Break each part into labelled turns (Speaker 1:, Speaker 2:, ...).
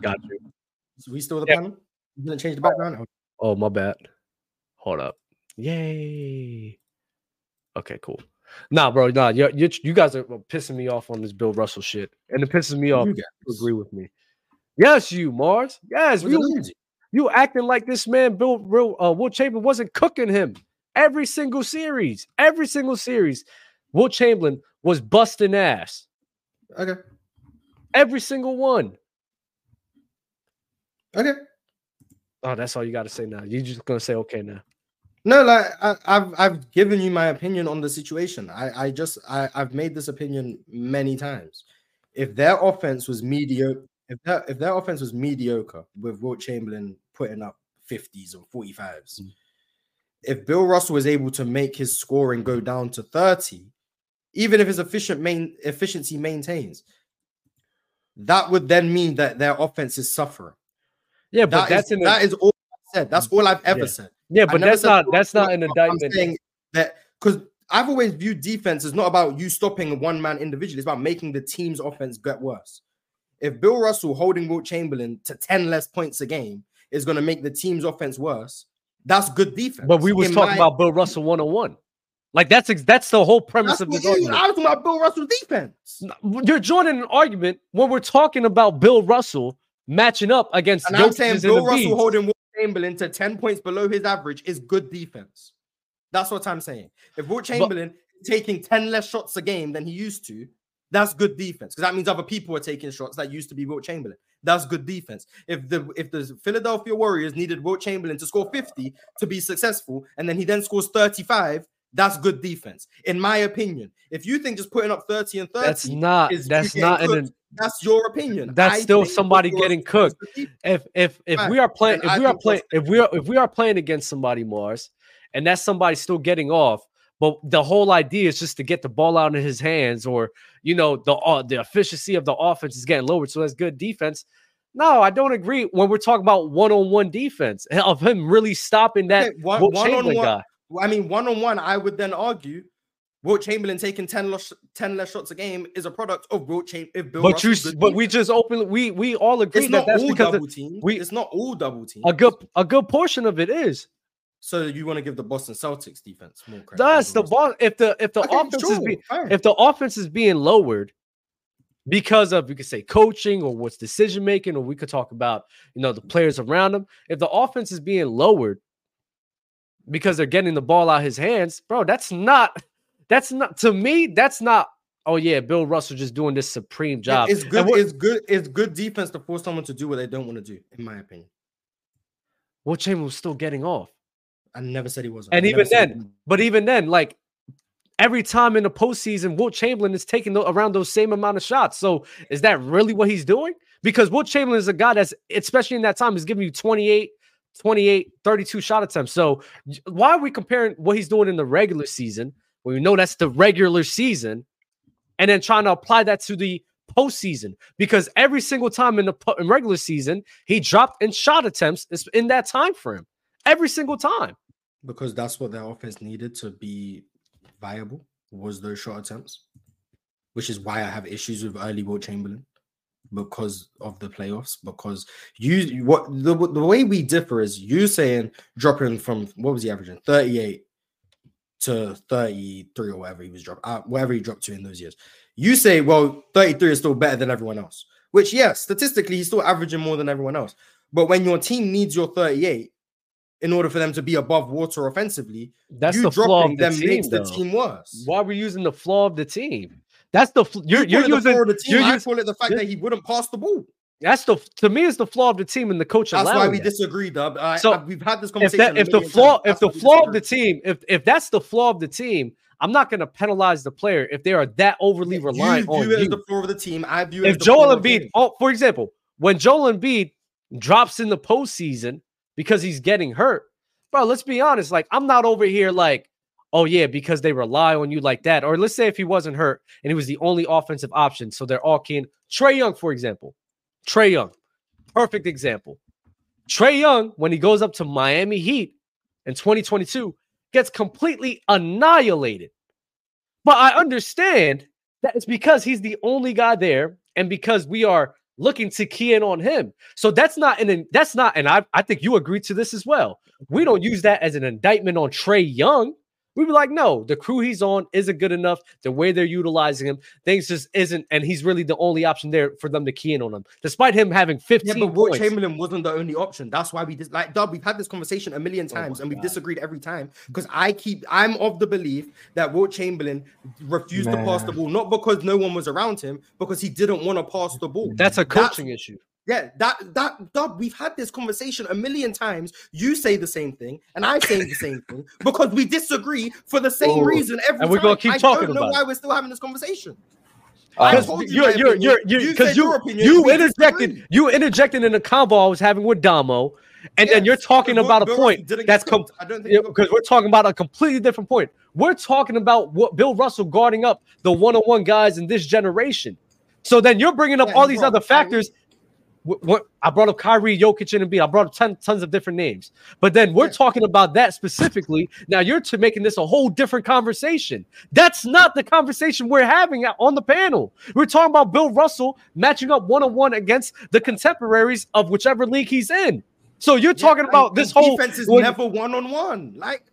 Speaker 1: Got you.
Speaker 2: So we still the
Speaker 1: Yeah.
Speaker 2: panel? You didn't change the background? Oh,
Speaker 1: Oh, my bad. Hold up. Yay. Okay, cool. Nah, bro. Nah, you you, you guys are uh, pissing me off on this Bill Russell shit, and it pisses me off.
Speaker 2: you
Speaker 1: if
Speaker 2: guys.
Speaker 1: You agree with me? Yes, you Mars. Yes,
Speaker 2: It was
Speaker 1: you,
Speaker 2: allergy.
Speaker 1: you acting like this man Bill, Bill uh, Will Chamberlain wasn't cooking him every single series. Every single series, Will Chamberlain was busting ass.
Speaker 2: Okay.
Speaker 1: Every single one.
Speaker 2: Okay.
Speaker 1: Oh, that's all you got to say now. You're just gonna say okay now.
Speaker 2: No, like I, I've I've given you my opinion on the situation. I I just I I've made this opinion many times. If their offense was mediocre, if their if their offense was mediocre with Wilt Chamberlain putting up fifties and forty fives,
Speaker 1: Mm.
Speaker 2: if Bill Russell was able to make his scoring go down to thirty, even if his efficient main efficiency maintains, that would then mean that their offense is suffering.
Speaker 1: Yeah, but
Speaker 2: That is-
Speaker 1: that's in Mm.
Speaker 2: that is all I said. That's all I've ever
Speaker 1: Yeah.
Speaker 2: said.
Speaker 1: yeah,
Speaker 2: I
Speaker 1: but
Speaker 2: never
Speaker 1: that's
Speaker 2: said
Speaker 1: not
Speaker 2: Bill
Speaker 1: that's not
Speaker 2: Russell,
Speaker 1: an
Speaker 2: but I'm
Speaker 1: indictment.
Speaker 2: saying that because I've always viewed defense as not about you stopping one man individually. It's about making the team's offense get worse. If Bill Russell holding Wilt Chamberlain to ten less points a game is going to make the team's offense worse, that's good defense.
Speaker 1: But we was
Speaker 2: In
Speaker 1: talking
Speaker 2: my-
Speaker 1: about Bill Russell one on one. Like that's ex- that's the whole premise
Speaker 2: That's
Speaker 1: of
Speaker 2: what
Speaker 1: this
Speaker 2: you- I
Speaker 1: argument.
Speaker 2: was talking about Bill Russell's defense.
Speaker 1: You're joining an argument when we're talking about Bill Russell matching up against
Speaker 2: And I'm
Speaker 1: Jokic's
Speaker 2: saying
Speaker 1: and
Speaker 2: Bill Russell
Speaker 1: Embiid's.
Speaker 2: holding Wilt Chamberlain to 10 points below his average is good defense. That's what I'm saying. If Wilt Chamberlain is taking 10 less shots a game than he used to, that's good defense. Because that means other people are taking shots that used to be Wilt Chamberlain. That's good defense. If the if the Philadelphia Warriors needed Wilt Chamberlain to score 50 to be successful, and then he then scores 35, that's good defense, in my opinion. If you think just putting up 30 and 30
Speaker 1: That's not.
Speaker 2: is you
Speaker 1: That's
Speaker 2: getting
Speaker 1: not. An,
Speaker 2: cooked. that's your opinion.
Speaker 1: that's
Speaker 2: I
Speaker 1: still
Speaker 2: think Wilt
Speaker 1: somebody
Speaker 2: Russell
Speaker 1: getting
Speaker 2: is
Speaker 1: cooked.
Speaker 2: good defense.
Speaker 1: if if if
Speaker 2: Right.
Speaker 1: we are playing,
Speaker 2: And
Speaker 1: if
Speaker 2: I
Speaker 1: we are
Speaker 2: think
Speaker 1: playing,
Speaker 2: that's-
Speaker 1: if we are if we are playing against somebody, Mars, and that somebody's still getting off, but the whole idea is just to get the ball out of his hands, or you know the uh, the efficiency of the offense is getting lowered, so that's good defense. No, I don't agree when we're talking about one on one defense of him really stopping that
Speaker 2: Okay, one-
Speaker 1: Wilt
Speaker 2: one-on-one-
Speaker 1: Chamberlain guy.
Speaker 2: Well, I mean, one on one, I would then argue Wilt Chamberlain taking 10 less, 10 less shots a game is a product of Wilt Chamberlain.
Speaker 1: But you, s- but we just openly we we all agree
Speaker 2: it's
Speaker 1: that
Speaker 2: not
Speaker 1: that's
Speaker 2: all
Speaker 1: because
Speaker 2: double
Speaker 1: of-
Speaker 2: team.
Speaker 1: we-
Speaker 2: it's not all double team.
Speaker 1: a good a good portion of it is.
Speaker 2: so you want to give the Boston Celtics defense more credit?
Speaker 1: That's the
Speaker 2: than
Speaker 1: ball. If the if the
Speaker 2: Boston- Okay,
Speaker 1: offense is
Speaker 2: sure,
Speaker 1: be,
Speaker 2: fine.
Speaker 1: if the offense is being lowered because of you could say coaching or what's decision making, or we could talk about you know the players around him. If the offense is being lowered because they're getting the ball out of his hands, bro, that's not that's not to me. That's not. Oh yeah, Bill Russell just doing this supreme
Speaker 2: Yeah,
Speaker 1: job.
Speaker 2: it's
Speaker 1: And
Speaker 2: good.
Speaker 1: what-
Speaker 2: It's good. It's good defense to force someone to do what they don't want to do, in my opinion.
Speaker 1: Will Chamberlain was still getting off,
Speaker 2: I never said he wasn't.
Speaker 1: and
Speaker 2: I never
Speaker 1: even
Speaker 2: said he
Speaker 1: then, but even then, like. Every time in the postseason, Will Chamberlain is taking tho- around those same amount of shots. So is that really what he's doing? Because Will Chamberlain is a guy that's, especially in that time, is giving you 28, 28, 32 shot attempts. So j- why are we comparing what he's doing in the regular season when we know that's the regular season and then trying to apply that to the postseason? Because every single time in the po- in regular season, he dropped in shot attempts is- in that time frame. Every single time.
Speaker 2: because that's what their offense needed to be viable was those shot attempts, which is why I have issues with early Will Chamberlain because of the playoffs. Because you what the the way we differ is you saying dropping from what was he averaging thirty eight to thirty three or whatever he was dropped uh, whatever he dropped to in those years. You say well thirty three is still better than everyone else, which yes, statistically he's still averaging more than everyone else. But when your team needs your thirty eight in order for them to be above water offensively,
Speaker 1: That's
Speaker 2: you
Speaker 1: the flaw
Speaker 2: dropping
Speaker 1: of the
Speaker 2: them
Speaker 1: team.
Speaker 2: makes
Speaker 1: Though.
Speaker 2: the team worse.
Speaker 1: Why are we using the flaw of the team? That's the fl- you're,
Speaker 2: You
Speaker 1: you're
Speaker 2: call it
Speaker 1: using
Speaker 2: the flaw of the team.
Speaker 1: you're
Speaker 2: I
Speaker 1: us-
Speaker 2: call it the fact
Speaker 1: you're-
Speaker 2: that he wouldn't pass the ball.
Speaker 1: That's the to me is the flaw of the team and the coach.
Speaker 2: That's why
Speaker 1: allowing
Speaker 2: we
Speaker 1: that.
Speaker 2: disagree, Dub. I,
Speaker 1: So,
Speaker 2: I- we've had this
Speaker 1: If
Speaker 2: conversation.
Speaker 1: that
Speaker 2: a
Speaker 1: if the
Speaker 2: million
Speaker 1: flaw
Speaker 2: times.
Speaker 1: if
Speaker 2: That's
Speaker 1: the
Speaker 2: why we
Speaker 1: flaw of the
Speaker 2: disagree.
Speaker 1: team if if that's the flaw of the team, I'm not going to penalize the player if they are that overly reliant
Speaker 2: you
Speaker 1: on
Speaker 2: view it as
Speaker 1: you.
Speaker 2: the flaw of the team. I view it as
Speaker 1: If
Speaker 2: the flaw
Speaker 1: Joel
Speaker 2: of the
Speaker 1: Embiid,
Speaker 2: team.
Speaker 1: oh, for example, when Joel Embiid drops in the postseason because he's getting hurt, bro, let's be honest. Like I'm not over here like, oh yeah, because they rely on you like that. Or let's say if he wasn't hurt and he was the only offensive option, so they're all keen. Trey Young, for example, Trey Young, perfect example. Trey Young, when he goes up to Miami Heat in 2022, gets completely annihilated. But I understand that it's because he's the only guy there, and because we are looking to key in on him. So that's not an that's not, and I, I think you agree to this as well. We don't use that as an indictment on Trey Young. We'd be like, no, the crew he's on isn't good enough. The way they're utilizing him, things just isn't, and he's really the only option there for them to key in on him, despite him having 15
Speaker 2: Yeah, but Will
Speaker 1: points.
Speaker 2: Chamberlain wasn't the only option. That's why we did like Dub. We've had this conversation a million
Speaker 1: Oh my
Speaker 2: times and we've
Speaker 1: God.
Speaker 2: disagreed every time because I keep I'm of the belief that Will Chamberlain refused to pass the ball, not because no one was around him, because he didn't want to pass the ball.
Speaker 1: that's a
Speaker 2: That's-
Speaker 1: coaching issue.
Speaker 2: Yeah, that that Dub, we've had this conversation a million times. You say the same thing, and I'm saying the same thing because we disagree for the same
Speaker 1: Oh,
Speaker 2: reason every
Speaker 1: and we're
Speaker 2: time.
Speaker 1: gonna keep
Speaker 2: I
Speaker 1: talking
Speaker 2: don't know
Speaker 1: about
Speaker 2: why we're still having this conversation. I
Speaker 1: Because
Speaker 2: told you
Speaker 1: you're,
Speaker 2: my
Speaker 1: you're,
Speaker 2: opinion.
Speaker 1: you're, you're,
Speaker 2: You
Speaker 1: because
Speaker 2: said
Speaker 1: you,
Speaker 2: your
Speaker 1: you,
Speaker 2: opinion. We
Speaker 1: interjected,
Speaker 2: disagree.
Speaker 1: you interjected in a combo I was having with Damo, and then
Speaker 2: Yes,
Speaker 1: you're talking
Speaker 2: because Will-
Speaker 1: about a
Speaker 2: Bill
Speaker 1: point
Speaker 2: Russell didn't
Speaker 1: that's
Speaker 2: get
Speaker 1: com-
Speaker 2: cooked. I don't think
Speaker 1: Yeah,
Speaker 2: he got
Speaker 1: because we're talking about a completely different point. We're talking about what Bill Russell guarding up the one-on-one guys in this generation. So then you're bringing up
Speaker 2: Yeah,
Speaker 1: all
Speaker 2: you
Speaker 1: these
Speaker 2: brought
Speaker 1: other
Speaker 2: up Kyrie.
Speaker 1: factors. Wh- what- I brought up Kyrie, Jokic, and Embiid. I brought up ton, tons of different names, but then we're
Speaker 2: Yeah.
Speaker 1: talking about that specifically. Now you're to making this a whole different conversation. That's not the conversation we're having out on the panel. We're talking about Bill Russell matching up one-on-one against the contemporaries of whichever league he's in. So you're
Speaker 2: Yeah,
Speaker 1: talking
Speaker 2: like,
Speaker 1: about
Speaker 2: the
Speaker 1: this whole
Speaker 2: defense is
Speaker 1: when-
Speaker 2: never one on one. Like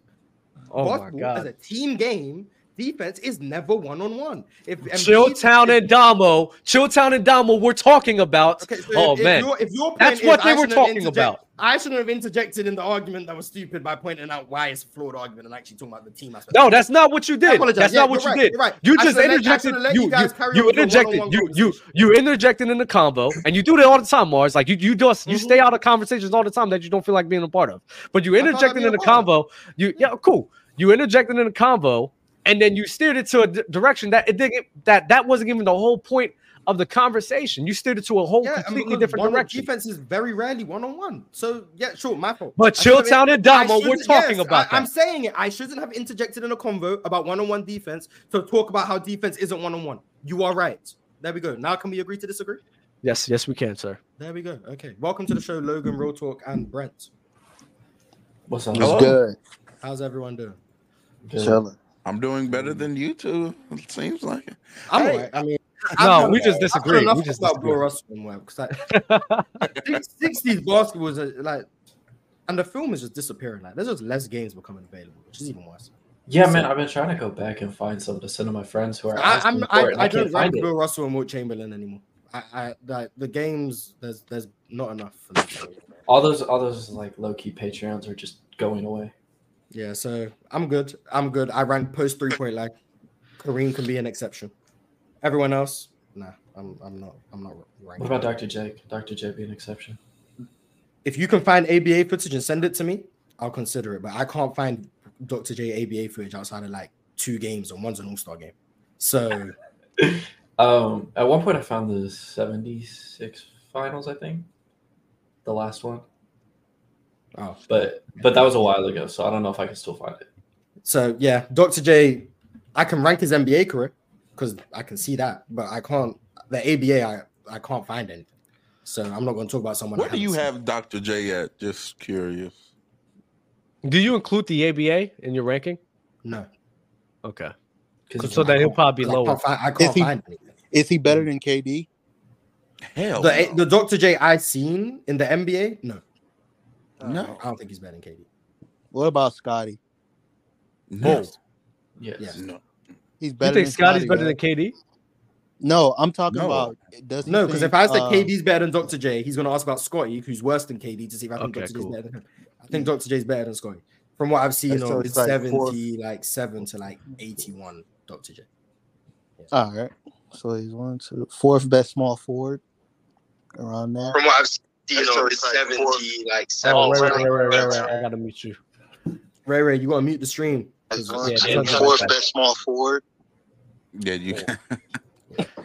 Speaker 1: Oh my
Speaker 2: basketball
Speaker 1: god.
Speaker 2: as a team game, defense is never one on one. If Embiid-
Speaker 1: Chilltown
Speaker 2: if-
Speaker 1: and Damo, Chilltown and Damo, we're talking about.
Speaker 2: Okay, so
Speaker 1: oh
Speaker 2: if,
Speaker 1: man,
Speaker 2: if your, if your point
Speaker 1: That's
Speaker 2: is
Speaker 1: what they
Speaker 2: I
Speaker 1: were
Speaker 2: shouldn't
Speaker 1: talking
Speaker 2: interject-
Speaker 1: about.
Speaker 2: I shouldn't have interjected in the argument that was stupid by pointing out why it's a flawed argument and actually talking about the team aspect.
Speaker 1: no, that's not what you
Speaker 2: I
Speaker 1: did.
Speaker 2: apologize.
Speaker 1: That's
Speaker 2: Yeah,
Speaker 1: not what
Speaker 2: you're
Speaker 1: you
Speaker 2: right,
Speaker 1: did.
Speaker 2: you're right.
Speaker 1: You
Speaker 2: I
Speaker 1: just
Speaker 2: should've let- I
Speaker 1: interjected.
Speaker 2: should've let
Speaker 1: you
Speaker 2: you guys
Speaker 1: you,
Speaker 2: carry
Speaker 1: you
Speaker 2: on with the
Speaker 1: interjected.
Speaker 2: one-on-one
Speaker 1: You you
Speaker 2: conversation.
Speaker 1: you interjected in the combo, and you do that all the time, Mars. Like you you do
Speaker 2: Mm-hmm.
Speaker 1: you stay out of conversations all the time that you don't feel like being a part of. But you
Speaker 2: felt like
Speaker 1: interjected
Speaker 2: being
Speaker 1: in
Speaker 2: a
Speaker 1: the
Speaker 2: part of it.
Speaker 1: combo. You yeah, cool. You interjected in the combo, and then you steered it to a d- direction that it didn't that that wasn't even the whole point of the conversation. You steered it to a whole
Speaker 2: Yeah, and
Speaker 1: completely
Speaker 2: because
Speaker 1: different
Speaker 2: one-
Speaker 1: direction.
Speaker 2: Defense is very rarely one on one. So yeah, sure, my fault.
Speaker 1: But
Speaker 2: I shouldn't
Speaker 1: Chilltown
Speaker 2: have-
Speaker 1: and Damo,
Speaker 2: I
Speaker 1: we're
Speaker 2: shouldn't-
Speaker 1: talking
Speaker 2: yes,
Speaker 1: about
Speaker 2: I, I'm
Speaker 1: that.
Speaker 2: saying it. I shouldn't have interjected in a convo about one on one defense to talk about how defense isn't one on one. You are right. There we go. Now can we agree to disagree?
Speaker 1: Yes, yes, we can, sir.
Speaker 2: There we go. Okay. Welcome to the show, Logan, Real Talk, and Brent.
Speaker 3: What's
Speaker 4: It's
Speaker 3: up?
Speaker 4: Hello? good.
Speaker 2: How's everyone doing?
Speaker 4: Chilling.
Speaker 3: I'm doing better than you two. It seems like it.
Speaker 2: I'm
Speaker 3: Hey.
Speaker 2: all right. I mean,
Speaker 1: No,
Speaker 2: done
Speaker 1: we
Speaker 2: that.
Speaker 1: just
Speaker 2: I've done
Speaker 1: disagree.
Speaker 2: enough
Speaker 1: We just
Speaker 2: about
Speaker 1: disagree.
Speaker 2: Bill Russell and work, 'cause, like, sixties basketball is uh, like, and the film is just disappearing. Like, there's just less games becoming available, which is even worse.
Speaker 3: So-
Speaker 5: Yeah, man, I've been trying to go back and find some to send to my friends who are.
Speaker 2: I,
Speaker 5: asking
Speaker 2: I'm,
Speaker 5: for
Speaker 2: I,
Speaker 5: it, and
Speaker 2: I
Speaker 5: can't
Speaker 2: don't like
Speaker 5: find it.
Speaker 2: Bill Russell and Wilt Chamberlain anymore. I, I like the games. There's, there's not enough for them.
Speaker 5: All those, all those like low key Patreons are just going away.
Speaker 2: Yeah, so I'm good. I'm good. I rank post three point like Kareem can be an exception. Everyone else, nah, I'm, I'm not. I'm not
Speaker 5: What
Speaker 2: ranking.
Speaker 5: about Dr. Jake? Dr. J be an exception.
Speaker 2: if you can find ABA footage and send it to me, I'll consider it. But I can't find Dr. J ABA footage outside of like two games, and one's an All Star game. So
Speaker 5: Um, at one point I found the '76 finals, I think, the last one,
Speaker 2: oh,
Speaker 5: but but that was a while ago, so I don't know if I can still find it.
Speaker 2: so yeah, Dr. J, I can rank his NBA career because I can see that, but I can't the ABA. I I can't find anything. So I'm not going to talk about someone. I
Speaker 3: Where do
Speaker 2: haven't
Speaker 3: you
Speaker 2: seen.
Speaker 3: have Dr. J at? Just curious.
Speaker 1: Do you include the ABA in your ranking?
Speaker 2: No,
Speaker 1: Okay,
Speaker 5: Because
Speaker 1: so then he'll probably be
Speaker 2: 'cause I
Speaker 1: lower.
Speaker 2: can't find, I
Speaker 4: Is
Speaker 2: can't
Speaker 4: he-
Speaker 2: find anything.
Speaker 4: Is he better than KD?
Speaker 3: Hell,
Speaker 2: The,
Speaker 3: no.
Speaker 2: the Dr. J I seen in the NBA, no,
Speaker 3: no,
Speaker 2: I don't think he's better than KD.
Speaker 4: What about Scotty?
Speaker 3: no,
Speaker 5: yes.
Speaker 2: yeah.
Speaker 3: no.
Speaker 4: He's
Speaker 1: you
Speaker 4: better.
Speaker 1: think
Speaker 4: than
Speaker 1: Scotty's
Speaker 4: Scotty,
Speaker 1: better
Speaker 4: right?
Speaker 1: than KD?
Speaker 4: No, I'm talking
Speaker 3: No.
Speaker 4: about. Does he
Speaker 2: No, because
Speaker 4: think,
Speaker 2: if I said
Speaker 4: uh,
Speaker 2: KD's better than Dr. J, he's going to ask about Scotty, who's worse than KD, to see if I think
Speaker 1: Okay,
Speaker 2: Dr. J's
Speaker 1: cool.
Speaker 2: better than him. I think Dr. J's better than Scotty. From what I've seen,
Speaker 4: So
Speaker 2: on
Speaker 4: it's
Speaker 2: his
Speaker 4: like
Speaker 2: 70,
Speaker 4: four-
Speaker 2: like 7 to like 81, Dr. J.
Speaker 4: all right, so he's one, two, fourth best small forward around there.
Speaker 6: From what I've seen
Speaker 3: So
Speaker 6: on
Speaker 3: it's
Speaker 6: his
Speaker 3: like
Speaker 6: 70,
Speaker 3: four-
Speaker 6: like 70.
Speaker 1: Oh,
Speaker 6: like
Speaker 1: right, right, right, right, right,
Speaker 6: that's-
Speaker 1: right. I gotta mute you.
Speaker 2: Ray Ray, you got to mute the stream. 'cause-
Speaker 1: Yeah,
Speaker 6: that's
Speaker 1: that's
Speaker 6: fourth
Speaker 1: not bad.
Speaker 6: best small forward.
Speaker 3: Yeah, you can.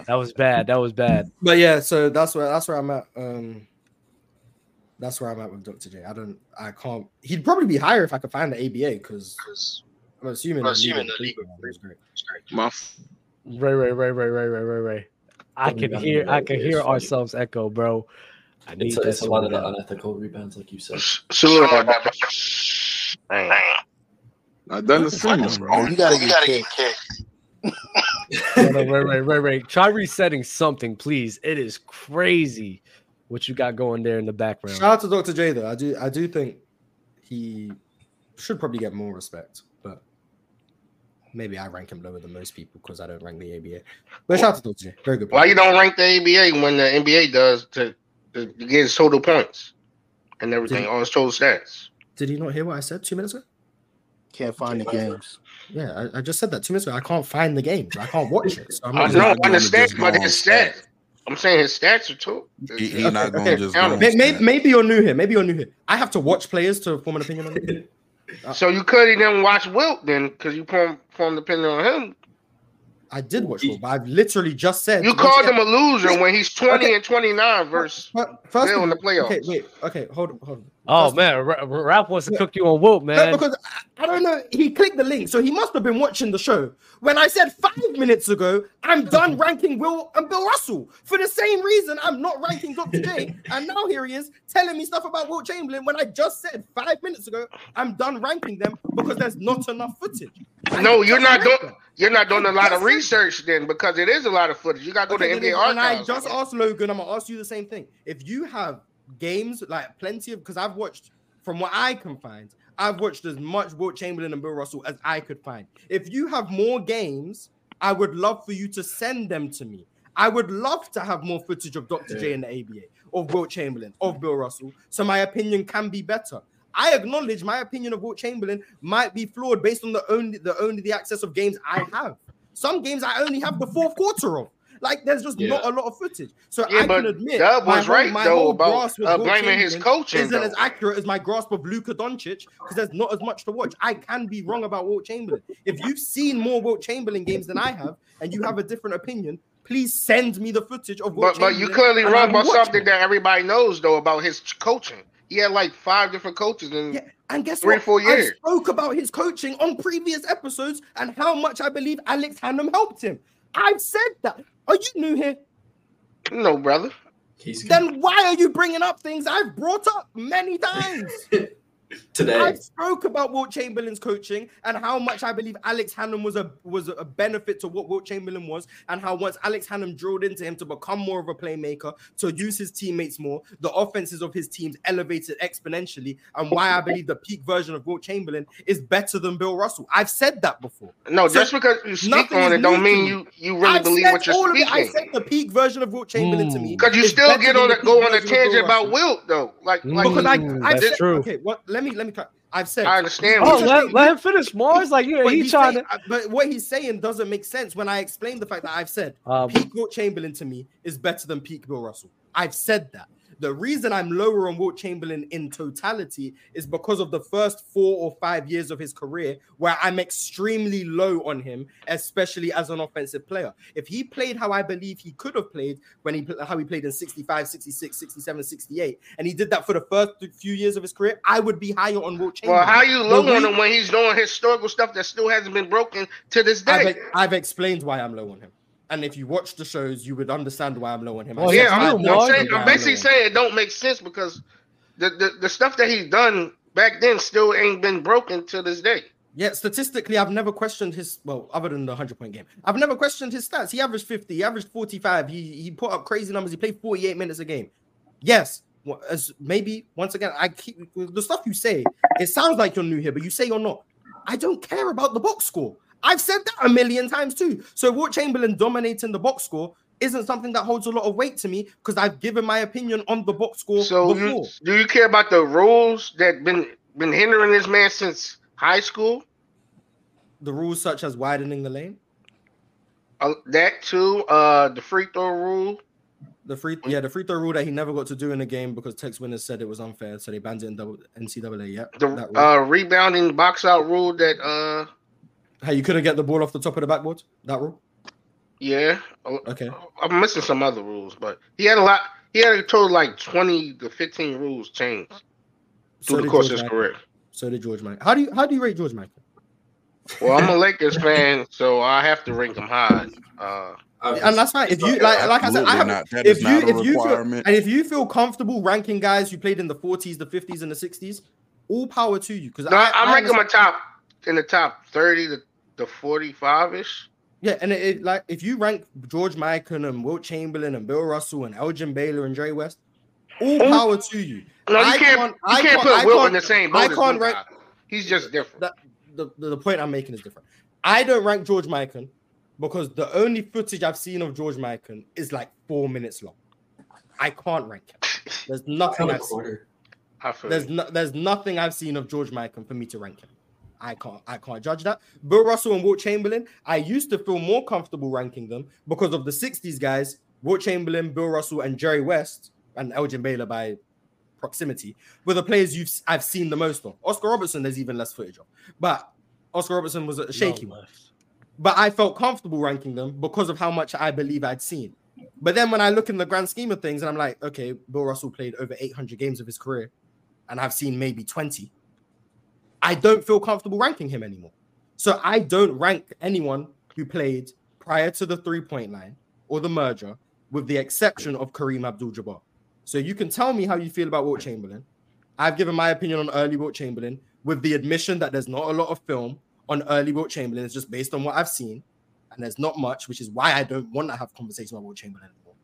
Speaker 1: That was bad. That was bad.
Speaker 2: But yeah, so that's where that's where I'm at. Um, that's where I'm at with Dr. J. I don't, I can't. He'd probably be higher if I could find the ABA because
Speaker 6: 'cause
Speaker 2: I'm assuming.
Speaker 6: I'm assuming the league
Speaker 2: of three is great.
Speaker 3: My
Speaker 1: Ray, Ray, Ray, Ray, Ray, Ray, Ray, Ray. I
Speaker 5: Probably
Speaker 1: can
Speaker 5: gotta
Speaker 1: hear.
Speaker 5: be
Speaker 1: I
Speaker 5: right
Speaker 1: can
Speaker 5: there.
Speaker 1: hear
Speaker 5: It's
Speaker 1: ourselves echo, bro. I need
Speaker 5: It's, a, it's
Speaker 1: this
Speaker 5: a lot
Speaker 1: one
Speaker 5: of the
Speaker 1: down.
Speaker 5: unethical rebounds, like you said.
Speaker 6: Sure.
Speaker 3: I done the same.
Speaker 4: you gotta get
Speaker 6: You gotta
Speaker 4: kicked.
Speaker 6: get kicked.
Speaker 1: No, no, right, right, right, right. Try resetting something, please. It is crazy what you got going there in the background.
Speaker 2: Shout out to Dr. J though. I do I do think he should probably get more respect, but maybe I rank him lower than most people because I don't rank the ABA. But shout out to Dr. J. Very good.
Speaker 7: Why
Speaker 2: point.
Speaker 7: you don't rank the ABA when the NBA does to, to get his total points and everything on his total stats?
Speaker 2: Did he not hear what I said two minutes ago?
Speaker 8: Can't find the games.
Speaker 2: Yeah, I, I just said that two minutes ago. I can't find the games. I can't watch it. So I'm
Speaker 9: not
Speaker 7: I
Speaker 2: not
Speaker 9: just
Speaker 7: know, I
Speaker 9: gonna
Speaker 7: understand,
Speaker 9: just go
Speaker 7: but
Speaker 9: on
Speaker 7: his
Speaker 9: stats.
Speaker 7: stats. I'm saying his stats are too.
Speaker 9: He, he
Speaker 2: Okay,
Speaker 9: not
Speaker 2: okay,
Speaker 9: going to just.
Speaker 7: count
Speaker 9: Go
Speaker 7: him.
Speaker 2: May-
Speaker 9: on
Speaker 2: may-
Speaker 9: stats.
Speaker 2: maybe you're new here. Maybe you're new here. I have to watch players to form an opinion on them.
Speaker 7: So you could not even watch Wilt then, because you form form depending on him.
Speaker 2: I did watch it, but I've literally just said
Speaker 7: You
Speaker 2: once
Speaker 7: called
Speaker 2: again-
Speaker 7: him a loser when he's 20
Speaker 2: Okay.
Speaker 7: and 29 versus
Speaker 2: But First
Speaker 7: Bill
Speaker 2: of
Speaker 7: in
Speaker 2: all,
Speaker 7: the playoffs.
Speaker 2: okay, wait, okay, hold on, hold on.
Speaker 1: Oh
Speaker 2: First-
Speaker 1: man, Ra- Ra- Ralph wants to cook you on Wilt,
Speaker 2: No,
Speaker 1: man.
Speaker 2: because I, I don't know. He clicked the link, so he must have been watching the show. When I said five minutes ago, I'm done ranking Will and Bill Russell for the same reason I'm not ranking Dr. J. And now here he is telling me stuff about Will Chamberlain when I just said five minutes ago I'm done ranking them because there's not enough footage. I
Speaker 7: No,
Speaker 2: just
Speaker 7: you're not
Speaker 2: ranked
Speaker 7: doing-
Speaker 2: them.
Speaker 7: You're not doing a lot of
Speaker 2: Yes.
Speaker 7: research then, because it is a lot of footage. You got to go
Speaker 2: Okay,
Speaker 7: to
Speaker 2: then
Speaker 7: NBA
Speaker 2: if- and I
Speaker 7: archives.
Speaker 2: just asked Logan, I'm gonna ask you the same thing. If you have games like plenty of because I've watched from what I can find, I've watched as much Wilt Chamberlain and Bill Russell as I could find. If you have more games, I would love for you to send them to me. I would love to have more footage of Dr. J and the ABA, of Wilt Chamberlain, of Bill Russell, so my opinion can be better. I acknowledge my opinion of Wilt Chamberlain might be flawed based on the only the only the access of games I have. Some games I only have the fourth quarter of. Like there's just not a lot of footage. So
Speaker 7: Yeah,
Speaker 2: I
Speaker 7: but
Speaker 2: can admit
Speaker 7: Dub
Speaker 2: my
Speaker 7: was
Speaker 2: whole-
Speaker 7: right
Speaker 2: my
Speaker 7: though
Speaker 2: whole
Speaker 7: about
Speaker 2: grasp of Wilt
Speaker 7: uh, blaming his
Speaker 2: Chamberlain
Speaker 7: coaching.
Speaker 2: Isn't
Speaker 7: though.
Speaker 2: as accurate as my grasp of Luka Doncic because there's not as much to watch. I can be wrong about Wilt Chamberlain. If you've seen more Wilt Chamberlain games than I have, and you have a different opinion, please send me the footage of Wilt
Speaker 7: But but you
Speaker 2: Chamberlain,
Speaker 7: clearly
Speaker 2: and
Speaker 7: wrong
Speaker 2: I will
Speaker 7: about
Speaker 2: watch
Speaker 7: something
Speaker 2: it.
Speaker 7: that everybody knows though about his coaching. He had like five different coaches and
Speaker 2: Yeah, and guess
Speaker 7: Three,
Speaker 2: what?
Speaker 7: four years.
Speaker 2: I spoke about his coaching on previous episodes and how much I believe Alex Hannum helped him. I've said that. Are you new here?
Speaker 7: no brother.
Speaker 5: Case
Speaker 2: Then why are you bringing up things I've brought up many times?
Speaker 5: today.
Speaker 2: I spoke about Wilt Chamberlain's coaching and how much I believe Alex Hannum was a was a benefit to what Wilt Chamberlain was, and how once Alex Hannum drilled into him to become more of a playmaker, to use his teammates more, the offenses of his teams elevated exponentially, and why I believe the peak version of Wilt Chamberlain is better than Bill Russell. I've said that before.
Speaker 7: No,
Speaker 2: So,
Speaker 7: just because you speak
Speaker 2: nothing
Speaker 7: on
Speaker 2: is
Speaker 7: it don't
Speaker 2: new to
Speaker 7: mean
Speaker 2: me.
Speaker 7: you you really
Speaker 2: I've
Speaker 7: believe
Speaker 2: said
Speaker 7: what you're
Speaker 2: all of it. I said
Speaker 7: speaking.
Speaker 2: the peak version of Wilt Chamberlain to me.
Speaker 1: Hmm.
Speaker 7: Because you
Speaker 2: is
Speaker 7: still
Speaker 2: better
Speaker 7: get
Speaker 2: than
Speaker 7: on
Speaker 2: the
Speaker 7: a, go
Speaker 2: peak
Speaker 7: on
Speaker 2: version
Speaker 7: a
Speaker 2: of Bill
Speaker 7: tangent about
Speaker 2: Russell.
Speaker 7: Wilt though. Like like
Speaker 2: Because I,
Speaker 1: Mm,
Speaker 2: I've
Speaker 1: that's
Speaker 2: said,
Speaker 1: true.
Speaker 2: Okay, what? Let me let me. clar- I've said.
Speaker 7: I understand.
Speaker 1: Oh,
Speaker 7: what you-
Speaker 1: let, let him finish Mars. Like yeah,
Speaker 2: But
Speaker 1: he
Speaker 2: he's
Speaker 1: trying
Speaker 2: saying-
Speaker 1: to.
Speaker 2: uh, but what he's saying doesn't make sense when I explain the fact that I've said
Speaker 1: Um,
Speaker 2: peak Wilt Chamberlain to me is better than peak Bill Russell. I've said that. The reason I'm lower on Wilt Chamberlain in totality is because of the first four or five years of his career, where I'm extremely low on him, especially as an offensive player. If he played how I believe he could have played when he how he played in 65, 66, 67, 68, and he did that for the first few years of his career, I would be higher on Wilt Chamberlain.
Speaker 7: well, how you
Speaker 2: The
Speaker 7: low on
Speaker 2: re-
Speaker 7: him when he's doing historical stuff that still hasn't been broken to this day?
Speaker 2: I've, I've explained why I'm low on him. And if you watch the shows, you would understand why I'm low on him. I
Speaker 1: Well,
Speaker 2: said
Speaker 7: Oh, yeah,
Speaker 2: five
Speaker 7: I'm, I'm
Speaker 2: minutes
Speaker 1: Mark.
Speaker 7: saying,
Speaker 2: ago
Speaker 7: I'm
Speaker 2: why
Speaker 7: basically
Speaker 2: low on him.
Speaker 7: saying it don't make sense because the, the, the stuff that he's done back then still ain't been broken to this day.
Speaker 2: Yeah, statistically, I've never questioned his. Well, other than the 100 point game, I've never questioned his stats. He averaged 50, he averaged 45. He, he put up crazy numbers. He played 48 minutes a game. Yes. well, As maybe once again, I keep the stuff you say. It sounds like you're new here, but you say you're not. I don't care about the box score. I've said that a million times too. So Wilt Chamberlain dominating the box score isn't something that holds a lot of weight to me because I've given my opinion on the box score
Speaker 7: So you,
Speaker 2: before.
Speaker 7: do you care about the rules that been been hindering this man since high school?
Speaker 2: The rules such as widening the lane,
Speaker 7: Uh, that too, uh, the free throw rule.
Speaker 2: the free
Speaker 9: Mm.
Speaker 2: yeah, the free throw rule that he never got to do in the game because Tex winners said it was unfair, so they banned it in double NCAA. Yeah,
Speaker 7: The
Speaker 2: that rule.
Speaker 7: uh, rebounding box out rule that uh
Speaker 2: how you couldn't get the ball off the top of the backboard. That rule.
Speaker 7: yeah uh,
Speaker 2: Okay.
Speaker 7: I'm missing some other rules but he had a lot he had a total like 20 to 15 rules changed
Speaker 2: So
Speaker 7: through the
Speaker 2: did
Speaker 7: course of
Speaker 2: George
Speaker 7: his
Speaker 2: Michael.
Speaker 7: career
Speaker 2: So did George Michael. How do you how do you rate George Michael?
Speaker 7: Well, I'm a Lakers fan, so I have to rank them high. Uh,
Speaker 2: And that's fine. If you like, like I said, I
Speaker 9: Absolutely
Speaker 2: haven't
Speaker 9: not. That
Speaker 2: if
Speaker 9: is
Speaker 2: you
Speaker 9: not a
Speaker 2: if you feel,
Speaker 9: requirement.
Speaker 2: and if you feel comfortable ranking guys who played in the 40s, the 50s, and the 60s, all power to you. Because
Speaker 7: no, I, am ranking my top in the top 30 to, to 45 ish.
Speaker 2: Yeah, and it, it- like if you rank George Michael and Wilt Chamberlain and Bill Russell and Elgin Baylor and Dre West, all
Speaker 7: Who-
Speaker 2: power to you.
Speaker 7: No,
Speaker 2: I
Speaker 7: you can't.
Speaker 2: can't-
Speaker 7: You
Speaker 2: I
Speaker 7: can't,
Speaker 2: can't-
Speaker 7: put
Speaker 2: I
Speaker 7: Will
Speaker 2: can't-
Speaker 7: in the same
Speaker 2: I
Speaker 7: boat. as
Speaker 2: can't
Speaker 7: Lil
Speaker 2: rank-
Speaker 7: Nas. He's just different.
Speaker 2: That- The, the, the point I'm making is different. I don't rank George Michael because the only footage I've seen of George Michael is like four minutes long. I can't rank him. There's nothing
Speaker 5: Another
Speaker 2: I've seen.
Speaker 5: quarter.
Speaker 7: I feel
Speaker 2: There's
Speaker 7: you.
Speaker 2: no, there's nothing I've seen of George Michael for me to rank him. I can't I can't judge that. Bill Russell and Wilt Chamberlain, I used to feel more comfortable ranking them because of the 60s guys, Wilt Chamberlain, Bill Russell, and Jerry West, and Elgin Baylor by proximity were the players you've s- I've seen the most of. Oscar Robertson, there's even less footage of. But Oscar Robertson was a shaky one. But I felt comfortable ranking them because of how much I believe I'd seen. But then when I look in the grand scheme of things and I'm like, okay, Bill Russell played over 800 games of his career and I've seen maybe 20, I don't feel comfortable ranking him anymore. So I don't rank anyone who played prior to the three point line or the merger, with the exception of Kareem Abdul Jabbar. So you can tell me how you feel about Wilt Chamberlain. I've given my opinion on early Wilt Chamberlain with the admission that there's not a lot of film on early Wilt Chamberlain. It's just based on what I've seen, and there's not much, which is why I don't want to have conversation about Wilt Chamberlain anymore.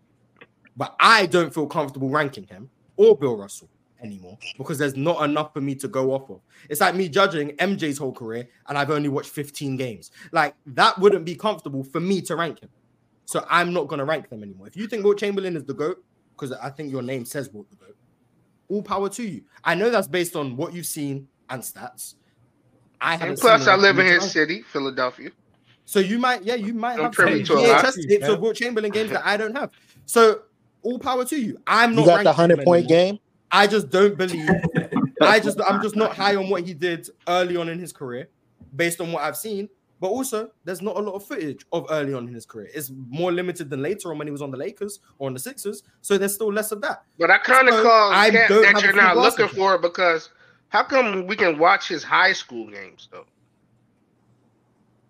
Speaker 2: But I don't feel comfortable ranking him or Bill Russell anymore because there's not enough for me to go off of. It's like me judging MJ's whole career and I've only watched 15 games. Like that wouldn't be comfortable for me to rank him. So I'm not going to rank them anymore. If you think Wilt Chamberlain is the GOAT, because I think your name says Wilt the GOAT, all power to you. I know that's based on what you've seen and stats. I
Speaker 7: And
Speaker 2: haven't
Speaker 7: plus,
Speaker 2: seen
Speaker 7: I
Speaker 2: enough
Speaker 7: live
Speaker 2: for
Speaker 7: in
Speaker 2: me to
Speaker 7: his
Speaker 2: rank.
Speaker 7: city, Philadelphia.
Speaker 2: So you might, yeah, you might
Speaker 7: I'm
Speaker 2: have
Speaker 7: privy
Speaker 2: some
Speaker 7: to a lot.
Speaker 2: VHS tapes of Wilt Chamberlain games that I don't have. So all power to you. I'm not.
Speaker 4: You got the
Speaker 2: ranking him
Speaker 4: hundred point
Speaker 2: anymore.
Speaker 4: game.
Speaker 2: I just don't believe. I just I'm just not high on what he did early on in his career, based on what I've seen. But also, there's not a lot of footage of early on in his career. It's more limited than later on when he was on the Lakers or on the Sixers. So there's still less of that.
Speaker 7: But I kind of
Speaker 2: So,
Speaker 7: call
Speaker 2: I
Speaker 7: cap
Speaker 2: don't
Speaker 7: that
Speaker 2: have a
Speaker 7: you're
Speaker 2: full
Speaker 7: not
Speaker 2: roster.
Speaker 7: looking for it because how come we can watch his high school games though?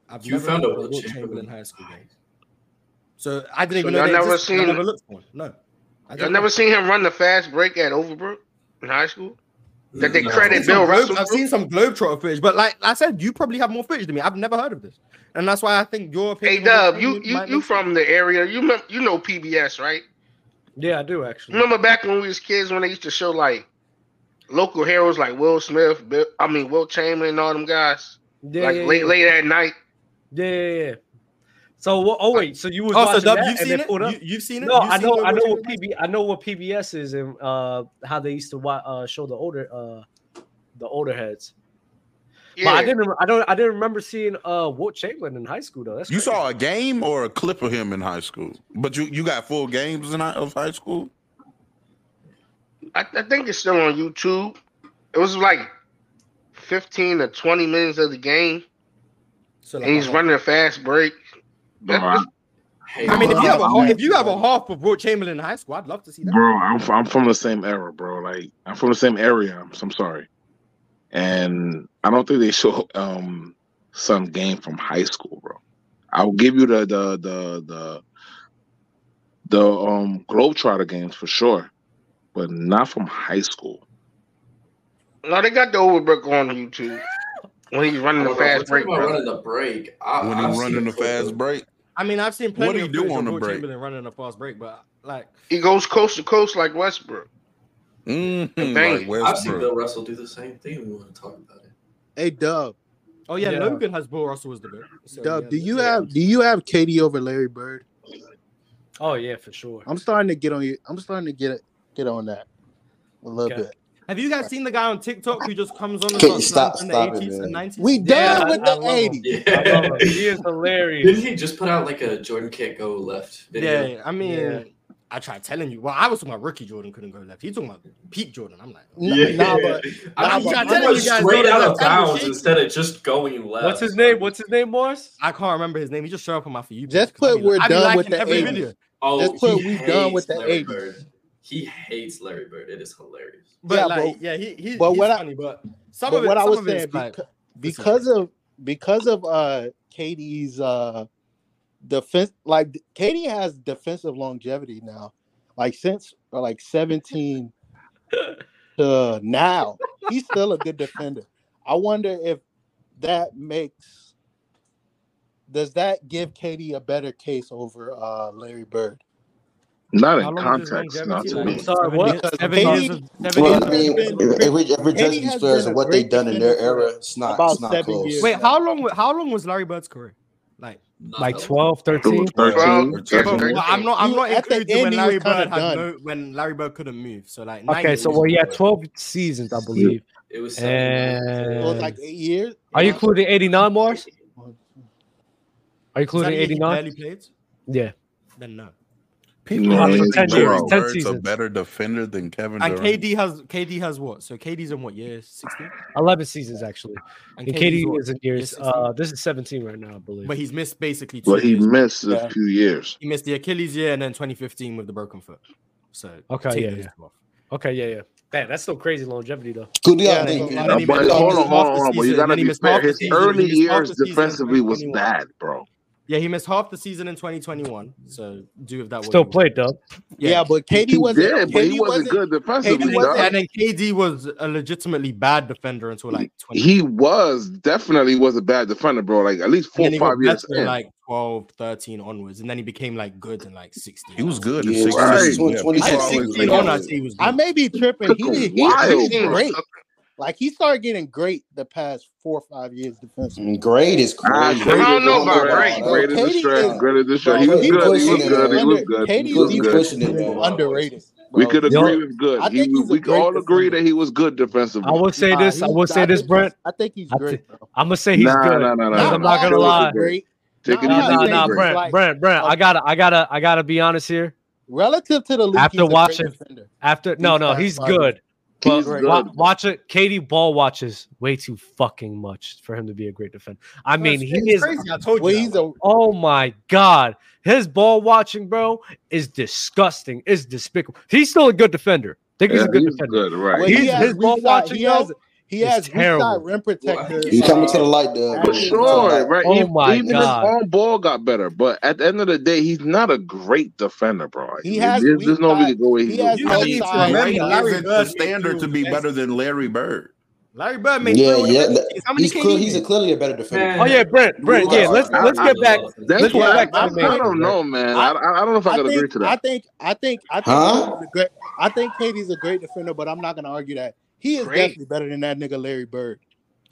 Speaker 2: I've
Speaker 5: You found a
Speaker 2: looked at
Speaker 5: Wilt
Speaker 2: Wilt
Speaker 5: Chamberlain.
Speaker 2: high school game. So I didn't even
Speaker 7: So
Speaker 2: know
Speaker 7: y'all
Speaker 2: they
Speaker 7: never
Speaker 2: existed. I
Speaker 7: seen-
Speaker 2: never looked for one. No, I
Speaker 7: I've
Speaker 2: didn't know.
Speaker 7: never seen him run the fast break at Overbrook in high school. That they
Speaker 5: No.
Speaker 7: credit
Speaker 2: seen
Speaker 7: Bill
Speaker 2: some
Speaker 7: Russell
Speaker 2: Globe- I've
Speaker 7: group?
Speaker 2: seen some Globetrotter footage, but like I said, you probably have more footage than me. I've never heard of this, and that's why I think your
Speaker 7: Hey
Speaker 2: opinion.
Speaker 7: Dub, you you,
Speaker 2: might
Speaker 7: you
Speaker 2: make-
Speaker 7: from the area? You mem- you know PBS, right?
Speaker 1: Yeah, I do actually.
Speaker 7: Remember back when we was kids when they used to show like local heroes like Will Smith, Bill, I mean Will Chamberlain, and all them guys
Speaker 1: Yeah,
Speaker 7: like
Speaker 1: yeah,
Speaker 7: late
Speaker 1: yeah.
Speaker 7: late at night.
Speaker 1: Yeah, yeah, yeah. So wha- oh wait, so you was
Speaker 2: Oh, so
Speaker 1: watching
Speaker 2: Dub,
Speaker 1: that
Speaker 2: you've
Speaker 1: and
Speaker 2: seen
Speaker 1: they
Speaker 2: it?
Speaker 1: pulled up?
Speaker 2: You, have seen it?
Speaker 1: No,
Speaker 2: You've
Speaker 1: I
Speaker 2: seen
Speaker 1: know,
Speaker 2: Will
Speaker 1: I know
Speaker 2: Chamberlain?
Speaker 1: what PB, I know what PBS is and uh, how they used to wa- uh, show the older, uh, the older heads.
Speaker 7: Yeah,
Speaker 1: But I didn't, I don't, I didn't remember seeing uh Walt Chamberlain in high school though. That's
Speaker 3: You
Speaker 1: crazy.
Speaker 3: saw a game or a clip of him in high school, but you you got full games in high, of high school.
Speaker 7: I, I think it's still on YouTube. It was like fifteen to twenty minutes of the game,
Speaker 2: So, like,
Speaker 7: and he's
Speaker 2: I-
Speaker 7: running a fast break.
Speaker 10: Bro, I,
Speaker 7: That's-
Speaker 5: Hey,
Speaker 2: I mean, if you have a
Speaker 10: Yeah.
Speaker 2: half, if you have a half of Will Chamberlain in high school, I'd love to see that.
Speaker 10: bro, I'm from, I'm from the same era, bro. Like I'm from the same area. I'm, so I'm sorry, and I don't think they show um some game from high school, bro. I will give you the the the the the um Globetrotter games for sure, but not from high school.
Speaker 7: No, they got the Overbrook on YouTube when he's running
Speaker 5: Hold
Speaker 7: the
Speaker 5: on, we're
Speaker 7: fast break.
Speaker 5: talking about
Speaker 7: Bro.
Speaker 5: running the break. I,
Speaker 3: When
Speaker 5: I've
Speaker 3: he
Speaker 5: seen
Speaker 3: running
Speaker 5: a
Speaker 3: the
Speaker 5: clip of-
Speaker 3: fast break,
Speaker 2: I mean, I've seen
Speaker 3: What
Speaker 2: plenty
Speaker 3: do
Speaker 2: of
Speaker 3: you do
Speaker 2: footage
Speaker 3: on
Speaker 2: of
Speaker 3: the
Speaker 2: Will
Speaker 3: break?
Speaker 2: Chamberlain running a fast break, but like,
Speaker 7: He goes coast to coast like Westbrook.
Speaker 3: Mhm,
Speaker 7: Dang,
Speaker 3: like
Speaker 5: I've seen
Speaker 3: Westbrook.
Speaker 5: Bill Russell do the same thing. We want to talk about it.
Speaker 4: Hey Dub,
Speaker 2: oh yeah,
Speaker 1: Yeah.
Speaker 2: Logan has Bill Russell as the goat. So,
Speaker 4: Dub,
Speaker 2: yeah,
Speaker 4: do you
Speaker 2: yeah.
Speaker 4: have do you have KD over Larry Bird?
Speaker 1: Oh yeah, for sure.
Speaker 4: I'm starting to get on you. I'm starting to get get on that a little
Speaker 1: Okay.
Speaker 4: bit.
Speaker 2: Have you guys seen the guy on TikTok who just comes on and
Speaker 11: Can you
Speaker 2: starts
Speaker 11: stop-
Speaker 2: dancing
Speaker 11: stop it,
Speaker 2: the 80s and
Speaker 11: man.
Speaker 2: 90s?
Speaker 4: We
Speaker 1: Yeah,
Speaker 4: done
Speaker 1: I-
Speaker 4: with
Speaker 1: I
Speaker 4: the
Speaker 1: love him.
Speaker 4: '80s.
Speaker 1: I love
Speaker 5: Yeah.
Speaker 1: him. He is
Speaker 5: Didn't
Speaker 1: hilarious.
Speaker 5: he just put out like a Jordan can't go left video?
Speaker 2: Yeah, I mean,
Speaker 1: Yeah.
Speaker 2: I tried telling you. Well, I was talking about rookie Jordan couldn't go left. He talking about peak Jordan. I'm like, oh,
Speaker 4: Yeah. Nah, but
Speaker 5: I
Speaker 2: Nah,
Speaker 5: mean,
Speaker 2: but I'm
Speaker 5: he
Speaker 2: telling
Speaker 5: went
Speaker 2: you guys,
Speaker 5: straight
Speaker 2: Jordan
Speaker 5: out of
Speaker 2: Love had the
Speaker 5: bounds
Speaker 2: shape.
Speaker 5: instead of just going left.
Speaker 1: What's his name? What's his name, Morris?
Speaker 2: I can't remember his name. He just showed up on my for you.
Speaker 4: Just
Speaker 2: page 'cause I
Speaker 4: put
Speaker 2: be
Speaker 4: we're
Speaker 2: like- I be
Speaker 4: done
Speaker 2: liking
Speaker 4: with the
Speaker 2: every
Speaker 4: 80s.
Speaker 2: video.
Speaker 5: Oh,
Speaker 4: That's what
Speaker 5: he
Speaker 4: we done
Speaker 5: hates
Speaker 4: with the
Speaker 5: Larry
Speaker 4: 80s.
Speaker 5: Bird. He hates Larry Bird. It is hilarious.
Speaker 2: But
Speaker 4: Yeah,
Speaker 2: like,
Speaker 4: but-
Speaker 2: yeah, he, he
Speaker 4: but
Speaker 2: he's
Speaker 4: what I-
Speaker 2: funny, but some
Speaker 4: but
Speaker 2: of it,
Speaker 4: what I
Speaker 2: some
Speaker 4: was
Speaker 2: of
Speaker 4: saying
Speaker 2: it's like,
Speaker 4: beca-
Speaker 2: listen.
Speaker 4: because of because of uh Katie's uh defense like Katie has defensive longevity now. Like since or like 17 to now, he's still a good defender. I wonder if that makes does that give Katie a better case over uh, Larry Bird?
Speaker 10: Not
Speaker 2: How
Speaker 10: in
Speaker 2: long is his
Speaker 10: context, not
Speaker 2: longevity?
Speaker 10: to
Speaker 2: Like,
Speaker 10: me.
Speaker 1: Sorry,
Speaker 2: seven
Speaker 1: what?
Speaker 2: years-
Speaker 4: Because
Speaker 2: Seven
Speaker 4: Katie-
Speaker 2: years of seven years
Speaker 4: Katie
Speaker 2: of
Speaker 6: Well, I
Speaker 4: has
Speaker 6: mean,
Speaker 4: been-
Speaker 6: if we if we
Speaker 4: Katie
Speaker 6: judge these
Speaker 4: has
Speaker 6: players
Speaker 4: been
Speaker 6: and
Speaker 4: a
Speaker 6: what they've
Speaker 4: great
Speaker 6: done in their
Speaker 4: defender
Speaker 6: era,
Speaker 4: for
Speaker 6: it's not
Speaker 4: about
Speaker 6: it's not
Speaker 4: seven
Speaker 6: close.
Speaker 4: years.
Speaker 2: Wait, how long? wa- How long was Larry Bird's career? Like, like 12,
Speaker 10: It was
Speaker 2: 13?
Speaker 7: 12,
Speaker 10: 13,
Speaker 7: yeah,
Speaker 10: 13.
Speaker 2: Well, I'm not. I'm
Speaker 4: You-
Speaker 2: not
Speaker 4: at the
Speaker 2: including
Speaker 4: end,
Speaker 2: when
Speaker 4: he
Speaker 2: Larry
Speaker 4: was kinda
Speaker 2: Bird had
Speaker 4: done.
Speaker 2: no, when Larry Bird couldn't move. So like nine
Speaker 1: Okay,
Speaker 2: years.
Speaker 1: so well, he had
Speaker 2: ago.
Speaker 1: 12 seasons, I believe.
Speaker 5: It was seven.
Speaker 4: So it's
Speaker 1: And
Speaker 4: like eight years.
Speaker 1: are you
Speaker 4: Nine-
Speaker 1: including 89 Mars?
Speaker 4: one, two,
Speaker 1: Are you
Speaker 2: Is that
Speaker 1: including
Speaker 2: a year he
Speaker 1: 89?
Speaker 2: barely played?
Speaker 1: Yeah.
Speaker 2: Then no.
Speaker 10: No,
Speaker 1: Nah, so
Speaker 10: it's
Speaker 1: 10 years,
Speaker 10: bro.
Speaker 1: 10
Speaker 3: Bird's a
Speaker 1: seasons,
Speaker 3: better defender than Kevin
Speaker 2: And
Speaker 3: Durant.
Speaker 2: KD has KD has what? So KD's in what year? Sixteen.
Speaker 1: 11 seasons, actually.
Speaker 2: And
Speaker 1: And KD
Speaker 2: what?
Speaker 1: is in years,
Speaker 2: Year 16?
Speaker 1: uh, this is 17 right now, I believe.
Speaker 2: But he's missed basically two.
Speaker 10: But he
Speaker 2: years.
Speaker 10: missed a
Speaker 4: Yeah.
Speaker 10: few years.
Speaker 2: He missed the Achilles year and then 2015 with the broken foot. So
Speaker 1: Okay,
Speaker 2: take
Speaker 1: yeah,
Speaker 2: those
Speaker 1: yeah.
Speaker 2: two off.
Speaker 1: Okay, yeah, yeah. Man, that's still crazy longevity, though.
Speaker 6: Who do y'all
Speaker 4: Yeah,
Speaker 6: think?
Speaker 4: so
Speaker 2: And
Speaker 4: like,
Speaker 10: Uh,
Speaker 2: then he
Speaker 10: but
Speaker 2: missed, then he
Speaker 10: hold on,
Speaker 2: missed
Speaker 10: hold
Speaker 2: half
Speaker 10: on,
Speaker 2: the
Speaker 10: hold on. But you
Speaker 2: season.
Speaker 10: gotta
Speaker 2: Then he
Speaker 10: be
Speaker 2: missed
Speaker 10: fair.
Speaker 2: half the
Speaker 10: His
Speaker 2: season.
Speaker 10: early
Speaker 2: He missed half
Speaker 10: years
Speaker 2: the season in
Speaker 10: defensively was
Speaker 2: 2021.
Speaker 10: bad, bro.
Speaker 2: Yeah, he missed half the season in 2021. So do with that what
Speaker 1: Still
Speaker 2: you will.
Speaker 1: played, though.
Speaker 2: Yeah.
Speaker 4: yeah, but Katie
Speaker 10: He
Speaker 4: wasn't.
Speaker 10: did, but he
Speaker 4: Katie
Speaker 10: wasn't
Speaker 4: wasn't.
Speaker 10: good
Speaker 2: And
Speaker 10: defensively,
Speaker 2: then,
Speaker 10: dog.
Speaker 2: and then KD was a legitimately bad defender until like 20.
Speaker 10: He was definitely was a bad defender, bro. Like at least
Speaker 2: and
Speaker 10: four,
Speaker 2: then he
Speaker 10: five
Speaker 2: got
Speaker 10: years
Speaker 2: better
Speaker 10: in.
Speaker 2: like 12 , 13 onwards. And then he became like good in like 16.
Speaker 3: He was good in
Speaker 6: Yeah,
Speaker 3: six
Speaker 10: Right.
Speaker 3: seasons. Yeah,
Speaker 6: 20,
Speaker 3: people
Speaker 4: I think
Speaker 10: Six
Speaker 3: always
Speaker 10: seasons
Speaker 3: think
Speaker 2: 16
Speaker 10: ago.
Speaker 2: on,
Speaker 3: that
Speaker 2: I'd
Speaker 3: was
Speaker 2: say he was
Speaker 4: I
Speaker 2: good.
Speaker 4: may be tripping.
Speaker 10: Took
Speaker 4: He
Speaker 10: a
Speaker 4: did, he he
Speaker 10: while,
Speaker 4: been
Speaker 10: bro.
Speaker 4: great. Like he started getting great the past four or five years defensively.
Speaker 6: Mm, Grade is
Speaker 10: Ah,
Speaker 6: crazy.
Speaker 7: I
Speaker 10: great
Speaker 7: don't
Speaker 10: is
Speaker 7: know
Speaker 10: a
Speaker 6: Don't
Speaker 7: about
Speaker 6: go
Speaker 10: stretch.
Speaker 6: by
Speaker 7: great,
Speaker 6: it.
Speaker 7: bro.
Speaker 10: Great is a
Speaker 4: Katie
Speaker 10: stretch.
Speaker 4: is
Speaker 6: Nah,
Speaker 10: Great is a stretch.
Speaker 4: bro.
Speaker 10: He was
Speaker 6: you
Speaker 4: He
Speaker 10: good. He
Speaker 6: pushing
Speaker 10: was
Speaker 4: he's
Speaker 6: it,
Speaker 10: good. He
Speaker 6: man.
Speaker 10: was
Speaker 4: defender.
Speaker 10: good. He
Speaker 4: Katie
Speaker 6: You
Speaker 10: was
Speaker 4: he
Speaker 6: you
Speaker 10: good.
Speaker 6: pushing it,
Speaker 4: he's
Speaker 6: man.
Speaker 4: underrated,
Speaker 10: We
Speaker 4: bro.
Speaker 10: could
Speaker 1: Yo,
Speaker 10: agree with good.
Speaker 4: I
Speaker 10: He
Speaker 4: think he's a
Speaker 10: we could
Speaker 4: great
Speaker 10: all agree
Speaker 4: defender.
Speaker 10: that he was good
Speaker 1: I
Speaker 10: defensively.
Speaker 1: will say
Speaker 4: Nah,
Speaker 1: this. I
Speaker 4: he's.
Speaker 1: will
Speaker 4: I
Speaker 1: say this,
Speaker 4: think he's.
Speaker 1: Brent.
Speaker 4: I think he's
Speaker 1: I th-
Speaker 4: great, bro.
Speaker 1: I'm gonna say he's
Speaker 10: Nah,
Speaker 1: good
Speaker 10: nah, nah, nah,
Speaker 1: because
Speaker 10: nah,
Speaker 4: Not
Speaker 1: I'm
Speaker 10: nah.
Speaker 1: not gonna
Speaker 4: all
Speaker 10: Still was
Speaker 4: players
Speaker 1: lie.
Speaker 4: are great.
Speaker 10: great. Take
Speaker 4: Not
Speaker 10: it
Speaker 1: No,
Speaker 4: all
Speaker 10: easy. He
Speaker 1: no,
Speaker 10: was
Speaker 1: no,
Speaker 4: players is
Speaker 10: great.
Speaker 1: Brent,
Speaker 4: like
Speaker 1: Brent, Brent.
Speaker 4: a
Speaker 1: I gotta, I gotta, I gotta be honest here.
Speaker 4: relative to the league.
Speaker 1: After
Speaker 4: He's a great
Speaker 1: watching,
Speaker 4: defender.
Speaker 1: after no,
Speaker 4: These
Speaker 1: no,
Speaker 4: past
Speaker 1: he's
Speaker 4: five years,
Speaker 1: good, but
Speaker 10: He's
Speaker 4: great.
Speaker 1: wa-
Speaker 10: good.
Speaker 1: watch it. Katie Ball watches way too fucking much for him to be a great defender. I
Speaker 2: No,
Speaker 1: mean,
Speaker 2: it's,
Speaker 1: he
Speaker 2: it's
Speaker 1: is.
Speaker 2: crazy. I told
Speaker 4: Well,
Speaker 2: you that.
Speaker 4: he's
Speaker 2: Like,
Speaker 4: a
Speaker 1: Oh my god, his ball watching, bro, is disgusting. Is despicable. He's still a good defender. think he's
Speaker 10: Yeah,
Speaker 1: a good
Speaker 10: he's
Speaker 1: defender.
Speaker 10: good, right?
Speaker 4: well, he
Speaker 1: He's
Speaker 4: has
Speaker 1: his
Speaker 4: weak
Speaker 1: ball
Speaker 4: side.
Speaker 1: watching
Speaker 4: He
Speaker 1: though
Speaker 4: has he
Speaker 1: is
Speaker 4: has weak side
Speaker 1: terrible.
Speaker 4: rim
Speaker 5: Well, I think
Speaker 4: protector.
Speaker 6: You
Speaker 5: he's
Speaker 6: coming to
Speaker 4: Uh,
Speaker 6: the light, Doug?
Speaker 10: For
Speaker 6: Yeah, you
Speaker 4: actions.
Speaker 6: coming to the
Speaker 10: sure,
Speaker 6: light?
Speaker 10: right?
Speaker 1: Oh
Speaker 10: E-
Speaker 1: my
Speaker 10: Even his
Speaker 1: god.
Speaker 10: own ball got better, but at the end of the day, he's not a great defender, bro. Like,
Speaker 4: He has
Speaker 10: there's,
Speaker 4: weak
Speaker 10: there's no way to
Speaker 4: side.
Speaker 10: go where
Speaker 4: He
Speaker 10: he was.
Speaker 4: has
Speaker 3: you
Speaker 4: no left
Speaker 3: need to.
Speaker 4: side.
Speaker 2: remember,
Speaker 3: Great
Speaker 2: Larry
Speaker 3: isn't the
Speaker 2: Bird made
Speaker 3: standard to
Speaker 2: three
Speaker 3: be better
Speaker 2: mistakes.
Speaker 3: than Larry Bird.
Speaker 2: Larry Bird made
Speaker 6: Yeah,
Speaker 2: three
Speaker 6: yeah.
Speaker 2: mistakes.
Speaker 6: that-
Speaker 2: How many
Speaker 6: He's clear. He's a
Speaker 2: KD made?
Speaker 6: clearly a better defender.
Speaker 1: Oh yeah,
Speaker 5: Man,
Speaker 1: Brent,
Speaker 5: we
Speaker 1: Brent.
Speaker 5: watched
Speaker 1: Yeah,
Speaker 6: He's
Speaker 1: let's
Speaker 6: a
Speaker 10: I,
Speaker 1: let's
Speaker 10: I,
Speaker 1: get back.
Speaker 5: Lonzo in
Speaker 10: that's
Speaker 1: Let's
Speaker 5: the
Speaker 1: get
Speaker 10: why
Speaker 1: back to
Speaker 10: I,
Speaker 1: the
Speaker 10: I,
Speaker 1: main
Speaker 10: I
Speaker 1: thing,
Speaker 10: don't
Speaker 1: right?
Speaker 10: know, man. I,
Speaker 4: I
Speaker 10: I, I don't know if I
Speaker 4: I
Speaker 10: could agree
Speaker 4: think
Speaker 10: to
Speaker 4: I
Speaker 10: that.
Speaker 4: think I think I think Katie's
Speaker 6: Huh?
Speaker 4: a great I think Katie's a great defender, but I'm not gonna argue that. He is
Speaker 7: Great.
Speaker 4: definitely better than that nigga Larry Bird.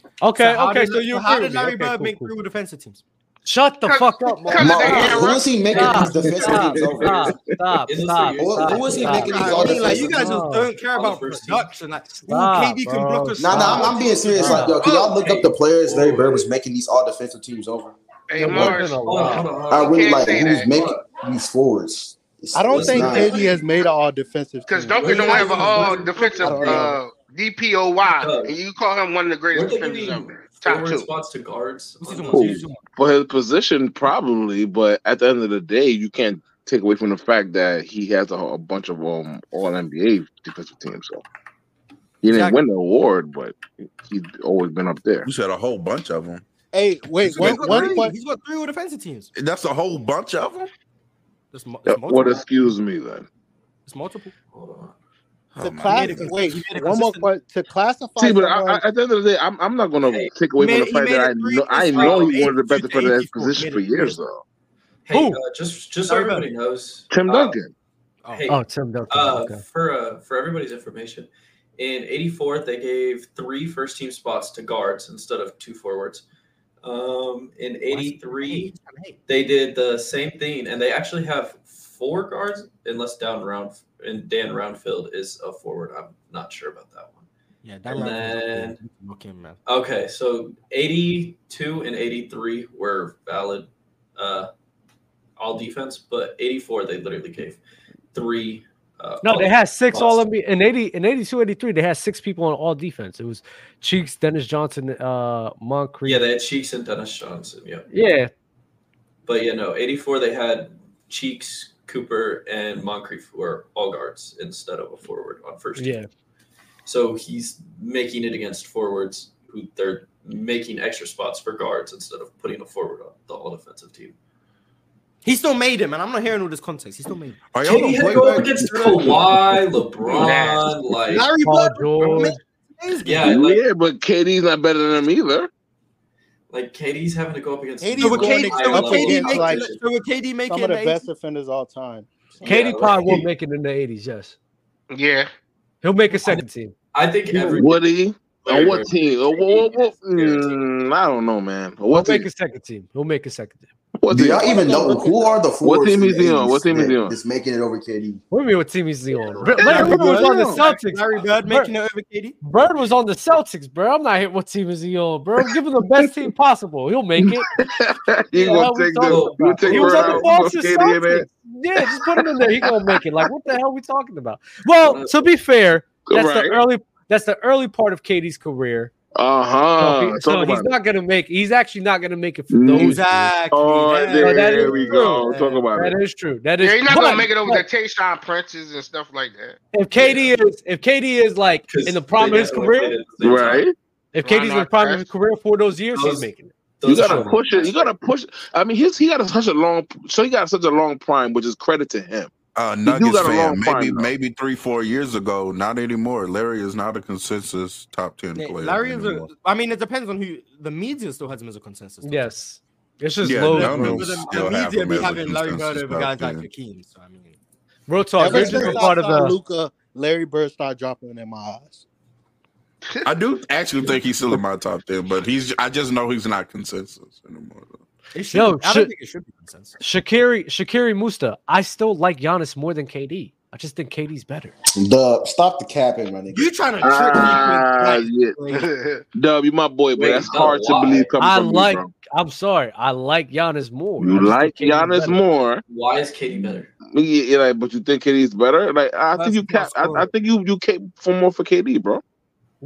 Speaker 2: So
Speaker 1: Okay,
Speaker 2: how
Speaker 1: okay.
Speaker 2: did
Speaker 1: So you
Speaker 2: so
Speaker 1: agree
Speaker 2: how did
Speaker 1: with me?
Speaker 2: Larry
Speaker 1: Okay,
Speaker 2: Bird
Speaker 1: cool,
Speaker 2: make
Speaker 1: cool.
Speaker 2: three defensive teams?
Speaker 1: Shut the
Speaker 7: Because
Speaker 1: fuck up, Mark.
Speaker 7: because
Speaker 6: Ma,
Speaker 7: they
Speaker 1: Stop,
Speaker 7: had
Speaker 6: who
Speaker 7: Russ.
Speaker 6: is he making
Speaker 1: stop,
Speaker 6: these defensive
Speaker 1: stop,
Speaker 6: teams over?
Speaker 1: stop, stop,
Speaker 5: in those three
Speaker 1: stop,
Speaker 5: years,
Speaker 6: Who,
Speaker 1: stop,
Speaker 6: who is he
Speaker 1: stop,
Speaker 6: making
Speaker 2: Nah,
Speaker 6: these
Speaker 2: I
Speaker 6: all
Speaker 2: mean, like you
Speaker 6: defensive
Speaker 2: guys just
Speaker 6: teams?
Speaker 1: stop,
Speaker 2: don't care
Speaker 5: on the
Speaker 2: about
Speaker 5: first team.
Speaker 2: production. Like, oh,
Speaker 1: stop,
Speaker 2: KD can block
Speaker 1: bro,
Speaker 2: a
Speaker 6: Nah, nah, I'm,
Speaker 2: shot.
Speaker 1: stop,
Speaker 6: I'm being serious. Like,
Speaker 1: stop.
Speaker 6: yo, can y'all look up
Speaker 5: Okay,
Speaker 6: the players Larry Bird was
Speaker 5: boy.
Speaker 6: making these all defensive teams over?
Speaker 7: Hey
Speaker 1: It
Speaker 6: Like,
Speaker 1: wasn't
Speaker 7: Mars,
Speaker 1: a
Speaker 5: Hold on,
Speaker 1: lot.
Speaker 5: hold on, hold
Speaker 6: I
Speaker 5: on.
Speaker 7: you
Speaker 6: really
Speaker 7: can't
Speaker 6: like
Speaker 7: say
Speaker 5: Hold
Speaker 6: who's
Speaker 7: that
Speaker 6: making
Speaker 5: on.
Speaker 6: these forwards. It's
Speaker 4: I don't
Speaker 6: it's
Speaker 5: Listen,
Speaker 4: think
Speaker 6: not.
Speaker 4: KD
Speaker 5: Westbrook,
Speaker 4: has made an all defensive
Speaker 7: because
Speaker 4: team.
Speaker 7: Duncan
Speaker 5: where
Speaker 7: don't
Speaker 5: has
Speaker 7: have an all
Speaker 5: Westbrook
Speaker 4: I
Speaker 7: defensive
Speaker 4: don't
Speaker 5: been?
Speaker 4: know.
Speaker 7: uh, DPOY,
Speaker 5: Doug,
Speaker 7: and you call him one of the
Speaker 5: weren't
Speaker 7: greatest
Speaker 5: they
Speaker 7: defenders ever.
Speaker 5: giving
Speaker 7: Top
Speaker 5: forward
Speaker 7: two.
Speaker 5: spots to guards
Speaker 2: Who's
Speaker 5: on
Speaker 2: season
Speaker 5: the
Speaker 2: one? Who's
Speaker 10: Cool.
Speaker 2: season one?
Speaker 10: For his position, probably, but at the end of the day, you can't take away from the fact that he has a, whole- a bunch of um, all NBA defensive teams. So he didn't
Speaker 2: Exactly.
Speaker 10: win the award, but he's always been up there.
Speaker 3: You said a whole bunch of them.
Speaker 4: Hey,
Speaker 3: You
Speaker 4: wait,
Speaker 3: said
Speaker 4: one
Speaker 2: He's
Speaker 3: it's
Speaker 2: got
Speaker 4: one
Speaker 3: three.
Speaker 2: three.
Speaker 4: point
Speaker 2: He's got three all defensive teams.
Speaker 3: That's a whole bunch of them.
Speaker 2: It's, mu-
Speaker 10: Yeah,
Speaker 2: it's
Speaker 10: What?
Speaker 2: multiple.
Speaker 10: Excuse me, then.
Speaker 2: It's multiple.
Speaker 5: Hold on.
Speaker 3: Oh
Speaker 2: He
Speaker 4: to
Speaker 3: my
Speaker 2: made
Speaker 4: class
Speaker 2: it.
Speaker 3: goodness.
Speaker 2: cons-
Speaker 4: wait,
Speaker 2: He made it
Speaker 4: one more
Speaker 2: consistent.
Speaker 4: question to classify
Speaker 10: See, but I, I,
Speaker 4: someone
Speaker 10: at the end of the day, I'm I'm not gonna
Speaker 5: Hey,
Speaker 10: take
Speaker 2: He
Speaker 10: away from
Speaker 2: made
Speaker 10: the
Speaker 2: he
Speaker 10: fact
Speaker 2: made
Speaker 10: that
Speaker 2: it
Speaker 10: I
Speaker 2: three
Speaker 10: know I
Speaker 2: mistakes
Speaker 10: know
Speaker 2: from
Speaker 10: he
Speaker 5: um,
Speaker 10: wanted the best
Speaker 2: 82 to
Speaker 10: defender at his
Speaker 2: 84.
Speaker 10: position
Speaker 2: Made
Speaker 10: for
Speaker 2: it three
Speaker 10: years,
Speaker 2: mistakes.
Speaker 10: though.
Speaker 5: hey,
Speaker 1: Who?
Speaker 5: uh, just just so
Speaker 2: Larry Bird.
Speaker 5: everybody knows,
Speaker 10: Tim
Speaker 5: uh,
Speaker 10: Duncan.
Speaker 2: Oh,
Speaker 5: hey,
Speaker 1: Oh, Tim Duncan.
Speaker 5: uh,
Speaker 1: Okay.
Speaker 5: for uh, for everybody's information, in '84 they gave three first team spots to guards instead of two forwards. Um, in
Speaker 2: why is he trying to hate?
Speaker 5: '83
Speaker 2: He's trying to hate.
Speaker 5: they did the same thing, and they actually have four guards, unless down round and Dan Roundfield is a forward. I'm not sure about that one.
Speaker 2: Yeah, that
Speaker 5: And
Speaker 2: round was up there.
Speaker 5: then
Speaker 2: You can Look in, man.
Speaker 5: Okay, so 82 and 83 were valid uh, all defense, but 84 they literally gave three. Uh,
Speaker 1: No,
Speaker 5: all
Speaker 1: they had six all
Speaker 5: spots.
Speaker 1: of me in 80 in 82, 83, they had six people on all defense. It was Cheeks, Dennis Johnson, uh
Speaker 5: Yeah,
Speaker 1: Moncrief.
Speaker 5: they had Cheeks and Dennis Johnson. Yeah,
Speaker 1: Yeah.
Speaker 5: but you know, 84 they had Cheeks, Cooper, and Moncrief who are all guards instead of a forward on first team.
Speaker 1: Yeah.
Speaker 5: So he's making it against forwards who they're making extra spots for guards instead of putting a forward on the all defensive team.
Speaker 2: He still made it, man. I'm not hearing all this context. He still made it.
Speaker 3: Are y'all
Speaker 5: Katie
Speaker 3: gonna
Speaker 5: had to
Speaker 3: play
Speaker 5: go up
Speaker 3: back?
Speaker 5: against Kawhi, LeBron,
Speaker 7: Nasty.
Speaker 5: like
Speaker 2: Larry
Speaker 1: Paul
Speaker 2: Bird was
Speaker 1: George.
Speaker 2: amazing.
Speaker 5: yeah, like
Speaker 10: Yeah, but KD's not better than him either.
Speaker 5: Like KD's having to go up against
Speaker 4: KD
Speaker 5: some
Speaker 4: is going
Speaker 5: high
Speaker 4: against- so would
Speaker 5: level
Speaker 4: KD make-
Speaker 5: competition.
Speaker 4: so would KD make Some it of the in the best 80s? defenders all time.
Speaker 1: Katie
Speaker 5: Yeah,
Speaker 1: Pod
Speaker 5: like-
Speaker 1: will make it in the 80s, yes.
Speaker 7: Yeah.
Speaker 1: He'll make a second team.
Speaker 5: I think every
Speaker 10: Would he? On what
Speaker 5: Wait,
Speaker 10: team? Oh, wha- wha- mm, I don't know, man.
Speaker 1: He'll
Speaker 10: What
Speaker 1: make
Speaker 10: team?
Speaker 1: a second team. He'll make a second team.
Speaker 10: What
Speaker 6: Do
Speaker 10: team?
Speaker 6: y'all even know who are the four?
Speaker 10: What team is he on? What team is he on?
Speaker 6: Just making it over KD.
Speaker 1: What do you mean what team is he on? Bird,
Speaker 2: Larry
Speaker 1: Larry Bird was on the
Speaker 2: Bird.
Speaker 1: Celtics.
Speaker 2: Larry Bird making it over KD.
Speaker 1: Bird was on the Celtics, bro. I'm not here. What team is he on, bro? Give him the best team possible. He'll make it.
Speaker 10: You
Speaker 1: What the
Speaker 10: gonna
Speaker 1: hell we talking
Speaker 10: take the- you
Speaker 1: about?
Speaker 10: gonna take
Speaker 1: he was
Speaker 10: Bird
Speaker 1: on the
Speaker 10: out,
Speaker 1: Boston
Speaker 10: put KD in there?
Speaker 1: Celtics. Yeah, just put him in there. He gonna make it. Like, what the hell we talking about? Well, to be fair, that's
Speaker 10: Right.
Speaker 1: the early that's the early part of Katie's career.
Speaker 10: Uh
Speaker 1: So,
Speaker 10: huh.
Speaker 1: he- so
Speaker 10: Talk
Speaker 1: he's
Speaker 10: about it.
Speaker 1: not gonna make. He's actually not gonna make it for
Speaker 10: Mm.
Speaker 1: those. years.
Speaker 2: Exactly.
Speaker 10: Oh,
Speaker 2: yeah.
Speaker 1: No, that
Speaker 10: there
Speaker 1: is
Speaker 10: we
Speaker 1: true.
Speaker 10: go. Talk about it.
Speaker 1: That is true. That is.
Speaker 7: Yeah, you're not
Speaker 1: but-
Speaker 7: gonna make it over
Speaker 1: but
Speaker 7: the Tayshawn Princes and stuff like that.
Speaker 1: If KD is, if KD is like
Speaker 5: 'Cause
Speaker 1: in the prime of
Speaker 5: they
Speaker 1: his
Speaker 5: got eliminated
Speaker 1: career,
Speaker 5: at the same time.
Speaker 10: Right.
Speaker 1: if
Speaker 7: Why
Speaker 1: KD's in the
Speaker 7: not?
Speaker 1: prime of his career for those years,
Speaker 5: Those-
Speaker 1: he's making it.
Speaker 10: You
Speaker 5: Those
Speaker 10: gotta
Speaker 5: children-
Speaker 10: push it. You gotta push. I mean, his he got such a long. So he got such a long prime, which is credit to him.
Speaker 3: Uh,
Speaker 10: do
Speaker 3: Nuggets
Speaker 10: got a long
Speaker 3: fan, maybe
Speaker 10: prime, though.
Speaker 3: maybe three four years ago, not anymore. Larry is not a consensus top ten
Speaker 2: Yeah,
Speaker 3: player.
Speaker 2: Larry is. A,
Speaker 3: anymore.
Speaker 2: I mean, it depends on who the media still has him as a consensus. though.
Speaker 1: Yes, it's just
Speaker 3: Yeah,
Speaker 1: low.
Speaker 3: Dunn
Speaker 1: Bro.
Speaker 2: But
Speaker 3: is-
Speaker 2: the,
Speaker 3: Still
Speaker 2: the
Speaker 3: have
Speaker 2: media
Speaker 3: him
Speaker 2: be
Speaker 3: as a
Speaker 2: having Larry Bird
Speaker 3: consensus
Speaker 2: over guys
Speaker 3: top
Speaker 2: like
Speaker 3: ten.
Speaker 2: Hakeem. So I mean,
Speaker 1: Real talk.
Speaker 4: Ever
Speaker 1: You're just
Speaker 4: since
Speaker 1: a
Speaker 4: I
Speaker 1: part of
Speaker 4: saw
Speaker 1: the.
Speaker 4: Luca, Larry Bird started dropping in my eyes.
Speaker 3: I do actually think he's still in my top ten, but he's. I just know he's not consensus anymore. though.
Speaker 2: it should.
Speaker 1: Yo,
Speaker 2: I
Speaker 1: should-
Speaker 2: don't think it should be consensus.
Speaker 1: Shakiri Shakiri Musta. I still like Giannis more than KD. I just think KD's better.
Speaker 6: The stop the capping, my nigga.
Speaker 2: You trying to trick
Speaker 10: Ah,
Speaker 2: people?
Speaker 10: yeah. W, my boy, but
Speaker 5: Wait,
Speaker 10: that's
Speaker 5: no,
Speaker 10: hard to
Speaker 5: why?
Speaker 10: believe coming
Speaker 1: I
Speaker 10: from
Speaker 1: like.
Speaker 10: you, bro.
Speaker 1: I'm sorry. I like Giannis more. I
Speaker 10: You
Speaker 1: just
Speaker 10: like
Speaker 1: think KD 's
Speaker 10: Giannis
Speaker 1: better.
Speaker 10: more,
Speaker 5: Why is Katie better?
Speaker 10: you, you like, but you think KD's better? Like, I think
Speaker 2: That's
Speaker 10: you cap. I, I
Speaker 2: scorer.
Speaker 10: think you you cap for more for KD, bro.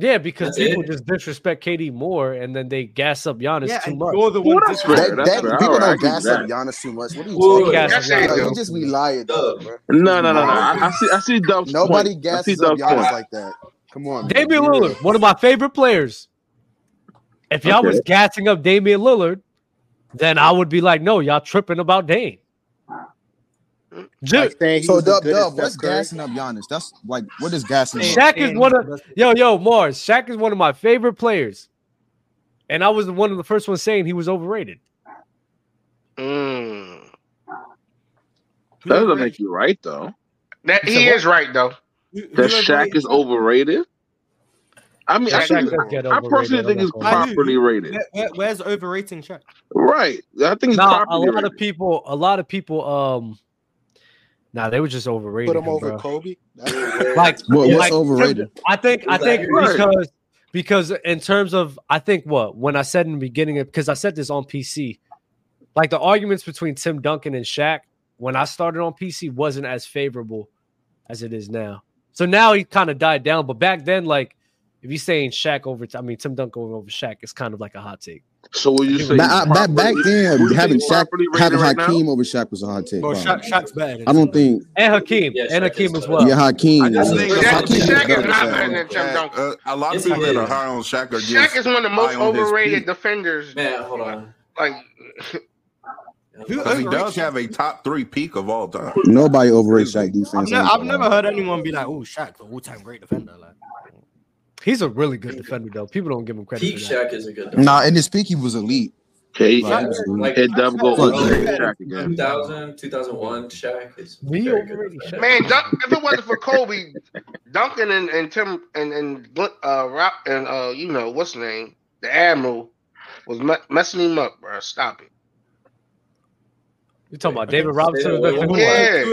Speaker 1: Yeah, because
Speaker 5: That's
Speaker 1: people
Speaker 5: it.
Speaker 1: just disrespect KD more, and then they gas up Giannis
Speaker 2: Yeah,
Speaker 1: too
Speaker 2: and
Speaker 1: much.
Speaker 2: you're the
Speaker 10: Well,
Speaker 2: one.
Speaker 10: that's
Speaker 2: disrespecting
Speaker 6: That,
Speaker 10: fair. That's
Speaker 6: that
Speaker 10: fair. I,
Speaker 6: people
Speaker 10: I
Speaker 6: don't
Speaker 10: give
Speaker 6: gas
Speaker 10: you
Speaker 6: up
Speaker 10: that.
Speaker 6: Giannis too much. What are you
Speaker 5: Whoa,
Speaker 6: talking
Speaker 1: gas
Speaker 6: about?
Speaker 1: up
Speaker 7: Yes, they
Speaker 1: Giannis.
Speaker 6: Yo, you
Speaker 7: do.
Speaker 6: just be lying, dog, bro. You just
Speaker 10: No,
Speaker 6: be
Speaker 10: no, no, no.
Speaker 6: lying.
Speaker 10: I, I see. I see Dub's point.
Speaker 6: Nobody
Speaker 10: I see
Speaker 6: gasses up
Speaker 10: Dub's point.
Speaker 6: Giannis like that. Come on, man.
Speaker 1: Damian
Speaker 6: Be real.
Speaker 1: Lillard, one of my favorite players. If y'all
Speaker 10: Okay.
Speaker 1: was gassing up Damian Lillard, then I would be like, no, y'all tripping about Dame. Ju-
Speaker 4: Like saying he
Speaker 6: So
Speaker 4: was as
Speaker 6: dub
Speaker 4: good as
Speaker 6: dub,
Speaker 4: Steph
Speaker 6: what's
Speaker 4: Curry.
Speaker 6: gassing up Giannis? That's like what is gassing him
Speaker 2: Saying-
Speaker 6: up?
Speaker 1: Shaq is
Speaker 2: saying
Speaker 1: one
Speaker 2: he's
Speaker 1: of
Speaker 2: the best-
Speaker 1: yo yo Mars. Shaq is one of my favorite players, and I was one of the first ones saying he was overrated. Hmm.
Speaker 7: Mm.
Speaker 2: Who's
Speaker 10: That doesn't
Speaker 2: overrated?
Speaker 10: make you right, though.
Speaker 7: That
Speaker 1: You said
Speaker 7: he
Speaker 1: what?
Speaker 7: is right though.
Speaker 2: Who- who
Speaker 10: That Shaq
Speaker 2: overrated
Speaker 10: is
Speaker 2: Shaq?
Speaker 10: overrated. I mean,
Speaker 1: Yeah,
Speaker 10: I
Speaker 7: Shaq
Speaker 10: think
Speaker 1: Shaq
Speaker 7: is
Speaker 10: it's,
Speaker 1: does
Speaker 7: wrong.
Speaker 1: get
Speaker 10: I
Speaker 1: overrated.
Speaker 10: personally
Speaker 1: I'm
Speaker 10: think
Speaker 1: not gonna
Speaker 10: it's
Speaker 2: By
Speaker 1: lie.
Speaker 2: who?
Speaker 10: properly
Speaker 2: Who-
Speaker 10: rated.
Speaker 2: where- where- where's overrating Shaq?
Speaker 10: Right. I think it's
Speaker 1: Nah, a
Speaker 10: properly
Speaker 1: lot of
Speaker 10: rated.
Speaker 1: people, a lot of people, um, nah, they were just
Speaker 4: Put
Speaker 1: overrating
Speaker 4: him
Speaker 1: him,
Speaker 4: over
Speaker 1: bro.
Speaker 4: Kobe. That's
Speaker 1: Like,
Speaker 6: What
Speaker 1: Yeah.
Speaker 6: what's
Speaker 1: like
Speaker 6: overrated?
Speaker 1: I think I think
Speaker 5: Exactly.
Speaker 10: Right.
Speaker 1: because because in terms of I think what when I said in the beginning because I said this on PC, like the arguments between Tim Duncan and Shaq when I started on PC wasn't as favorable as it is now. So now he kind of died down, but back then, like if you're saying Shaq over, I mean Tim Duncan over Shaq, it's kind of like a hot take.
Speaker 10: So would you say
Speaker 6: Back,
Speaker 10: he's
Speaker 6: I- back, back
Speaker 10: properly?
Speaker 6: then,
Speaker 10: Would you say
Speaker 6: having
Speaker 10: he's
Speaker 6: Shaq,
Speaker 10: properly rated
Speaker 6: having
Speaker 10: right now?
Speaker 6: Hakeem over Shaq was a hot take.
Speaker 2: Well,
Speaker 6: Bro.
Speaker 2: Shaq, Shaq's better than
Speaker 6: I
Speaker 2: Tim
Speaker 6: don't
Speaker 2: Duncan.
Speaker 6: think.
Speaker 1: And Hakeem
Speaker 5: Yeah,
Speaker 1: and
Speaker 5: Shaq is
Speaker 1: Hakeem as
Speaker 5: better.
Speaker 1: well.
Speaker 6: Yeah,
Speaker 3: I
Speaker 6: Hakeem.
Speaker 3: just
Speaker 6: I
Speaker 3: think
Speaker 6: mean,
Speaker 3: a lot of
Speaker 7: Shaq,
Speaker 6: Hakeem
Speaker 3: people
Speaker 6: is
Speaker 7: Shaq
Speaker 6: better
Speaker 7: is
Speaker 3: that
Speaker 6: than
Speaker 7: not
Speaker 6: Shaq.
Speaker 7: better
Speaker 3: are
Speaker 7: than Tim Duncan.
Speaker 3: uh, a lot of
Speaker 5: Yes, he
Speaker 3: people that are
Speaker 5: is.
Speaker 3: high on Shaq are
Speaker 7: Shaq
Speaker 3: just
Speaker 7: is one of the
Speaker 3: high
Speaker 7: most
Speaker 3: on his
Speaker 7: overrated
Speaker 3: peak
Speaker 7: defenders.
Speaker 5: Man, hold on.
Speaker 7: Like
Speaker 2: Who
Speaker 3: because he
Speaker 2: overrates
Speaker 3: does
Speaker 2: Shaq?
Speaker 3: have a top three peak of all time.
Speaker 6: Nobody overrates
Speaker 3: Easily.
Speaker 6: Shaq
Speaker 2: I've,
Speaker 6: defense. I
Speaker 2: ne-
Speaker 6: ain't
Speaker 2: I've
Speaker 6: gonna
Speaker 2: never
Speaker 6: lie.
Speaker 2: heard anyone be like, "Oh, Shaq, the all-time great defender." Like,
Speaker 1: He's a really good defender though. People don't give him credit
Speaker 5: Peak
Speaker 1: for that.
Speaker 5: Shaq is a good defender.
Speaker 6: Nah, in his peak, he was elite.
Speaker 10: Okay.
Speaker 6: Like,
Speaker 2: Shaq,
Speaker 6: he was elite.
Speaker 5: Like
Speaker 10: Hey, Dub, go
Speaker 6: Fuck
Speaker 10: overrate
Speaker 6: yeah.
Speaker 10: Shaq
Speaker 5: overrated.
Speaker 10: again.
Speaker 5: 2000, 2001, Shaq is
Speaker 1: Me
Speaker 5: very good.
Speaker 1: overrating Shaq.
Speaker 7: man, Dunk, if it wasn't for Kobe, Duncan and, and Tim and and Gl- uh Rock and uh you know what's his name the Admiral was me- messing him up, bro. Stop it.
Speaker 1: You talking about
Speaker 2: Okay.
Speaker 1: David Robinson or
Speaker 5: David
Speaker 1: Duncan
Speaker 5: Who
Speaker 1: Howard?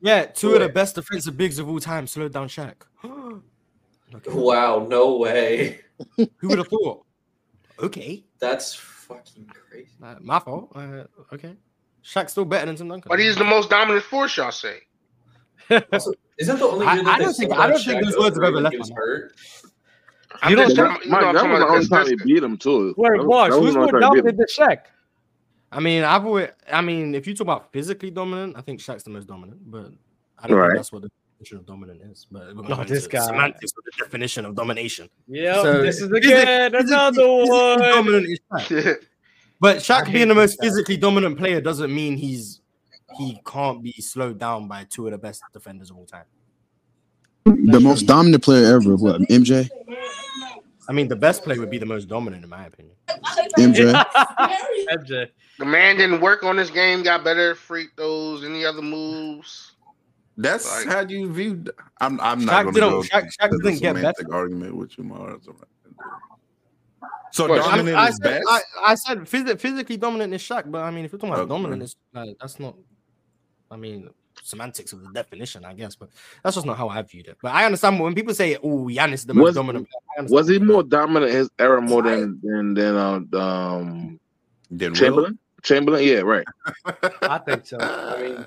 Speaker 7: Yeah,
Speaker 2: yeah, two of the
Speaker 5: Wait.
Speaker 2: best defensive bigs of all time. Slow down, Shaq. okay.
Speaker 5: Wow, no way.
Speaker 2: Who would have thought? Okay,
Speaker 5: That's fucking crazy.
Speaker 2: Uh, my fault. Uh, okay, Shaq's still better than Tim Duncan.
Speaker 7: but he's the most dominant force, y'all say.
Speaker 5: Also, isn't the only
Speaker 2: I-
Speaker 5: year
Speaker 2: I
Speaker 5: that they
Speaker 2: don't think-
Speaker 5: sold
Speaker 2: I
Speaker 5: out
Speaker 2: don't think
Speaker 5: Shaq
Speaker 2: those words have ever
Speaker 5: overrated when
Speaker 2: left
Speaker 5: he
Speaker 2: my
Speaker 5: was
Speaker 2: mouth.
Speaker 5: hurt?
Speaker 7: I'm
Speaker 1: You
Speaker 7: just
Speaker 1: don't
Speaker 10: That,
Speaker 7: talking. You
Speaker 10: my,
Speaker 7: know, I'm
Speaker 10: that
Speaker 7: talking
Speaker 10: was the
Speaker 7: about
Speaker 10: only time he
Speaker 7: consistent.
Speaker 10: beat him too.
Speaker 1: Where
Speaker 10: That was,
Speaker 1: Marsh?
Speaker 10: that was
Speaker 1: Who's
Speaker 10: the only
Speaker 1: more
Speaker 10: time he beat him.
Speaker 1: dominant than Shaq?
Speaker 2: I mean, I've always, I mean, if you talk about physically dominant, I think Shaq's the most dominant, but I don't
Speaker 10: Right.
Speaker 2: think that's what the definition of dominant is. But we're
Speaker 1: Oh,
Speaker 2: going
Speaker 1: this
Speaker 2: into
Speaker 1: guy.
Speaker 2: semantics with the definition of domination.
Speaker 1: Yeah,
Speaker 2: So-
Speaker 1: this is
Speaker 2: Physic-
Speaker 1: again
Speaker 2: physically-
Speaker 1: another
Speaker 2: physically
Speaker 1: one.
Speaker 2: dominant is Shaq. But Shaq
Speaker 1: I
Speaker 2: being
Speaker 1: hate
Speaker 2: the
Speaker 1: this
Speaker 2: most
Speaker 1: guy.
Speaker 2: physically dominant player doesn't mean he's he can't be slowed down by two of the best defenders of all time.
Speaker 6: The most dominant player ever. What MJ?
Speaker 2: I mean, the best player would be the most dominant, in my opinion.
Speaker 6: MJ.
Speaker 1: MJ.
Speaker 7: The man didn't work on this game, got better free throws, any other moves.
Speaker 3: That's
Speaker 7: Like-
Speaker 3: how you view. I'm. I'm
Speaker 7: Shaq
Speaker 3: not going to
Speaker 7: didn't-
Speaker 3: go
Speaker 7: Shaq- Shaq
Speaker 3: to the
Speaker 7: didn't get
Speaker 3: semantic argument with you, Mars. So
Speaker 2: But I'm-
Speaker 3: dominant
Speaker 2: I
Speaker 3: is
Speaker 2: said,
Speaker 3: best.
Speaker 2: I, I said physi- physically dominant is Shaq, but I mean, if you're talking about
Speaker 3: Okay.
Speaker 2: dominant, it's, like, that's not. I mean, semantics of the definition, I guess, but that's just not how I viewed it. But I understand when people say, "Oh, Giannis is the most
Speaker 10: Was-
Speaker 2: dominant." player," I understand.
Speaker 10: Was he more dominant in his era more than than than uh, um
Speaker 3: than
Speaker 10: Chamberlain? Chamberlain, yeah, right.
Speaker 1: I think so. I mean,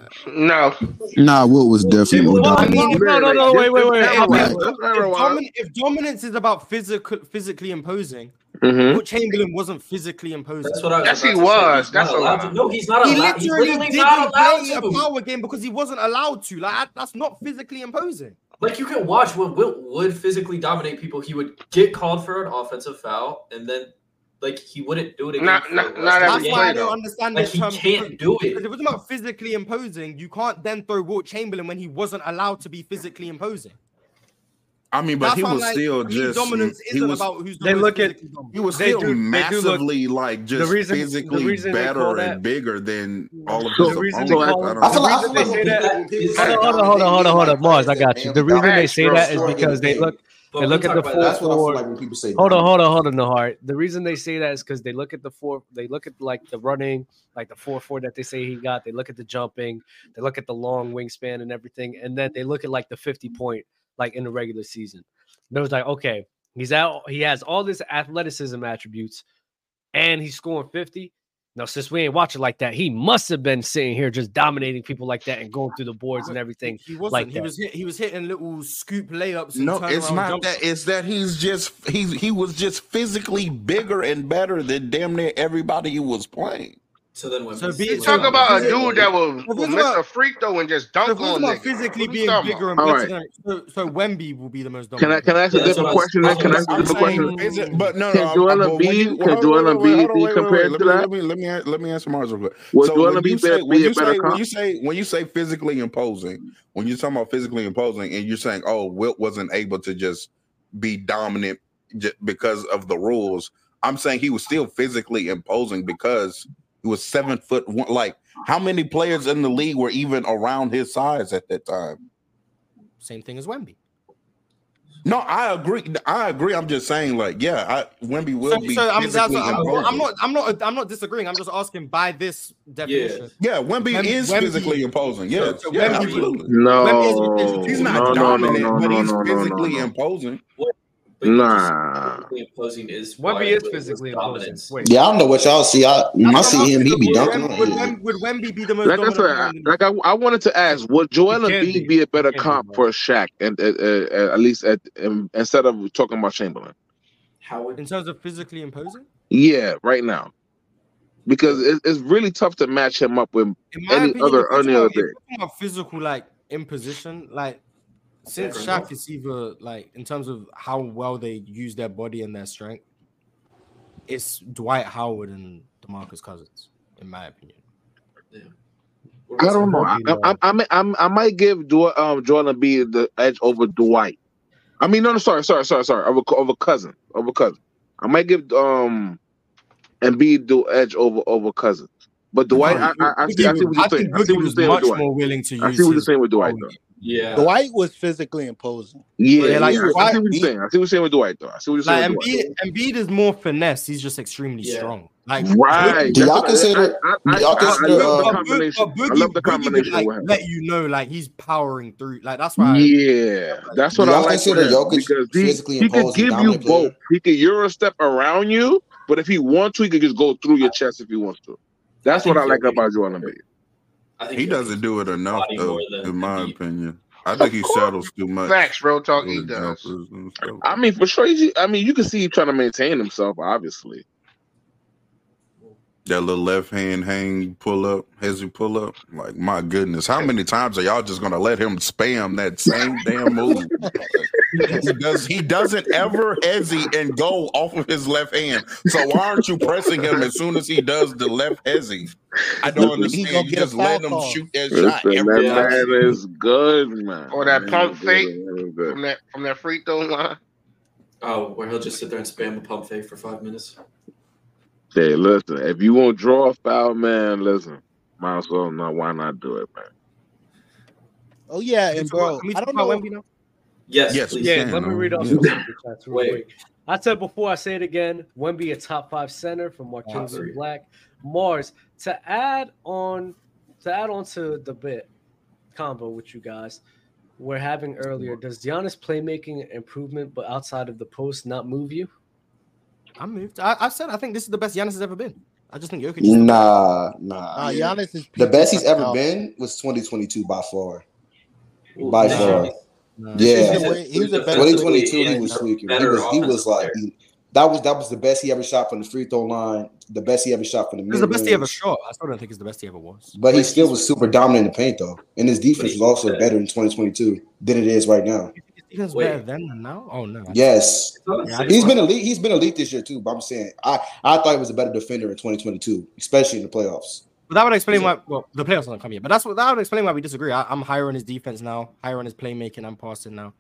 Speaker 7: No,
Speaker 6: Nah, Will was definitely more
Speaker 2: Well,
Speaker 6: dominant.
Speaker 2: well, no, no, no, wait, wait, wait. I mean,
Speaker 6: Right.
Speaker 2: if, domin- if dominance is about physical, physically imposing,
Speaker 10: Mhm.
Speaker 2: Wilt Chamberlain wasn't physically imposing.
Speaker 7: That's what I was Yes, he about to say. was. He's That's not a allowed lie. to. No, he's not
Speaker 2: He
Speaker 7: allowed- he's
Speaker 2: literally
Speaker 7: literally
Speaker 2: didn't
Speaker 7: not allowed
Speaker 2: play
Speaker 7: to.
Speaker 2: a power game because he wasn't allowed to. Like I- that's not physically imposing.
Speaker 5: Like you can watch when Wilt would physically dominate people, he would get called for an offensive foul, and then like he wouldn't do it again.
Speaker 7: Not-
Speaker 5: for
Speaker 7: not-
Speaker 5: the rest
Speaker 7: not
Speaker 5: of the
Speaker 7: every
Speaker 2: That's
Speaker 5: game.
Speaker 2: why I don't understand
Speaker 5: Like
Speaker 2: this
Speaker 5: he
Speaker 2: term.
Speaker 5: can't do it.
Speaker 2: Because if it's about physically imposing, you can't then throw Wilt Chamberlain when he wasn't allowed to be physically imposing.
Speaker 3: I mean, but
Speaker 2: That's
Speaker 3: he
Speaker 2: why I'm
Speaker 3: was
Speaker 2: like,
Speaker 3: still
Speaker 2: I mean,
Speaker 3: just.
Speaker 2: dominance
Speaker 3: he
Speaker 2: isn't
Speaker 3: was,
Speaker 2: about who's the
Speaker 3: they
Speaker 2: most
Speaker 3: look at.
Speaker 2: physically dominant.
Speaker 3: He was
Speaker 2: They
Speaker 3: still
Speaker 2: do- they do look-
Speaker 3: massively like just
Speaker 1: reason- the
Speaker 3: physically
Speaker 1: reason they call
Speaker 3: better
Speaker 1: that-
Speaker 3: and bigger than all of
Speaker 1: So-
Speaker 3: his
Speaker 1: the
Speaker 3: opponents.
Speaker 1: reason they call-
Speaker 3: I don't
Speaker 1: I feel
Speaker 3: know.
Speaker 1: like- I feel like when people- Hold on, hold on, hold on, hold on, hold on, Mars. I got you. The
Speaker 6: Facts,
Speaker 1: reason they say
Speaker 6: bro.
Speaker 1: that is
Speaker 6: Scoring
Speaker 1: because they
Speaker 6: game.
Speaker 1: look.
Speaker 6: But
Speaker 1: They
Speaker 6: we
Speaker 1: look at
Speaker 6: talk
Speaker 1: the
Speaker 6: about-
Speaker 1: four.
Speaker 6: that's what I feel
Speaker 1: four-
Speaker 6: like when people say
Speaker 1: Hold on,
Speaker 6: dominant.
Speaker 1: hold on, hold on, Nahar. The reason they say that is because they look at the four. They look at like the running, like the four four that they say he got. They look at the jumping. They look at the long wingspan and everything, and then they look at like the fifty point, like in the regular season. And it was like, okay, he's out. He has all this athleticism attributes, and he's scoring fifty. Now, since we ain't watching like that, he must have been sitting here just dominating people like that and going through the boards and everything.
Speaker 2: He wasn't.
Speaker 1: like
Speaker 2: he
Speaker 1: that.
Speaker 2: was hit, he was hitting little scoop layups. And
Speaker 3: No, it's
Speaker 2: turnaround
Speaker 3: not
Speaker 2: jump
Speaker 3: that. It's that he's just he's he was just physically bigger and better than damn near everybody he was playing.
Speaker 5: So then when
Speaker 2: So be-
Speaker 7: You talk about a dude that will,
Speaker 2: Well,
Speaker 7: will
Speaker 2: this is
Speaker 7: miss
Speaker 2: what-
Speaker 7: a free throw and just dunk
Speaker 2: So if we're
Speaker 7: on
Speaker 2: talking about
Speaker 7: niggas.
Speaker 2: physically
Speaker 7: What are you
Speaker 2: being
Speaker 7: talking
Speaker 2: bigger
Speaker 7: about?
Speaker 2: and better,
Speaker 10: All
Speaker 2: than so, so Wemby will be the most
Speaker 10: Can I
Speaker 2: dominant.
Speaker 10: can I ask a different question? then? Can I ask a different question?
Speaker 3: but no,
Speaker 10: Can
Speaker 3: no.
Speaker 10: Joel
Speaker 3: Um, but when you
Speaker 10: Embiid
Speaker 3: hold
Speaker 10: can
Speaker 3: on,
Speaker 10: Joel
Speaker 3: wait, wait, wait, hold
Speaker 10: Embiid
Speaker 3: on,
Speaker 10: be
Speaker 3: wait, wait, wait.
Speaker 10: compared
Speaker 3: Let
Speaker 10: to
Speaker 3: me,
Speaker 10: that?
Speaker 3: let me, let me, a- let me answer Mars real quick.
Speaker 10: Was
Speaker 3: So
Speaker 10: Joel
Speaker 3: when you
Speaker 10: Embiid
Speaker 3: say
Speaker 10: better
Speaker 3: when
Speaker 10: be a
Speaker 3: you
Speaker 10: better
Speaker 3: say when
Speaker 10: comp?
Speaker 3: you say when you say physically imposing, when you're talking about physically imposing, and you're saying, oh, Wilt wasn't able to just be dominant j- because of the rules. I'm saying he was still physically imposing because he was seven foot one. Like how many players in the league were even around his size at that time?
Speaker 2: Same thing as Wemby.
Speaker 3: No, I agree. I agree. I'm just saying, like, yeah, I Wimby will
Speaker 2: So,
Speaker 3: be
Speaker 2: so I'm, that's
Speaker 3: physically
Speaker 2: what- I'm,
Speaker 3: imposing.
Speaker 2: I'm not. I'm not. I'm not disagreeing. I'm just asking by this definition.
Speaker 3: Yeah, Wimby
Speaker 2: Wem-
Speaker 3: is
Speaker 2: Wemby-
Speaker 3: physically imposing.
Speaker 2: so-
Speaker 3: Yes,
Speaker 2: so
Speaker 3: yeah,
Speaker 2: Wemby would-
Speaker 3: absolutely.
Speaker 2: Wemby is
Speaker 10: No,
Speaker 2: physically
Speaker 3: He's
Speaker 10: no,
Speaker 3: not
Speaker 10: no, no,
Speaker 3: dominant,
Speaker 10: no,
Speaker 3: but
Speaker 10: no,
Speaker 3: he's
Speaker 10: no, no, no,
Speaker 3: physically
Speaker 10: no.
Speaker 3: imposing.
Speaker 10: Nah.
Speaker 5: Physically imposing is
Speaker 1: Wemby
Speaker 5: why Wilt
Speaker 1: is
Speaker 5: was
Speaker 1: physically
Speaker 5: dominant.
Speaker 1: Wait.
Speaker 6: Yeah, I don't know what y'all see. I when I
Speaker 2: That's what I'm
Speaker 6: see him,
Speaker 2: asking.
Speaker 6: he
Speaker 2: Would,
Speaker 6: be dunking
Speaker 2: Wem- would,
Speaker 6: on.
Speaker 2: Wem- would Wemby be the most
Speaker 10: Like I
Speaker 2: dominant
Speaker 10: said,
Speaker 2: player in
Speaker 10: I-
Speaker 2: the league?
Speaker 10: like I, I wanted to ask, would Joel
Speaker 1: He can
Speaker 10: Embiid
Speaker 1: be.
Speaker 10: be a better
Speaker 1: He can be,
Speaker 10: comp
Speaker 1: bro.
Speaker 10: for Shaq, and uh, uh, at least at um, instead of talking about Chamberlain?
Speaker 2: In terms of physically imposing,
Speaker 10: Yeah, right now, because it, it's really tough to match him up with
Speaker 2: in my
Speaker 10: any
Speaker 2: opinion, if
Speaker 10: other
Speaker 2: we're talking
Speaker 10: any other
Speaker 2: about, if
Speaker 10: big.
Speaker 2: we're talking about physical like imposition, like since
Speaker 5: Different,
Speaker 2: Shaq is either like in terms of how well they use their body and their strength, it's Dwight Howard and Demarcus Cousins, in my opinion.
Speaker 10: I don't know. I, I, I, I, I, I might give du- um, Joel Embiid the edge over Dwight. I mean, no, no, sorry, sorry, sorry, sorry. Over, over cousin, over cousin. I might give um Embiid the edge over over cousin. But Dwight, I, I, I see, I see what you're
Speaker 2: I
Speaker 10: saying.
Speaker 2: think
Speaker 10: I see
Speaker 2: Boogie
Speaker 10: what you're
Speaker 2: was
Speaker 10: saying with
Speaker 2: much
Speaker 10: Dwight.
Speaker 2: more willing to
Speaker 10: I see
Speaker 2: use
Speaker 10: what you're
Speaker 2: his.
Speaker 10: saying with Dwight, though.
Speaker 5: Yeah.
Speaker 4: Dwight was physically imposing.
Speaker 10: Yeah,
Speaker 2: Yeah,
Speaker 10: yeah.
Speaker 2: like
Speaker 10: I, I
Speaker 2: Dwight,
Speaker 10: see what you're saying. I see what you're saying with Dwight, though. I see what you're saying
Speaker 2: like
Speaker 10: with Dwight.
Speaker 2: Embiid, Embiid is more finesse. He's just extremely strong. Like
Speaker 10: Right.
Speaker 6: Do
Speaker 10: That's
Speaker 6: y'all
Speaker 10: what I,
Speaker 6: consider?
Speaker 10: I,
Speaker 6: Do
Speaker 10: I,
Speaker 6: y'all
Speaker 10: I,
Speaker 2: but,
Speaker 10: I
Speaker 6: consider?
Speaker 10: love the
Speaker 6: Uh,
Speaker 2: but, Bo- but
Speaker 10: combination. I
Speaker 2: Boogie,
Speaker 10: love the
Speaker 2: Boogie would
Speaker 10: combination
Speaker 2: like
Speaker 10: with him.
Speaker 2: let you know like he's powering through. Like that's why I,
Speaker 10: Yeah, that's
Speaker 6: do
Speaker 10: what I
Speaker 6: y'all
Speaker 10: like with
Speaker 6: consider
Speaker 10: him
Speaker 6: Jokic
Speaker 10: because he
Speaker 6: physically
Speaker 10: he could
Speaker 6: imposing
Speaker 10: give you
Speaker 6: dominant
Speaker 10: both.
Speaker 6: player?
Speaker 10: He could euro step around you, but if he wants to, he could just go through your chest if he wants to.
Speaker 5: I
Speaker 10: That's what
Speaker 5: think
Speaker 10: I like
Speaker 5: Jokic
Speaker 10: about Joel Embiid.
Speaker 5: I think
Speaker 3: He
Speaker 5: Jokic
Speaker 3: doesn't do it enough,
Speaker 5: body
Speaker 3: though,
Speaker 5: more than
Speaker 3: in my
Speaker 5: Embiid.
Speaker 3: opinion. I
Speaker 10: Of
Speaker 3: think he
Speaker 10: course,
Speaker 3: settles too much
Speaker 7: Facts, real talk. He
Speaker 3: with
Speaker 7: does.
Speaker 3: jumpers and stuff.
Speaker 10: I mean for sure. he- I mean you can see him trying to maintain himself, obviously.
Speaker 3: That little left hand hang pull up, hezzy pull up. Like, my goodness, how many times are y'all just gonna let him spam that same damn move? Like, he does. He doesn't ever hezzy and go off of his left hand. So why aren't you pressing him as soon as he does the left hezzy? I don't
Speaker 10: Listen,
Speaker 4: He gonna
Speaker 3: understand. You
Speaker 4: get a
Speaker 3: just
Speaker 4: foul
Speaker 3: let him
Speaker 4: call.
Speaker 3: shoot that shot
Speaker 10: listen,
Speaker 3: every
Speaker 10: that
Speaker 5: Yeah.
Speaker 3: time.
Speaker 10: man is good, man.
Speaker 7: Or
Speaker 10: That
Speaker 7: that
Speaker 10: man
Speaker 7: pump
Speaker 10: is good.
Speaker 7: fake
Speaker 10: That man is good.
Speaker 7: from that from that free throw line.
Speaker 5: Oh, where he'll just sit there and spam a pump fake for five minutes.
Speaker 10: Hey, listen, if you want to draw a foul, man, listen, might as well not. Why not do it, man?
Speaker 4: Oh yeah, and bro,
Speaker 2: Can we
Speaker 4: I
Speaker 2: talk
Speaker 4: don't
Speaker 2: about
Speaker 4: know.
Speaker 2: Wemby now?
Speaker 5: Yes,
Speaker 12: Yes, we
Speaker 5: please.
Speaker 12: can.
Speaker 1: Yeah, let me
Speaker 12: um,
Speaker 1: read off
Speaker 12: yeah.
Speaker 1: some super chats real
Speaker 5: Wait.
Speaker 1: quick. I said before, I say it again. Wemby, a top five center from
Speaker 5: Top
Speaker 1: Marquinhos
Speaker 5: three.
Speaker 1: Black. Mars to add on to add on to the bit combo with you guys we're having earlier. Does Giannis playmaking improvement, but outside of the post, not move you?
Speaker 2: I'm moved. I, I said I think this is the best Giannis has ever been. I just think Jokic. Is
Speaker 6: Nah, nah.
Speaker 4: Nah, Giannis is
Speaker 6: The
Speaker 4: peak
Speaker 6: best he's ever
Speaker 4: now.
Speaker 6: been was 2022 by far.
Speaker 5: Ooh,
Speaker 6: By
Speaker 5: this
Speaker 6: far.
Speaker 5: year,
Speaker 4: He's
Speaker 6: Yeah.
Speaker 4: the
Speaker 5: he's
Speaker 4: way. He's
Speaker 5: improved
Speaker 4: the best. Way,
Speaker 5: defensively
Speaker 6: 2022, he
Speaker 5: and
Speaker 6: was
Speaker 5: he's a
Speaker 6: tweaking. He
Speaker 5: better
Speaker 6: was he was
Speaker 5: offensive
Speaker 6: like
Speaker 5: player.
Speaker 6: he, that was that was the best he ever shot from the free throw line, the best he ever shot from the
Speaker 2: this is
Speaker 6: mid
Speaker 2: the best he ever
Speaker 6: range.
Speaker 2: shot. I still don't think it's the best he ever was.
Speaker 6: But he
Speaker 5: But
Speaker 6: still
Speaker 5: he's
Speaker 6: was super dominant in the paint though. And his defense
Speaker 5: wait,
Speaker 6: was also
Speaker 5: uh,
Speaker 6: better in 2022 than it is right now.
Speaker 2: You think his defense was
Speaker 5: Wait.
Speaker 2: better then than now? Oh no. I just,
Speaker 6: Yes.
Speaker 5: it's not a
Speaker 2: yeah,
Speaker 5: six.
Speaker 2: I just
Speaker 6: He's
Speaker 2: don't.
Speaker 6: been elite. He's been elite this year too. But I'm saying I, I thought he was a better defender in 2022, especially in the playoffs.
Speaker 2: But that would explain
Speaker 6: He's a-
Speaker 2: why. Well, the playoffs don't come yet. But that's what that would explain why we disagree. I, I'm higher on his defense now, higher on his playmaking and passing now.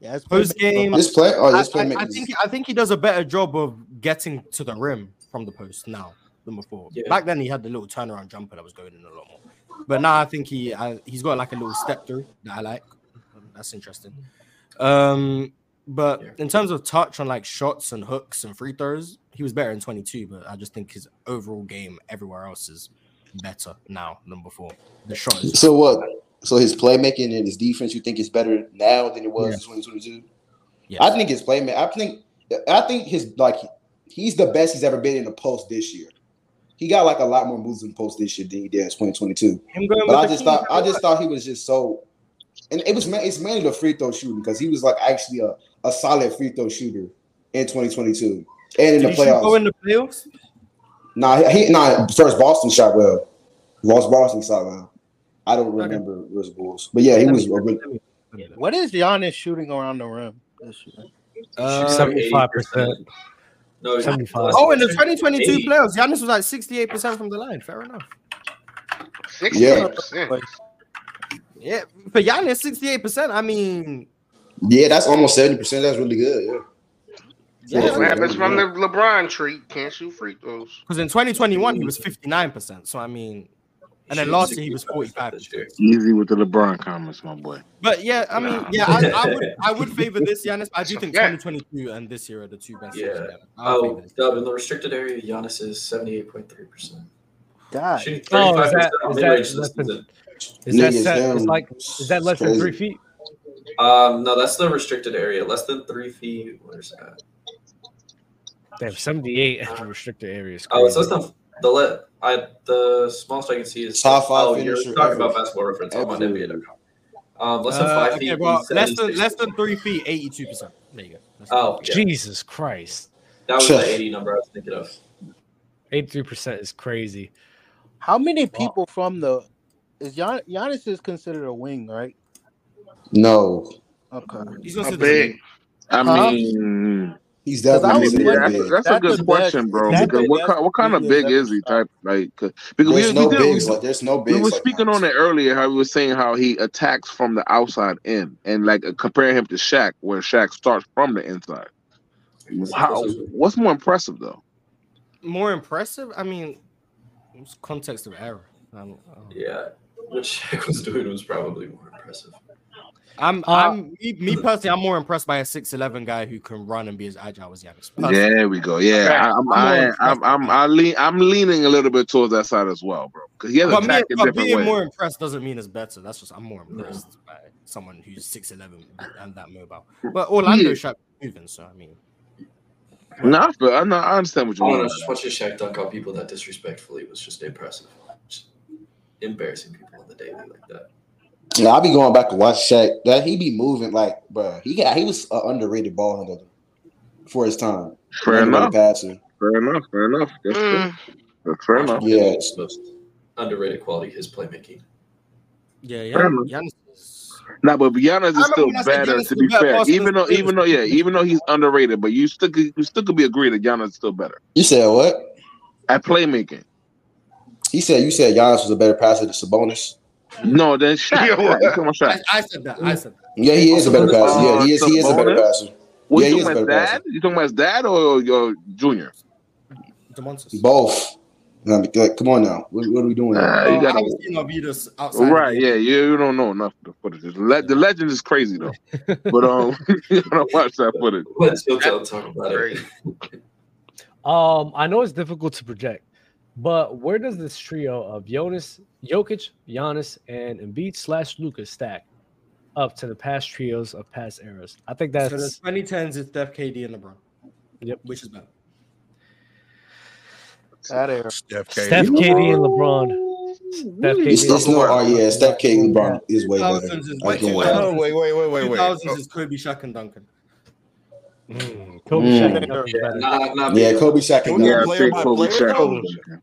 Speaker 4: yeah, his
Speaker 2: Post
Speaker 4: playmaking-
Speaker 2: game,
Speaker 6: This play, oh,
Speaker 2: I,
Speaker 6: this
Speaker 2: I,
Speaker 6: playmaking
Speaker 2: I
Speaker 6: is
Speaker 2: think I think he does a better job of getting to the rim from the post now than before.
Speaker 5: Yeah.
Speaker 2: Back then he had the little turnaround jumper that was going in a lot more, but now I think he I, he's got like a little step through that I like. Um, That's interesting. Um, but
Speaker 5: Yeah.
Speaker 2: in terms of touch on like shots and hooks and free throws, he was better in 22. But I just think his overall game everywhere else is better now than before. The shot is
Speaker 6: So what? So his playmaking and his defense, you think is better now than it was in 2022? I
Speaker 2: yes.
Speaker 6: think his playmaking. I think. I think his like he's the best he's ever been in the post this year. He got like a lot more moves in the post this year than he did in 2022.
Speaker 2: Him going
Speaker 6: But
Speaker 2: with
Speaker 6: I
Speaker 2: the
Speaker 6: just
Speaker 2: key.
Speaker 6: thought I just thought he was just so, and it was ma- it's mainly the free throw shooting because he was like actually a, a solid free throw shooter in 2022 and
Speaker 2: Did
Speaker 6: in the
Speaker 2: he shoot well
Speaker 6: playoffs.
Speaker 2: in the playoffs?
Speaker 6: Nah, he nah first Boston shot well. Lost Boston shot well. I don't
Speaker 2: Okay.
Speaker 6: remember versus Bulls, but yeah, he
Speaker 2: Let
Speaker 6: was
Speaker 2: me,
Speaker 6: a really,
Speaker 2: let me, let me look.
Speaker 4: What is Giannis shooting around the rim this year?
Speaker 5: He shoots
Speaker 2: Uh,
Speaker 5: like eighty
Speaker 1: 75%.
Speaker 5: percent. No, last
Speaker 1: 75.
Speaker 2: oh, in the
Speaker 5: year,
Speaker 2: 2022
Speaker 5: 80.
Speaker 2: playoffs, Giannis was like 68 percent from the line. Fair enough.
Speaker 6: yeah.
Speaker 7: 68%.
Speaker 4: But
Speaker 2: Yeah, for Giannis, 68 percent. I mean,
Speaker 6: Yeah, that's almost seventy percent. That's really good. Yeah, for a
Speaker 7: That's
Speaker 2: yeah,
Speaker 6: free
Speaker 7: what
Speaker 6: throw. Really
Speaker 7: happens from the
Speaker 6: good.
Speaker 7: LeBron tree. Can't shoot free throws.
Speaker 2: because in 2021 he was 59 percent. So I mean,
Speaker 5: He's
Speaker 2: and then
Speaker 5: shooting
Speaker 2: last year he
Speaker 5: sixty
Speaker 2: was
Speaker 5: five percent
Speaker 2: 45
Speaker 5: this year.
Speaker 2: percent.
Speaker 10: Easy with the LeBron comments, my boy.
Speaker 2: But yeah, I mean, yeah, I, I would I would favor this Giannis. but I
Speaker 7: That's
Speaker 2: do
Speaker 7: a
Speaker 2: think
Speaker 7: fact.
Speaker 2: 2022 and this year are the two best years
Speaker 5: yeah.
Speaker 2: ever. I would favor
Speaker 5: Oh,
Speaker 2: this.
Speaker 5: Dub, in the restricted area, Giannis is seventy eight point three percent.
Speaker 4: God,
Speaker 5: Shooting thirty
Speaker 1: Oh,
Speaker 5: five
Speaker 1: is that
Speaker 5: percent on
Speaker 1: is
Speaker 5: mid
Speaker 1: that
Speaker 5: range this
Speaker 1: less than
Speaker 5: season.
Speaker 1: is that
Speaker 6: Niggas,
Speaker 1: set is
Speaker 6: him,
Speaker 1: like is that
Speaker 6: it's
Speaker 1: less than three
Speaker 6: crazy.
Speaker 1: feet?
Speaker 5: Um, no, that's the restricted area. Less than three feet. Where's that?
Speaker 1: Damn, 78 in the restricted area is
Speaker 5: Oh, it says
Speaker 1: crazy.
Speaker 5: the the let I the smallest I can see is
Speaker 6: Top five
Speaker 5: oh you're
Speaker 6: finisher
Speaker 5: talking
Speaker 6: ever,
Speaker 5: about basketball reference. I'm on
Speaker 6: ever.
Speaker 5: NBA.com. Um, less than
Speaker 2: Uh,
Speaker 5: five
Speaker 2: okay,
Speaker 5: feet.
Speaker 2: well,
Speaker 5: He's
Speaker 2: less
Speaker 5: seventy
Speaker 2: than
Speaker 5: six
Speaker 2: less than
Speaker 5: percent.
Speaker 2: three feet, 82 percent. There you go. Less than three
Speaker 5: Oh
Speaker 2: feet.
Speaker 5: yeah,
Speaker 1: Jesus Christ.
Speaker 5: that was the eighty number I was thinking of.
Speaker 1: 83% is crazy.
Speaker 4: how many
Speaker 1: Wow.
Speaker 4: people from the is Gian, Giannis is considered a wing, right?
Speaker 6: No,
Speaker 4: Okay,
Speaker 2: He's
Speaker 7: A
Speaker 2: considered a
Speaker 7: big.
Speaker 2: wing.
Speaker 10: I
Speaker 4: huh?
Speaker 10: mean,
Speaker 6: he's
Speaker 4: Because
Speaker 6: definitely
Speaker 4: I
Speaker 10: I mean
Speaker 4: was
Speaker 6: considered
Speaker 4: wondering
Speaker 6: a
Speaker 10: that's a,
Speaker 4: is
Speaker 6: big.
Speaker 10: that's a
Speaker 4: that the
Speaker 10: good
Speaker 4: best?
Speaker 10: question,
Speaker 4: Is
Speaker 10: bro.
Speaker 4: that
Speaker 10: Because
Speaker 4: the
Speaker 10: what
Speaker 4: best
Speaker 10: kind what
Speaker 4: he
Speaker 10: kind of
Speaker 4: has
Speaker 10: big
Speaker 4: ever
Speaker 10: is he
Speaker 4: shot?
Speaker 10: type like? 'cause- Because
Speaker 6: There's
Speaker 10: we we
Speaker 6: no
Speaker 10: did
Speaker 6: bigs
Speaker 10: we,
Speaker 6: like there's no
Speaker 10: we were
Speaker 6: bigs like
Speaker 10: speaking on
Speaker 6: Giannis.
Speaker 10: it earlier how we were saying how he attacks from the outside in and like uh, comparing him to Shaq where Shaq starts from the inside. How what's more impressive though?
Speaker 2: More impressive. I mean, it's context of error. Um, oh.
Speaker 5: Yeah, what Shaq was doing was probably more impressive.
Speaker 2: I'm
Speaker 1: Uh,
Speaker 2: I'm me, me personally. I'm more impressed by a six eleven guy who can run and be as agile as Giannis. Personally,
Speaker 10: There we go. Yeah,
Speaker 7: Fact.
Speaker 10: I, I'm
Speaker 2: I'm more
Speaker 10: I,
Speaker 2: impressed
Speaker 10: I'm I'm
Speaker 2: by.
Speaker 10: I lean I'm leaning a little bit towards that side as well, bro. Because he has
Speaker 2: But me,
Speaker 10: attacked in
Speaker 2: but
Speaker 10: different
Speaker 2: being
Speaker 10: ways.
Speaker 2: more impressed doesn't mean it's better. That's just I'm more
Speaker 5: No.
Speaker 2: impressed by someone who's six eleven and that mobile. But
Speaker 10: Yeah,
Speaker 2: Orlando shot moving, so I mean,
Speaker 10: no,
Speaker 5: Right.
Speaker 10: I, feel, I, know, I understand Oh, what you
Speaker 5: I
Speaker 10: mean
Speaker 5: don't
Speaker 10: by
Speaker 5: know. Just
Speaker 10: that.
Speaker 5: watching Shaq dunk on people that disrespectfully was just impressive. Just embarrassing people on the daily like that.
Speaker 6: Yeah, I'll be going back to watch Shaq. That he be moving like, bruh, He got he was an underrated ball handler for his time, an
Speaker 10: Fair
Speaker 6: underrated
Speaker 10: enough.
Speaker 6: passer.
Speaker 10: Fair enough. Fair enough. That's
Speaker 4: Hmm.
Speaker 10: fair.
Speaker 7: Mm.
Speaker 10: That's fair
Speaker 5: Watching
Speaker 10: enough.
Speaker 5: him
Speaker 6: Yeah,
Speaker 5: was the most underrated quality his playmaking.
Speaker 2: yeah,
Speaker 10: Fair
Speaker 2: Gian,
Speaker 10: enough.
Speaker 2: Giannis is.
Speaker 10: Nah, but Giannis
Speaker 2: I
Speaker 10: is
Speaker 2: remember
Speaker 10: still
Speaker 2: when I said
Speaker 10: better.
Speaker 2: Giannis
Speaker 10: To
Speaker 2: is a
Speaker 10: be
Speaker 2: better
Speaker 10: fair,
Speaker 2: passer than
Speaker 10: even though
Speaker 2: Sabonis.
Speaker 10: even though yeah, even though he's underrated, but you still could, you still could be agreed that Giannis is still better
Speaker 6: you said what?
Speaker 10: at playmaking.
Speaker 6: He said you said Giannis was a better passer than Sabonis.
Speaker 10: No, then Shaq.
Speaker 7: Yo,
Speaker 10: Shaq. You talking about Shaq?
Speaker 2: I, I said that. I said that.
Speaker 6: Yeah, he
Speaker 5: Oh,
Speaker 6: is a better
Speaker 5: Sabonis is better.
Speaker 6: passer. Yeah,
Speaker 10: Uh,
Speaker 6: he is. He is a better
Speaker 10: Sabonis.
Speaker 6: passer.
Speaker 10: What you
Speaker 6: Yeah, he
Speaker 10: talking
Speaker 6: is a
Speaker 10: about? His
Speaker 6: better passer.
Speaker 10: dad? You talking about his dad or your junior?
Speaker 2: the monsters.
Speaker 6: Both. I mean, like, come on now. What, what are we doing?
Speaker 10: Nah,
Speaker 6: here?
Speaker 10: you
Speaker 2: Oh,
Speaker 10: gotta-
Speaker 2: I
Speaker 1: Oh,
Speaker 2: was thinking of you just outside.
Speaker 10: Right, yeah, you, you don't know enough of the footage. The, le- the legend is crazy though, but um, you gotta watch that footage.
Speaker 5: Let Jojo talk about it.
Speaker 1: Um, I know it's difficult to project, but where does this trio of Jonas, Jokic, Giannis, and Embiid slash Lucas stack up to the past trios of past eras? I think
Speaker 2: so the
Speaker 1: that's
Speaker 2: 2010s is Steph, KD, and LeBron.
Speaker 1: Yep.
Speaker 2: Which is better?
Speaker 4: That era.
Speaker 3: Steph, KD,
Speaker 1: Steph,
Speaker 3: LeBron.
Speaker 1: KD, and LeBron. Steph, Mm-hmm.
Speaker 6: It's,
Speaker 1: KD,
Speaker 6: it's
Speaker 1: and
Speaker 6: no,
Speaker 1: LeBron.
Speaker 6: oh yeah, Steph, Kate, LeBron is way better.
Speaker 2: 2000s is
Speaker 6: I
Speaker 2: way
Speaker 6: can't
Speaker 2: too
Speaker 6: lie.
Speaker 2: loud.
Speaker 3: Oh, wait, wait, wait, wait, wait.
Speaker 2: 2000s
Speaker 3: Oh,
Speaker 2: is Kobe, Shaq, and Duncan.
Speaker 1: Mm, Kobe,
Speaker 6: Mm.
Speaker 1: Shaq, and Duncan better.
Speaker 5: Not, not
Speaker 6: Yeah, Kobe, Shaq,
Speaker 3: can
Speaker 6: and
Speaker 3: we go
Speaker 10: Yeah,
Speaker 6: Duncan.
Speaker 10: I
Speaker 3: player
Speaker 10: picked
Speaker 3: by
Speaker 10: Kobe
Speaker 3: player
Speaker 10: Shaq.
Speaker 3: though?
Speaker 10: over Duncan.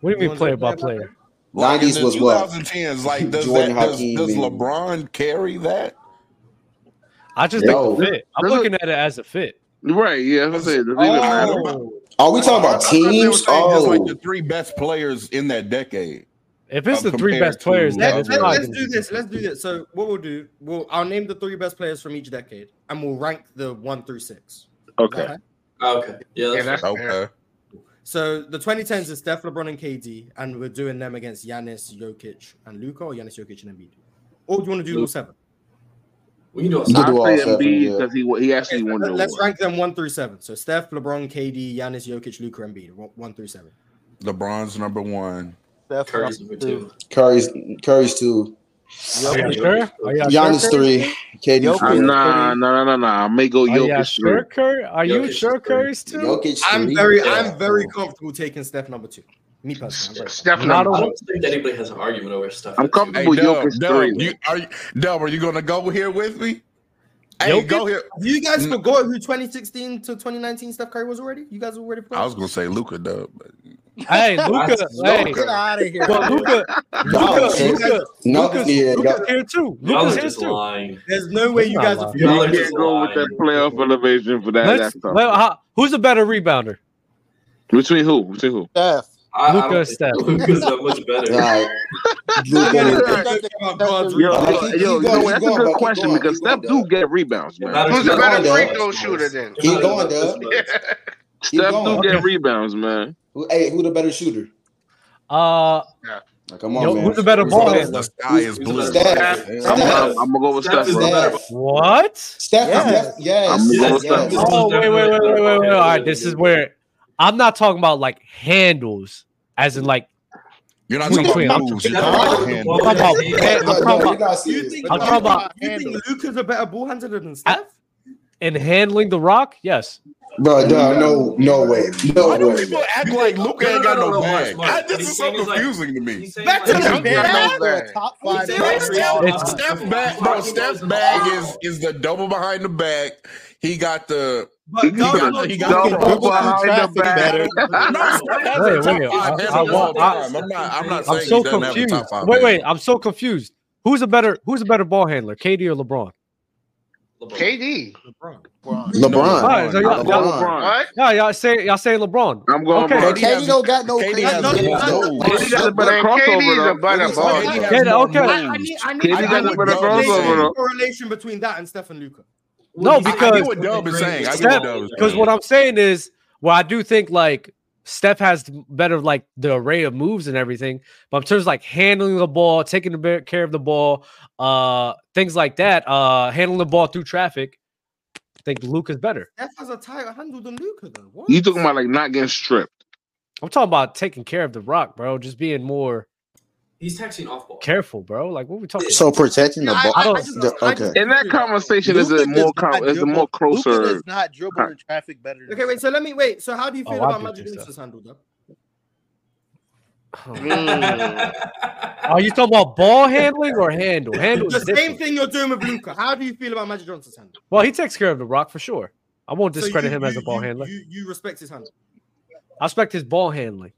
Speaker 1: What do you
Speaker 2: You
Speaker 1: mean
Speaker 2: wanna
Speaker 1: player
Speaker 2: do
Speaker 1: by
Speaker 2: that, my
Speaker 1: player?
Speaker 3: Like in
Speaker 6: 90s
Speaker 3: the
Speaker 6: was what?
Speaker 3: 2010s, like does
Speaker 6: Jordan,
Speaker 3: that does
Speaker 6: Hakeem,
Speaker 3: does
Speaker 6: and
Speaker 3: LeBron carry that?
Speaker 1: I just
Speaker 10: Yeah.
Speaker 1: think the
Speaker 6: No.
Speaker 1: fit. I'm
Speaker 10: Does it-
Speaker 1: looking at it as a fit.
Speaker 10: Right, yeah, I'm
Speaker 3: Does it-
Speaker 10: saying does it even matter?
Speaker 2: Oh,
Speaker 6: Are we
Speaker 3: Oh,
Speaker 6: talking
Speaker 3: I,
Speaker 6: about
Speaker 3: I thought they were
Speaker 6: teams?
Speaker 3: saying just like
Speaker 6: Oh,
Speaker 3: the three best players in that decade.
Speaker 1: If it's
Speaker 3: Um,
Speaker 1: the three
Speaker 3: compared
Speaker 1: best players,
Speaker 3: to
Speaker 1: then
Speaker 2: let,
Speaker 1: it's
Speaker 3: other-
Speaker 2: let,
Speaker 1: probably
Speaker 2: let's
Speaker 1: going to
Speaker 2: do
Speaker 1: be
Speaker 2: this. Let's do this. So what we'll do? We'll I'll name the three best players from each decade, and we'll rank the one through six. Is that
Speaker 10: Okay,
Speaker 2: fair?
Speaker 5: Oh, Okay. Yeah.
Speaker 7: Yeah,
Speaker 5: That's
Speaker 7: that's fair.
Speaker 3: Okay.
Speaker 2: So the 2010s is Steph, LeBron, and KD, and we're doing them against Giannis, Jokic, and Luka, or Giannis, Jokic, and Embiid. Or do you want to do all seven?
Speaker 5: we can do a
Speaker 6: you could
Speaker 10: I
Speaker 6: do all
Speaker 10: say
Speaker 6: seven.
Speaker 10: Embiid
Speaker 6: Yeah.
Speaker 10: because he he
Speaker 2: Okay,
Speaker 10: actually
Speaker 2: so
Speaker 10: won the
Speaker 2: let, us
Speaker 10: award.
Speaker 2: rank them one through seven. So Steph, LeBron, KD, Giannis, Jokic, Luka, Embiid, one, one through seven.
Speaker 3: LeBron's number one.
Speaker 4: Steph
Speaker 5: Curry's
Speaker 4: number
Speaker 5: number
Speaker 4: two.
Speaker 5: two.
Speaker 6: Curry's Curry's two.
Speaker 1: Are y'all
Speaker 5: Jokic.
Speaker 2: Jokic,
Speaker 1: sure? Are y'all sure?
Speaker 6: Giannis
Speaker 1: Curry?
Speaker 6: three. KD
Speaker 10: Uh,
Speaker 4: Jokic
Speaker 6: four.
Speaker 4: three.
Speaker 10: nah, nah, nah, nah, nah. I may
Speaker 2: Oh,
Speaker 10: go
Speaker 1: Are y'all
Speaker 10: Jokic
Speaker 1: sure,
Speaker 10: three.
Speaker 1: Curry? Are
Speaker 5: Jokic
Speaker 1: you
Speaker 5: is
Speaker 1: sure
Speaker 5: three.
Speaker 1: Curry's too?
Speaker 6: Jokic
Speaker 2: I'm
Speaker 6: three.
Speaker 2: very,
Speaker 5: Yeah.
Speaker 2: I'm very
Speaker 6: Oh.
Speaker 2: comfortable taking Steph number two. Me personally, I'm very comfortable.
Speaker 7: Steph
Speaker 1: Not
Speaker 7: number
Speaker 1: a
Speaker 5: I
Speaker 7: two.
Speaker 5: don't think anybody has an argument over Steph
Speaker 10: I'm
Speaker 5: at two.
Speaker 3: Hey
Speaker 10: comfortable with
Speaker 3: Dub,
Speaker 10: Jokic
Speaker 3: Dub,
Speaker 10: three.
Speaker 3: you are you, Dub, are you gonna go here with me? Hey,
Speaker 1: Jokic?
Speaker 3: go here.
Speaker 2: You guys
Speaker 3: No.
Speaker 2: forgot who 2016 to 2019 Steph Curry was already? You guys were already
Speaker 3: I was gonna say Luca Dub, but
Speaker 1: Hey, Luca.
Speaker 5: That's
Speaker 1: Hey,
Speaker 2: Get
Speaker 3: Luca.
Speaker 2: out of here.
Speaker 1: but Luca,
Speaker 6: Y'all
Speaker 1: Luca,
Speaker 6: are
Speaker 2: You
Speaker 6: crazy.
Speaker 2: guys,
Speaker 1: Luca,
Speaker 6: No,
Speaker 1: Luca's
Speaker 6: yeah,
Speaker 1: Luca's
Speaker 6: y'all,
Speaker 1: here too.
Speaker 5: Y'all
Speaker 1: Luca's
Speaker 5: are
Speaker 1: here
Speaker 5: just
Speaker 1: too.
Speaker 5: lying.
Speaker 2: there's no way
Speaker 1: That's
Speaker 2: you
Speaker 1: not
Speaker 2: guys
Speaker 1: a
Speaker 2: are
Speaker 1: lie.
Speaker 5: Y'all
Speaker 10: You
Speaker 5: are
Speaker 2: forgetting.
Speaker 5: just
Speaker 10: can't go with that
Speaker 5: lying.
Speaker 10: playoff elevation for that.
Speaker 1: Let's.
Speaker 10: That's tough.
Speaker 1: Let, uh, who's a better rebounder,
Speaker 10: Between who? Between who?
Speaker 4: Steph.
Speaker 5: I, I
Speaker 1: Luca
Speaker 5: don't
Speaker 1: or
Speaker 5: think
Speaker 1: Steph?
Speaker 5: Luca's that much better.
Speaker 6: all right.
Speaker 2: You
Speaker 6: Luca
Speaker 2: guys
Speaker 6: and
Speaker 2: are
Speaker 6: Embiid.
Speaker 2: joking about God's
Speaker 10: Yo,
Speaker 2: rebound.
Speaker 6: All right,
Speaker 10: yo,
Speaker 6: keep,
Speaker 10: yo,
Speaker 6: keep going,
Speaker 10: you know what?
Speaker 6: keep going,
Speaker 10: That's a good
Speaker 6: bro. Keep
Speaker 10: question
Speaker 6: going,
Speaker 10: because
Speaker 6: keep going,
Speaker 10: Steph do
Speaker 6: Doug.
Speaker 10: get rebounds,
Speaker 5: They're
Speaker 10: man.
Speaker 5: not
Speaker 7: Who's
Speaker 5: as
Speaker 6: Keep
Speaker 7: the
Speaker 5: good
Speaker 7: better
Speaker 5: as
Speaker 6: going,
Speaker 7: free
Speaker 5: Jokic
Speaker 6: Doug.
Speaker 7: throw shooter
Speaker 5: was.
Speaker 7: then?
Speaker 5: They're not as
Speaker 6: Keep going,
Speaker 5: good as
Speaker 6: Doug.
Speaker 5: Jokic.
Speaker 6: Keep
Speaker 10: Steph do
Speaker 6: going.
Speaker 1: Okay.
Speaker 10: get rebounds, man.
Speaker 6: Who, hey, who the better shooter?
Speaker 1: Uh,
Speaker 6: Now, come on,
Speaker 1: yo,
Speaker 6: man.
Speaker 1: who's a better
Speaker 6: Who's
Speaker 1: ball
Speaker 6: the
Speaker 3: Bro,
Speaker 6: best?
Speaker 1: handler?
Speaker 3: the sky
Speaker 6: Who's
Speaker 3: is
Speaker 5: Who's the
Speaker 3: blue.
Speaker 5: best player?
Speaker 6: Steph?
Speaker 7: Steph.
Speaker 3: Yeah.
Speaker 10: I'm I'm,
Speaker 5: Steph.
Speaker 6: Steph.
Speaker 10: I'm gonna go with
Speaker 5: Steph
Speaker 10: Steph,
Speaker 5: is
Speaker 10: bro.
Speaker 5: the better.
Speaker 6: Steph.
Speaker 1: What?
Speaker 6: Steph
Speaker 2: Yes.
Speaker 6: is def-
Speaker 10: I'm
Speaker 6: yes,
Speaker 10: gonna go
Speaker 5: Yes,
Speaker 10: with
Speaker 5: Steph
Speaker 10: Steph,
Speaker 5: is
Speaker 10: bro.
Speaker 6: yes.
Speaker 1: Oh
Speaker 5: most
Speaker 1: wait, wait,
Speaker 5: definitely
Speaker 1: wait,
Speaker 5: a
Speaker 1: wait,
Speaker 5: better
Speaker 1: wait,
Speaker 5: ball
Speaker 1: wait, wait.
Speaker 5: handler
Speaker 1: All right,
Speaker 5: than
Speaker 1: this is
Speaker 5: Luka.
Speaker 1: where I'm not talking about like handles, as in like
Speaker 3: You're not
Speaker 1: tween
Speaker 3: talking about
Speaker 1: tween. I'm,
Speaker 3: moves, you're
Speaker 5: Steph
Speaker 3: talking
Speaker 6: Huh?
Speaker 3: about
Speaker 5: throws the
Speaker 3: handles.
Speaker 5: ball with
Speaker 1: I'm talking
Speaker 5: his
Speaker 1: about.
Speaker 5: hands.
Speaker 1: man, I'm talking about.
Speaker 6: Doug, Doug, you're not
Speaker 2: You
Speaker 6: serious,
Speaker 2: think
Speaker 1: I'm
Speaker 6: bro.
Speaker 1: talking
Speaker 2: you
Speaker 1: about
Speaker 2: think, you think Luca's a better ball handler than Steph?
Speaker 1: in handling the rock. Yes.
Speaker 6: Bro, Doug,
Speaker 10: No.
Speaker 6: no, no way,
Speaker 3: Why
Speaker 6: no
Speaker 3: do
Speaker 6: way.
Speaker 3: people act
Speaker 5: You think?
Speaker 3: like Luca
Speaker 5: No, no, no,
Speaker 3: ain't got
Speaker 5: no,
Speaker 3: no
Speaker 5: no. Watch,
Speaker 3: bag?
Speaker 5: watch.
Speaker 3: I,
Speaker 5: What
Speaker 3: this
Speaker 5: he's
Speaker 3: is
Speaker 5: saying
Speaker 3: so
Speaker 5: is like
Speaker 3: confusing to me.
Speaker 5: he's saying
Speaker 2: Better
Speaker 5: like
Speaker 2: than
Speaker 7: Steph got
Speaker 2: Steph?
Speaker 7: no
Speaker 5: every
Speaker 4: You're a
Speaker 7: bag.
Speaker 4: top
Speaker 2: You
Speaker 4: five
Speaker 2: serious?
Speaker 4: ball
Speaker 3: Steph,
Speaker 4: handler of
Speaker 3: Steph,
Speaker 4: all
Speaker 1: It's
Speaker 4: time.
Speaker 3: Steph
Speaker 5: He's
Speaker 3: bag, bro.
Speaker 5: marking those
Speaker 3: Steph
Speaker 5: in the
Speaker 3: bag is
Speaker 5: foul.
Speaker 3: is the double behind the back. He got the
Speaker 10: He
Speaker 2: But
Speaker 3: he
Speaker 10: got
Speaker 2: Doug's
Speaker 3: got the
Speaker 10: the
Speaker 2: not
Speaker 3: he got the
Speaker 2: talking
Speaker 10: double
Speaker 2: double
Speaker 4: Double
Speaker 3: bucket.
Speaker 4: through
Speaker 10: behind
Speaker 4: traffic
Speaker 10: the
Speaker 4: is
Speaker 10: back.
Speaker 5: No,
Speaker 4: better than the handle.
Speaker 3: No, Steph
Speaker 5: wait,
Speaker 3: has a
Speaker 1: Wait,
Speaker 5: no, no. He's
Speaker 1: wait. I,
Speaker 3: top five
Speaker 1: I
Speaker 3: handler of
Speaker 5: saying
Speaker 1: want.
Speaker 3: all
Speaker 5: that
Speaker 1: I,
Speaker 5: that's
Speaker 3: time. I'm
Speaker 5: Steph is better
Speaker 3: not I'm not
Speaker 5: than
Speaker 1: I'm
Speaker 3: saying
Speaker 5: Luka.
Speaker 3: he
Speaker 1: so
Speaker 3: doesn't have a top
Speaker 1: confused.
Speaker 3: five
Speaker 1: Wait, wait.
Speaker 3: handler.
Speaker 1: I'm so confused. Who's a better? Who's a better ball handler, KD or LeBron?
Speaker 5: LeBron.
Speaker 7: KD.
Speaker 2: LeBron.
Speaker 4: LeBron.
Speaker 3: No,
Speaker 6: LeBron,
Speaker 1: All right, so
Speaker 3: LeBron,
Speaker 1: y'all,
Speaker 10: I'm
Speaker 1: y'all,
Speaker 10: going
Speaker 6: LeBron.
Speaker 10: LeBron.
Speaker 7: What?
Speaker 1: y'all, y'all say y'all say LeBron.
Speaker 10: I'm going
Speaker 1: Okay.
Speaker 6: Bro,
Speaker 3: bro. KD
Speaker 10: LeBron.
Speaker 6: KD
Speaker 3: has
Speaker 6: don't got no
Speaker 3: KD
Speaker 6: crazy
Speaker 2: That's
Speaker 3: has
Speaker 2: not
Speaker 6: moves,
Speaker 3: more
Speaker 2: that's not
Speaker 6: though. Like,
Speaker 3: moves.
Speaker 10: KD got a
Speaker 6: look,
Speaker 10: better
Speaker 6: look. What are
Speaker 10: crossover though.
Speaker 7: Man, KD's a better
Speaker 6: we
Speaker 7: ball
Speaker 6: talking
Speaker 3: KD
Speaker 6: about?
Speaker 7: handler.
Speaker 3: has
Speaker 1: Yeah.
Speaker 3: more
Speaker 1: Okay.
Speaker 2: I, I
Speaker 3: moves.
Speaker 2: need I need
Speaker 10: KD
Speaker 2: I
Speaker 3: I
Speaker 10: got
Speaker 3: get
Speaker 10: a
Speaker 2: need
Speaker 3: what
Speaker 10: better
Speaker 2: you to
Speaker 3: Dub
Speaker 2: make a
Speaker 3: is
Speaker 10: crossover
Speaker 3: saying.
Speaker 10: though.
Speaker 2: correlation between that and Stephen Luca.
Speaker 5: Well,
Speaker 1: No,
Speaker 5: he's
Speaker 3: I, I get
Speaker 5: saying
Speaker 1: because
Speaker 3: what
Speaker 5: that they're
Speaker 3: Dub is
Speaker 5: great.
Speaker 3: saying.
Speaker 5: He's
Speaker 3: I get
Speaker 5: saying
Speaker 1: Steph.
Speaker 3: what
Speaker 5: that
Speaker 3: Dub is
Speaker 5: they're
Speaker 1: Because
Speaker 3: saying.
Speaker 1: what
Speaker 5: great.
Speaker 1: I'm saying is, well, I do think like Steph has better like the array of moves and everything, but in terms of like handling the ball, taking the bear- care of the ball, uh, things like that, uh, handling the ball through traffic, I think Luca's better.
Speaker 2: Steph has a tighter handle than Luca though. What?
Speaker 10: You talking about like not getting stripped?
Speaker 1: I'm talking about taking care of the rock, bro. Just being more
Speaker 5: He's texting off ball.
Speaker 1: careful, bro. Like, what we talking
Speaker 6: So
Speaker 1: about?
Speaker 6: protecting
Speaker 2: Yeah,
Speaker 6: the
Speaker 2: I,
Speaker 6: ball.
Speaker 1: I
Speaker 2: I, I
Speaker 1: don't.
Speaker 2: just
Speaker 6: the-
Speaker 2: I
Speaker 6: Okay.
Speaker 2: just
Speaker 10: In that
Speaker 2: disagree.
Speaker 10: conversation is
Speaker 4: Luca
Speaker 10: a
Speaker 4: does
Speaker 10: more
Speaker 4: not
Speaker 10: com- is a more
Speaker 4: dribble. Luca does
Speaker 10: closer.
Speaker 4: not dribble
Speaker 10: con-
Speaker 4: in traffic better than
Speaker 2: Okay, wait.
Speaker 4: Steph.
Speaker 2: So let me wait. So how do you feel
Speaker 1: Oh, I
Speaker 2: about
Speaker 1: do
Speaker 2: Magic
Speaker 1: think so.
Speaker 2: Johnson's handle though?
Speaker 1: Oh my god.
Speaker 7: Mm.
Speaker 1: Are you talking about ball handling or handle? Handle is
Speaker 2: The same
Speaker 1: different.
Speaker 2: thing you're doing with Luca. How do you feel about Magic Johnson's handle?
Speaker 1: Well, he takes care of the rock for sure. I won't
Speaker 2: So
Speaker 1: discredit
Speaker 2: you
Speaker 1: him as a
Speaker 2: you
Speaker 1: ball
Speaker 2: you
Speaker 1: handler.
Speaker 2: you, you respect his handle.
Speaker 1: I respect his ball handling.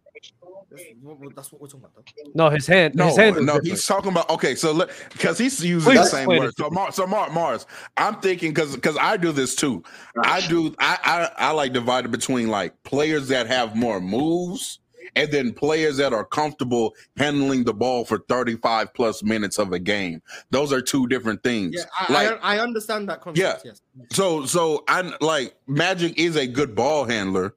Speaker 2: That's what, what- that's what we're talking about though.
Speaker 1: No, his hand, his
Speaker 3: No,
Speaker 1: handle is
Speaker 3: no,
Speaker 1: different.
Speaker 3: he's talking about okay. So because he's using
Speaker 1: Please
Speaker 3: the
Speaker 6: That's
Speaker 3: same
Speaker 1: explain it
Speaker 3: word.
Speaker 1: to
Speaker 3: So
Speaker 1: me.
Speaker 3: Mar, so Mark Mars, I'm thinking because because I do this too. I do I, I I like divided between like players that have more moves and then players that are comfortable handling the ball for 35 plus minutes of a game. Those are two different
Speaker 2: Yeah,
Speaker 3: things.
Speaker 2: I
Speaker 3: Like
Speaker 2: I, I understand that
Speaker 3: yeah,
Speaker 2: concept. Yes.
Speaker 3: so so I am like Magic is a good ball handler.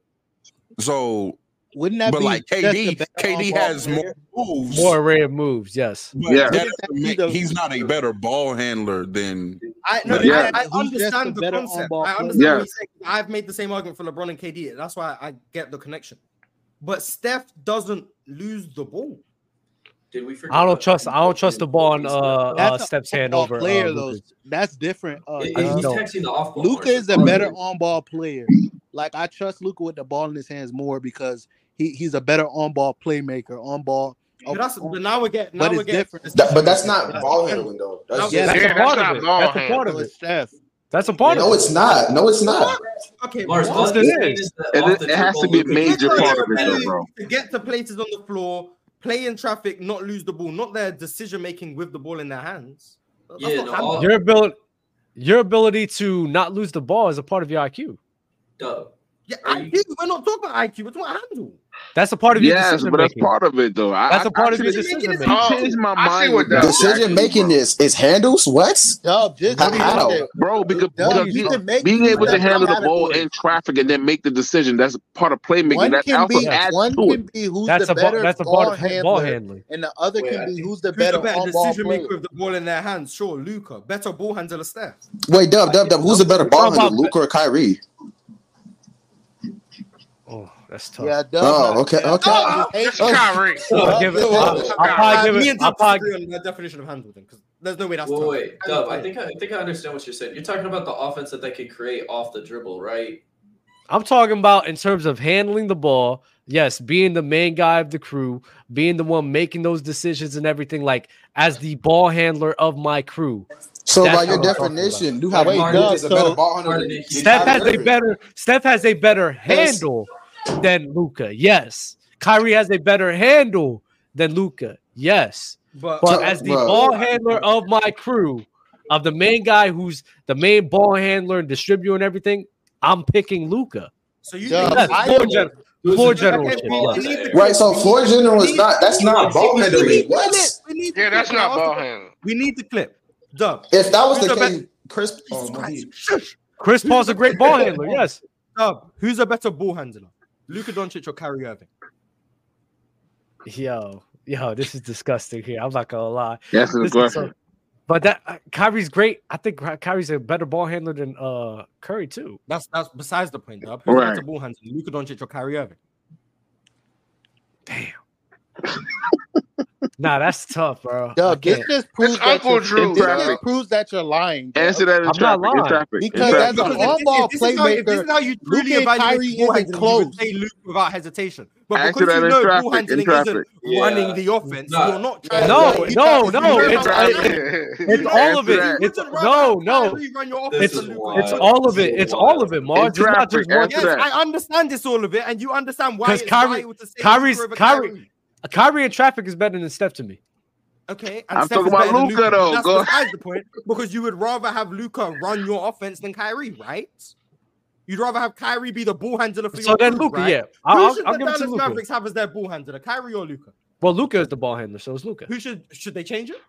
Speaker 3: So.
Speaker 4: Wouldn't that
Speaker 3: But
Speaker 4: be
Speaker 3: like
Speaker 4: just
Speaker 3: KD,
Speaker 4: a better
Speaker 3: KD
Speaker 4: overall
Speaker 3: has
Speaker 4: player?
Speaker 3: more moves.
Speaker 1: More array of moves, yes.
Speaker 3: but
Speaker 10: Yeah.
Speaker 3: that
Speaker 4: Wouldn't that
Speaker 3: doesn't
Speaker 4: be
Speaker 3: make-
Speaker 4: the-
Speaker 3: he's not a better ball handler than
Speaker 2: I no,
Speaker 10: Yeah.
Speaker 2: I, I
Speaker 4: He's just a
Speaker 2: understand the
Speaker 4: better
Speaker 2: concept.
Speaker 4: on-ball
Speaker 2: I
Speaker 4: player.
Speaker 2: understand what
Speaker 10: Yes.
Speaker 2: he's saying. I've made the same argument for LeBron and KD. That's why I get the connection. But Steph doesn't lose the ball.
Speaker 5: Did we forget?
Speaker 1: I don't
Speaker 5: what-
Speaker 1: trust. I don't trust the ball on uh, uh
Speaker 4: That's a
Speaker 1: Steph's hand
Speaker 4: on-ball
Speaker 1: over.
Speaker 4: player
Speaker 1: uh,
Speaker 4: though.
Speaker 1: Luka's.
Speaker 4: That's different. Uh,
Speaker 5: He-
Speaker 1: I
Speaker 5: he's
Speaker 1: don't.
Speaker 5: texting the off ball.
Speaker 4: Luca
Speaker 5: marks.
Speaker 4: is a better on ball player. Like I trust Luca with the ball in his hands more because he, he's a better on ball playmaker. On ball,
Speaker 2: But that's but now we get now
Speaker 4: but
Speaker 2: we
Speaker 4: it's
Speaker 2: get
Speaker 4: different.
Speaker 6: That, but that's not
Speaker 4: Yeah.
Speaker 6: ball handling though. That's
Speaker 2: Yeah,
Speaker 6: just,
Speaker 1: That's
Speaker 13: Yeah,
Speaker 1: a
Speaker 13: that's
Speaker 1: part
Speaker 13: not
Speaker 1: of it.
Speaker 13: ball
Speaker 1: That's a
Speaker 13: hand.
Speaker 1: part
Speaker 4: So
Speaker 1: of
Speaker 4: it's
Speaker 1: it.
Speaker 4: Steph.
Speaker 1: That's a part
Speaker 6: no,
Speaker 1: of it.
Speaker 6: it's not. Uh, No, it's not.
Speaker 2: okay.
Speaker 5: Lars, all
Speaker 2: what?
Speaker 1: Yes,
Speaker 5: he's
Speaker 1: it
Speaker 5: saying
Speaker 1: is.
Speaker 5: is that
Speaker 10: It-
Speaker 5: off the
Speaker 10: it
Speaker 5: two
Speaker 10: has to
Speaker 5: ball
Speaker 10: be a
Speaker 5: Luka is
Speaker 10: major
Speaker 5: better
Speaker 10: part of it, though,
Speaker 5: than-
Speaker 10: bro.
Speaker 2: To get to places on the floor, play in traffic, not lose the ball, not their decision making with the ball in their hands. That's
Speaker 5: Yeah,
Speaker 2: not
Speaker 5: no,
Speaker 2: handling.
Speaker 5: all-
Speaker 1: Your ability, your ability to not lose the ball is a part of your IQ.
Speaker 5: Duh.
Speaker 2: Yeah,
Speaker 5: Are
Speaker 2: IQ.
Speaker 5: you-
Speaker 2: We're not talking about IQ. We're talking about handle.
Speaker 1: That's a part of your
Speaker 10: Yes,
Speaker 1: decision
Speaker 10: but that's
Speaker 1: making.
Speaker 10: part of it, though. I,
Speaker 1: That's a
Speaker 10: I-
Speaker 1: part
Speaker 10: I
Speaker 1: of your
Speaker 10: changed-
Speaker 2: making
Speaker 1: decision
Speaker 2: is
Speaker 1: making.
Speaker 10: I
Speaker 13: Oh,
Speaker 10: changed my
Speaker 13: I see
Speaker 10: mind
Speaker 13: what
Speaker 10: with that.
Speaker 13: that-
Speaker 6: Decision
Speaker 10: actually,
Speaker 6: making
Speaker 10: bro.
Speaker 6: is is handles. What?
Speaker 4: Dub just
Speaker 6: H-
Speaker 1: What are you
Speaker 4: admitted
Speaker 6: How?
Speaker 4: it.
Speaker 10: bro, because
Speaker 4: Dub,
Speaker 10: because
Speaker 4: you
Speaker 10: be,
Speaker 4: can make
Speaker 10: being
Speaker 4: these
Speaker 10: able to
Speaker 4: separate
Speaker 10: handle the ball
Speaker 4: categories.
Speaker 10: in traffic and then make the decision that's part of playmaking.
Speaker 4: One
Speaker 10: That
Speaker 4: can
Speaker 10: also
Speaker 4: be
Speaker 1: Yes.
Speaker 10: adds
Speaker 4: one
Speaker 10: to it.
Speaker 4: can be who's
Speaker 1: That's
Speaker 4: the
Speaker 1: a ball.
Speaker 4: better
Speaker 1: That's a part
Speaker 4: ball
Speaker 1: of ha- ball
Speaker 4: handler,
Speaker 1: handling.
Speaker 4: and the other
Speaker 5: Wait,
Speaker 4: can
Speaker 5: I
Speaker 4: be
Speaker 5: think-
Speaker 4: who's the
Speaker 2: Who's the
Speaker 4: better
Speaker 2: better
Speaker 4: on ball
Speaker 2: decision
Speaker 4: player.
Speaker 2: maker with the ball in their hands? Sure, Luca. Better ball handler, Steph.
Speaker 6: Wait, Dub,
Speaker 2: Like
Speaker 6: Dub, Dub. Who's the better
Speaker 1: How
Speaker 6: ball handler,
Speaker 1: about? be-
Speaker 6: Luke or Kyrie?
Speaker 1: Oh, that's tough.
Speaker 4: Yeah, Dub
Speaker 6: Oh,
Speaker 4: not
Speaker 6: okay,
Speaker 4: yeah,
Speaker 6: okay.
Speaker 4: Dub
Speaker 13: No,
Speaker 4: just hates
Speaker 13: it's
Speaker 4: it.
Speaker 13: Kyrie.
Speaker 1: I'll
Speaker 2: Dub
Speaker 1: give it.
Speaker 2: just
Speaker 1: I'll,
Speaker 2: hates
Speaker 6: Whoa.
Speaker 2: it.
Speaker 1: I'll probably
Speaker 2: I,
Speaker 1: give it.
Speaker 2: me and
Speaker 1: I'll
Speaker 2: Dub
Speaker 1: probably.
Speaker 2: disagree on the definition of handle then, because there's no way that's
Speaker 5: Whoa,
Speaker 2: tough.
Speaker 5: wait,
Speaker 2: I
Speaker 5: Dub.
Speaker 2: mean,
Speaker 5: I think I, I think I understand what you're saying. You're talking about the offense that they can create off the dribble, right?
Speaker 1: I'm talking about in terms of handling the ball. Yes, being the main guy of the crew, being the one making those decisions and everything. Like as the ball handler of my crew.
Speaker 6: So by
Speaker 1: That's
Speaker 6: your
Speaker 1: what I'm talking about.
Speaker 6: definition, you
Speaker 5: Like
Speaker 6: have
Speaker 4: Wait,
Speaker 5: Martin,
Speaker 6: Luke
Speaker 4: Dub.
Speaker 6: is a better
Speaker 4: So
Speaker 6: ball handler
Speaker 5: Martin
Speaker 6: than
Speaker 5: and Houston.
Speaker 1: Steph
Speaker 6: Kyrie
Speaker 1: has a
Speaker 6: Irving.
Speaker 1: better Steph has a better
Speaker 6: Yes.
Speaker 1: handle than Luca. Yes. Kyrie has a better handle than Luca. Yes.
Speaker 2: But
Speaker 1: But
Speaker 6: So,
Speaker 1: as the
Speaker 6: bro.
Speaker 1: ball handler of my crew, of the main guy who's the main ball handler and distributor and everything, I'm picking Luca.
Speaker 2: so you think
Speaker 4: Dub,
Speaker 2: he's
Speaker 1: That's
Speaker 4: I
Speaker 2: better?
Speaker 1: floor
Speaker 4: think
Speaker 1: gen-
Speaker 5: Who's
Speaker 1: floor
Speaker 5: the better with
Speaker 2: Okay,
Speaker 5: the
Speaker 1: generalship.
Speaker 2: we,
Speaker 5: ball
Speaker 1: Yes.
Speaker 2: we
Speaker 5: in the
Speaker 2: need to
Speaker 5: air?
Speaker 6: Right,
Speaker 2: get
Speaker 6: so
Speaker 2: we need
Speaker 6: floor general
Speaker 2: we
Speaker 6: is
Speaker 2: need
Speaker 6: not that's not
Speaker 2: we
Speaker 6: ball
Speaker 2: need the
Speaker 6: handling.
Speaker 2: clip.
Speaker 6: What?
Speaker 2: We need the
Speaker 13: Yeah,
Speaker 2: clip.
Speaker 13: that's
Speaker 2: Now
Speaker 13: not
Speaker 2: ask the
Speaker 13: ball
Speaker 2: question.
Speaker 13: handling.
Speaker 2: We need the clip. Dub.
Speaker 6: If that was
Speaker 2: Who's
Speaker 6: the
Speaker 2: the better?
Speaker 6: case, Chris oh
Speaker 2: Jesus
Speaker 6: no,
Speaker 2: Christ!
Speaker 6: he
Speaker 2: Shush.
Speaker 1: Chris
Speaker 2: Who's
Speaker 1: Paul's
Speaker 2: the
Speaker 1: a
Speaker 2: better
Speaker 1: great ball
Speaker 2: ball
Speaker 1: handler.
Speaker 2: handler?
Speaker 1: Yes.
Speaker 2: Dub. Who's a better ball handler? Luka Doncic or Kyrie Irving?
Speaker 1: Yo, yo, this is disgusting here. I'm not gonna lie.
Speaker 10: That's the
Speaker 1: This is so
Speaker 10: question.
Speaker 1: but that uh, Kyrie's great. I think Ky- Kyrie's a better ball handler than uh Curry too.
Speaker 2: That's that's besides the point, Dub. Who's a better
Speaker 10: Right.
Speaker 2: ball handler, Luka Doncic or Kyrie Irving?
Speaker 1: Damn. Nah, that's tough, bro. I
Speaker 4: Dub, this
Speaker 1: can't.
Speaker 4: just
Speaker 13: It's
Speaker 4: proves that
Speaker 13: Uncle
Speaker 4: you're
Speaker 10: In
Speaker 13: Drew,
Speaker 4: this just
Speaker 13: dog.
Speaker 10: traffic.
Speaker 4: proves that you're lying, Dub.
Speaker 10: Answer that
Speaker 1: I'm
Speaker 10: in
Speaker 1: not
Speaker 10: traffic. In
Speaker 1: lying.
Speaker 10: traffic. In
Speaker 4: Because
Speaker 2: No,
Speaker 4: as
Speaker 10: traffic.
Speaker 4: an
Speaker 2: because if
Speaker 4: on
Speaker 2: this, if
Speaker 4: ball
Speaker 2: this is how if this
Speaker 4: playmaker,
Speaker 2: is how you truly
Speaker 4: Luca and
Speaker 2: evaluate
Speaker 4: Kyrie
Speaker 2: ball handling,
Speaker 4: isn't
Speaker 2: you would
Speaker 4: close.
Speaker 2: say Luke without hesitation. But
Speaker 10: Answer
Speaker 2: because
Speaker 10: that
Speaker 2: you
Speaker 10: in
Speaker 2: know ball
Speaker 10: traffic. In
Speaker 2: handling isn't
Speaker 10: traffic.
Speaker 2: running
Speaker 5: Yeah.
Speaker 2: the offense,
Speaker 5: Nah,
Speaker 2: you're not trying to trying to
Speaker 1: No,
Speaker 4: Yeah,
Speaker 2: say
Speaker 4: you
Speaker 2: Luca.
Speaker 4: got
Speaker 1: no, no.
Speaker 4: if you know how
Speaker 10: In
Speaker 1: It's
Speaker 4: to
Speaker 1: it,
Speaker 4: handle
Speaker 1: it, it's
Speaker 10: traffic.
Speaker 2: you know
Speaker 1: all of
Speaker 10: Answer
Speaker 1: it.
Speaker 2: you
Speaker 10: that.
Speaker 1: It's
Speaker 2: wouldn't run
Speaker 1: no,
Speaker 2: how
Speaker 1: no.
Speaker 2: Kyrie run your
Speaker 5: this
Speaker 2: offense
Speaker 1: It's
Speaker 2: for
Speaker 5: is
Speaker 2: Luca.
Speaker 5: wild.
Speaker 1: it's
Speaker 2: You wouldn't.
Speaker 1: all of
Speaker 5: This is
Speaker 1: it. It's all of
Speaker 5: wild.
Speaker 1: it,
Speaker 10: In
Speaker 1: Marge. It's not
Speaker 10: traffic.
Speaker 1: just one
Speaker 10: Answer
Speaker 2: Yes,
Speaker 1: thing.
Speaker 10: that.
Speaker 2: I understand it's all of it, and you understand why
Speaker 1: Because
Speaker 2: it's
Speaker 1: Kyrie,
Speaker 2: wild to say Luca
Speaker 1: Kyrie's
Speaker 2: over
Speaker 1: Kyrie,
Speaker 2: Kyrie.
Speaker 1: Kyrie in traffic is better than Steph to me.
Speaker 2: Okay, and
Speaker 10: I'm
Speaker 2: Steph
Speaker 10: talking
Speaker 2: is
Speaker 10: about
Speaker 2: better than
Speaker 10: Luca
Speaker 2: Luca, but
Speaker 10: though.
Speaker 2: that's
Speaker 10: Go.
Speaker 2: besides the point because you would rather have Luca run your offense than Kyrie, right? You'd rather have Kyrie be the ball handler for
Speaker 1: So
Speaker 2: your
Speaker 1: then
Speaker 2: crew,
Speaker 1: Luca,
Speaker 2: right?
Speaker 1: yeah, I'll,
Speaker 2: Who
Speaker 1: I'll,
Speaker 2: should
Speaker 1: I'll
Speaker 2: the
Speaker 1: give it to
Speaker 2: Dallas
Speaker 1: Luca.
Speaker 2: Mavericks have as their ball handler, Kyrie or Luca?
Speaker 1: Well, Luca is the ball handler, so it's Luca.
Speaker 2: Who should should they change it?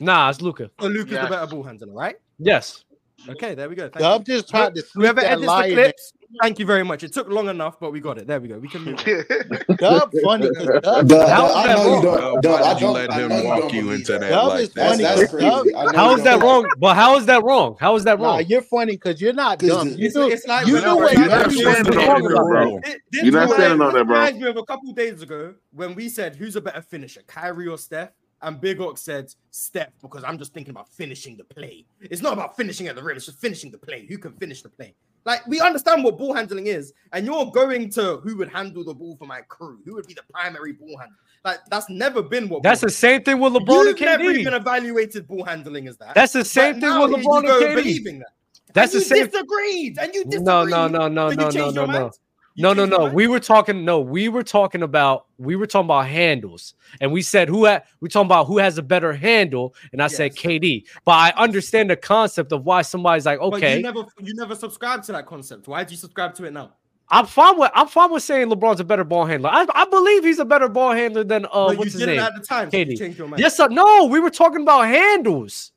Speaker 1: Nah, it's Luca.
Speaker 2: Or Luca's Oh, the
Speaker 13: Yes.
Speaker 2: better ball handler, right?
Speaker 1: Yes,
Speaker 2: Okay, there we go. Thank you.
Speaker 4: Dub just
Speaker 2: Who-
Speaker 4: tried to sneak
Speaker 2: Whoever
Speaker 4: that
Speaker 2: edits the
Speaker 4: lie in there.
Speaker 2: clips, thank you very much. It took long enough, but we got it. There we go. We can move on.
Speaker 4: Dub funny because Dub
Speaker 6: Dub,
Speaker 4: is
Speaker 1: how
Speaker 6: Dub,
Speaker 1: is
Speaker 6: I
Speaker 1: that
Speaker 6: know you
Speaker 1: wrong?
Speaker 6: don't
Speaker 3: Dub,
Speaker 6: Dub,
Speaker 3: why
Speaker 6: I
Speaker 3: did you
Speaker 6: don't
Speaker 3: let
Speaker 6: I
Speaker 3: him
Speaker 6: know you
Speaker 3: walk
Speaker 6: don't
Speaker 3: you
Speaker 6: believe
Speaker 3: into
Speaker 6: that.
Speaker 3: that
Speaker 4: Dub
Speaker 3: like
Speaker 4: is
Speaker 6: That's
Speaker 3: that,
Speaker 4: funny
Speaker 6: that's
Speaker 4: because
Speaker 3: bro?
Speaker 4: Dub
Speaker 6: crazy. I know you
Speaker 1: How is
Speaker 6: don't
Speaker 1: that
Speaker 6: believe
Speaker 1: wrong? But how is that wrong? How is that
Speaker 4: nah,
Speaker 1: wrong?
Speaker 4: you're funny because you're not
Speaker 6: because
Speaker 4: dumb.
Speaker 6: the
Speaker 4: You
Speaker 2: It's
Speaker 4: knew
Speaker 2: it's like
Speaker 4: you
Speaker 2: when I
Speaker 4: knew
Speaker 2: was
Speaker 4: what
Speaker 10: You're
Speaker 2: trying to
Speaker 10: not
Speaker 1: We
Speaker 4: everyone
Speaker 1: was just talking about that.
Speaker 4: knew.
Speaker 10: standing on that, bro.
Speaker 2: Thi- This
Speaker 10: You're not standing
Speaker 2: reminds
Speaker 10: on
Speaker 2: this
Speaker 10: that, bro.
Speaker 2: reminds me of a couple days ago when we said who's a better finisher, Kyrie or Steph, and Big Ox said Steph because I'm just thinking about finishing the play. It's not about finishing at the rim; it's just finishing the play. Who can finish the play? Like we understand what ball handling is, and you're going to who would handle the ball for my crew, who would be the primary ball handler. Like that's never been what.
Speaker 1: That's
Speaker 2: Ball
Speaker 1: the same thing with LeBron and
Speaker 2: You've never
Speaker 1: KD.
Speaker 2: even evaluated ball handling as that.
Speaker 1: That's the
Speaker 2: But
Speaker 1: same thing
Speaker 2: now
Speaker 1: with
Speaker 2: here you
Speaker 1: LeBron and
Speaker 2: go
Speaker 1: KD.
Speaker 2: believing that.
Speaker 1: That's
Speaker 2: And
Speaker 1: the
Speaker 2: you
Speaker 1: same.
Speaker 2: disagreed. And you
Speaker 1: No, no,
Speaker 2: disagreed.
Speaker 1: no, no,
Speaker 2: So you
Speaker 1: no, no,
Speaker 2: changed
Speaker 1: no,
Speaker 2: your mind?
Speaker 1: no.
Speaker 2: You
Speaker 1: No, no,
Speaker 2: changed your
Speaker 1: no.
Speaker 2: mind?
Speaker 1: We were talking. No, we were talking about. We were talking about handles, and we said who. Ha- we talking about who has a better handle, and I said
Speaker 2: Yes.
Speaker 1: KD. But I understand the concept of why somebody's like,
Speaker 2: But you
Speaker 1: okay,
Speaker 2: never you never subscribed to that concept. Why do you subscribe to it now?
Speaker 1: I'm fine with. I'm fine with saying LeBron's a better ball handler. I, I believe he's a better ball handler than uh,
Speaker 2: But you
Speaker 1: what's his
Speaker 2: didn't
Speaker 1: name,
Speaker 2: at the time, so you
Speaker 1: KD.
Speaker 2: changed your mind.
Speaker 1: Yes, sir. No, we were talking about handles.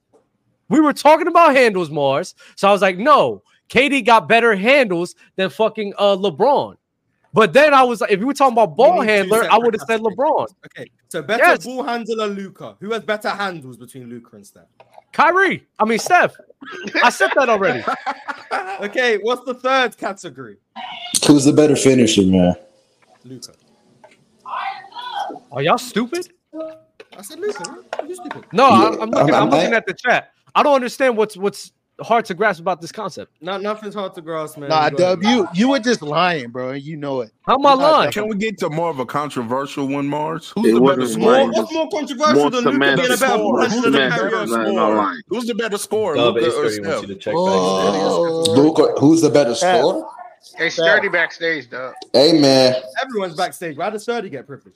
Speaker 1: We were talking about handles, Mars. So I was like, no, KD got better handles than fucking uh LeBron. But then I was like, if you were talking about ball
Speaker 2: need two
Speaker 1: handler, I
Speaker 2: separate
Speaker 1: would have said LeBron.
Speaker 2: Okay, so better
Speaker 1: Yes.
Speaker 2: ball handler Luca. Who has better handles between Luca and Steph?
Speaker 1: Kyrie. I mean Steph. I said that already.
Speaker 2: Okay, what's the third category?
Speaker 6: Who's the better finisher, man?
Speaker 2: Luca.
Speaker 1: Are y'all stupid?
Speaker 2: I said Luca. Who's stupid?
Speaker 1: No,
Speaker 6: Yeah,
Speaker 1: I'm, I'm looking.
Speaker 6: I'm-
Speaker 1: I'm,
Speaker 6: I'm
Speaker 1: looking
Speaker 6: not-
Speaker 1: at the chat. I don't understand what's what's hard to grasp about this concept.
Speaker 2: No, nothing's hard to grasp, man.
Speaker 4: Nah,
Speaker 2: You gotta-
Speaker 4: Dub, you you were just lying, bro. and You know it.
Speaker 1: How am I
Speaker 4: You're not
Speaker 1: lying?
Speaker 3: Can we get to more of a controversial one, Mars? Who's
Speaker 10: It
Speaker 3: the better
Speaker 10: wasn't
Speaker 3: scorer?
Speaker 10: lying.
Speaker 2: More, what's more
Speaker 10: More
Speaker 2: controversial than Luca being a
Speaker 10: semantics.
Speaker 2: better ball
Speaker 10: More
Speaker 2: handler than Kyrie
Speaker 10: semantics.
Speaker 2: Irving?
Speaker 10: Not, not lying.
Speaker 3: Who's the better scorer,
Speaker 5: Dub
Speaker 3: Luka or
Speaker 5: A30 wants
Speaker 3: Steph?
Speaker 5: you to check
Speaker 4: Oh,
Speaker 6: Luca, who's the better scorer?
Speaker 14: They sturdy backstage, dog.
Speaker 6: Hey man,
Speaker 2: Everyone's backstage. Why does Sturdy get privilege?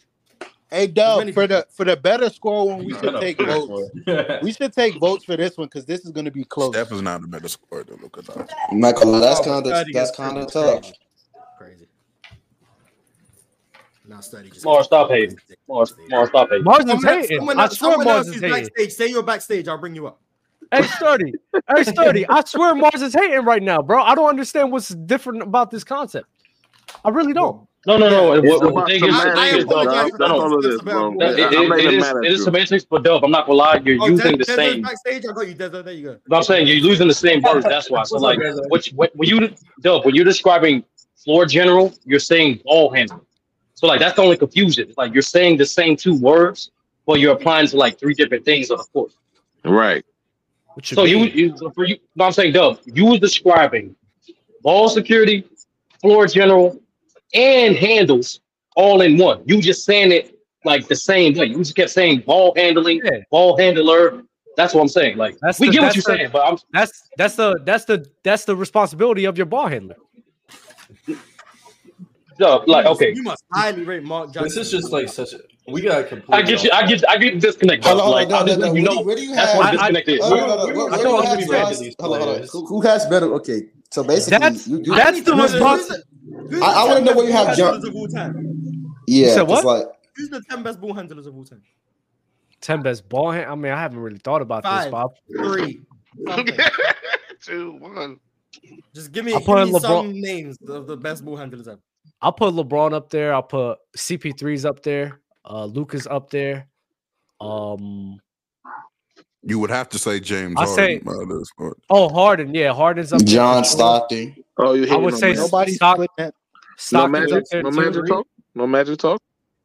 Speaker 4: hey
Speaker 2: many
Speaker 4: Dub, for the for the better score one, we
Speaker 5: backstage.
Speaker 4: should take votes. We should take votes for this one because this is going to be close.
Speaker 3: Steph is not the better scorer than Luka. Doncic.
Speaker 6: Michael, that's
Speaker 2: Oh,
Speaker 6: kind of
Speaker 2: Sturdy
Speaker 6: that's
Speaker 2: gets
Speaker 6: kind of
Speaker 2: privilege.
Speaker 6: tough.
Speaker 2: Crazy. Now Sturdy just.
Speaker 15: Mars, stop hating. Mars, Mars, stop hating.
Speaker 1: Mars is
Speaker 2: Someone else,
Speaker 1: hating.
Speaker 2: someone
Speaker 1: I
Speaker 2: else,
Speaker 1: swear
Speaker 2: someone
Speaker 1: Mars
Speaker 2: else
Speaker 1: is
Speaker 2: who's
Speaker 1: hating.
Speaker 2: backstage. Say you're backstage. I'll bring you up.
Speaker 1: Hey Sturdy. Hey Sturdy. I swear Mars is hating right now, bro. I don't understand what's different about this concept. I really don't.
Speaker 15: No, no, no.
Speaker 10: It's
Speaker 15: What, what
Speaker 10: about
Speaker 15: the thing is,
Speaker 2: I,
Speaker 15: the
Speaker 2: I
Speaker 15: thing is, dog.
Speaker 2: apologize
Speaker 10: semantics.
Speaker 2: for
Speaker 10: That's
Speaker 15: No, no.
Speaker 10: all it is, bro.
Speaker 2: no.
Speaker 15: That-
Speaker 10: Yeah,
Speaker 15: it-
Speaker 10: I'm
Speaker 15: it-
Speaker 10: not
Speaker 15: it
Speaker 10: even
Speaker 15: is
Speaker 10: mad at
Speaker 15: it is
Speaker 10: you.
Speaker 15: semantics, but Dub, I'm not gonna lie. You're
Speaker 2: Oh,
Speaker 15: using
Speaker 2: Des,
Speaker 15: the
Speaker 2: Des is
Speaker 15: same.
Speaker 2: backstage. I got you, Des. There you go.
Speaker 15: But I'm saying you're using the same words. That's why.
Speaker 5: What's
Speaker 15: So
Speaker 5: up,
Speaker 15: like,
Speaker 5: guys?
Speaker 15: which when when you Dub, when you're describing floor general, you're saying ball handler. So like, that's the only confusion. It's Like you're saying the same two words, but you're applying to like three different things on the court.
Speaker 10: Right.
Speaker 1: What you
Speaker 15: So you,
Speaker 1: mean?
Speaker 15: you so for you, no, I'm saying Dub, you were describing ball security, floor general, and handles all in one. You just saying it like the same way. You just kept saying ball handling,
Speaker 1: Yeah.
Speaker 15: ball handler. That's what I'm saying. Like
Speaker 1: That's
Speaker 15: we
Speaker 1: the-
Speaker 15: get what
Speaker 1: that's
Speaker 15: you're
Speaker 1: the-
Speaker 15: saying, but I'm
Speaker 1: That's that's the that's the that's the responsibility of your ball handler.
Speaker 15: Dub, like
Speaker 2: you must,
Speaker 15: okay.
Speaker 2: You must highly rate Mark Jackson.
Speaker 5: This is just like such a. We got completely.
Speaker 15: I get you. I
Speaker 5: off-
Speaker 15: get. I get the disconnect.
Speaker 6: Hold
Speaker 15: Dub.
Speaker 6: on, hold
Speaker 15: Like
Speaker 6: on,
Speaker 15: I'm
Speaker 6: no,
Speaker 15: just
Speaker 6: Oh, no, no.
Speaker 15: letting you
Speaker 6: Where do, where
Speaker 15: know
Speaker 6: do you
Speaker 15: that's
Speaker 6: have? Oh,
Speaker 15: what the disconnect is.
Speaker 6: Hold
Speaker 5: We
Speaker 6: on,
Speaker 5: were,
Speaker 6: hold
Speaker 5: we were
Speaker 6: on. Where,
Speaker 1: I
Speaker 6: where do
Speaker 1: thought
Speaker 6: you
Speaker 5: talking
Speaker 1: I
Speaker 5: back
Speaker 1: was
Speaker 6: have
Speaker 5: to
Speaker 6: Josh?
Speaker 5: these
Speaker 6: Hold on, hold on.
Speaker 5: players.
Speaker 6: Who, who has better? Okay, so basically,
Speaker 1: That's
Speaker 6: you, you
Speaker 2: I
Speaker 1: that's
Speaker 2: need
Speaker 1: the
Speaker 2: to know who's
Speaker 1: response.
Speaker 2: the, who's
Speaker 6: I,
Speaker 2: the
Speaker 6: I want to
Speaker 2: ten
Speaker 6: know
Speaker 2: best
Speaker 6: where you
Speaker 2: ball
Speaker 6: have John.
Speaker 2: handlers of all time.
Speaker 1: You
Speaker 6: Yeah,
Speaker 1: said
Speaker 6: because
Speaker 1: what?
Speaker 6: like
Speaker 2: Who's the ten best ball handlers of all time?
Speaker 1: Ten best ball hand. I mean, I haven't really thought about this,
Speaker 2: Five,
Speaker 1: Bob.
Speaker 2: three, something.
Speaker 14: Two, one.
Speaker 2: Just give
Speaker 1: I
Speaker 2: me give
Speaker 1: put
Speaker 2: me
Speaker 1: LeBron-
Speaker 2: some names of the best ball handlers ever.
Speaker 1: I'll put LeBron up there. I'll put CP3's up there. Uh Luca's up there. Um
Speaker 3: You would have to say James
Speaker 1: I
Speaker 3: Harden.
Speaker 1: say-
Speaker 3: uh, that's what-
Speaker 1: oh Harden. Yeah, Harden's up there.
Speaker 6: John
Speaker 1: for sure.
Speaker 6: Stockton.
Speaker 10: Oh, you
Speaker 1: I
Speaker 10: hating
Speaker 1: would
Speaker 10: on
Speaker 1: say
Speaker 10: magic?
Speaker 1: Stock,
Speaker 4: Nobody's splitting that.
Speaker 10: No
Speaker 1: Stockton's up
Speaker 10: magic.
Speaker 1: there
Speaker 10: No
Speaker 1: too.
Speaker 10: magic talk. No magic talk.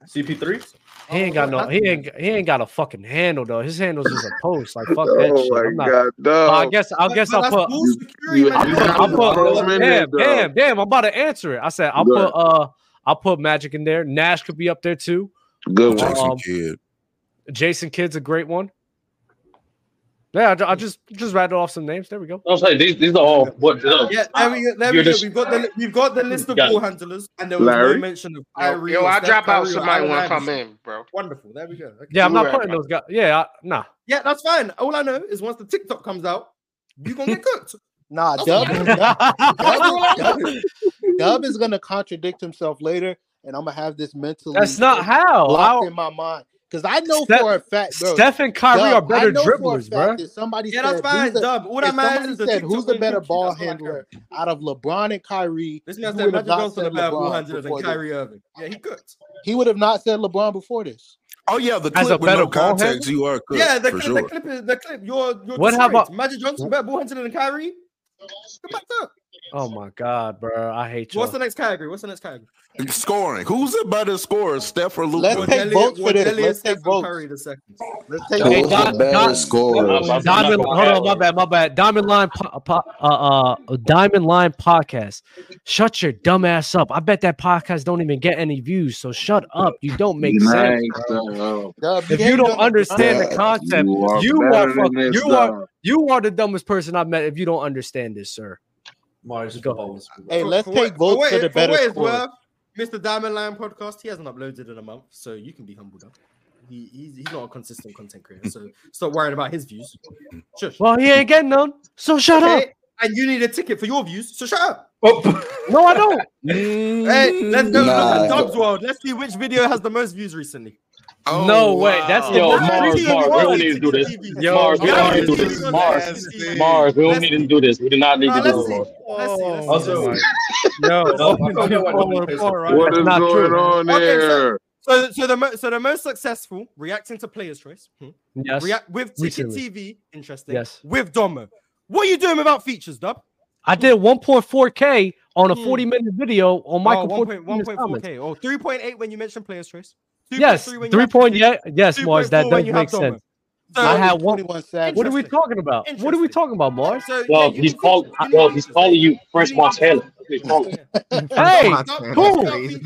Speaker 5: CP3.
Speaker 1: He ain't got no he ain't he ain't got a fucking handle though. His handle's just a post. Like fuck that
Speaker 10: Oh
Speaker 1: shit. I'm
Speaker 10: my
Speaker 1: not
Speaker 10: god,
Speaker 1: but I
Speaker 10: dog.
Speaker 1: guess I
Speaker 2: But-
Speaker 1: guess
Speaker 2: but
Speaker 1: I'll
Speaker 2: that's
Speaker 1: put
Speaker 2: ball
Speaker 10: You-
Speaker 2: security,
Speaker 10: You,
Speaker 2: man.
Speaker 1: I'll
Speaker 10: you
Speaker 1: put I'll
Speaker 10: having
Speaker 1: put uh,
Speaker 10: pro
Speaker 5: Damn,
Speaker 10: minutes,
Speaker 1: damn
Speaker 10: dog.
Speaker 1: damn damn I'm about to answer it. I said I'll put
Speaker 10: Good,
Speaker 1: uh I'll put Magic in there. Nash could be up there too.
Speaker 10: good one.
Speaker 3: Jason
Speaker 1: Um,
Speaker 3: Kidd.
Speaker 1: Jason Kidd's a great one. Yeah, I, ju- I just just rattled off some names. There we go.
Speaker 15: I'm saying these. These are all what Dub.
Speaker 2: Yeah, there we go. There we
Speaker 15: You're
Speaker 2: go.
Speaker 15: just-
Speaker 2: We've got the we've got the list of
Speaker 15: Got it.
Speaker 2: ball handlers, and there was no
Speaker 10: Larry?
Speaker 2: mention of
Speaker 14: Yo,
Speaker 2: Kyrie.
Speaker 14: yo
Speaker 2: or
Speaker 14: I
Speaker 2: Steph
Speaker 14: drop out
Speaker 2: Curry or
Speaker 14: somebody
Speaker 2: Allen
Speaker 14: when I come
Speaker 2: Iverson.
Speaker 14: in, bro.
Speaker 2: Wonderful. There we go. Okay.
Speaker 1: Yeah, I'm
Speaker 14: You
Speaker 1: not
Speaker 14: right,
Speaker 1: putting
Speaker 14: bro.
Speaker 1: those guys. Yeah, I, nah.
Speaker 2: Yeah, that's fine. All I know is once the TikTok comes out, you're gonna get cooked.
Speaker 4: Nah,
Speaker 2: That's
Speaker 4: Dub
Speaker 2: all
Speaker 4: is
Speaker 2: I know.
Speaker 4: not. Dub
Speaker 2: That's all
Speaker 4: is,
Speaker 2: I
Speaker 4: Dub,
Speaker 2: know.
Speaker 4: Dub is going to contradict himself later, and I'm going to have this mentally
Speaker 1: That's not how.
Speaker 4: locked
Speaker 1: How
Speaker 4: in my mind. Because I know
Speaker 1: Steph-
Speaker 4: for a fact, bro.
Speaker 1: Steph and Kyrie
Speaker 4: Dub,
Speaker 1: are
Speaker 4: I
Speaker 1: better
Speaker 4: know for a
Speaker 1: dribblers, bro.
Speaker 4: fact that somebody
Speaker 2: Yeah, that's
Speaker 4: said who's
Speaker 2: fine.
Speaker 4: the
Speaker 2: Dub. All that
Speaker 4: if
Speaker 2: matters
Speaker 4: somebody
Speaker 2: is the
Speaker 4: said
Speaker 2: TikTok
Speaker 4: who's the
Speaker 2: gonna
Speaker 4: better
Speaker 2: cook you.
Speaker 4: ball
Speaker 2: That's all I care
Speaker 4: handler
Speaker 2: about.
Speaker 4: out of LeBron and Kyrie,
Speaker 2: This
Speaker 4: you
Speaker 2: man said
Speaker 4: would have
Speaker 2: Magic
Speaker 4: not
Speaker 2: Johnson a
Speaker 4: said
Speaker 2: better ball
Speaker 4: LeBron
Speaker 2: handler than
Speaker 4: before this.
Speaker 2: Kyrie Irving. Yeah, he cooked.
Speaker 4: He would have not said LeBron before this.
Speaker 3: Oh yeah, the
Speaker 1: As a
Speaker 3: clip with
Speaker 1: better
Speaker 3: no
Speaker 1: ball
Speaker 3: context. You are good
Speaker 2: Yeah, the
Speaker 3: for
Speaker 2: clip, the
Speaker 3: sure.
Speaker 2: clip is the clip. You're you're
Speaker 1: What have
Speaker 2: destroyed. Magic Johnson better ball handler than Kyrie. Get back up.
Speaker 1: Oh my god, bro. I hate you.
Speaker 2: What's the next category? What's the next category?
Speaker 3: Scoring. Who's the better scorer, Steph or Luka?
Speaker 4: Let's take votes for this. Let's take votes.
Speaker 2: Curry the second.
Speaker 4: Let's take
Speaker 15: Hey,
Speaker 6: Who's
Speaker 4: votes.
Speaker 6: the
Speaker 1: Doc-
Speaker 6: better
Speaker 1: Doc-
Speaker 6: scorer?
Speaker 15: I'm not
Speaker 1: Diamond,
Speaker 15: gonna
Speaker 1: hold
Speaker 15: add
Speaker 1: on, my bad, my bad. Diamond Line, po- po- uh, uh, Diamond Line podcast. Shut your dumb ass up. I bet that podcast don't even get any views. So shut up. You don't make sense.
Speaker 10: Nice, dog.
Speaker 4: Dub,
Speaker 1: If
Speaker 4: ain't
Speaker 1: you don't
Speaker 4: done it,
Speaker 1: understand
Speaker 4: Dub.
Speaker 1: the
Speaker 6: Yeah,
Speaker 1: concept,
Speaker 10: You are
Speaker 1: you are
Speaker 10: better than
Speaker 1: fucking,
Speaker 10: this,
Speaker 1: you are
Speaker 10: dog.
Speaker 1: you are the dumbest person I've met. If you don't understand this, sir,
Speaker 5: Mars
Speaker 1: Go.
Speaker 5: balls.
Speaker 4: Hey, let's
Speaker 2: what-
Speaker 4: take votes for
Speaker 2: what-
Speaker 4: the better
Speaker 2: what it's
Speaker 4: scorer.
Speaker 2: Mr. Diamond Lion podcast, he hasn't uploaded in a month, so you can be humbled up. He, he's, he's not a consistent content creator, so stop worrying about his views. Shush.
Speaker 1: well, Oh, he ain't getting none. So shut up. Oh.
Speaker 2: Okay, and you need a ticket for your views, so shut up.
Speaker 1: No, I don't.
Speaker 2: Hey, let's go look
Speaker 6: Nah.
Speaker 2: at Dub's World. Let's see which video has the most views recently.
Speaker 1: no way. That's the
Speaker 15: Yo,
Speaker 1: most
Speaker 15: Mars,
Speaker 1: recent one.
Speaker 15: Mars, we don't need to do this.
Speaker 1: Yo,
Speaker 15: Mars, we don't
Speaker 1: Mars,
Speaker 15: need to do this. Mars, Mars, we don't need to do this. We do not need to do this,
Speaker 2: Let's
Speaker 15: Mars.
Speaker 2: see.
Speaker 1: Oh,
Speaker 2: Let's see.
Speaker 15: Also-
Speaker 1: No,
Speaker 2: open to forward four, right?
Speaker 10: What is going on
Speaker 2: Okay, so-
Speaker 10: there?
Speaker 2: So, so the mo- so the most successful reacting to players' choice. hmm,
Speaker 1: Yes.
Speaker 2: React with Ticket
Speaker 1: Recently.
Speaker 2: TV. Interesting.
Speaker 1: Yes.
Speaker 2: With Domo. What are you doing without features, Dub?
Speaker 1: I did 1.4K on a
Speaker 2: Hmm.
Speaker 1: 40 minute video on Michael
Speaker 2: oh,
Speaker 1: Porter
Speaker 2: 1.4K
Speaker 1: Jr.'s comments.
Speaker 2: or 3.8 when you mentioned players' choice.
Speaker 1: Yes,
Speaker 2: 3.3 when you
Speaker 1: three
Speaker 2: have
Speaker 1: point.
Speaker 2: Ticket.
Speaker 1: Yeah, yes, Mars. That
Speaker 2: 3.4 when
Speaker 1: does
Speaker 2: you have
Speaker 1: make
Speaker 2: Domo.
Speaker 1: sense. I
Speaker 2: So-
Speaker 1: had one.
Speaker 2: Savage.
Speaker 1: What are we talking about? What are we talking about, Mars?
Speaker 2: So,
Speaker 15: Dub, he's calling. Dub, he's calling you French Montana. That's what he's calling.
Speaker 1: Hey, cool. Hey,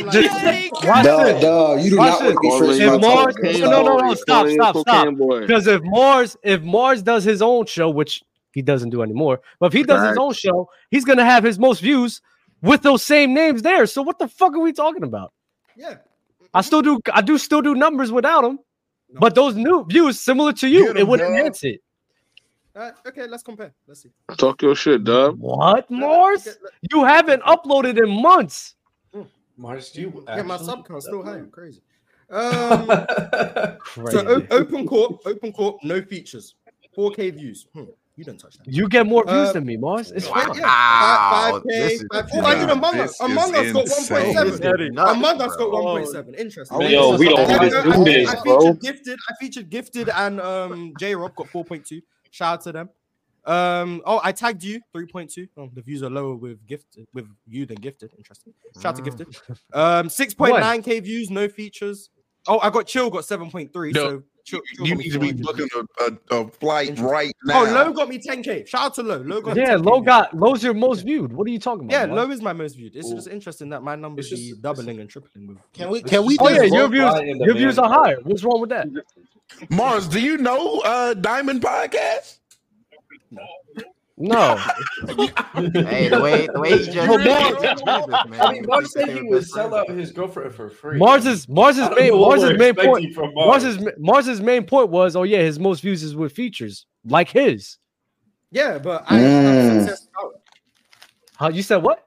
Speaker 2: DJ
Speaker 1: just- watch
Speaker 6: Duh,
Speaker 1: this.
Speaker 6: duh, you do
Speaker 1: Watch
Speaker 6: not want to be
Speaker 1: this.
Speaker 6: French
Speaker 1: If
Speaker 6: Montana,
Speaker 1: Mars,
Speaker 6: bro.
Speaker 1: no,
Speaker 6: Stop.
Speaker 1: no, no, no,
Speaker 6: Calling
Speaker 1: stop,
Speaker 6: him
Speaker 1: stop, stop.
Speaker 6: cocaine boy.
Speaker 1: Because if Mars, if Mars does his own show, which he doesn't do anymore, but if he does his
Speaker 10: Right.
Speaker 1: own show, he's gonna have his most views with those same names there. So what the fuck are we talking about?
Speaker 16: Yeah.
Speaker 1: I still do. I do still do numbers without him, but those new views, similar to you, it would enhance it.
Speaker 2: Uh, okay, let's compare. Let's see.
Speaker 10: Talk your shit, Dub.
Speaker 1: What, Mars? You haven't uploaded in months.
Speaker 5: Mars, do you
Speaker 2: Yeah, my
Speaker 5: actually-
Speaker 2: sub count's still high. Crazy. Um, so o- open court, open court, no features, 4K views. Hmm, you don't touch that.
Speaker 1: You get more views
Speaker 2: Uh,
Speaker 1: than me, Mars. It's
Speaker 2: Wow.
Speaker 1: fine.
Speaker 2: Five, 5K.
Speaker 1: This is-
Speaker 2: five- oh, I did Among
Speaker 1: this
Speaker 2: Us.
Speaker 1: is
Speaker 2: Among Us got
Speaker 1: insane.
Speaker 2: 1.7.
Speaker 1: This is nuts,
Speaker 2: Among Us got
Speaker 1: bro.
Speaker 2: 1.7. Interesting.
Speaker 15: Man, Oh. yo, we don't
Speaker 2: I-
Speaker 15: just
Speaker 2: I-
Speaker 15: do this,
Speaker 2: I
Speaker 15: bro.
Speaker 2: featured gifted. I featured gifted and um J Rob got 4.2. Shout out to them. Um, oh, I tagged you 3.2. Oh, the views are lower with gifted with you than gifted. Interesting. Shout out to gifted. Um, 6.9k views, no features. Oh, I got chill, got 7.3. So
Speaker 3: No,
Speaker 2: chill, chill
Speaker 3: you
Speaker 2: got me
Speaker 3: need to be
Speaker 2: 400.
Speaker 3: booking a, a, a flight right now.
Speaker 2: Oh, low got me 10k. Shout out to low. Low got me
Speaker 1: Yeah,
Speaker 2: 10K
Speaker 1: low
Speaker 2: views.
Speaker 1: got low's your most viewed. What are you talking about?
Speaker 2: Yeah,
Speaker 1: Mars?
Speaker 2: low is my most viewed. It's just interesting that my numbers be doubling and tripling. With
Speaker 4: Can we-
Speaker 1: Can we? Oh yeah, your views, your views are higher.
Speaker 2: higher.
Speaker 1: What's wrong with that?
Speaker 3: Mars, do you know uh Diamond Podcast?
Speaker 1: No.
Speaker 17: Hey, the way the way he just
Speaker 1: Yo,
Speaker 17: did
Speaker 1: Mars-
Speaker 17: it was Jesus, man.
Speaker 5: I mean,
Speaker 17: He
Speaker 5: Mars
Speaker 17: said
Speaker 5: said
Speaker 17: they
Speaker 5: he
Speaker 17: were
Speaker 5: would
Speaker 17: best
Speaker 5: sell
Speaker 17: friends.
Speaker 5: out his girlfriend for free.
Speaker 1: Mars's Mars's
Speaker 5: I don't
Speaker 1: main
Speaker 5: know what
Speaker 1: Mars's
Speaker 5: we're
Speaker 1: main
Speaker 5: expecting
Speaker 1: point.
Speaker 5: from Mars.
Speaker 1: Mars's ma- Mars's main point was, oh yeah, his most views is with features like his.
Speaker 2: Yeah, but I have
Speaker 1: Mm.
Speaker 2: success without it.
Speaker 1: How you said what?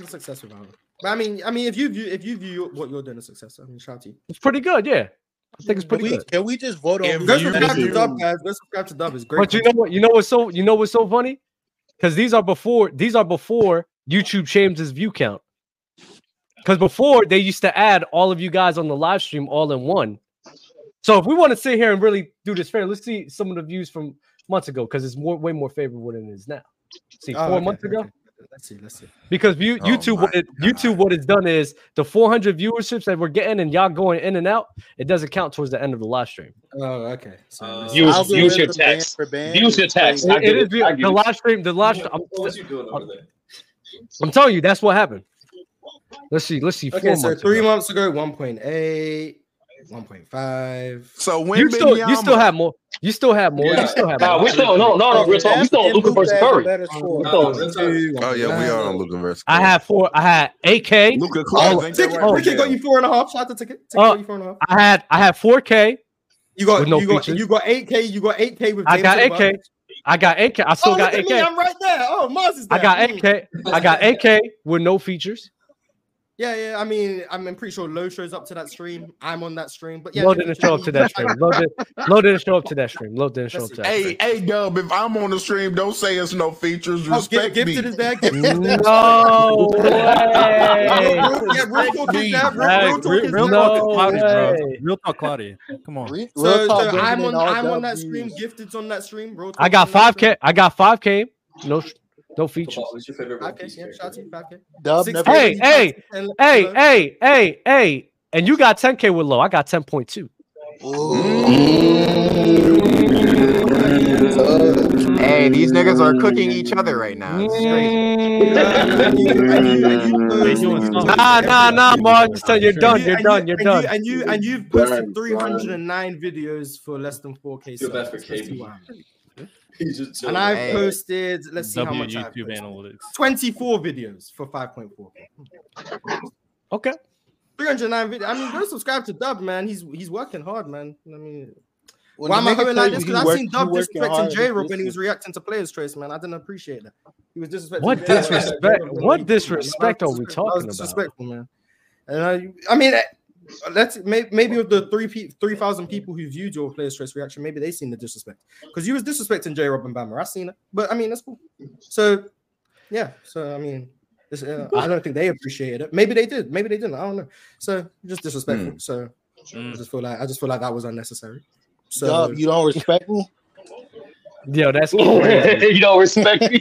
Speaker 2: I'm success without it. But I mean, I mean, if you view if you view what you're doing as success, I mean, shout to you.
Speaker 1: It's pretty good, yeah. I think it's
Speaker 2: Can
Speaker 1: pretty
Speaker 2: we,
Speaker 1: good.
Speaker 2: can we just vote
Speaker 1: If
Speaker 2: on? Go
Speaker 1: you
Speaker 2: subscribe to
Speaker 1: view-
Speaker 2: Dub, guys. Go subscribe to Dub. It's great.
Speaker 1: But you know what? You know what's so you know what's so funny? Because these are before these are before YouTube changed his view count. Because before they used to add all of you guys on the live stream all in one. So if we want to sit here and really do this fair, let's see some of the views from months ago because it's more way more favorable than it is now. See,
Speaker 2: Oh,
Speaker 1: four
Speaker 2: okay,
Speaker 1: months ago.
Speaker 2: okay. Let's see. Let's see.
Speaker 1: Because you,
Speaker 2: Oh
Speaker 1: YouTube, what it, YouTube, what it's done is the 400 viewerships that we're getting and y'all going in and out, it doesn't count towards the end of the live stream.
Speaker 2: Oh, okay. So
Speaker 5: Uh,
Speaker 2: let's
Speaker 15: Views-
Speaker 2: see.
Speaker 15: views your Algorithm ban text. for ban Views your is text. crazy. I get it.
Speaker 1: view-
Speaker 15: I get
Speaker 1: the
Speaker 15: it.
Speaker 1: live stream. The live. I'm,
Speaker 5: What was you doing
Speaker 1: Oh.
Speaker 5: over there?
Speaker 1: I'm telling you, that's what happened. Let's see. Let's see. Four
Speaker 2: Okay, so
Speaker 1: months
Speaker 2: three
Speaker 1: ago.
Speaker 2: months ago, 1.8, 1.5.
Speaker 3: So when
Speaker 1: You still, you still have more. You still have more. You
Speaker 2: Yeah.
Speaker 1: still have
Speaker 15: Nah,
Speaker 1: more.
Speaker 15: we still no, no, no. We're still we still on Luka versus Curry. We still on-
Speaker 3: Oh yeah, we are on Luca versus.
Speaker 1: I had four. I had AK. k
Speaker 3: Luka Clark, ain't that
Speaker 2: Ticket,
Speaker 3: right?
Speaker 2: ticket got you four and a half. Shout out to ticket. Ticket got you four and a half.
Speaker 1: Oh, Uh, I had I had 4K.
Speaker 2: You got
Speaker 1: with no
Speaker 2: you got
Speaker 1: features.
Speaker 2: you got 8k. You got 8k with.
Speaker 1: I
Speaker 2: Dame
Speaker 1: got
Speaker 2: Silver.
Speaker 1: AK. I got AK. I still
Speaker 2: oh,
Speaker 1: got
Speaker 2: look at me,
Speaker 1: AK.
Speaker 2: I'm right there. Oh, Mars is there.
Speaker 1: I got
Speaker 2: Mm.
Speaker 1: AK. I got AK with no features.
Speaker 2: Yeah, yeah. I mean, I'm, I'm pretty sure Low shows up to that stream. I'm on that stream, but yeah.
Speaker 1: Low
Speaker 2: you can
Speaker 1: didn't
Speaker 2: check
Speaker 1: show up
Speaker 2: me.
Speaker 1: to that stream. Low didn't, Low didn't show up to that stream. Low didn't show up to that
Speaker 3: Hey,
Speaker 1: stream.
Speaker 3: hey, Dub, if I'm on the stream, don't say it's no features.
Speaker 2: Oh, Gi-
Speaker 3: Respect me.
Speaker 2: Gifted is there. Gifted is there.
Speaker 1: No
Speaker 2: Real-
Speaker 1: way.
Speaker 2: real- yeah, real talk is there. Real,
Speaker 18: Hey,
Speaker 2: real talk
Speaker 18: real,
Speaker 2: is
Speaker 18: real
Speaker 2: there.
Speaker 18: talk is cloudy, bro. Real talk cloudy. Come on.
Speaker 2: So, so I'm on. I'm on that stream. Gifted's on that stream. Real
Speaker 1: I
Speaker 2: talk
Speaker 1: got
Speaker 2: is on that
Speaker 1: five K. I got five K. No, sh- no features.
Speaker 2: stream. 5K, yeah, shout out to you, 5K.
Speaker 4: Dub
Speaker 2: Six
Speaker 4: never-
Speaker 1: Hey,
Speaker 2: K, you got
Speaker 1: hey,
Speaker 2: six K left
Speaker 1: hey,
Speaker 2: below.
Speaker 1: hey, hey, hey. And you got 10K with low. I got 10.2.
Speaker 17: Hey, these niggas are cooking each other right now. This is crazy.
Speaker 1: Nah, nah, nah, Mark. So you're done. You're done. You're
Speaker 2: and you
Speaker 1: done.
Speaker 2: and you and you've posted 309 videos for less than 4k
Speaker 5: Feel bad
Speaker 2: subs.
Speaker 5: for
Speaker 2: Let's see
Speaker 5: KB.
Speaker 2: what happens.
Speaker 5: He's just chilling.
Speaker 2: And I've
Speaker 5: Hey.
Speaker 2: posted, let's see how
Speaker 18: W
Speaker 2: much I've
Speaker 18: YouTube
Speaker 2: posted.
Speaker 18: analytics.
Speaker 2: 24 videos for 5.4k.
Speaker 1: Okay.
Speaker 2: 309 videos. I mean, go subscribe to Dub, man. He's he's working hard, man. I mean,
Speaker 4: When
Speaker 2: why
Speaker 4: the
Speaker 2: am I
Speaker 4: nigga
Speaker 2: going like this?
Speaker 4: tell you
Speaker 2: Because
Speaker 4: he
Speaker 2: I seen
Speaker 4: work-
Speaker 2: Dub
Speaker 4: he working
Speaker 2: disrespecting
Speaker 4: hard,
Speaker 2: J
Speaker 4: it's
Speaker 2: Rob when he was
Speaker 4: listen.
Speaker 2: reacting to players' choice, man. I didn't appreciate that. He was disrespecting.
Speaker 1: What
Speaker 2: J-Rob.
Speaker 1: disrespect?
Speaker 2: J-Rob was
Speaker 1: What
Speaker 2: weak, man. That was
Speaker 1: disrespect are we
Speaker 2: disrespectful. That was
Speaker 1: talking about?
Speaker 2: disrespectful, man. And I, I mean, eh, let's maybe, maybe of the three pe- three thousand people who viewed your players' choice reaction, maybe they seen the disrespect because you was disrespecting J. Rob and Bama. I seen it, but I mean that's cool. So yeah, so I mean, it's, uh, I don't think they appreciated it. Maybe they did, maybe they didn't. I don't know. So just
Speaker 4: Hmm.
Speaker 2: disrespectful. So I just feel like I just feel like that was unnecessary. So
Speaker 4: Dub, you don't respect me.
Speaker 1: Yo, that's
Speaker 15: you don't respect me.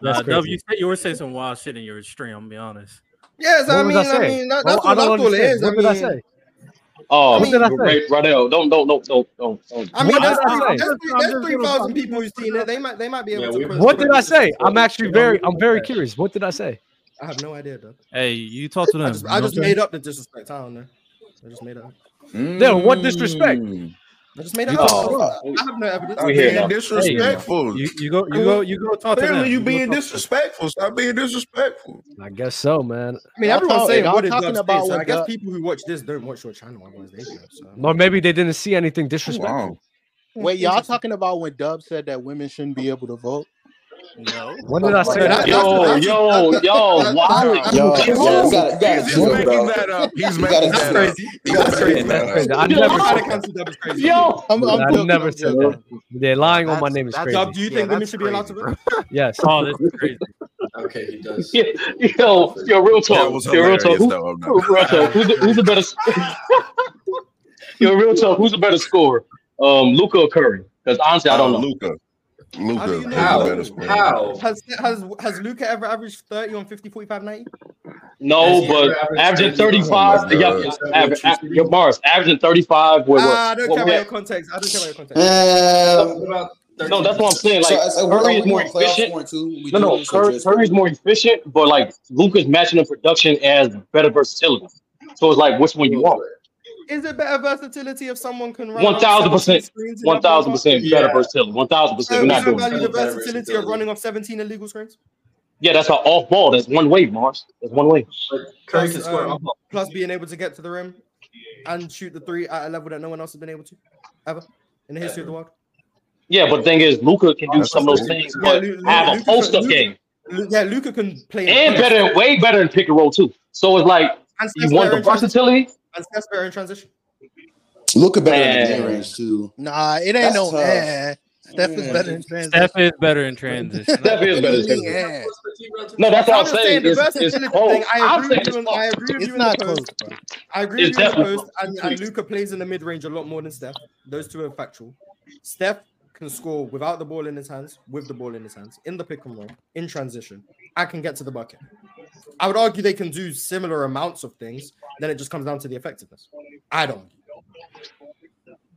Speaker 18: Nah, Dub, you said you were saying some wild shit in your stream. I'm gonna be honest.
Speaker 2: Yes, I
Speaker 18: What was
Speaker 2: mean,
Speaker 18: I
Speaker 2: I,
Speaker 18: saying?
Speaker 2: mean, that,
Speaker 18: Well,
Speaker 2: that's
Speaker 18: I
Speaker 2: what I,
Speaker 18: don't
Speaker 2: feel it
Speaker 18: understand.
Speaker 2: is.
Speaker 18: What
Speaker 2: I
Speaker 18: did I
Speaker 2: mean,
Speaker 18: say?
Speaker 15: Oh,
Speaker 2: I mean-
Speaker 15: Ra- Radell, don't don't don't don't don't don't.
Speaker 2: I mean,
Speaker 15: What
Speaker 2: that's,
Speaker 15: did I
Speaker 2: three-
Speaker 15: say?
Speaker 2: that's, three- that's three thousand people who's seen it. They might, they might be able to. put-
Speaker 1: What did I say? I'm actually very, I'm very curious. What did I say?
Speaker 2: I have no idea, though.
Speaker 18: Hey, you talk to them.
Speaker 2: I just,
Speaker 18: you
Speaker 2: I
Speaker 18: know
Speaker 2: just
Speaker 18: what I'm
Speaker 2: made up the disrespect. I don't know. I just made it up.
Speaker 1: Yo, what disrespect?
Speaker 2: I just made
Speaker 1: You
Speaker 2: it up.
Speaker 1: talk-
Speaker 2: I have no evidence.
Speaker 3: Stop being disrespectful.
Speaker 18: you, you go,
Speaker 1: you go- you go talk to
Speaker 3: Clearly,
Speaker 1: them.
Speaker 3: you
Speaker 1: You go
Speaker 3: being
Speaker 1: talk to them.
Speaker 3: disrespectful. Stop being disrespectful.
Speaker 1: I guess so, man.
Speaker 2: I mean,
Speaker 1: Y'all
Speaker 2: everyone's
Speaker 1: talk-
Speaker 2: saying
Speaker 1: y'all
Speaker 2: what is
Speaker 1: talking
Speaker 2: Dub's
Speaker 1: about
Speaker 2: taste, so
Speaker 1: what
Speaker 2: I guess
Speaker 1: Dub-
Speaker 2: people who watch this don't watch your channel. Otherwise, they do. So.
Speaker 1: Or maybe they didn't see anything disrespectful.
Speaker 2: Wait,
Speaker 4: Wait, y'all talking about when Dub said that women shouldn't be able to vote?
Speaker 18: No.
Speaker 1: When did I say
Speaker 4: No,
Speaker 1: that?
Speaker 4: that's-
Speaker 15: Yo,
Speaker 4: that's-
Speaker 15: yo,
Speaker 4: that's-
Speaker 15: yo,
Speaker 4: that's-
Speaker 15: Wally.
Speaker 4: that's- Yo,
Speaker 15: Come
Speaker 4: yo,
Speaker 15: on.
Speaker 4: you gotta- you gotta
Speaker 3: He's just
Speaker 4: chill,
Speaker 3: making
Speaker 4: bro.
Speaker 3: that up. He's
Speaker 4: You
Speaker 3: making
Speaker 4: gotta
Speaker 3: that
Speaker 4: chill.
Speaker 1: That's
Speaker 3: up. He's making
Speaker 1: crazy.
Speaker 3: that
Speaker 1: That's crazy.
Speaker 3: up.
Speaker 1: I never,
Speaker 2: Trying to cancel Dub is crazy.
Speaker 15: Yo,
Speaker 4: I'm, I'm
Speaker 1: I
Speaker 4: joking.
Speaker 1: never
Speaker 4: I'm
Speaker 1: said
Speaker 4: joking.
Speaker 1: that. Yeah, lying on my name is crazy.
Speaker 2: Dub, do you think women should be allowed to vote?
Speaker 1: Yes.
Speaker 18: Oh, this is crazy.
Speaker 5: Okay, he does.
Speaker 15: yo, yo, real talk.
Speaker 3: That was
Speaker 15: yo, real talk.
Speaker 3: hilarious,
Speaker 15: Who,
Speaker 3: though. I'm not-
Speaker 15: real talk. Who's the, who's the better? yo, real talk. Who's the better scorer? Um, Luca or Curry? Because honestly, I don't
Speaker 3: Uh,
Speaker 15: know.
Speaker 3: Luca.
Speaker 2: How
Speaker 3: Luca
Speaker 2: do you
Speaker 3: is
Speaker 2: know?
Speaker 3: the better
Speaker 2: How?
Speaker 3: scorer.
Speaker 2: Has, has, has Luca ever averaged 30 on 50, 45, 90?
Speaker 15: No,
Speaker 2: Has he ever
Speaker 15: but
Speaker 2: averaged 30?
Speaker 15: averaging
Speaker 3: Oh,
Speaker 15: 35,
Speaker 3: my
Speaker 15: yeah,
Speaker 3: God.
Speaker 15: yeah, aver- a- yo, Morris, averaging 35 with what?
Speaker 2: Ah, I don't
Speaker 15: what
Speaker 2: care
Speaker 15: we
Speaker 2: about
Speaker 15: at-
Speaker 2: your context. I don't care about your context.
Speaker 6: Um,
Speaker 15: no, that's what I'm saying.
Speaker 6: so uh,
Speaker 15: Like
Speaker 6: as, are,
Speaker 15: Curry
Speaker 6: are
Speaker 15: is
Speaker 6: we
Speaker 15: more
Speaker 6: doing playoff
Speaker 15: efficient.
Speaker 6: scoring too? We
Speaker 15: No,
Speaker 6: do
Speaker 15: no,
Speaker 6: this or
Speaker 15: Curry,
Speaker 6: just
Speaker 15: Curry's more efficient, but like Luca's matching the production as better versatility. So it's like which one you want?
Speaker 2: Is it better versatility if someone can run
Speaker 15: One
Speaker 2: off
Speaker 15: thousand
Speaker 2: 17
Speaker 15: percent,
Speaker 2: screens in
Speaker 15: one
Speaker 2: your
Speaker 15: thousand
Speaker 2: ballpark?
Speaker 15: percent better
Speaker 5: Yeah.
Speaker 15: versatility. One thousand percent.
Speaker 2: So
Speaker 15: We're
Speaker 2: we
Speaker 15: not
Speaker 2: don't
Speaker 15: doing
Speaker 2: value
Speaker 15: that.
Speaker 2: the
Speaker 5: Better
Speaker 2: versatility of running off 17 illegal screens?
Speaker 15: Yeah, that's an off ball. That's one way, Morris. That's one way.
Speaker 5: Curry
Speaker 2: Plus,
Speaker 5: can score
Speaker 2: um,
Speaker 5: off ball.
Speaker 2: plus being able to get to the rim and shoot the three at a level that no one else has been able to ever in the history of the world.
Speaker 15: Yeah, but the thing is, Luca can do
Speaker 3: That's
Speaker 15: some of those
Speaker 3: cool.
Speaker 15: things,
Speaker 2: Yeah,
Speaker 15: but
Speaker 2: Lu- Lu-
Speaker 15: have a
Speaker 2: Luca
Speaker 15: post
Speaker 2: could.
Speaker 15: up
Speaker 2: Luca,
Speaker 15: game.
Speaker 2: Lu- yeah, Luca can play in the
Speaker 15: and
Speaker 2: post
Speaker 15: better, way better in pick and roll too. So it's like
Speaker 2: and
Speaker 15: you
Speaker 2: Steph's
Speaker 15: want
Speaker 2: better
Speaker 15: the
Speaker 2: in transition.
Speaker 15: versatility.
Speaker 2: And Steph's better in transition.
Speaker 6: Luca better in the mid
Speaker 15: Man,
Speaker 6: range too?
Speaker 4: Nah, it ain't
Speaker 6: That's
Speaker 4: no
Speaker 6: tough.
Speaker 4: eh. Steph is better in
Speaker 6: Mm.
Speaker 18: Steph
Speaker 4: transition.
Speaker 18: is better in transition.
Speaker 15: Steph is
Speaker 4: What
Speaker 15: better
Speaker 4: do
Speaker 15: in
Speaker 4: you mean
Speaker 15: transition.
Speaker 4: eh?
Speaker 15: No, that's
Speaker 2: So
Speaker 15: what I'm
Speaker 2: I'm just saying
Speaker 15: saying.
Speaker 2: the
Speaker 15: It's it's
Speaker 2: versatility thing.
Speaker 15: close.
Speaker 2: I
Speaker 15: I'm
Speaker 2: agree
Speaker 15: saying
Speaker 2: with
Speaker 15: it's
Speaker 2: you. On,
Speaker 15: close.
Speaker 2: I agree with
Speaker 4: It's
Speaker 2: you in the post.
Speaker 4: not close, bro.
Speaker 2: I agree with
Speaker 15: It's
Speaker 2: you in the
Speaker 15: definitely
Speaker 2: post.
Speaker 15: close.
Speaker 2: And, and Luca plays in the mid range a lot more than Steph. Those two are factual. Steph can score without the ball in his hands, with the ball in his hands, in the pick and roll, in transition. I can get to the bucket. I would argue they can do similar amounts of things. Then it just comes down to the effectiveness. I don't.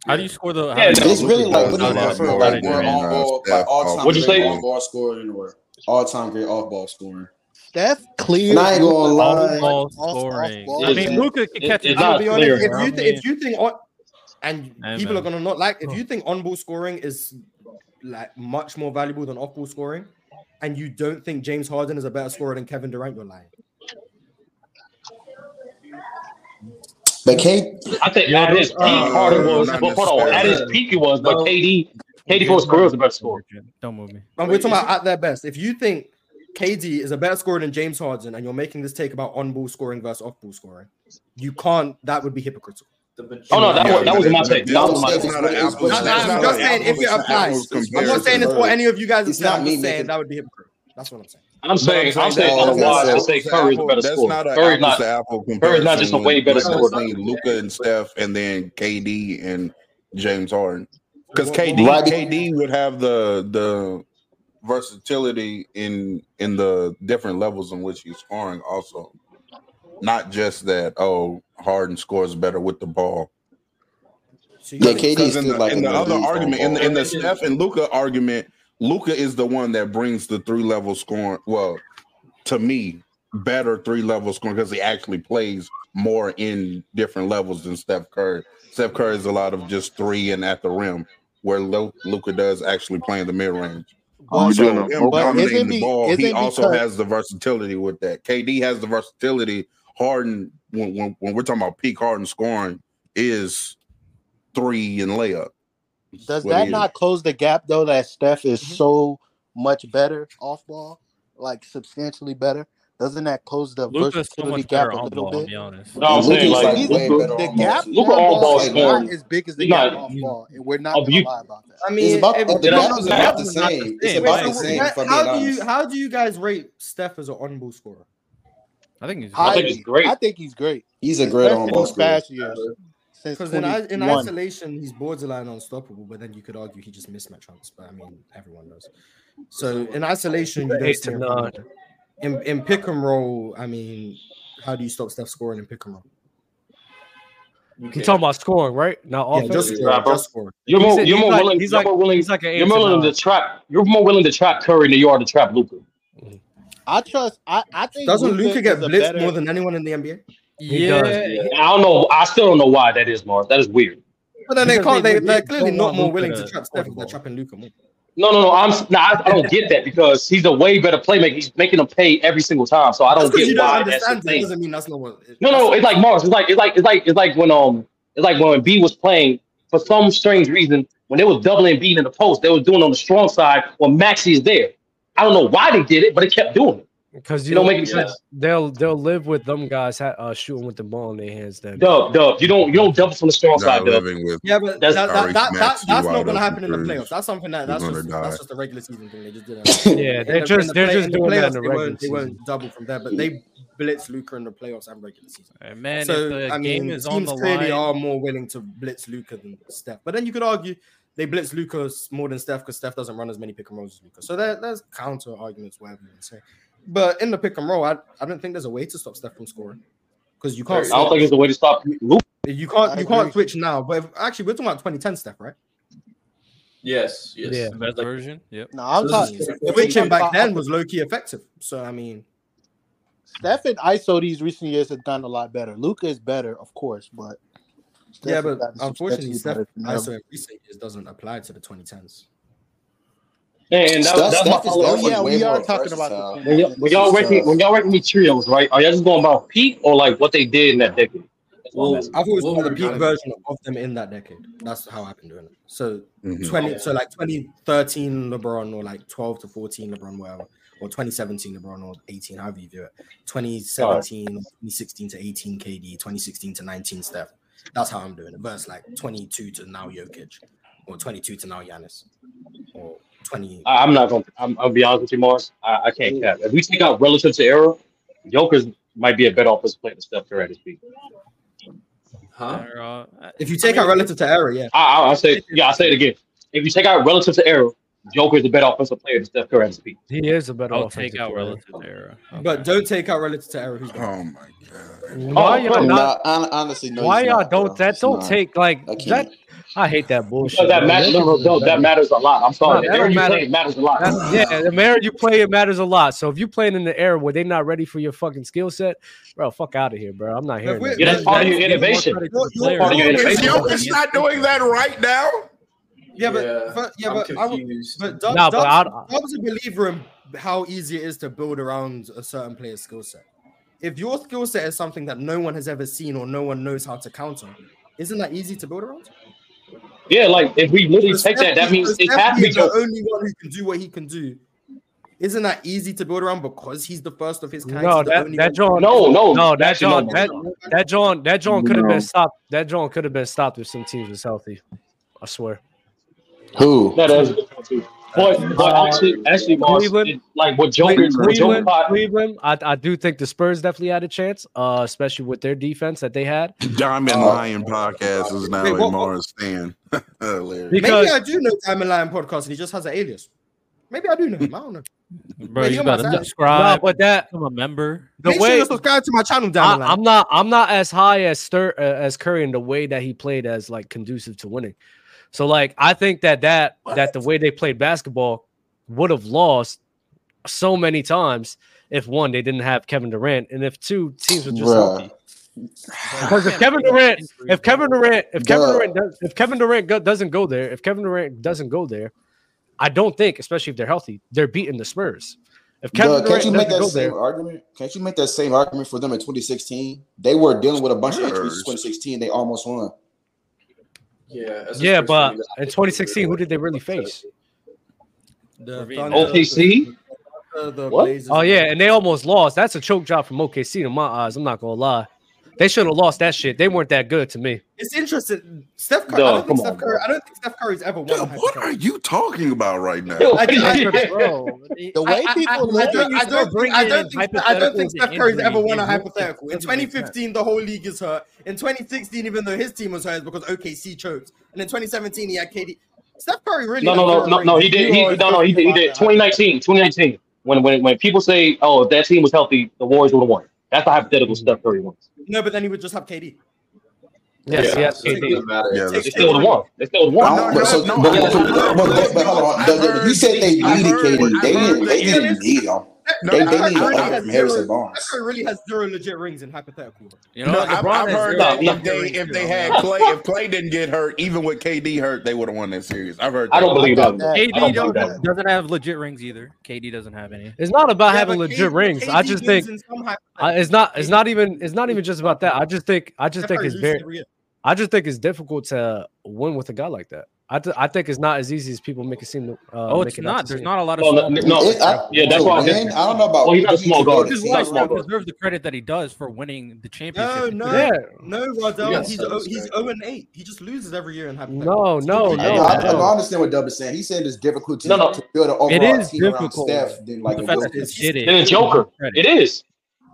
Speaker 18: How do you score the? How
Speaker 15: Yeah,
Speaker 18: do you
Speaker 15: no.
Speaker 6: It's
Speaker 18: score
Speaker 6: really
Speaker 3: Luca
Speaker 18: the
Speaker 6: like
Speaker 3: does
Speaker 6: what
Speaker 3: a
Speaker 6: do
Speaker 18: out
Speaker 6: you prefer?
Speaker 3: lot more
Speaker 6: Like
Speaker 18: of
Speaker 6: we're
Speaker 3: than
Speaker 6: on
Speaker 3: uh,
Speaker 6: ball, like
Speaker 3: Steph
Speaker 6: all time
Speaker 15: What'd you
Speaker 6: great
Speaker 15: say?
Speaker 6: on
Speaker 3: offensively.
Speaker 6: ball scorer in the world. All time great off ball scorer.
Speaker 4: Steph
Speaker 6: And I
Speaker 4: clears
Speaker 6: ain't gonna
Speaker 4: Luca
Speaker 18: off
Speaker 4: from
Speaker 6: lie.
Speaker 4: like
Speaker 18: ball
Speaker 4: off off
Speaker 18: scoring?
Speaker 4: ball
Speaker 18: I mean,
Speaker 15: It's
Speaker 4: play.
Speaker 18: Luca can
Speaker 15: it,
Speaker 18: catch it
Speaker 15: it's
Speaker 2: I'm
Speaker 18: out
Speaker 2: gonna
Speaker 15: not
Speaker 2: be
Speaker 18: of
Speaker 2: honest.
Speaker 15: clear.
Speaker 2: If
Speaker 18: nowhere. I
Speaker 2: you th-
Speaker 18: mean,
Speaker 2: if you think on, and
Speaker 18: hey
Speaker 2: people are
Speaker 18: man,
Speaker 2: gonna not like if
Speaker 18: Huh.
Speaker 2: you think on ball scoring is like much more valuable than off ball scoring, and you don't think James Harden is a better scorer than Kevin Durant, you're lying.
Speaker 6: But Kate,
Speaker 15: I think
Speaker 18: yo,
Speaker 15: at
Speaker 18: those
Speaker 15: his peak,
Speaker 18: um,
Speaker 15: Harden
Speaker 3: Uh,
Speaker 15: was.
Speaker 3: not
Speaker 15: But hold on, at his
Speaker 3: necessarily.
Speaker 15: peak he was. But
Speaker 5: No.
Speaker 15: KD, KD for
Speaker 18: James
Speaker 15: his career was
Speaker 18: Harden.
Speaker 15: the best
Speaker 18: Don't
Speaker 15: scorer.
Speaker 18: move me. Don't move me.
Speaker 2: And we're
Speaker 5: Wait,
Speaker 2: talking
Speaker 5: is
Speaker 2: about
Speaker 5: it?
Speaker 2: at their best. If you think KD is a better scorer than James Harden, and you're making this take about on ball scoring versus off ball scoring, you can't. That would be hypocritical.
Speaker 5: The
Speaker 15: Oh
Speaker 2: In my
Speaker 15: no,
Speaker 3: Yeah,
Speaker 15: that was
Speaker 2: opinion,
Speaker 15: that
Speaker 3: but it,
Speaker 15: wasn't my
Speaker 3: but
Speaker 15: take.
Speaker 3: this
Speaker 15: That
Speaker 6: I'm
Speaker 15: was my
Speaker 6: saying
Speaker 3: that's
Speaker 6: it's
Speaker 3: not an
Speaker 6: what it's
Speaker 3: apples.
Speaker 6: what
Speaker 2: not, not,
Speaker 6: you
Speaker 3: That's
Speaker 2: I'm
Speaker 3: not
Speaker 2: just
Speaker 3: an
Speaker 6: prefer.
Speaker 2: saying if it
Speaker 3: apples
Speaker 6: It's
Speaker 3: to apples
Speaker 2: applies. I'm
Speaker 6: it's what you
Speaker 2: not saying it's
Speaker 3: comparison,
Speaker 2: for
Speaker 6: prefer.
Speaker 2: any of you guys.
Speaker 6: It's
Speaker 2: It's what
Speaker 6: not
Speaker 2: I'm
Speaker 6: me
Speaker 2: just saying.
Speaker 6: making.
Speaker 2: That would be hypocritical. That's what I'm saying.
Speaker 15: I'm
Speaker 3: But I'm
Speaker 15: saying
Speaker 3: saying
Speaker 15: I'm saying
Speaker 6: Oh,
Speaker 3: that's that's
Speaker 6: okay.
Speaker 3: not
Speaker 15: otherwise
Speaker 3: an
Speaker 15: to
Speaker 6: So
Speaker 15: say
Speaker 3: apples to
Speaker 15: Curry's the
Speaker 3: apple.
Speaker 15: better
Speaker 3: That's
Speaker 15: scorer.
Speaker 3: not an
Speaker 15: Curry's
Speaker 3: apples
Speaker 15: not
Speaker 3: to apple
Speaker 15: Curry's not
Speaker 3: comparison
Speaker 15: just a
Speaker 3: when
Speaker 15: way better
Speaker 3: when
Speaker 5: No,
Speaker 15: scorer
Speaker 5: it's
Speaker 15: than
Speaker 5: not.
Speaker 3: between Luca and Steph, and then KD and James Harden, because
Speaker 5: What, what,
Speaker 3: KD
Speaker 6: right.
Speaker 3: KD would have the the versatility in in the different levels in which he's scoring. Also, not just that. Oh, Harden scores better with the ball.
Speaker 2: So you
Speaker 6: Yeah,
Speaker 3: Because
Speaker 2: think
Speaker 6: KD
Speaker 3: because
Speaker 6: is
Speaker 3: in
Speaker 6: still
Speaker 3: the
Speaker 6: like
Speaker 3: in the
Speaker 6: another
Speaker 3: other
Speaker 6: league on
Speaker 3: argument, in the
Speaker 6: ball.
Speaker 3: in the
Speaker 5: Everything.
Speaker 3: Steph and Luca argument, Luca is the one that brings the three level scoring. Well, to me, better three level scoring because he actually plays more in different levels than Steph Curry. Steph Curry is a lot of just three and at the rim, where Luca does actually play in the mid range.
Speaker 10: Are we
Speaker 4: But
Speaker 3: So
Speaker 10: doing a
Speaker 3: him
Speaker 10: vote?
Speaker 4: but
Speaker 3: dominating
Speaker 4: isn't
Speaker 3: the
Speaker 4: be
Speaker 3: ball, he
Speaker 4: isn't
Speaker 3: also
Speaker 4: because
Speaker 3: has the versatility with that. KD has the versatility. Harden, when, when, when we're talking about peak Harden scoring, is three and layup. It's
Speaker 4: does
Speaker 3: what
Speaker 4: that
Speaker 3: he is.
Speaker 4: not close the gap
Speaker 15: Mm-hmm.
Speaker 4: though that Steph is
Speaker 2: Mhm.
Speaker 4: so much better off ball, like substantially better doesn't that close the
Speaker 18: Luka's so
Speaker 4: versatility
Speaker 18: much
Speaker 4: gap
Speaker 18: better
Speaker 4: a
Speaker 18: on
Speaker 4: little
Speaker 18: ball, I'll
Speaker 4: bit?
Speaker 18: be honest.
Speaker 15: No, I'm
Speaker 4: Luka's-
Speaker 15: saying like
Speaker 4: he's-
Speaker 15: Luka,
Speaker 4: the gap
Speaker 15: Luka
Speaker 4: on
Speaker 15: on
Speaker 4: ball
Speaker 15: ball
Speaker 4: is
Speaker 15: is
Speaker 4: not
Speaker 15: horrible.
Speaker 4: as big as the
Speaker 15: He's
Speaker 4: gap
Speaker 15: not.
Speaker 4: off ball, and we're not
Speaker 15: Of
Speaker 4: gonna
Speaker 15: you,
Speaker 4: lie about that.
Speaker 2: I mean, every-
Speaker 15: the numbers are about the
Speaker 2: Wait,
Speaker 15: same. It's about the same,
Speaker 2: what-
Speaker 15: if I'm
Speaker 2: how
Speaker 15: being
Speaker 2: do you
Speaker 15: honest.
Speaker 2: how do you guys rate Steph as an on-ball scorer?
Speaker 18: I think he's.
Speaker 15: I think it's great.
Speaker 4: I think he's great.
Speaker 6: He's a great
Speaker 4: Especially
Speaker 6: on-ball
Speaker 4: these
Speaker 6: scorer.
Speaker 4: past years.
Speaker 1: uh,
Speaker 4: Since
Speaker 2: Because in, i- in
Speaker 4: 21.
Speaker 2: isolation, he's borderline unstoppable, but then you could argue he just mismatch hunts. But I mean, everyone does. So in isolation, you don't
Speaker 1: Eight
Speaker 2: see
Speaker 1: to
Speaker 2: him.
Speaker 1: nine.
Speaker 2: In, in pick and roll, I mean, how do you stop Steph scoring in pick and roll?
Speaker 1: You talking about scoring, right? Not
Speaker 2: Yeah,
Speaker 1: offense.
Speaker 2: just score, Nah, bro. just score.
Speaker 15: You're
Speaker 1: He
Speaker 15: more,
Speaker 1: said
Speaker 15: you're
Speaker 1: he's
Speaker 15: more
Speaker 1: like-
Speaker 15: willing.
Speaker 1: He's
Speaker 15: you're
Speaker 1: like
Speaker 15: more willing.
Speaker 1: he's like an eight
Speaker 15: you're
Speaker 1: to
Speaker 15: more willing to
Speaker 1: nine.
Speaker 15: trap. You're more willing to trap Curry than you are to trap Luca.
Speaker 4: I trust. I I think
Speaker 2: Doesn't Luca get
Speaker 4: is a
Speaker 2: blitzed
Speaker 4: better-
Speaker 2: more than anyone in the NBA?
Speaker 1: He does.
Speaker 15: I don't know. I still don't know why that is, Marv. That is weird.
Speaker 2: But then they
Speaker 1: Because
Speaker 2: can't.
Speaker 1: they-
Speaker 2: They,
Speaker 1: they
Speaker 2: they're clearly
Speaker 1: don't
Speaker 2: not
Speaker 1: want
Speaker 2: more
Speaker 1: Luka
Speaker 2: willing
Speaker 1: to
Speaker 2: to trap Steph. if They're trapping Luca more.
Speaker 15: No, no, no. I'm no, I, I don't get that because he's a way better playmaker. He's making them pay every single time. So I
Speaker 2: Just
Speaker 15: don't
Speaker 2: because you
Speaker 15: get
Speaker 2: don't
Speaker 15: why that's the
Speaker 2: understand it
Speaker 15: thing.
Speaker 2: doesn't mean that's not what.
Speaker 15: No, no, it's like Mars. It's like it's like it's like it's like when um it's like when B was playing for some strange reason when they was doubling B in the post, they were doing it on the strong side when Maxi is there. I don't know why they did it, but they kept doing it.
Speaker 1: Because
Speaker 15: It
Speaker 1: you
Speaker 15: don't make any sense.
Speaker 1: They'll they'll live with them guys ha- uh, shooting with the ball in their hands. Then
Speaker 15: Dub, dub. You don't you don't double from the strong
Speaker 3: Nah,
Speaker 15: side, dub.
Speaker 3: living with
Speaker 2: Yeah, but
Speaker 15: That's
Speaker 2: that, that, that, that,
Speaker 3: Maxey
Speaker 2: that's not
Speaker 3: while
Speaker 2: going to
Speaker 3: those
Speaker 2: happen in the
Speaker 3: dudes-
Speaker 2: playoffs. That's something that that's
Speaker 3: gonna
Speaker 2: just
Speaker 3: die.
Speaker 2: that's just a regular season thing. They just did that.
Speaker 1: Yeah,
Speaker 2: In
Speaker 1: they're
Speaker 2: the-
Speaker 1: just-
Speaker 2: in the
Speaker 1: they're just
Speaker 2: in the
Speaker 1: doing that in the
Speaker 2: playoffs, they
Speaker 1: regular
Speaker 2: won't they
Speaker 1: season.
Speaker 2: won't double from there, but they blitz Luca in the playoffs and regular season.
Speaker 18: man,
Speaker 2: so
Speaker 18: if the
Speaker 2: I mean,
Speaker 18: game is on
Speaker 2: teams
Speaker 18: the
Speaker 2: clearly
Speaker 18: line-
Speaker 2: are more willing to blitz Luca than Steph. But then you could argue they blitz Luca more than Steph because Steph doesn't run as many pick and rolls as Luca. So there, there's counter arguments, whatever you want to say. But in the pick and roll, I, I don't think there's a way to stop Steph from scoring because you
Speaker 15: I
Speaker 2: can't.
Speaker 15: don't think it's a way to stop Luke.
Speaker 2: You can't.
Speaker 4: I
Speaker 2: You can't
Speaker 4: agree.
Speaker 2: switch now. But if, actually, we're talking about 2010 Steph, right?
Speaker 5: Yes, yes.
Speaker 18: Yeah. The best version. Yep.
Speaker 4: No, I'm
Speaker 2: So
Speaker 4: talking.
Speaker 2: switching back then was low key effective. So I mean,
Speaker 4: Steph and ISO these recent years have done a lot better. Luca is better, of course,
Speaker 2: yeah,
Speaker 4: but Steph has
Speaker 2: but
Speaker 4: gotten
Speaker 2: unfortunately,
Speaker 4: substantially
Speaker 2: Steph
Speaker 4: better than
Speaker 2: ISO
Speaker 4: them.
Speaker 2: in recent years doesn't apply to the 2010s.
Speaker 15: And that,
Speaker 2: Steph-
Speaker 15: that's my
Speaker 2: Steph is
Speaker 15: follow
Speaker 4: Oh
Speaker 15: up.
Speaker 4: yeah, we are talking about the
Speaker 15: When, y-
Speaker 4: 2010s.
Speaker 15: when y'all ranking when y'all ranking these trios, right? Are y'all just going about peak or like what they did in that decade? That's what I'm
Speaker 2: Well,
Speaker 15: asking.
Speaker 2: I've always
Speaker 15: What
Speaker 2: been the
Speaker 15: were
Speaker 2: peak
Speaker 15: we-
Speaker 2: version of them in that decade. That's how I've been doing it. So
Speaker 4: Mm-hmm.
Speaker 3: Mhm.
Speaker 2: twenty, so like 2013 LeBron, or like 12 to 14 LeBron, whatever, or 2017 LeBron, or 18, however you view it. 2017, 2016 to 18 KD, 2016 to 19 Steph. That's how I'm doing it. Versus like 22 to now Jokic, or 22 to now Giannis, or 20.
Speaker 15: I, I'm not gonna. I'm, I'll be honest with you, Mars. I, I can't cap. If we take out relative to era, Joker's might be a better offensive player than Steph Curry at his peak.
Speaker 5: Huh?
Speaker 18: uh,
Speaker 2: If you take out relative to error, yeah.
Speaker 15: I, I, I say, yeah, I say it again. If you take out relative to era, Joker's a better offensive player than Steph Curry at his peak.
Speaker 1: He is a better
Speaker 18: I'll
Speaker 1: offensive
Speaker 18: take out
Speaker 1: player.
Speaker 18: relative to era.
Speaker 2: But don't take out relative to error. Who's oh
Speaker 3: my
Speaker 1: Why
Speaker 15: Oh,
Speaker 1: y'all
Speaker 15: bro.
Speaker 1: not?
Speaker 6: Nah, hon- honestly, no,
Speaker 1: Why
Speaker 6: he's
Speaker 1: y'all
Speaker 6: not,
Speaker 1: don't?
Speaker 6: bro.
Speaker 1: That
Speaker 6: He's
Speaker 1: don't
Speaker 6: not.
Speaker 1: take like
Speaker 6: I
Speaker 1: that.
Speaker 6: can't.
Speaker 1: I hate that
Speaker 15: Because
Speaker 1: bullshit,
Speaker 15: that
Speaker 1: bro.
Speaker 15: matters. No, no,
Speaker 1: Jokic is
Speaker 15: no, that
Speaker 1: better.
Speaker 15: matters a lot. I'm
Speaker 1: No,
Speaker 15: sorry.
Speaker 1: that
Speaker 15: The era
Speaker 1: don't
Speaker 15: you
Speaker 1: matter.
Speaker 15: play matters a lot.
Speaker 1: That, yeah, the manner you play it matters a lot. So if you playing in the era where they're not ready for your fucking skill set, bro, fuck out of here, bro. I'm not
Speaker 2: If
Speaker 1: hearing
Speaker 2: we're-
Speaker 1: that.
Speaker 15: Yeah, that's
Speaker 1: That-
Speaker 15: part of
Speaker 1: that-
Speaker 15: your
Speaker 1: give more
Speaker 15: innovation.
Speaker 1: credit to the
Speaker 15: That's
Speaker 1: player.
Speaker 15: part of your
Speaker 3: Is
Speaker 15: innovation.
Speaker 3: Jokic not doing that right now?
Speaker 2: Yeah, but
Speaker 5: Yeah,
Speaker 2: but, yeah,
Speaker 5: I'm
Speaker 2: but I would,
Speaker 5: confused.
Speaker 2: but Dub,
Speaker 1: Nah, but
Speaker 2: Dub's,
Speaker 1: I-
Speaker 2: Dub's a believer in how easy it is to build around a certain player's skill set. If your skill set is something that no one has ever seen or no one knows how to counter, isn't that easy to build around?
Speaker 15: Yeah, like if we literally
Speaker 2: So
Speaker 15: take that, that
Speaker 2: Steph-
Speaker 15: means
Speaker 2: so
Speaker 15: it
Speaker 2: Steph
Speaker 15: has to be
Speaker 2: being the
Speaker 15: Joker.
Speaker 2: only one who can do what he can do. Isn't that easy to build around because he's the first of his kind?
Speaker 1: No,
Speaker 2: he's the
Speaker 1: that
Speaker 2: only
Speaker 1: that
Speaker 2: one-
Speaker 1: John, no, that
Speaker 15: actually, no,
Speaker 1: John,
Speaker 15: no,
Speaker 1: that
Speaker 15: no.
Speaker 1: that John, that John could have
Speaker 15: No.
Speaker 1: been stopped. That John could have been stopped if some teams was healthy. I swear.
Speaker 6: Who?
Speaker 15: No, that's a good point too. But but
Speaker 1: Uh,
Speaker 15: actually, actually, Mars,
Speaker 1: Cleveland,
Speaker 15: it, like what
Speaker 1: Cle-
Speaker 15: Joker, what Joker
Speaker 1: Cleveland,
Speaker 15: caught.
Speaker 1: Cleveland. I, I do think the Spurs definitely had a chance, uh, especially with their defense that they had.
Speaker 3: Diamond
Speaker 1: Uh,
Speaker 3: Lion podcast is now
Speaker 2: Wait,
Speaker 3: a
Speaker 2: what-
Speaker 3: Mars stand. Hilarious.
Speaker 2: Maybe I do know Diamond Lion podcast and he just has an alias. Maybe I do know him. I don't know.
Speaker 18: Bro,
Speaker 2: Wait,
Speaker 18: you
Speaker 2: you're
Speaker 18: gotta
Speaker 2: my side.
Speaker 18: subscribe.
Speaker 1: but that
Speaker 18: become a member.
Speaker 1: the
Speaker 2: Make
Speaker 1: way
Speaker 2: sure you subscribe to my channel, Diamond
Speaker 1: I,
Speaker 2: Lion.
Speaker 1: am not, I'm not as high as Stir uh, as Curry in the way that he played as like conducive to winning. So like, I think that that that the way they played basketball would have lost so many times if one they didn't have Kevin Durant and if two teams were just
Speaker 6: Bruh.
Speaker 1: healthy. Because if Kevin Durant, if Kevin Durant, if Kevin
Speaker 6: Duh.
Speaker 1: Durant, does, if Kevin Durant go, doesn't go there, if Kevin Durant doesn't go there, I don't think, especially if they're healthy, they're beating the Spurs. If Kevin
Speaker 6: Duh, can't
Speaker 1: Durant
Speaker 6: you make
Speaker 1: doesn't
Speaker 6: that
Speaker 1: go
Speaker 6: same
Speaker 1: there,
Speaker 6: argument? Can't you make that same argument for them in 2016? They were dealing with a bunch of injuries in
Speaker 3: Spurs.
Speaker 6: 2016. They almost won.
Speaker 5: Yeah, as a
Speaker 1: yeah,
Speaker 5: Spurs
Speaker 1: but
Speaker 5: fan,
Speaker 1: in 2016, who did they really face?
Speaker 2: The
Speaker 5: Thunder.
Speaker 15: OKC?
Speaker 2: the, the
Speaker 1: What?
Speaker 2: Blazers.
Speaker 1: Oh yeah, and they almost lost. That's a choke job from OKC in my eyes. I'm not gonna lie. They should have lost that shit. They weren't that good to me.
Speaker 2: It's interesting. Steph Curry.
Speaker 1: No,
Speaker 2: I, don't
Speaker 1: come
Speaker 2: think Steph
Speaker 1: on,
Speaker 2: Curry I don't think Steph Curry's ever won. a hyper-
Speaker 3: What are you talking about right now?
Speaker 2: I- I- the way
Speaker 1: I-
Speaker 2: people
Speaker 1: I-
Speaker 2: look,
Speaker 1: I-
Speaker 2: I don't think I don't think I don't
Speaker 1: hypotheticals
Speaker 2: think Steph
Speaker 1: and
Speaker 2: Curry's ever
Speaker 1: injuries,
Speaker 2: won a
Speaker 1: it won't-
Speaker 2: hypothetical. In
Speaker 1: it doesn't make
Speaker 2: 2015, the whole league is hurt. In 2016, even though his team was hurt, it's because OKC choked. And in 2017, he had KD. Steph Curry really.
Speaker 15: No, no, no,
Speaker 2: like,
Speaker 15: no, no. He
Speaker 2: overrated.
Speaker 15: did.
Speaker 2: You
Speaker 15: He,
Speaker 2: are
Speaker 15: no, no. He did. He
Speaker 2: joking
Speaker 15: did.
Speaker 2: about that.
Speaker 15: 2019. 2019. When when when people say, "Oh, if that team was healthy, the Warriors would have won." That's the hypothetical Steph Curry wins.
Speaker 2: No, but then he would just have KD.
Speaker 15: Yes, yes,
Speaker 5: it
Speaker 15: KD.
Speaker 5: doesn't matter.
Speaker 15: Yeah, they still would've won. They still would've won.
Speaker 6: No, but so, but, but, but, but, but hold on. The- the- you said they needed KD. They didn't. They didn't need him. They they needed an upgrade from Harrison Barnes.
Speaker 2: Steph Curry really has zero legit rings in hypothetical.
Speaker 3: You know, I've, I've heard that if they if they had Clay, if Clay didn't get hurt, even with KD hurt, they would have won that series. I've heard.
Speaker 15: I don't believe that.
Speaker 18: AD
Speaker 15: I don't
Speaker 18: don't
Speaker 15: believe that.
Speaker 18: doesn't have legit rings either. KD doesn't have any.
Speaker 1: It's not about
Speaker 18: Yeah,
Speaker 1: having
Speaker 18: but
Speaker 1: legit
Speaker 18: KD
Speaker 1: rings. I just
Speaker 18: wins
Speaker 1: think
Speaker 18: in
Speaker 2: some hypotheticals.
Speaker 1: I, it's not. It's not even. It's not even just about that. I just think. I just
Speaker 2: Steph
Speaker 1: think
Speaker 2: Curry
Speaker 1: it's
Speaker 2: loses
Speaker 1: very.
Speaker 2: every year.
Speaker 1: I just think it's difficult to win with a guy like that. I, th- I think it's not as easy as people make it seem. To, uh,
Speaker 18: Oh, it's
Speaker 1: make it out
Speaker 18: not.
Speaker 1: to
Speaker 18: There's
Speaker 1: seem.
Speaker 18: not a lot of Well, small no, guards. no, yeah, that's
Speaker 6: to
Speaker 18: why I
Speaker 6: win,
Speaker 18: think-
Speaker 6: I don't know about.
Speaker 18: Well, he's not a small
Speaker 6: to
Speaker 18: guard.
Speaker 6: win,
Speaker 18: He's
Speaker 6: it's
Speaker 18: not a
Speaker 6: not
Speaker 18: small
Speaker 6: small
Speaker 18: guard. Deserves the credit that he does for winning the
Speaker 2: No,
Speaker 18: championship.
Speaker 2: no, no,
Speaker 18: Yeah.
Speaker 2: Rodell. He's oh, he's zero and eight. He just loses every year in hypotheticals.
Speaker 1: No, no,
Speaker 6: I,
Speaker 1: no.
Speaker 6: I,
Speaker 1: no.
Speaker 6: I understand what Dub is saying. He's saying it's difficult to,
Speaker 1: No, no.
Speaker 6: to build an overall
Speaker 1: It is
Speaker 6: team around
Speaker 1: difficult.
Speaker 6: Steph than like
Speaker 1: The
Speaker 6: a
Speaker 1: fact that
Speaker 6: Jokic.
Speaker 1: they did it.
Speaker 15: They're a joker. It is.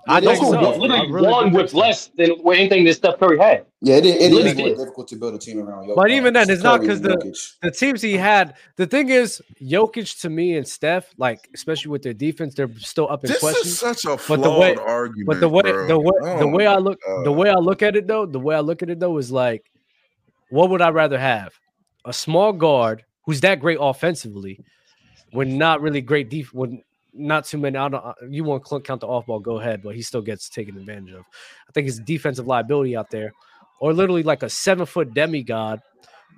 Speaker 1: I
Speaker 15: Look
Speaker 1: think
Speaker 15: who
Speaker 1: so.
Speaker 15: won. Look
Speaker 1: I
Speaker 15: at
Speaker 1: really do
Speaker 15: one with less than with anything that Steph Curry had.
Speaker 6: Yeah, it, it
Speaker 15: Literally
Speaker 6: is more
Speaker 15: did.
Speaker 6: difficult to build a team around Jokic.
Speaker 1: But even then, it's not
Speaker 6: Curry
Speaker 1: because
Speaker 6: and
Speaker 1: the,
Speaker 6: Jokic.
Speaker 1: the teams he had. The thing is, Jokic to me and Steph, like especially with their defense, they're still up in
Speaker 3: This is
Speaker 1: question.
Speaker 3: such a flawed
Speaker 1: but the
Speaker 3: argument,
Speaker 1: way
Speaker 3: bro.
Speaker 1: the way the
Speaker 3: Oh
Speaker 1: way I
Speaker 3: my
Speaker 1: look the way I look at it though, the way I look at it though is like, what would I rather have? A small guard who's that great offensively, when not really great def when not too many. I don't. uh, You won't cl- count the off ball. Go ahead, but he still gets taken advantage of. I think it's defensive liability out there, or literally like a seven foot demigod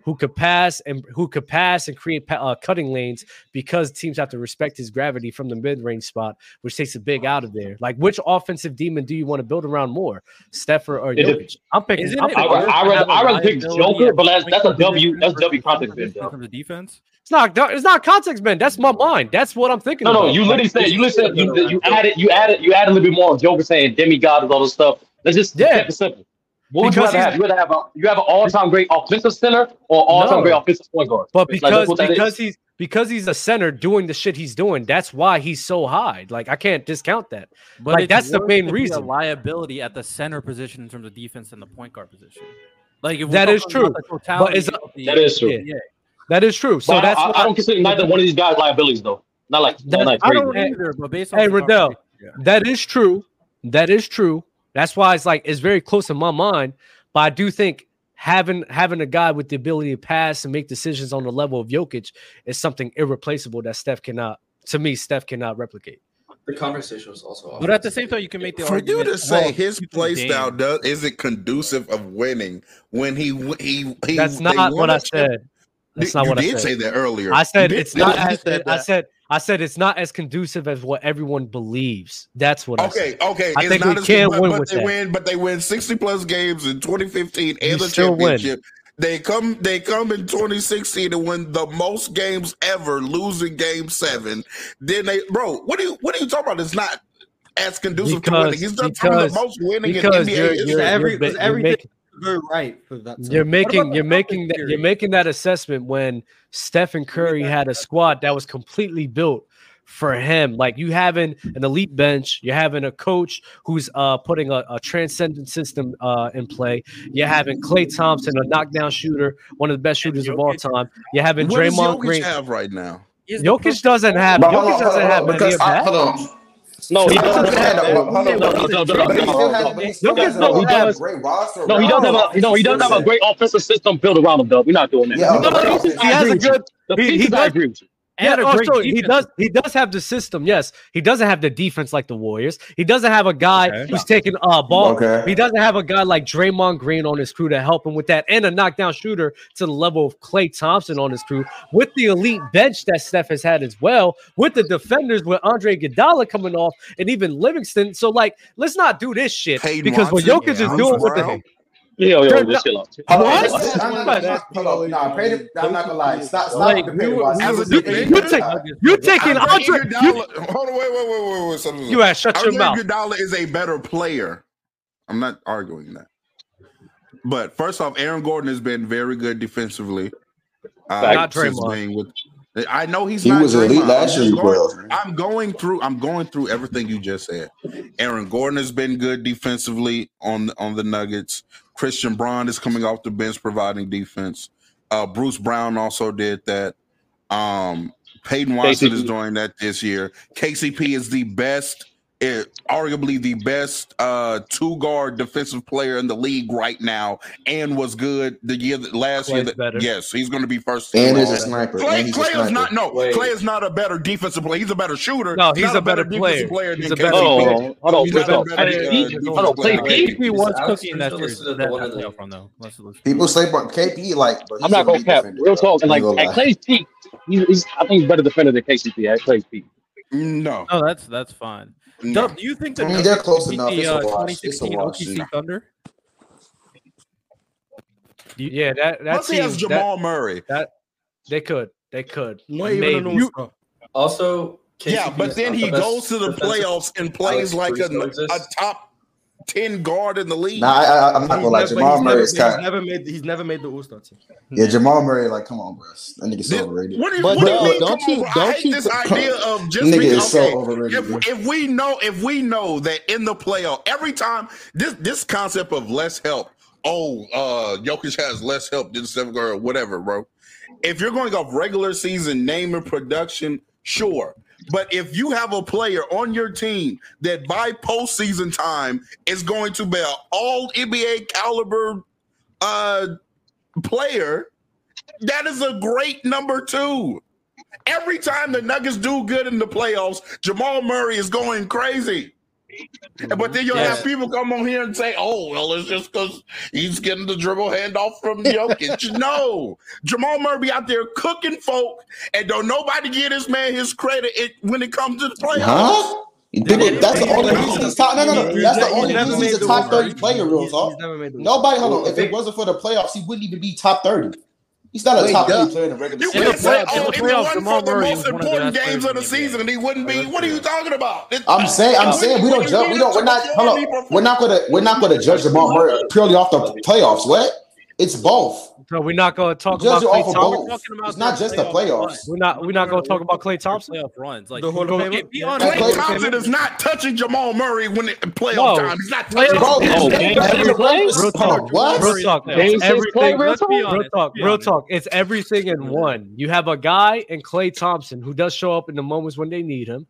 Speaker 1: who could pass and who could pass and create pa- uh, cutting lanes because teams have to respect his gravity from the mid range spot, which takes a big out of there. Like, which offensive demon do you want to build around more, Steph or, or
Speaker 15: It de-
Speaker 1: Jokic? I'm picking.
Speaker 18: Isn't
Speaker 1: I'm
Speaker 18: it
Speaker 15: I,
Speaker 1: picking
Speaker 15: I,
Speaker 1: Jokic.
Speaker 15: I rather I rather pick
Speaker 18: liability
Speaker 15: Joker,
Speaker 18: at
Speaker 15: but that's
Speaker 18: point
Speaker 15: that's a
Speaker 18: guard
Speaker 15: W. That's
Speaker 18: versus
Speaker 15: W context bid,
Speaker 18: in
Speaker 15: though.
Speaker 18: terms of defense?
Speaker 1: It's not. It's not context, man. That's my mind. That's what I'm thinking.
Speaker 15: No, no,
Speaker 1: about.
Speaker 15: you
Speaker 1: Like,
Speaker 15: literally said
Speaker 1: it's-
Speaker 15: you literally said you, you added you added you added a little bit more of Joker saying demigod and all this stuff. Let's just keep it simple. What would you
Speaker 1: Because
Speaker 15: rather
Speaker 1: he's-
Speaker 15: have? You rather have a you have an all time great offensive center or all time
Speaker 1: No.
Speaker 15: great offensive point guard?
Speaker 1: But
Speaker 15: Like, that's
Speaker 1: because
Speaker 15: what that is.
Speaker 1: because he's because he's a center doing the shit he's doing, that's why he's so high. Like I can't discount that.
Speaker 18: But
Speaker 1: like
Speaker 18: it's
Speaker 1: that's the
Speaker 18: worse
Speaker 1: main
Speaker 18: to be A
Speaker 1: reason.
Speaker 18: liability at the center position in terms of defense and the point guard position. Like if we're
Speaker 1: That is
Speaker 18: talking
Speaker 1: true.
Speaker 18: about the
Speaker 1: But it's
Speaker 18: totality of the
Speaker 15: That is true.
Speaker 18: NBA.
Speaker 1: That is true. So
Speaker 15: But I
Speaker 1: that's
Speaker 15: don't- I, I
Speaker 1: why-
Speaker 15: don't consider neither one of these guys liabilities though. Not like not
Speaker 1: That-
Speaker 15: like
Speaker 1: I
Speaker 15: crazy.
Speaker 1: don't
Speaker 18: either, but based on
Speaker 1: Hey
Speaker 18: the
Speaker 1: Riddell,
Speaker 18: yeah.
Speaker 1: that is true. That is true. That's why it's like it's very close in my mind. But I do think having having a guy with the ability to pass and make decisions on the level of Jokic is something irreplaceable that Steph cannot. To me, Steph cannot replicate.
Speaker 5: The conversation was also off.
Speaker 18: But at the same time, you can make the
Speaker 3: For
Speaker 18: argument
Speaker 3: you to say
Speaker 18: well,
Speaker 3: his play
Speaker 18: Dame.
Speaker 3: style does isn't conducive of winning when he w- he he
Speaker 1: That's
Speaker 3: they
Speaker 1: not
Speaker 3: won
Speaker 1: what
Speaker 3: a
Speaker 1: I
Speaker 3: chip-
Speaker 1: said. That's
Speaker 3: Di-
Speaker 1: not
Speaker 3: you
Speaker 1: what I
Speaker 3: did
Speaker 1: said.
Speaker 3: say that earlier.
Speaker 1: I said
Speaker 3: You did
Speaker 1: it's
Speaker 3: say
Speaker 1: not
Speaker 3: that.
Speaker 1: as I said I said it's not as conducive as what everyone believes. That's what I
Speaker 3: Okay,
Speaker 1: said.
Speaker 3: okay.
Speaker 1: I think we
Speaker 3: as-
Speaker 1: can
Speaker 3: but,
Speaker 1: win
Speaker 3: but
Speaker 1: with
Speaker 3: they
Speaker 1: that.
Speaker 3: win, but they win 60 plus games in 2015
Speaker 1: You
Speaker 3: and the
Speaker 1: still win.
Speaker 3: championship. They come they come in 2016 to win the most games ever, losing game seven. Then they bro, what are you what are you talking about? It's not as conducive to winning.
Speaker 1: Because
Speaker 3: He's done some of the
Speaker 1: because
Speaker 3: most winning in
Speaker 1: because
Speaker 3: NBA
Speaker 1: you're
Speaker 3: history.
Speaker 1: you're,
Speaker 2: Every-
Speaker 1: you're,
Speaker 2: because
Speaker 1: ba- you're
Speaker 2: everything-
Speaker 1: making
Speaker 2: Go right for that.
Speaker 1: you're making you're making that you're making that assessment when Stephen Curry had a squad that was completely built for him. Like you having an elite bench, you're having a coach who's uh putting a, a transcendent system uh in play. You're having Clay Thompson, a knockdown shooter, one of the best shooters of all time. You're having
Speaker 3: What does
Speaker 1: Draymond
Speaker 3: Jokic
Speaker 1: Green.
Speaker 3: have right now?
Speaker 1: Jokic doesn't have
Speaker 3: But hold
Speaker 1: Jokic
Speaker 3: on,
Speaker 1: doesn't
Speaker 3: hold on,
Speaker 1: have any
Speaker 3: because
Speaker 1: of
Speaker 3: I-
Speaker 1: that.
Speaker 3: hold on.
Speaker 15: No, he doesn't
Speaker 1: Jokic
Speaker 15: have
Speaker 1: doesn't
Speaker 15: that.
Speaker 1: have
Speaker 15: No, no, no, no, no,
Speaker 6: But he still
Speaker 15: no,
Speaker 6: has-
Speaker 15: no.
Speaker 6: but he still has
Speaker 15: No, he
Speaker 6: a
Speaker 15: does.
Speaker 6: great roster.
Speaker 15: No, he
Speaker 6: around
Speaker 15: doesn't
Speaker 6: him.
Speaker 15: have a no. He doesn't have a great offensive system built around him, though. We're not doing that.
Speaker 6: Yeah,
Speaker 15: No, no, the
Speaker 6: okay.
Speaker 15: pieces,
Speaker 6: He
Speaker 15: I
Speaker 6: has
Speaker 15: agree
Speaker 6: a
Speaker 15: with you.
Speaker 6: good-
Speaker 15: The
Speaker 1: he- he
Speaker 15: pieces, I
Speaker 1: does-
Speaker 15: agree with you.
Speaker 1: Yeah,
Speaker 18: a
Speaker 1: oh,
Speaker 18: great
Speaker 1: so he
Speaker 18: defense.
Speaker 1: does. He does have the system. Yes, he doesn't have the defense like the Warriors. He doesn't have a guy who's taking a uh, ball.
Speaker 6: Okay.
Speaker 1: He doesn't have a guy like Draymond Green on his crew to help him with that, and a knockdown shooter to the level of Clay Thompson on his crew, with the elite bench that Steph has had as well, with the defenders with Andre Iguodala coming off, and even Livingston. So like, let's not do this shit
Speaker 3: Peyton
Speaker 1: because what
Speaker 3: Watson,
Speaker 1: Jokic is
Speaker 3: Bruce
Speaker 1: doing with the
Speaker 3: Brown.
Speaker 15: Yo, yo,
Speaker 6: They're
Speaker 15: just
Speaker 6: not-
Speaker 15: chill out.
Speaker 6: Hold on, I'm not- hold on, nah, Peyton, I'm not gonna lie. Stop, stop
Speaker 3: Like,
Speaker 6: comparing
Speaker 3: we were-
Speaker 6: Washington.
Speaker 3: we were-
Speaker 6: Stop comparing
Speaker 3: you're taking-
Speaker 6: Washington.
Speaker 1: You're taking
Speaker 3: Andre
Speaker 1: Andre.
Speaker 3: Iguodala- Hold on, wait, wait, wait, wait, wait. something-
Speaker 1: You ass, shut your
Speaker 3: Andre
Speaker 1: mouth.
Speaker 3: Iguodala is a better player. I'm not arguing that. But first off, Aaron Gordon has been very good defensively. Uh,
Speaker 1: Not
Speaker 3: since
Speaker 1: Draymond.
Speaker 3: being with, I know he's
Speaker 6: He
Speaker 3: not
Speaker 6: was elite
Speaker 3: Draymond. I'm
Speaker 6: last year
Speaker 3: just
Speaker 6: in
Speaker 3: going-
Speaker 6: 12,
Speaker 3: I'm going through. I'm going through everything you just said. Aaron Gordon has been good defensively on on the Nuggets. Christian Braun is coming off the bench providing defense. Uh, Bruce Brown also did that. Um, Peyton Watson is
Speaker 15: KCP.
Speaker 3: doing that this year. KCP is the best, eh, arguably the best uh, two guard defensive player in the league right now, and was good the year that- last year.
Speaker 1: Clay's
Speaker 3: That,
Speaker 1: better.
Speaker 3: Yes, he's going to be first.
Speaker 6: And is a
Speaker 3: overall.
Speaker 6: sniper.
Speaker 3: Clay,
Speaker 6: And he's a
Speaker 3: Clay is
Speaker 6: sniper.
Speaker 3: not no.
Speaker 6: Wait.
Speaker 3: Clay is not a better defensive player. He's a better shooter.
Speaker 1: No, he's
Speaker 3: not
Speaker 1: a better
Speaker 3: defensive
Speaker 1: player.
Speaker 3: player
Speaker 1: He's
Speaker 3: than
Speaker 1: a better
Speaker 3: KCP.
Speaker 1: player.
Speaker 15: Oh, hold on,
Speaker 3: He's
Speaker 15: wait,
Speaker 3: not a
Speaker 15: no.
Speaker 3: better
Speaker 15: Hey,
Speaker 3: uh,
Speaker 15: he-
Speaker 3: defensive
Speaker 15: hold
Speaker 3: player.
Speaker 15: on, play
Speaker 3: than
Speaker 15: Pete.
Speaker 3: KCP.
Speaker 18: KP was
Speaker 5: Alex
Speaker 18: cooking
Speaker 5: Grinch
Speaker 18: that
Speaker 5: don't
Speaker 18: series.
Speaker 5: listen to
Speaker 18: That,
Speaker 5: the one
Speaker 18: that's
Speaker 5: in the
Speaker 18: where y'all
Speaker 5: league.
Speaker 18: from though. Let's, let's,
Speaker 6: People say bro, KP like, but
Speaker 15: I'm
Speaker 6: he's
Speaker 15: not
Speaker 6: an
Speaker 15: gonna
Speaker 6: elite
Speaker 15: cap.
Speaker 6: defender, bro.
Speaker 15: Real talk, and
Speaker 6: I ain't
Speaker 15: like
Speaker 6: gonna
Speaker 15: at
Speaker 6: lie.
Speaker 15: Clay's peak, he's, he's I think he's better defender than KCP at Clay's peak.
Speaker 3: No,
Speaker 18: no, that's that's fine.
Speaker 3: No.
Speaker 18: Dub, do you think the
Speaker 6: I mean,
Speaker 18: Nuggets
Speaker 6: they're
Speaker 18: can
Speaker 6: close
Speaker 18: beat
Speaker 6: enough.
Speaker 18: the
Speaker 6: It's a
Speaker 18: uh,
Speaker 6: wash. It's a
Speaker 18: 2016
Speaker 6: wash.
Speaker 18: OKC Thunder?
Speaker 1: yeah, that that
Speaker 3: Plus he has
Speaker 1: team,
Speaker 3: Jamal
Speaker 1: that,
Speaker 3: Murray.
Speaker 1: That they could, they could.
Speaker 2: Not
Speaker 1: And
Speaker 2: even a
Speaker 1: maybe.
Speaker 2: normal
Speaker 1: You-
Speaker 2: star.
Speaker 5: Also, KCP
Speaker 3: yeah, but
Speaker 5: is
Speaker 3: then
Speaker 5: not
Speaker 3: he
Speaker 5: the best
Speaker 3: goes to the
Speaker 5: defensive
Speaker 3: playoffs and
Speaker 5: Alex
Speaker 3: plays like a,
Speaker 5: Caruso
Speaker 3: a
Speaker 5: exists.
Speaker 3: top ten guard in the league.
Speaker 6: Nah, I, I, I'm not
Speaker 2: But
Speaker 6: gonna
Speaker 2: he's
Speaker 6: lie.
Speaker 2: never, but he's never, but
Speaker 6: Jamal Murray is
Speaker 2: he's
Speaker 6: kind.
Speaker 2: never made, he's never made the All Star team.
Speaker 6: Yeah, Jamal Murray. Like, come on, bro. That nigga's so overrated.
Speaker 3: What do you,
Speaker 4: But
Speaker 3: what do you
Speaker 4: Dub,
Speaker 3: mean?
Speaker 4: don't
Speaker 3: Come on,
Speaker 4: you-
Speaker 3: bro. I
Speaker 4: don't
Speaker 3: hate
Speaker 4: you
Speaker 3: this
Speaker 4: co-
Speaker 3: idea of just
Speaker 6: Nigga
Speaker 3: because.
Speaker 6: is so
Speaker 3: Okay,
Speaker 6: overrated, bro.
Speaker 3: if if we know if we know that in the playoff every time this this concept of less help. Oh, uh, Jokic has less help than seven or whatever, bro. If you're going off regular season name and production, sure. But if you have a player on your team that by postseason time is going to be an all NBA caliber uh player, that is a great number two. Every time the Nuggets do good in the playoffs, Jamal Murray is going crazy. But then you'll
Speaker 18: Yes.
Speaker 3: have people come on here and say, "Oh, well, it's just because he's getting the dribble handoff from Jokic." no, Jamal Murray out there cooking folk, and don't nobody give this man his credit it, when it comes to the playoffs.
Speaker 6: Huh? You think
Speaker 2: But
Speaker 6: that- that's
Speaker 2: he's
Speaker 6: the
Speaker 2: never
Speaker 6: only
Speaker 2: made
Speaker 6: reason
Speaker 2: the-
Speaker 6: he's top? No, no,
Speaker 2: he's
Speaker 6: no.
Speaker 2: ne-
Speaker 6: That's the
Speaker 2: he's
Speaker 6: only
Speaker 2: never
Speaker 6: reason
Speaker 2: made
Speaker 6: he's a
Speaker 2: the
Speaker 6: top
Speaker 2: All-Star.
Speaker 6: thirty player. Real
Speaker 2: He's, he's
Speaker 6: talk.
Speaker 2: never made the All-Star.
Speaker 6: Nobody. Hold on.
Speaker 5: Well,
Speaker 6: If it
Speaker 5: they,
Speaker 6: wasn't for the playoffs, he wouldn't even be top thirty. He's not a
Speaker 4: Wait,
Speaker 6: top thirty
Speaker 4: Dub,
Speaker 6: player in the regular
Speaker 3: You
Speaker 18: In the
Speaker 6: season.
Speaker 3: can't say,
Speaker 18: playoff, in
Speaker 3: "Oh,
Speaker 18: the
Speaker 3: if it
Speaker 18: playoffs,
Speaker 3: wasn't
Speaker 18: Jamal
Speaker 3: for the
Speaker 18: Murray was
Speaker 3: most
Speaker 18: one of the
Speaker 3: important
Speaker 18: best
Speaker 3: games
Speaker 18: players
Speaker 3: of
Speaker 18: in
Speaker 3: the
Speaker 18: the NBA.
Speaker 3: season," and he wouldn't
Speaker 18: Like,
Speaker 3: be.
Speaker 18: let's
Speaker 3: What are
Speaker 18: be
Speaker 3: you
Speaker 18: real.
Speaker 3: talking about? It,
Speaker 6: I'm saying,
Speaker 3: it
Speaker 6: I'm
Speaker 3: wouldn't,
Speaker 6: saying
Speaker 3: it
Speaker 6: we don't
Speaker 3: wouldn't
Speaker 6: judge. We
Speaker 3: even
Speaker 6: don't. We're not. Hold
Speaker 3: perform
Speaker 6: on.
Speaker 3: he
Speaker 6: We're
Speaker 3: performed.
Speaker 6: not gonna. We're not gonna judge
Speaker 5: actually,
Speaker 6: Jamal
Speaker 5: no,
Speaker 6: Murray
Speaker 5: no.
Speaker 6: purely off the playoffs. What? It's both.
Speaker 1: so we're not going to
Speaker 6: You
Speaker 1: talk about
Speaker 6: judge it
Speaker 1: Clay
Speaker 6: off of
Speaker 1: Thompson.
Speaker 18: We're
Speaker 6: both.
Speaker 18: talking about
Speaker 6: It's
Speaker 18: their
Speaker 6: not just the
Speaker 18: playoff run.
Speaker 6: playoffs.
Speaker 1: We're not. We're
Speaker 18: No, no,
Speaker 1: not going
Speaker 18: no,
Speaker 1: to
Speaker 18: we're
Speaker 1: talk about
Speaker 18: talking
Speaker 1: Clay
Speaker 18: about
Speaker 1: Thompson.
Speaker 18: their playoff runs. Like,
Speaker 2: The Hall of
Speaker 1: We're
Speaker 2: Famer?
Speaker 1: going to be
Speaker 2: Yeah.
Speaker 1: honest. We're
Speaker 6: That
Speaker 3: Clay
Speaker 1: going
Speaker 6: Clay
Speaker 1: to get
Speaker 3: Thompson
Speaker 1: beat.
Speaker 3: is not touching Jamal Murray when it, playoff
Speaker 1: No,
Speaker 3: time. He's not touching
Speaker 1: playoff
Speaker 6: Bro,
Speaker 3: him.
Speaker 6: it's
Speaker 15: Oh,
Speaker 1: everything.
Speaker 6: every
Speaker 15: game six
Speaker 6: every
Speaker 15: play?
Speaker 1: Real
Speaker 6: playoff. Hold
Speaker 1: talk.
Speaker 6: on, what?
Speaker 1: Real talk. It's
Speaker 15: Game six play?
Speaker 1: everything.
Speaker 15: Real
Speaker 1: Let's be
Speaker 15: talk?
Speaker 1: real
Speaker 15: Let's
Speaker 1: talk.
Speaker 15: be
Speaker 1: Real
Speaker 15: honest.
Speaker 1: talk. It's everything in one. You have a guy in Clay Thompson who does show up in the moments when they need him,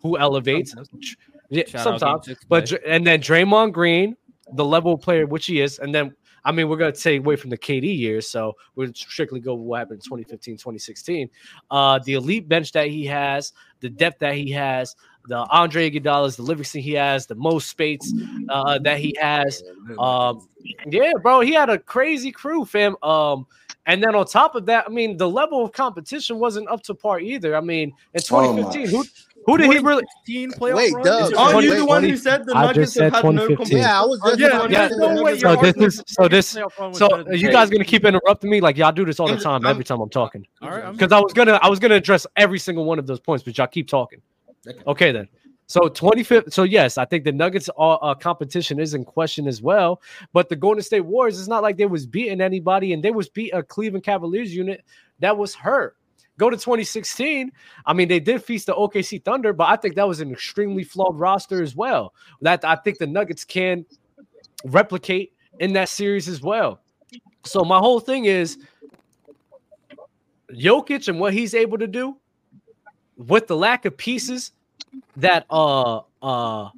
Speaker 1: who elevates.
Speaker 2: Sometimes.
Speaker 1: Ch- Yeah,
Speaker 18: Shout out game
Speaker 1: sometimes,
Speaker 18: six
Speaker 1: but
Speaker 18: play.
Speaker 1: Dr- and then Draymond Green, the level player which he is, and then I mean we're gonna take away from the KD years, so we're strictly go with what happened in 2015, 2016. Uh, the elite bench that he has, the depth that he has, the Andre Iguodala's, the Livingston he has, the most Spates uh, that he has. Um, yeah, bro, he had a crazy crew, fam. Um, and then on top of that, I mean, the level of competition wasn't up to par either. I mean, in
Speaker 6: Oh
Speaker 1: 2015,
Speaker 6: my.
Speaker 1: who who did he really?
Speaker 18: 2016 playoff
Speaker 4: wait,
Speaker 18: run?
Speaker 4: Dub,
Speaker 5: It's
Speaker 2: Are
Speaker 4: Dub,
Speaker 2: you
Speaker 1: Twenty-
Speaker 2: the
Speaker 4: wait.
Speaker 2: one
Speaker 1: twenty-
Speaker 2: who said the
Speaker 1: I just
Speaker 2: Nuggets have
Speaker 1: said
Speaker 2: had no
Speaker 1: 2015.
Speaker 2: competition?
Speaker 4: Yeah, I was
Speaker 2: Are
Speaker 4: just
Speaker 2: you the
Speaker 1: Yeah,
Speaker 4: about
Speaker 2: one
Speaker 4: to
Speaker 2: who
Speaker 1: yeah.
Speaker 4: say
Speaker 2: said the
Speaker 4: that.
Speaker 1: So
Speaker 2: Nuggets have
Speaker 1: this
Speaker 2: had no
Speaker 1: is so this
Speaker 18: playoff run was
Speaker 1: so
Speaker 18: better than
Speaker 1: you
Speaker 18: KD.
Speaker 1: guys gonna keep interrupting me like y'all do this all the
Speaker 2: I'm just,
Speaker 1: time
Speaker 2: I'm,
Speaker 1: every time I'm talking
Speaker 18: All right, I'm
Speaker 1: because I was gonna I was gonna address every single one of those points, but y'all keep talking.
Speaker 2: okay.
Speaker 1: Okay then. So 25th. So yes, I think the Nuggets are, uh, competition is in question as well. But the Golden State Warriors, it's not like they was beating anybody, and they was beat a Cleveland Cavaliers unit that was hurt. Go to 2016. I mean, they did feast the OKC Thunder, but I think that was an extremely flawed roster as well. That I think the Nuggets can replicate in that series as well. So my whole thing is Jokic and what he's able to do with the lack of pieces that uh uh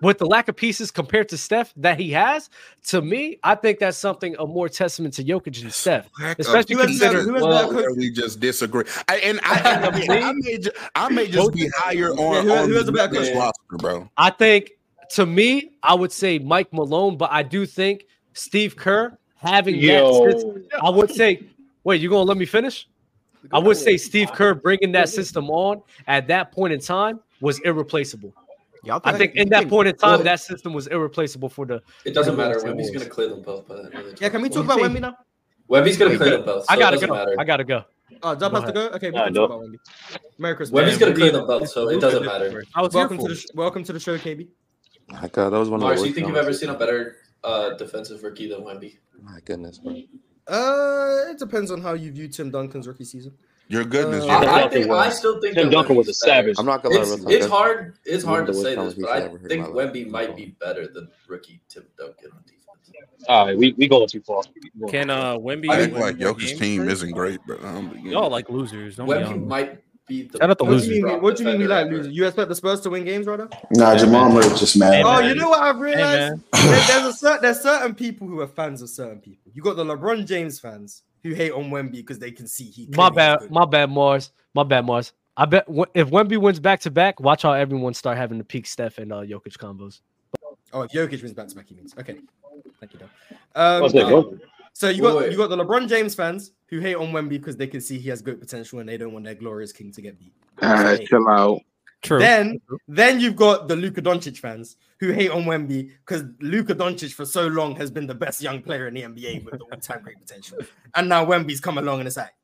Speaker 1: with the lack of pieces compared to Steph that he has, to me, I think that's something a more testament to Jokic and Steph,
Speaker 3: Lack of
Speaker 1: especially
Speaker 2: Who has better?
Speaker 1: considering
Speaker 2: Who has
Speaker 3: Well,
Speaker 2: better coach?
Speaker 3: where we just disagree. I, and I, and again, I may, ju- I may just be higher on,
Speaker 2: Yeah, who-
Speaker 3: on
Speaker 2: who has
Speaker 3: the
Speaker 2: the better
Speaker 3: Nuggets
Speaker 2: coach?
Speaker 3: roster, bro.
Speaker 1: I think to me, I would say Mike Malone, but I do think Steve Kerr having that. system-
Speaker 15: Yo.
Speaker 1: I would say, wait, you gonna let me finish? I would say Steve Kerr bringing that system on at that point in time was irreplaceable.
Speaker 17: Y'all
Speaker 1: I think in that point in time, that system was irreplaceable for the.
Speaker 5: It doesn't
Speaker 1: for the
Speaker 5: matter.
Speaker 1: Timberwolves.
Speaker 5: Wemby's going to clear them both by the end of the
Speaker 2: Yeah, can we talk
Speaker 5: tournament.
Speaker 2: about Wemby now?
Speaker 5: Wemby's going to clear them both. So
Speaker 1: I gotta
Speaker 5: it
Speaker 1: go.
Speaker 5: doesn't matter.
Speaker 1: I gotta go.
Speaker 2: Oh, Dub
Speaker 1: Go
Speaker 2: has to go. Okay, we
Speaker 5: Nah,
Speaker 2: can
Speaker 5: no.
Speaker 2: talk about Wemby. Merry Christmas.
Speaker 5: Wemby's
Speaker 2: man.
Speaker 5: going to clear
Speaker 2: Wemby-
Speaker 5: them both, so it doesn't matter.
Speaker 2: Welcome to the sh- welcome to the show, KB.
Speaker 19: My God, that was
Speaker 5: Mars,
Speaker 19: one of the
Speaker 5: do
Speaker 19: worst.
Speaker 5: you think you've ever seen a better uh, defensive rookie than Wemby?
Speaker 19: conversations. My goodness, bro.
Speaker 2: Uh, it depends on how you view Tim Duncan's rookie season.
Speaker 3: Your
Speaker 2: goodness,
Speaker 5: I, I think, I still think that Wemby's better.
Speaker 19: I'm not gonna lie,
Speaker 5: It's,
Speaker 19: real talk,
Speaker 5: it's
Speaker 19: that's
Speaker 5: hard. It's
Speaker 19: one
Speaker 5: hard
Speaker 19: of the
Speaker 5: to
Speaker 19: worst
Speaker 5: say this, but
Speaker 19: conversations I
Speaker 5: I
Speaker 19: ever heard in
Speaker 5: think
Speaker 19: my life.
Speaker 5: Wemby might be better than rookie Tim Duncan.
Speaker 15: All right, we we going too far.
Speaker 18: Can uh Wemby
Speaker 3: I
Speaker 18: win
Speaker 3: think like
Speaker 18: more
Speaker 3: Jokic's
Speaker 18: games
Speaker 3: team
Speaker 18: first?
Speaker 3: isn't great, bro. Um,
Speaker 18: Y'all like losers. Don't
Speaker 5: Wemby
Speaker 18: be honest.
Speaker 5: might be the
Speaker 18: Shout out to
Speaker 2: What do you
Speaker 18: losers.
Speaker 2: mean? What do you mean we like losing? You expect the Spurs to win games, right now?
Speaker 6: Nah,
Speaker 18: Hey,
Speaker 6: Jamal
Speaker 18: man.
Speaker 6: Murray's just mad.
Speaker 18: Hey,
Speaker 2: Oh,
Speaker 18: man.
Speaker 2: you know what I've realized?
Speaker 18: man.
Speaker 2: There- there's a cer- there's certain people who are fans of certain people. You got the LeBron James fans who hate on Wemby because they can see he.
Speaker 1: My
Speaker 2: clearly is
Speaker 1: bad,
Speaker 2: good.
Speaker 1: my bad, Mars. My bad, Mars. I bet w- if Wemby wins back to back, watch how everyone start having the peak Steph and uh, Jokic combos.
Speaker 2: Oh, if Jokic wins back to back, he means. Okay, thank you, Dom. Um,
Speaker 15: What's that,
Speaker 2: okay.
Speaker 15: Jokic?
Speaker 2: So you got
Speaker 15: Wait.
Speaker 2: you got the LeBron James fans who hate on Wemby because they can see he has great potential and they don't want their glorious king to get beat.
Speaker 10: All right, chill out.
Speaker 2: Then, then you've got the Luka Doncic fans who hate on Wemby because Luka Doncic for so long has been the best young player in the NBA with the all-time great potential, and now Wemby's come along and it's like,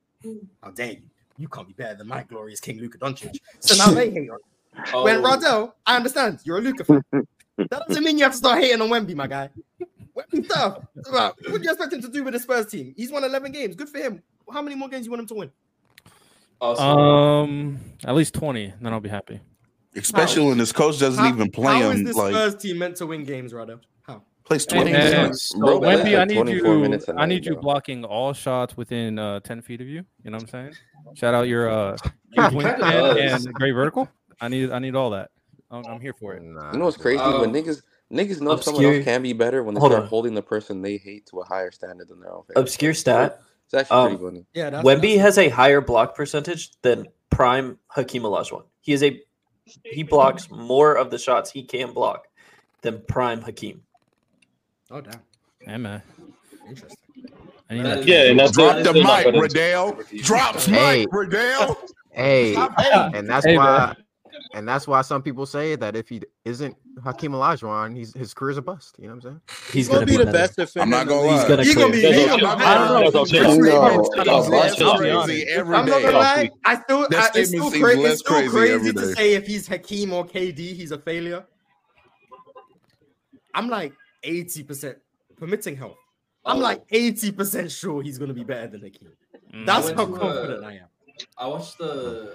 Speaker 2: how dare Oh, you? You can't be better than my glorious king Luka Doncic. So now they hate on. him. When
Speaker 15: Oh.
Speaker 2: Rodell, I understand you're a Luka fan. That doesn't mean you have to start hating on Wemby, my guy. Wemby's tough. Bro, What do you expect him to do with the Spurs team? He's won 11 games. Good for him. How many more games you want him to win?
Speaker 18: Um, at least twenty, then I'll be happy.
Speaker 3: Especially when his coach doesn't
Speaker 2: How-
Speaker 3: even play
Speaker 2: How is
Speaker 3: him.
Speaker 2: this
Speaker 3: Like
Speaker 2: Spurs team meant to win games, Rodell? How?
Speaker 3: plays
Speaker 18: Hey,
Speaker 3: twenty
Speaker 18: man,
Speaker 3: minutes,
Speaker 18: bro, Wemby, I
Speaker 19: like
Speaker 18: need
Speaker 19: 24
Speaker 18: you.
Speaker 19: minutes a
Speaker 18: I
Speaker 19: night,
Speaker 18: need you
Speaker 19: bro.
Speaker 18: blocking all shots within uh, ten feet of you. You know what I'm saying? Shout out your uh,
Speaker 5: He
Speaker 18: huge
Speaker 5: kinda
Speaker 18: wingspan
Speaker 5: does.
Speaker 18: and great vertical. I need, I need all that. I'm, I'm here for it.
Speaker 19: You know what's crazy? when
Speaker 5: Um,
Speaker 19: niggas niggas know someone
Speaker 17: obscure-
Speaker 19: else can be better when they
Speaker 17: Hold
Speaker 19: start
Speaker 17: on.
Speaker 19: holding the person they hate to a higher standard than their own. favorite.
Speaker 17: Obscure
Speaker 19: It's pretty-
Speaker 17: stat.
Speaker 19: It's actually
Speaker 17: Um,
Speaker 19: pretty funny.
Speaker 17: Wemby has a higher block percentage than prime Hakeem Olajuwon. He is a he blocks more of the shots he can block than prime Hakeem.
Speaker 2: Oh damn.
Speaker 18: Hey, man.
Speaker 2: Interesting.
Speaker 18: I need
Speaker 17: That
Speaker 18: that.
Speaker 17: is- Yeah, and that's
Speaker 18: Drop
Speaker 17: it. That's it, my friend.
Speaker 3: Drops
Speaker 17: Hey.
Speaker 3: Mike Riddell.
Speaker 17: Hey,
Speaker 3: and
Speaker 17: and that's why,
Speaker 3: man.
Speaker 17: and that's why some people say that if he isn't Hakeem Olajuwon, he's his career's a bust. You know what I'm saying?
Speaker 2: He's gonna be the best defender.
Speaker 17: I'm not
Speaker 2: in the
Speaker 17: gonna
Speaker 2: league.
Speaker 17: lie.
Speaker 2: He's gonna be.
Speaker 17: That's
Speaker 2: he
Speaker 17: all-
Speaker 2: gonna be-
Speaker 17: I'm
Speaker 2: I don't
Speaker 17: not-
Speaker 2: know.
Speaker 17: that's all-
Speaker 2: This
Speaker 17: No,
Speaker 2: statement
Speaker 17: that's
Speaker 2: seems
Speaker 17: all-
Speaker 2: less
Speaker 17: that's
Speaker 2: crazy
Speaker 17: crazy every
Speaker 2: I'm not
Speaker 17: day.
Speaker 2: gonna lie. I still.
Speaker 3: That
Speaker 2: I, it's
Speaker 3: statement
Speaker 2: still,
Speaker 3: seems
Speaker 2: cra-
Speaker 3: less
Speaker 2: it's still
Speaker 3: crazy
Speaker 2: crazy
Speaker 3: every day.
Speaker 2: to say if he's Hakeem or KD, he's a failure. I'm like eighty percent permitting health. I'm
Speaker 5: Oh.
Speaker 2: like eighty percent sure he's gonna be better than Hakeem.
Speaker 3: Mm.
Speaker 5: I
Speaker 2: That's
Speaker 5: went
Speaker 2: how
Speaker 5: to, uh,
Speaker 2: confident I am.
Speaker 5: I watched the.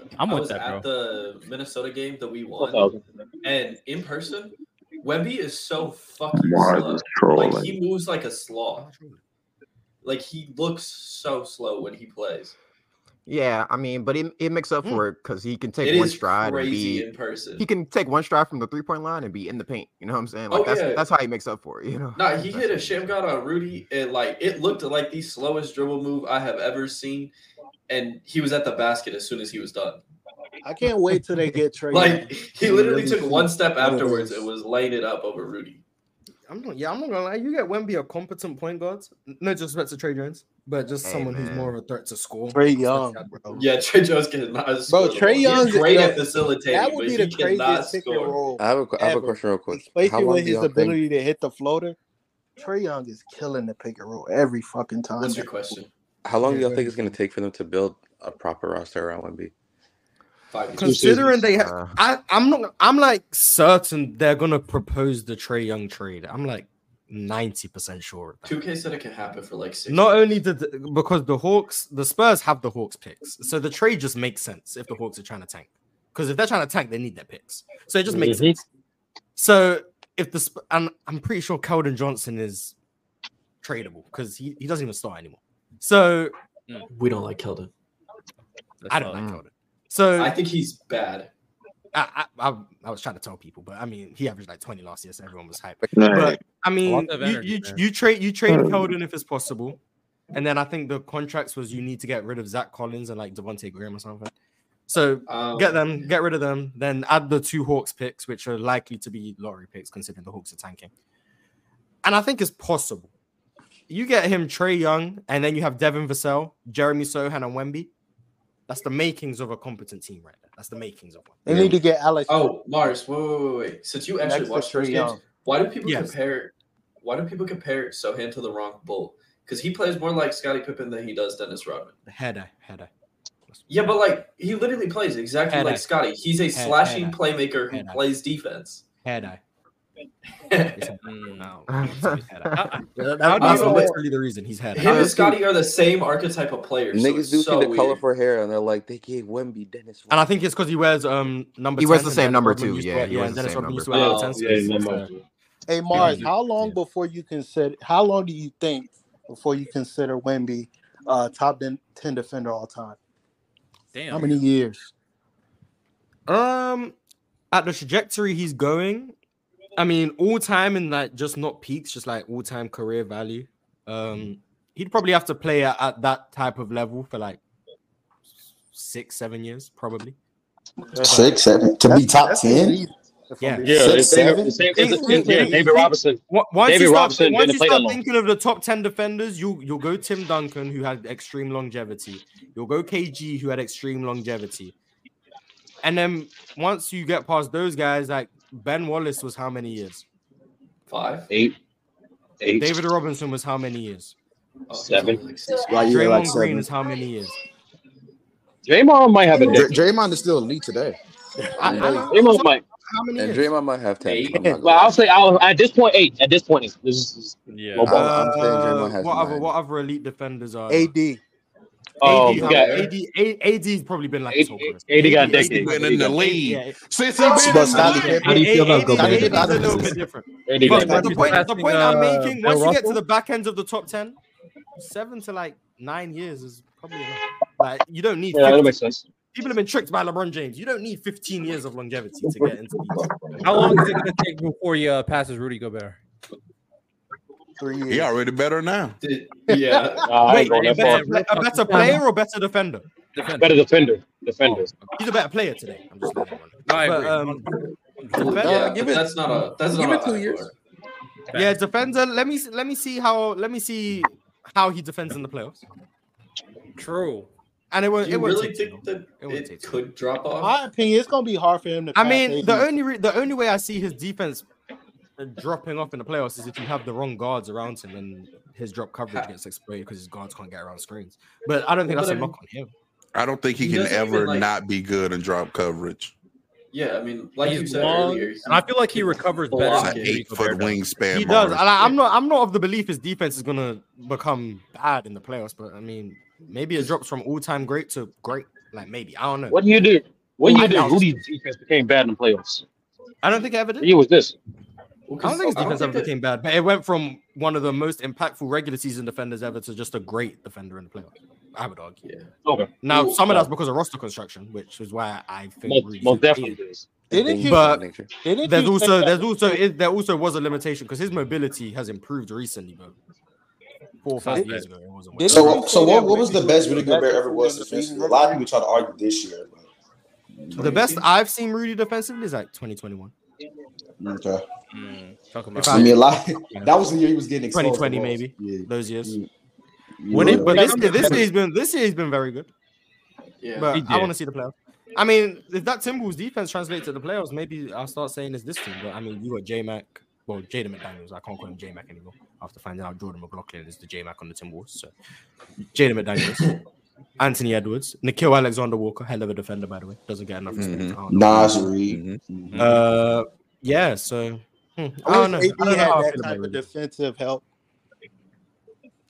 Speaker 2: Mm. I'm
Speaker 5: i
Speaker 2: with
Speaker 5: was
Speaker 2: that,
Speaker 5: at the Minnesota game that we won,
Speaker 15: 1,000.
Speaker 5: and in person, Wemby is so fucking
Speaker 10: Mars
Speaker 5: slow.
Speaker 10: is trolling.
Speaker 5: Like he moves like a sloth. Like he looks so slow when he plays.
Speaker 17: Yeah, I mean, but it, it makes up for it because he can take
Speaker 5: It
Speaker 17: one
Speaker 5: is
Speaker 17: stride and
Speaker 5: crazy
Speaker 17: be
Speaker 5: in person.
Speaker 17: He can take one stride from the three point line and be in the paint. You know what I'm saying? Like
Speaker 5: Oh,
Speaker 17: that's
Speaker 5: yeah.
Speaker 17: that's how he makes up for it. You know?
Speaker 5: Nah, he hit a sham god on Rudy, and like it looked like the slowest dribble move I have ever seen. And he was at the basket as soon as he was done.
Speaker 4: I can't wait till they get traded.
Speaker 5: Like he literally took one step afterwards and was laying it up over Rudy.
Speaker 2: I'm not. Yeah, I'm not gonna lie. You get Wemby a competent point guard. No disrespect to Trey Jones, but just
Speaker 5: Hey,
Speaker 2: someone who's
Speaker 5: man.
Speaker 2: more of a threat to score.
Speaker 4: Trey
Speaker 2: Especially
Speaker 4: Young,
Speaker 2: at the-
Speaker 5: Yeah, Trey Jones cannot score.
Speaker 2: Bro,
Speaker 5: the
Speaker 2: Trey
Speaker 5: ball.
Speaker 2: Young's-
Speaker 5: He's great
Speaker 2: yo,
Speaker 5: at facilitating,
Speaker 4: that would
Speaker 5: but
Speaker 4: be
Speaker 5: he
Speaker 4: the
Speaker 5: cannot
Speaker 4: craziest pick and
Speaker 5: score.
Speaker 4: roll.
Speaker 19: I have a, qu- I have a
Speaker 4: ever.
Speaker 19: question real quick. How
Speaker 4: Especially
Speaker 19: long
Speaker 4: with
Speaker 19: do
Speaker 4: his
Speaker 19: y'all think?
Speaker 4: ability to hit the floater. Trey Young is killing the pick and roll every fucking time.
Speaker 5: What's your question?
Speaker 19: How long do
Speaker 4: Yeah,
Speaker 19: y'all
Speaker 4: go
Speaker 19: think
Speaker 4: ahead.
Speaker 19: it's gonna take for them to build a proper roster around Wemby?
Speaker 5: Five years.
Speaker 2: Considering they have,
Speaker 19: Uh,
Speaker 2: I, I'm not. I'm like certain they're gonna propose the Trey Young trade. I'm like ninety percent sure. of that.
Speaker 5: 2K said it can happen for like six.
Speaker 2: Not only did the, because the Hawks, the Spurs have the Hawks picks, so the trade just makes sense if the Hawks are trying to tank. Because if they're trying to tank, they need their picks, so it just makes
Speaker 15: Mhm.
Speaker 2: sense. So if the Sp- and I'm pretty sure Keldon Johnson is tradable because he, he doesn't even start anymore. So
Speaker 5: we don't like Keldon.
Speaker 2: I don't like Keldon. So
Speaker 5: I think he's bad.
Speaker 2: I, I, I, I was trying to tell people, but I mean, he averaged like 20 last year, so everyone was hyped.
Speaker 10: Right.
Speaker 2: But I mean,
Speaker 18: Lots of
Speaker 2: you,
Speaker 18: energy,
Speaker 2: you,
Speaker 18: man.
Speaker 2: you trade you
Speaker 4: Hmm.
Speaker 2: trade
Speaker 18: Mm.
Speaker 2: Keldon if it's possible, and then I think the contracts was you need to get rid of Zach Collins and like Devontae Graham or something. So
Speaker 4: Oh,
Speaker 2: get them, get rid of them, then add the two Hawks picks, which are likely to be lottery picks considering the Hawks are tanking. And I think it's possible. You get him Trey Young, and then you have Devin Vassell, Jeremy Sohan, and Wemby. That's the makings of a competent team right there.
Speaker 20: That's the makings of one.
Speaker 4: They need to get Alex.
Speaker 5: Oh, Lars, wait, wait, wait, wait. Since you actually
Speaker 4: Next to
Speaker 5: watched those
Speaker 4: Trae
Speaker 5: games,
Speaker 4: Young.
Speaker 5: why do people
Speaker 4: Yes.
Speaker 5: compare? Why do people compare Sohan to the wrong bull? Because he plays more like Scottie Pippen than he does Dennis Rodman.
Speaker 20: Header, header.
Speaker 5: Yeah, but like he literally plays exactly
Speaker 20: Head
Speaker 5: like
Speaker 20: eye.
Speaker 5: Scotty. He's a
Speaker 20: Head-
Speaker 5: slashing
Speaker 20: head eye.
Speaker 5: playmaker who
Speaker 20: Head eye.
Speaker 5: plays defense.
Speaker 20: Head eye.
Speaker 5: no.
Speaker 20: That- that- That's literally the reason he's had.
Speaker 5: Him
Speaker 4: Uh,
Speaker 5: and Scotty are the same archetype of players. so
Speaker 19: Niggas
Speaker 5: it's
Speaker 19: do
Speaker 5: so
Speaker 19: see the
Speaker 5: weird.
Speaker 19: color for hair and they're like, they gave Wemby Dennis.
Speaker 20: And I think it's because he wears um number.
Speaker 19: He wears
Speaker 20: 10,
Speaker 19: the
Speaker 20: and
Speaker 19: same
Speaker 20: then
Speaker 19: number
Speaker 20: Rodman
Speaker 19: too,
Speaker 20: used to
Speaker 19: yeah,
Speaker 20: wear-
Speaker 19: he
Speaker 20: yeah.
Speaker 19: wears
Speaker 20: And
Speaker 19: the
Speaker 20: Dennis
Speaker 19: same
Speaker 20: Rodman used to
Speaker 19: number.
Speaker 20: wear number
Speaker 19: Oh,
Speaker 20: 10.
Speaker 19: yeah,
Speaker 20: so-
Speaker 19: he's
Speaker 20: so-
Speaker 19: number
Speaker 4: Hey Mars, how long before you consider? How long do you think before you consider Wemby uh, top ten, 10 defender all time?
Speaker 18: Damn.
Speaker 4: How many years?
Speaker 2: Um, at the trajectory he's going, I mean, all time and like just not peaks, just like all time career value. Um, he'd probably have to play at, at that type of level for like six, seven years, probably.
Speaker 6: Six, seven. To be top 10?
Speaker 2: Yeah,
Speaker 6: Yeah, Six, it's David- seven? it's
Speaker 15: same- it's the same player, David Robinson.
Speaker 2: Wa- Once
Speaker 15: David
Speaker 2: you start,
Speaker 15: Robinson
Speaker 2: once
Speaker 15: didn't
Speaker 2: you
Speaker 15: play
Speaker 2: start
Speaker 15: that long.
Speaker 2: thinking of the top ten defenders, you you'll go Tim Duncan, who had extreme longevity. You'll go KG, who had extreme longevity. And then once you get past those guys, like Ben Wallace was how many years?
Speaker 5: Five,
Speaker 15: eight, eight.
Speaker 2: David Robinson was how many years?
Speaker 15: Seven.
Speaker 2: Draymond
Speaker 21: Right, yeah, like
Speaker 2: Green
Speaker 21: seven.
Speaker 2: is how many years?
Speaker 15: Draymond might have a
Speaker 21: Dr-
Speaker 15: decade.
Speaker 21: Draymond is still elite today.
Speaker 2: I, I know.
Speaker 15: Draymond might.
Speaker 2: How many
Speaker 19: And
Speaker 2: years?
Speaker 19: Draymond might have 10. I'm not
Speaker 15: Well,
Speaker 19: gonna
Speaker 15: I'll
Speaker 19: lie.
Speaker 15: say I'll, at this point eight. At this point, it's- this is, this is
Speaker 19: I'm,
Speaker 15: lowball.
Speaker 19: I'm saying Draymond
Speaker 2: Uh,
Speaker 19: has
Speaker 2: what other
Speaker 19: nine.
Speaker 2: what other elite defenders are? there?
Speaker 4: AD. AD.
Speaker 15: Oh,
Speaker 2: how
Speaker 15: yeah.
Speaker 2: many- AD. AD's probably been like his whole career.
Speaker 15: AD got
Speaker 2: AD 's
Speaker 15: decades.
Speaker 2: probably
Speaker 15: Been in the
Speaker 2: AD-
Speaker 15: league.
Speaker 2: yeah.
Speaker 15: Since
Speaker 21: he been But in the Scottie league. Pippen- How do you feel about
Speaker 2: AD 's-
Speaker 21: Gobert?
Speaker 2: AD 's
Speaker 21: Scottie
Speaker 2: a little
Speaker 21: Pippen-
Speaker 2: bit different.
Speaker 15: Ad got
Speaker 2: But
Speaker 15: decades.
Speaker 2: the point, the point
Speaker 15: Uh,
Speaker 2: I'm making,
Speaker 15: Bill
Speaker 2: once you get to
Speaker 15: Russell?
Speaker 2: the back end of the top ten, seven to like nine years is probably enough. Like you don't need.
Speaker 15: Yeah, that
Speaker 2: 15
Speaker 15: makes sense.
Speaker 2: People have been tricked by LeBron James. You don't need 15 years of longevity to get into these.
Speaker 18: How long is it going to take before he uh, passes Rudy Gobert?
Speaker 4: Three
Speaker 3: He already better now.
Speaker 5: Yeah.
Speaker 2: Wait, a better, pla- a better player or better defender? Oh,
Speaker 15: Better defender. Defenders.
Speaker 2: He's a better player today. I'm just letting everyone.
Speaker 18: No, I
Speaker 2: But,
Speaker 18: agree.
Speaker 2: um, defender,
Speaker 5: yeah, but that's not a that's
Speaker 2: give
Speaker 5: not
Speaker 2: it
Speaker 5: a
Speaker 2: two
Speaker 5: high
Speaker 2: years.
Speaker 5: bar.
Speaker 2: yeah, defender. Let me let me see how let me see how he defends in the playoffs.
Speaker 18: True.
Speaker 2: And it won't
Speaker 5: Do you
Speaker 2: it won't
Speaker 5: really
Speaker 2: take too
Speaker 5: think that it,
Speaker 2: take
Speaker 5: could drop
Speaker 4: In
Speaker 5: off?
Speaker 4: my opinion, it's gonna be hard for him to.
Speaker 2: I
Speaker 4: pass
Speaker 2: mean, the
Speaker 4: AD.
Speaker 2: only re- the only way I see his defense uh, dropping off in the playoffs is if you have the wrong guards around him and his drop coverage gets exploited because his guards can't get around screens. But I don't think
Speaker 5: Well,
Speaker 2: that's
Speaker 5: but
Speaker 2: a
Speaker 5: I mean-
Speaker 2: knock on him.
Speaker 3: I don't think he,
Speaker 5: He
Speaker 3: can
Speaker 5: doesn't even,
Speaker 3: ever
Speaker 5: like-
Speaker 3: not be good in drop coverage.
Speaker 5: Yeah, I mean, like
Speaker 18: He's
Speaker 5: you said
Speaker 18: long,
Speaker 5: earlier,
Speaker 18: and I feel like he recovers better
Speaker 3: It's
Speaker 18: than
Speaker 3: an
Speaker 18: Rudy
Speaker 3: eight foot
Speaker 18: Gobert does.
Speaker 3: wingspan.
Speaker 2: He does.
Speaker 3: Mars.
Speaker 2: And I, I'm not. I'm not of the belief his defense is gonna become bad in the playoffs. But I mean, maybe it drops from all time great to great. Like maybe I don't know.
Speaker 15: What do you do? What do
Speaker 2: I
Speaker 15: you do?
Speaker 2: doubt it.
Speaker 15: Rudy's defense became bad in the playoffs.
Speaker 2: I don't think it ever did.
Speaker 15: He was this.
Speaker 2: I don't think his
Speaker 5: I don't
Speaker 2: defense
Speaker 5: think
Speaker 2: ever
Speaker 5: that-
Speaker 2: became bad, but it went from one of the most impactful regular season defenders ever to just a great defender in the playoffs. I would argue.
Speaker 5: Yeah.
Speaker 15: Okay.
Speaker 2: Now,
Speaker 15: Well,
Speaker 2: some of
Speaker 15: uh,
Speaker 2: that's because of roster construction, which is why I think
Speaker 15: Most-
Speaker 2: Rudy's
Speaker 15: most definitely
Speaker 2: outdated.
Speaker 15: is.
Speaker 4: And Didn't things you- of
Speaker 2: but
Speaker 4: that nature. didn't
Speaker 2: there's
Speaker 4: you say
Speaker 2: also
Speaker 4: that-
Speaker 2: there's also it, there also was a limitation because his mobility has improved recently, but four or five
Speaker 6: Did-
Speaker 2: years ago it wasn't. what it
Speaker 4: Didn't
Speaker 2: was.
Speaker 6: So,
Speaker 4: you
Speaker 6: so
Speaker 4: say
Speaker 6: what,
Speaker 4: that
Speaker 6: what was the
Speaker 4: Wemby was
Speaker 6: best Rudy
Speaker 4: the best
Speaker 6: Gobert ever
Speaker 4: defender
Speaker 6: was
Speaker 4: in the
Speaker 6: defensively? A
Speaker 4: league,
Speaker 6: lot of people try to argue this year.
Speaker 2: The best I've seen Rudy defensively is like 2021.
Speaker 6: but- okay.
Speaker 4: Mm,
Speaker 2: Talking
Speaker 6: I mean, a lot.
Speaker 2: Yeah.
Speaker 6: That was the year he was getting exposed.
Speaker 2: 2020
Speaker 6: the most.
Speaker 2: maybe those years.
Speaker 6: When
Speaker 2: When
Speaker 6: it-
Speaker 2: it, but
Speaker 6: when it
Speaker 2: this,
Speaker 6: comes to
Speaker 2: this
Speaker 6: defense-
Speaker 2: year's been this year's been very good.
Speaker 5: Yeah.
Speaker 2: But
Speaker 18: He
Speaker 2: I want to
Speaker 18: did.
Speaker 2: see the playoffs. I mean, if that Timberwolves defense translates to the playoffs, maybe I'll start saying it's this team. But I mean, you got J Mac, well, Jaden McDaniels. I can't call him J Mac anymore after finding out Jordan McLaughlin is the J Mac on the Timberwolves. So Jaden McDaniels, Anthony Edwards, Nikhil Alexander Walker, hell of a defender, by the way. Doesn't get enough respect. I don't know why.
Speaker 6: Nas
Speaker 19: Mm-hmm.
Speaker 6: Reed.
Speaker 5: Mm-hmm.
Speaker 2: Uh, yeah, so hmm, I
Speaker 4: I
Speaker 2: don't know.
Speaker 4: wish
Speaker 2: I don't
Speaker 4: AD
Speaker 2: know
Speaker 4: had
Speaker 2: how I
Speaker 4: that
Speaker 2: feel about
Speaker 4: type of
Speaker 2: Rudy.
Speaker 4: defensive help.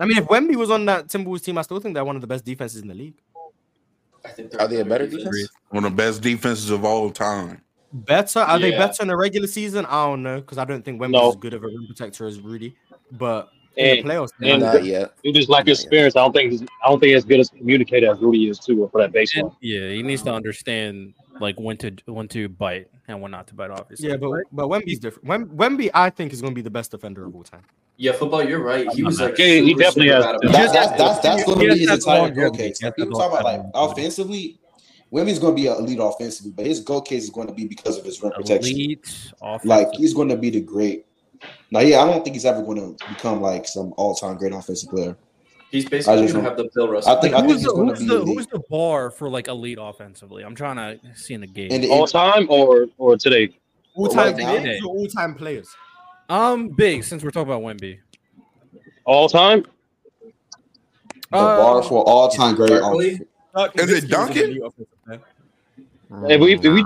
Speaker 2: I mean, if Wemby was on that Timberwolves team, I still think they're one of the best defenses in the league.
Speaker 5: I think
Speaker 3: Are they a better defense? One of the best defenses of all time.
Speaker 2: Better? Are they
Speaker 3: Yeah.
Speaker 2: better in the regular season? I don't know because I don't think Wemby's
Speaker 15: No.
Speaker 2: as good of a rim protector as Rudy. But in
Speaker 15: And,
Speaker 2: the playoffs,
Speaker 15: and You just lack experience. I don't think he's, I don't think as good as communicator as Rudy is too for that baseline.
Speaker 18: Yeah, he needs to understand like when to when to bite and when not to bite. Obviously.
Speaker 2: yeah, but but Wemby's different. Wem, Wemby, I think, is going to be the best defender of all time.
Speaker 5: Yeah, football. You're right. He was like
Speaker 15: Yeah, he
Speaker 5: super,
Speaker 15: definitely
Speaker 5: super
Speaker 15: has-
Speaker 5: bad
Speaker 6: That,
Speaker 5: about
Speaker 6: that's
Speaker 5: it.
Speaker 6: that's that's going
Speaker 18: he
Speaker 6: to
Speaker 18: has
Speaker 6: be his
Speaker 18: that
Speaker 6: entire goal
Speaker 18: longevity,
Speaker 6: case.
Speaker 18: he has that
Speaker 6: Like people talk about like offensively, Wemby's going to be an elite offensively, but his goal case is going to be because of his rim protection.
Speaker 18: Elite
Speaker 6: Like he's going to be the great. Now, yeah, I don't think he's ever going to become like some all-time great offensive player.
Speaker 5: He's basically
Speaker 6: just
Speaker 5: gonna have
Speaker 6: don't-
Speaker 5: the Bill Russell.
Speaker 6: I think- I think
Speaker 18: who's,
Speaker 6: he's
Speaker 18: the,
Speaker 6: gonna
Speaker 18: who's,
Speaker 6: be
Speaker 18: the,
Speaker 6: elite.
Speaker 18: who's the bar for like elite offensively? I'm trying to see in the game.
Speaker 6: And the-
Speaker 15: All time or or today?
Speaker 2: All
Speaker 18: Right
Speaker 2: time
Speaker 18: now?
Speaker 2: bigs or all time players?
Speaker 18: Um, big since we're talking about Wemby.
Speaker 15: All time?
Speaker 6: The bar for all time great.
Speaker 15: Barkley?
Speaker 6: off-
Speaker 2: Is it
Speaker 6: Uh, Duncan?
Speaker 18: Mm.
Speaker 15: If we, if we,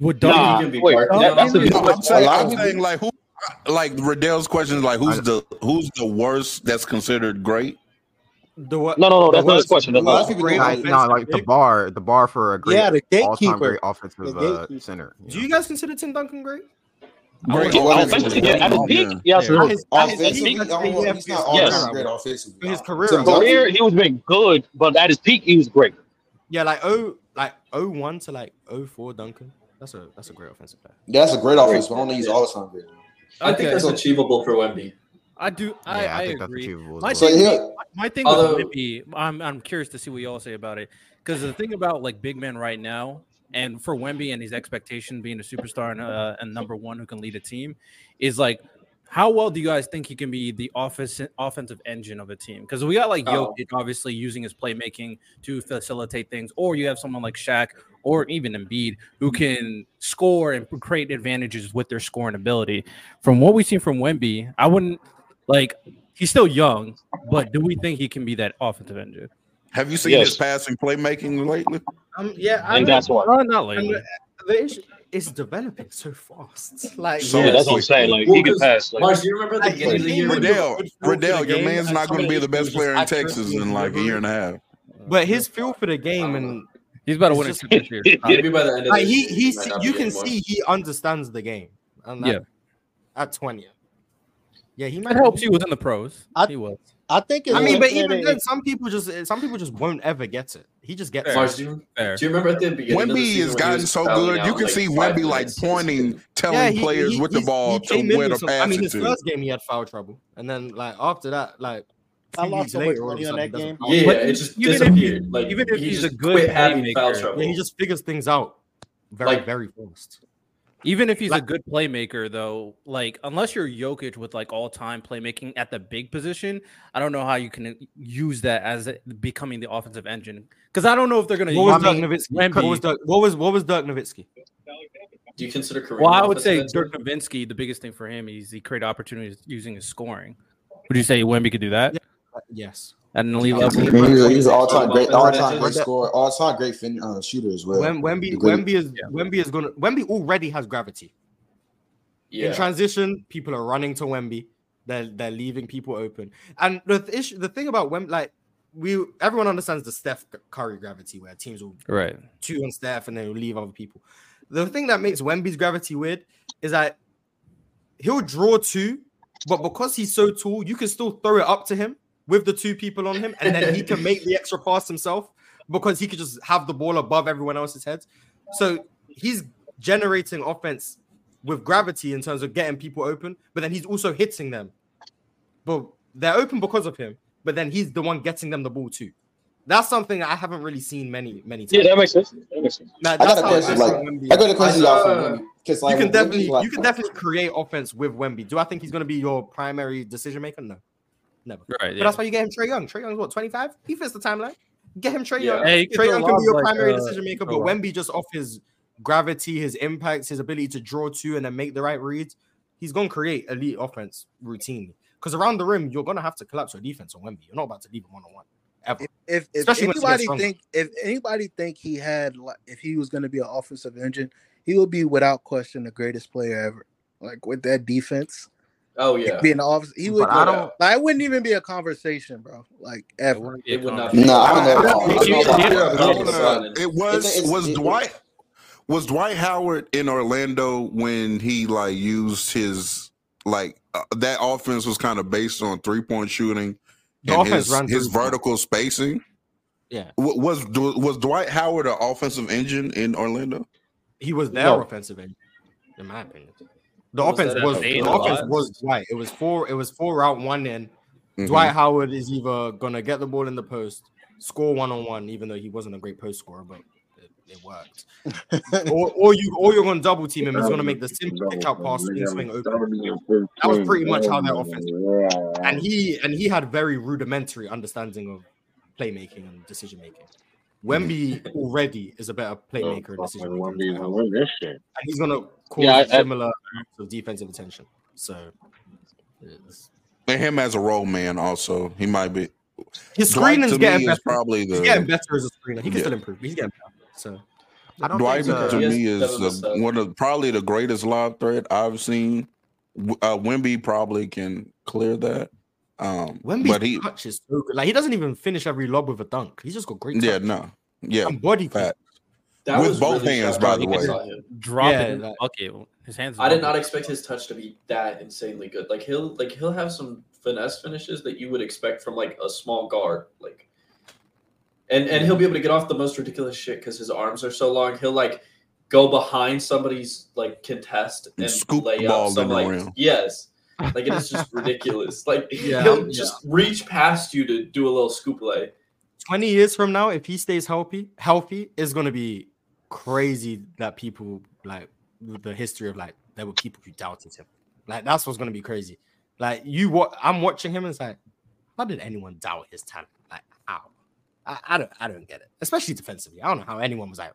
Speaker 18: Would
Speaker 15: Duncan
Speaker 3: Nah,
Speaker 15: even be
Speaker 3: wait,
Speaker 15: Barkley?
Speaker 3: no,
Speaker 15: That's a good
Speaker 3: no, I'm
Speaker 15: question.
Speaker 3: saying,
Speaker 15: Allow
Speaker 3: I'm
Speaker 15: me-
Speaker 3: saying like who, like Riddell's question is like who's the who's the worst that's considered great?
Speaker 2: The what?
Speaker 15: No, no, no.
Speaker 3: the
Speaker 15: That's not his
Speaker 3: worst-
Speaker 15: question. That's
Speaker 3: the
Speaker 15: not
Speaker 3: worst
Speaker 15: his
Speaker 3: great
Speaker 15: question.
Speaker 22: Like, no, like the bar, the bar for a great
Speaker 2: Yeah, the
Speaker 22: all-time
Speaker 2: gatekeeper.
Speaker 22: great offensive
Speaker 2: The
Speaker 22: uh,
Speaker 2: gatekeeper.
Speaker 22: center. you know?
Speaker 2: Do you guys consider Tim Duncan great?
Speaker 22: Great
Speaker 15: Yeah,
Speaker 22: offensive
Speaker 15: offensively,
Speaker 22: player.
Speaker 15: yeah, at his peak,
Speaker 22: Yeah.
Speaker 15: yes,
Speaker 22: Yeah.
Speaker 15: it is. At his
Speaker 6: Offensively,
Speaker 15: peak,
Speaker 6: I don't know, he's not all-time
Speaker 15: yes.
Speaker 6: great offensively.
Speaker 2: For his career,
Speaker 15: His
Speaker 2: I would-
Speaker 15: career, he was been good, but at his peak, he was great.
Speaker 2: yeah, like oh, like oh one to like oh four Duncan. That's a that's a great offensive player.
Speaker 6: Yeah, that's a great offense, but I don't think he's all time great.
Speaker 5: I think that's
Speaker 6: So-
Speaker 5: achievable for Wemby.
Speaker 18: I do. I,
Speaker 5: Yeah, I
Speaker 18: I,
Speaker 5: think that's
Speaker 18: agree.
Speaker 5: achievable as
Speaker 18: my,
Speaker 5: well.
Speaker 18: thing,
Speaker 5: So, yeah.
Speaker 18: with- my thing
Speaker 5: Although-
Speaker 18: with Wimby, I'm, I'm curious to see what y'all say about it. Because the thing about like big men right now, and for Wemby and his expectation being a superstar and, uh, and number one who can lead a team, is like, how well do you guys think he can be the office offensive engine of a team? Because we got like
Speaker 5: Oh.
Speaker 18: Jokic obviously using his playmaking to facilitate things, or you have someone like Shaq or even Embiid who can score and create advantages with their scoring ability. From what we've seen from Wemby, I wouldn't like he's still young, but do we think he can be that offensive engine?
Speaker 3: Have you seen his passing playmaking lately?
Speaker 2: Um, yeah,
Speaker 18: I think that's why. Uh, not lately.
Speaker 2: And the, the issue is developing so fast. Like
Speaker 3: So Yeah, that's what I'm saying, like, he
Speaker 2: Well,
Speaker 3: can
Speaker 2: 'cause,
Speaker 3: pass, like-
Speaker 5: Mars, do you remember the beginning of the year?
Speaker 3: Riddell, Riddell, your
Speaker 2: game,
Speaker 3: man's
Speaker 2: like,
Speaker 3: not going to
Speaker 2: somebody
Speaker 3: be the best
Speaker 2: who's
Speaker 3: player in
Speaker 2: just
Speaker 3: Texas in like a year and a half.
Speaker 2: But his feel for the game and
Speaker 18: he's about
Speaker 3: to win it this year. Maybe by the end of
Speaker 2: like
Speaker 3: this
Speaker 2: he
Speaker 3: year,
Speaker 2: he
Speaker 3: he might not
Speaker 2: you
Speaker 3: be
Speaker 2: can
Speaker 3: anymore.
Speaker 2: see he understands the game. And that-
Speaker 18: Yeah.
Speaker 2: at twenty. Yeah, he might
Speaker 18: That helps you within the pros.
Speaker 2: I-
Speaker 18: he was.
Speaker 2: I think. I
Speaker 18: it's-
Speaker 2: mean, but
Speaker 18: Yeah,
Speaker 2: even
Speaker 18: yeah,
Speaker 2: then, some people just some people just won't ever get it. He just gets
Speaker 5: Mars,
Speaker 2: it.
Speaker 5: do you, do you remember at the beginning? of the
Speaker 3: Wemby
Speaker 5: season
Speaker 3: has
Speaker 5: when he
Speaker 3: gotten
Speaker 5: was
Speaker 3: so
Speaker 5: fouling
Speaker 3: good.
Speaker 5: out
Speaker 3: You
Speaker 5: in,
Speaker 3: can
Speaker 5: like,
Speaker 3: see
Speaker 5: five
Speaker 3: Wemby like
Speaker 5: minutes?
Speaker 3: pointing,
Speaker 2: Yeah,
Speaker 3: telling
Speaker 2: he-
Speaker 3: players
Speaker 2: he-
Speaker 3: with the
Speaker 2: he's-
Speaker 3: ball
Speaker 2: he
Speaker 3: to
Speaker 2: came in
Speaker 3: where
Speaker 2: with
Speaker 3: to
Speaker 2: some-
Speaker 3: pass
Speaker 2: I mean,
Speaker 3: it
Speaker 2: his
Speaker 3: to.
Speaker 2: first game he had foul trouble, and then like after that, like
Speaker 4: I
Speaker 2: two
Speaker 4: lost
Speaker 2: weeks
Speaker 4: so much
Speaker 2: later, all of
Speaker 4: money
Speaker 2: a
Speaker 4: on
Speaker 2: sudden,
Speaker 4: that
Speaker 2: he doesn't
Speaker 4: game.
Speaker 2: foul
Speaker 5: Yeah,
Speaker 2: trouble.
Speaker 5: it just disappeared. like
Speaker 18: even if
Speaker 5: he
Speaker 18: he's
Speaker 5: just
Speaker 18: a good
Speaker 5: quit having foul
Speaker 18: playmaker.
Speaker 5: trouble.
Speaker 2: Yeah, he just figures things out very
Speaker 18: Like-
Speaker 2: very fast.
Speaker 18: Even if he's a good playmaker, though, like unless you're Jokic with like all time playmaking at the big position, I don't know how you can use that as it- becoming the offensive engine. Because I don't know if they're going to.
Speaker 2: What was Dirk Nowitzki? What
Speaker 18: Wemby.
Speaker 2: was Dirk, what was what was Dirk Nowitzki?
Speaker 5: Do you consider Kareem?
Speaker 18: Well, I would say
Speaker 5: offensive
Speaker 18: Dirk Nowitzki. The biggest thing for him is he created opportunities using his scoring. Would you say Wemby could do that?
Speaker 2: Uh, Yes.
Speaker 18: At an elite
Speaker 6: He's,
Speaker 18: level,
Speaker 6: he's an all time great, all time great scorer, all time great fin- uh, shooter as well.
Speaker 2: Wem- Wemby
Speaker 6: The great-
Speaker 2: Wemby is Wemby is gonna Wemby already has gravity.
Speaker 5: Yeah.
Speaker 2: In transition, people are running to Wemby. They're they're leaving people open. And the th- issue, the thing about Wemby, like we everyone understands the Steph Curry gravity, where teams will
Speaker 18: Right.
Speaker 2: two on Steph and then will leave other people. The thing that makes Wemby's gravity weird is that he'll draw two, but because he's so tall, you can still throw it up to him with the two people on him, and then he can make the extra pass himself because he could just have the ball above everyone else's heads. So he's generating offense with gravity in terms of getting people open, but then he's also hitting them. But they're open because of him, but then he's the one getting them the ball too. That's something I haven't really seen many, many times.
Speaker 15: Yeah, that makes sense. That makes sense.
Speaker 2: Like,
Speaker 6: I got
Speaker 2: that's
Speaker 6: a
Speaker 2: how
Speaker 6: question.
Speaker 2: I
Speaker 6: Like,
Speaker 2: think Wemby
Speaker 6: I got a
Speaker 2: is.
Speaker 6: question y'all for Wemby because like
Speaker 2: Uh, you can
Speaker 6: with Wemby,
Speaker 2: definitely
Speaker 6: like,
Speaker 2: you can definitely create offense with Wemby. Do I think he's going to be your primary decision maker? No, never.
Speaker 18: Right.
Speaker 2: But that's why you get him Trey Young. Trey Young's what twenty five. He fits the timeline. Get him Trey
Speaker 18: Yeah.
Speaker 2: Young.
Speaker 18: Hey, he could
Speaker 2: Trey
Speaker 18: throw
Speaker 2: Young can be
Speaker 18: lobs
Speaker 2: your
Speaker 18: like,
Speaker 2: primary
Speaker 18: uh,
Speaker 2: decision maker, but
Speaker 18: throw lobs.
Speaker 2: Wemby just off his gravity, his impacts, his ability to draw two and then make the right reads, he's going to create elite offense routinely. Because around the rim, you're going to have to collapse your defense on Wemby. You're not about to leave him one on one ever.
Speaker 4: If, if
Speaker 2: Especially once he gets
Speaker 4: anybody
Speaker 2: stronger.
Speaker 4: think if anybody think he had like if he was going to be an offensive engine, he would be without question the greatest player ever. Like with that defense,
Speaker 5: Oh yeah.
Speaker 4: being the office, he would.
Speaker 5: But I don't-
Speaker 4: Like, it wouldn't even be a conversation, bro. Like ever.
Speaker 5: It would not.
Speaker 6: Nah, I don't know. about- I don't know about-
Speaker 3: It was was Dwight was Dwight Howard in Orlando when he like used his like uh, that offense was kind of based on three point shooting
Speaker 2: The
Speaker 3: and
Speaker 2: offense
Speaker 3: his
Speaker 2: ran
Speaker 3: his
Speaker 2: three-point.
Speaker 3: vertical spacing.
Speaker 2: Yeah.
Speaker 3: Wa- Was Dw- was Dwight Howard an offensive engine in Orlando?
Speaker 2: He was their
Speaker 3: No.
Speaker 2: offensive end, in my opinion. The
Speaker 3: Was
Speaker 2: offense
Speaker 3: that
Speaker 2: was
Speaker 3: at
Speaker 2: the
Speaker 3: Orlando?
Speaker 2: offense was Dwight. It was four. It was four out one in.
Speaker 3: Mhm.
Speaker 2: Dwight Howard is either gonna get the ball in the post, score one on one, even though he wasn't a great post scorer, but it worked. or, or you or you're gonna double team him. He's gonna make the simple catch out pass and swing open. That was pretty much how their offense. And he and he had very rudimentary understanding of playmaking and decision making. Wemby already is a better
Speaker 10: Oh,
Speaker 2: playmaker and decision maker, and he's gonna cause
Speaker 10: Yeah, I- I-
Speaker 2: similar amounts of defensive attention. So
Speaker 3: And him as a role man, also he might be.
Speaker 2: his
Speaker 3: Dwight,
Speaker 2: screening's
Speaker 3: to me,
Speaker 2: getting
Speaker 3: is
Speaker 2: better.
Speaker 3: Probably the
Speaker 2: he's getting better as a screener. He can
Speaker 3: Yeah.
Speaker 2: still improve. He's getting better. So
Speaker 3: Dwight
Speaker 5: uh,
Speaker 3: to me is
Speaker 2: Yes,
Speaker 3: the, one of probably the greatest live threat I've seen. W- Uh, Wimby probably can clear that. Um,
Speaker 2: Wemby's
Speaker 3: but he,
Speaker 2: touch is so good. Like he doesn't even finish every lob with a dunk. He's just got great.
Speaker 3: yeah,
Speaker 2: touch.
Speaker 3: no, yeah,
Speaker 2: And body
Speaker 3: fat.
Speaker 5: That
Speaker 3: with
Speaker 5: was
Speaker 3: both
Speaker 5: really
Speaker 3: hands, by the
Speaker 5: shocking.
Speaker 3: way.
Speaker 18: Drop
Speaker 2: Yeah,
Speaker 18: it in the
Speaker 2: like-
Speaker 18: bucket. His hands.
Speaker 5: I did not expect his touch to be that insanely good. Like he'll like he'll have some finesse finishes that you would expect from like a small guard. Like and and he'll be able to get off the most ridiculous shit because his arms are so long. He'll like go behind somebody's like contest and,
Speaker 3: scoop
Speaker 5: lay
Speaker 3: the
Speaker 5: up
Speaker 3: ball
Speaker 5: some
Speaker 3: in the
Speaker 5: like
Speaker 3: rim.
Speaker 5: yes. Like it is just ridiculous. Like
Speaker 2: Yeah,
Speaker 5: he'll
Speaker 2: yeah.
Speaker 5: just reach past you to do a little scoop lay.
Speaker 2: Twenty years from now, if he stays healthy, healthy is gonna be crazy. That people like the history of like there were people who doubted him. Like that's what's gonna be crazy. Like you, what I'm watching him, and it's like, how did anyone doubt his talent? Like how? I, I don't, I don't get it. Especially defensively, I don't know how anyone was like,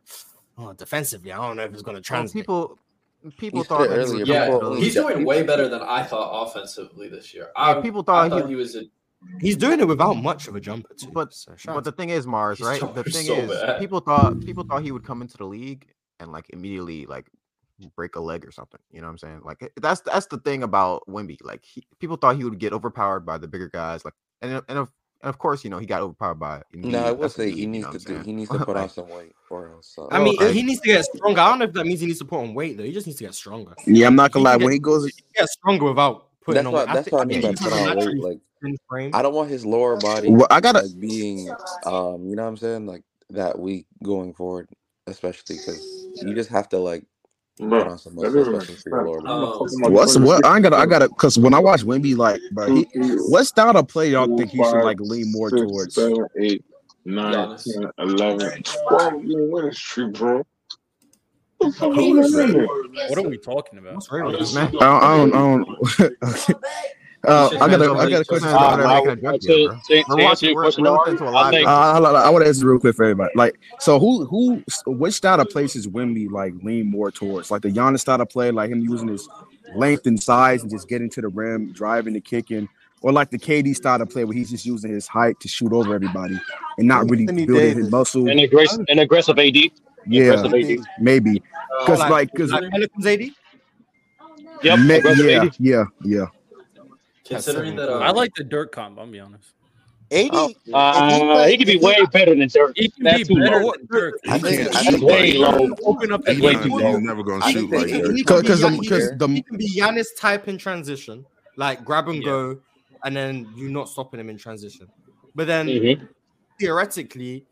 Speaker 2: oh, defensively, I don't know if it's gonna translate.
Speaker 22: people, people
Speaker 2: You said
Speaker 22: thought
Speaker 2: it
Speaker 22: that he
Speaker 2: earlier,
Speaker 22: was
Speaker 5: Yeah,
Speaker 2: people-
Speaker 5: he's doing way better than I thought offensively this year. I,
Speaker 22: Yeah, people
Speaker 5: I
Speaker 22: thought
Speaker 5: thought
Speaker 22: he-
Speaker 5: he, was a
Speaker 2: He's doing it without much of a jumper, too.
Speaker 22: But
Speaker 2: shout
Speaker 22: but the thing is, Mars,
Speaker 5: He's
Speaker 22: right?
Speaker 5: so-
Speaker 22: The thing
Speaker 5: so
Speaker 22: is,
Speaker 5: bad.
Speaker 22: people thought people thought he would come into the league and like immediately like break a leg or something. You know what I'm saying? Like it- that's that's the thing about Wimby. Like he, people thought he would get overpowered by the bigger guys. Like and and of and of course, you know, he got overpowered by.
Speaker 19: No, I
Speaker 22: Embiid,
Speaker 19: will
Speaker 22: that's
Speaker 19: say
Speaker 22: Embiid,
Speaker 19: he
Speaker 22: you
Speaker 19: needs
Speaker 22: know
Speaker 19: to
Speaker 22: what I'm
Speaker 19: do.
Speaker 22: saying?
Speaker 19: He needs to put on
Speaker 22: Like,
Speaker 19: some weight, or else. uh,
Speaker 2: I mean,
Speaker 19: I-
Speaker 2: he needs to get stronger. I don't know if that means he needs to put on weight though. He just needs to get stronger.
Speaker 21: Yeah, I'm not gonna
Speaker 2: He
Speaker 21: lie.
Speaker 2: can
Speaker 21: When
Speaker 2: get-
Speaker 21: he goes,
Speaker 2: he gets stronger without putting
Speaker 19: that's
Speaker 2: on
Speaker 19: what
Speaker 2: weight. I,
Speaker 19: that's
Speaker 2: thi-
Speaker 19: what I
Speaker 2: I
Speaker 19: mean
Speaker 2: think
Speaker 19: by
Speaker 2: he has
Speaker 19: put
Speaker 2: a
Speaker 19: on weight.
Speaker 2: naturally
Speaker 19: Like
Speaker 2: thin frame.
Speaker 19: I don't want his lower body
Speaker 21: well, I gotta.
Speaker 19: as being, um, you know what I'm saying, like that weak going forward, especially because you just have to like put
Speaker 10: Look,
Speaker 19: on some
Speaker 10: that
Speaker 19: muscle,
Speaker 10: doesn't make
Speaker 19: especially for your lower
Speaker 10: sense. How the
Speaker 19: body.
Speaker 10: fuck am I
Speaker 21: What's
Speaker 10: twenty
Speaker 21: what?
Speaker 10: six
Speaker 21: I ain't gotta. I
Speaker 10: foot?
Speaker 21: gotta. Cause when I watch Wimby, like, bro,
Speaker 10: Two,
Speaker 21: he
Speaker 4: Mm-hmm.
Speaker 10: three,
Speaker 21: what style of play y'all
Speaker 10: four,
Speaker 21: think he should
Speaker 10: five,
Speaker 21: like lean more
Speaker 10: six,
Speaker 21: towards?
Speaker 10: seven, eight, nine,
Speaker 5: Giannis.
Speaker 10: ten, eleven, twelve. I mean, what is true, bro? What the fuck is
Speaker 18: Who is
Speaker 10: going
Speaker 18: that?
Speaker 10: on here?
Speaker 18: What are we talking about?
Speaker 2: What's wrong with this man?
Speaker 21: I don't. I don't. I don't uh,
Speaker 18: This
Speaker 21: I
Speaker 18: man's
Speaker 21: gotta.
Speaker 18: over
Speaker 21: I
Speaker 18: here
Speaker 21: got a
Speaker 18: trying
Speaker 21: question for
Speaker 18: to
Speaker 22: This
Speaker 21: everybody.
Speaker 22: man over there
Speaker 18: stop.
Speaker 22: making a drug deal,
Speaker 21: Uh,
Speaker 22: bro.
Speaker 15: To,
Speaker 21: we're
Speaker 15: to answer
Speaker 21: watching.
Speaker 15: your
Speaker 21: We're,
Speaker 15: question,
Speaker 21: we're listening
Speaker 15: Amari,
Speaker 21: to a
Speaker 15: I
Speaker 21: live
Speaker 15: think
Speaker 21: drug.
Speaker 15: I
Speaker 21: Uh, hold on, I want to answer real quick for everybody. Like, so who who which style of plays is Wimby like lean more towards? Like the Giannis style of play, like him using his length and size and just getting to the rim, driving and kicking, or like the KD style of play where he's just using his height to shoot over everybody and not really
Speaker 2: Anthony
Speaker 21: building his
Speaker 2: Davis.
Speaker 21: muscle.
Speaker 15: an aggressive, an aggressive AD,
Speaker 21: Yeah,
Speaker 15: aggressive AD.
Speaker 21: maybe
Speaker 2: Oh,
Speaker 15: Uh,
Speaker 21: because
Speaker 2: like
Speaker 21: like because
Speaker 2: like Pelicans AD.
Speaker 15: Yep, aggressive
Speaker 21: yeah
Speaker 15: AD.
Speaker 21: yeah yeah.
Speaker 2: That's
Speaker 5: Considering
Speaker 2: seven
Speaker 5: that,
Speaker 2: foot.
Speaker 18: I
Speaker 5: um,
Speaker 18: like the Dirk comp. I'm be honest.
Speaker 15: Oh,
Speaker 4: eighty. If he
Speaker 15: uh,
Speaker 4: play,
Speaker 15: he could be
Speaker 4: if he
Speaker 15: way better than Dirk.
Speaker 18: He can be
Speaker 15: That's too
Speaker 18: better
Speaker 15: low.
Speaker 2: What?
Speaker 18: than Dirk.
Speaker 19: I
Speaker 3: He
Speaker 18: He's
Speaker 19: think
Speaker 3: can't
Speaker 19: I
Speaker 15: That's
Speaker 3: shoot
Speaker 19: think
Speaker 15: way
Speaker 3: like
Speaker 15: low.
Speaker 3: Dirk.
Speaker 18: you open up the
Speaker 3: He's
Speaker 18: lane
Speaker 3: not.
Speaker 18: too
Speaker 3: He's
Speaker 18: low.
Speaker 3: never gonna
Speaker 21: I
Speaker 3: shoot
Speaker 21: think he
Speaker 3: like
Speaker 21: can
Speaker 3: Dirk.
Speaker 21: he can be
Speaker 19: because
Speaker 21: because
Speaker 19: I'm
Speaker 21: because
Speaker 19: here.
Speaker 21: the
Speaker 2: He can be Giannis type in transition, like grab and
Speaker 18: Yeah.
Speaker 2: go, and then you not stopping him in transition. But then
Speaker 19: Mm-hmm.
Speaker 15: hmm
Speaker 2: theoretically,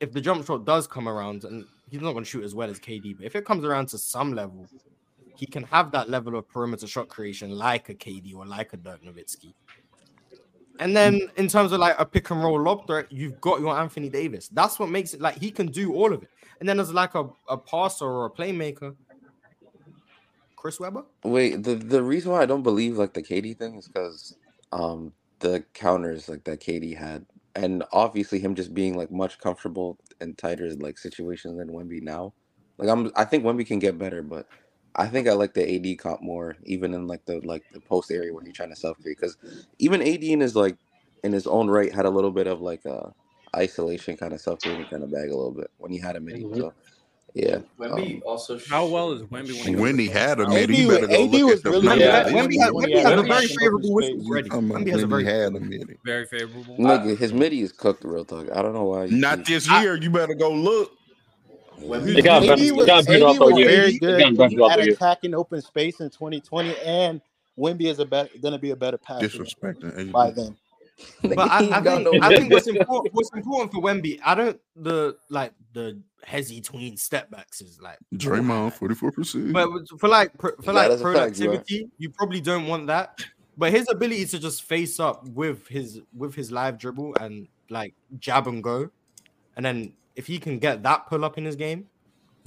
Speaker 2: if the jump shot does come around, and he's not going to shoot as well as KD, but if it comes around to some level, he can have that level of perimeter shot creation like a KD or like a Dirk Nowitzki.
Speaker 19: Hmm.
Speaker 2: And then in terms of like a pick and roll lob threat, you've got your Anthony Davis. That's what makes it like he can do all of it. And then as like a, a passer or a playmaker, Chris Webber.
Speaker 19: Wait, the the reason why I don't believe like the KD thing is because um the counters like that KD had, and obviously him just being like much comfortable and tighter like situations than Wemby now. Like I'm, I think Wemby can get better, but I think I like the AD comp more, even in like the like the post area where you're trying to self create. Because even AD in his like in his own right had a little bit of like a isolation kind of self creating kind of bag a little bit when he had a midi.
Speaker 15: hmm
Speaker 19: So yeah,
Speaker 5: Wemby
Speaker 19: um,
Speaker 5: also
Speaker 18: How
Speaker 5: sh-
Speaker 18: well is Wemby when he goes
Speaker 3: When
Speaker 18: to
Speaker 3: he
Speaker 18: foul?
Speaker 3: had a
Speaker 18: How
Speaker 3: mid, you
Speaker 4: AD,
Speaker 3: better
Speaker 4: wa-
Speaker 3: go
Speaker 4: AD
Speaker 3: look at
Speaker 4: was
Speaker 3: the
Speaker 4: really
Speaker 2: Wemby,
Speaker 5: Yeah,
Speaker 2: ha-
Speaker 3: numbers
Speaker 4: bad
Speaker 3: this
Speaker 4: when
Speaker 2: Wemby,
Speaker 4: he
Speaker 2: ha-
Speaker 3: year.
Speaker 4: when he
Speaker 2: Wemby has
Speaker 4: had a
Speaker 2: a
Speaker 15: Wemby,
Speaker 2: very
Speaker 4: man open
Speaker 2: favorable whistle
Speaker 4: space.
Speaker 2: already.
Speaker 3: I'm
Speaker 2: Wemby has a
Speaker 3: when
Speaker 2: very
Speaker 3: he had a mid.
Speaker 18: Very favorable.
Speaker 5: I,
Speaker 19: nigga, his midi is cooked real talk. I don't know why you
Speaker 3: Not
Speaker 19: keep.
Speaker 3: this
Speaker 2: I,
Speaker 3: year. You better go look.
Speaker 19: Yeah.
Speaker 15: It
Speaker 5: Wemby's
Speaker 15: got
Speaker 5: mid
Speaker 15: better.
Speaker 4: AD
Speaker 15: It
Speaker 4: was
Speaker 15: got
Speaker 5: is
Speaker 15: better
Speaker 4: AD
Speaker 15: off the
Speaker 4: was
Speaker 15: year.
Speaker 4: very
Speaker 15: It
Speaker 4: good
Speaker 15: got better off
Speaker 4: at
Speaker 15: the year.
Speaker 4: attacking open space in 2020, and Wemby is a better, gonna be a better passer
Speaker 3: Disrespecting
Speaker 4: by
Speaker 3: AD.
Speaker 4: then.
Speaker 19: nigga,
Speaker 2: but I,
Speaker 19: he
Speaker 2: I
Speaker 19: ain't got
Speaker 2: think
Speaker 19: no
Speaker 2: I think
Speaker 19: midi.
Speaker 2: what's important what's important for Wemby, I don't the like the hezzy tween step backs is like all high
Speaker 3: Draymond,
Speaker 2: back.
Speaker 3: forty four percent.
Speaker 2: But for like pro- for
Speaker 19: That
Speaker 2: like
Speaker 19: is a fact, bro.
Speaker 2: productivity, you probably don't want that. But his ability to just face up with his with his live dribble and like jab and go, and then if he can get that pull up in his game,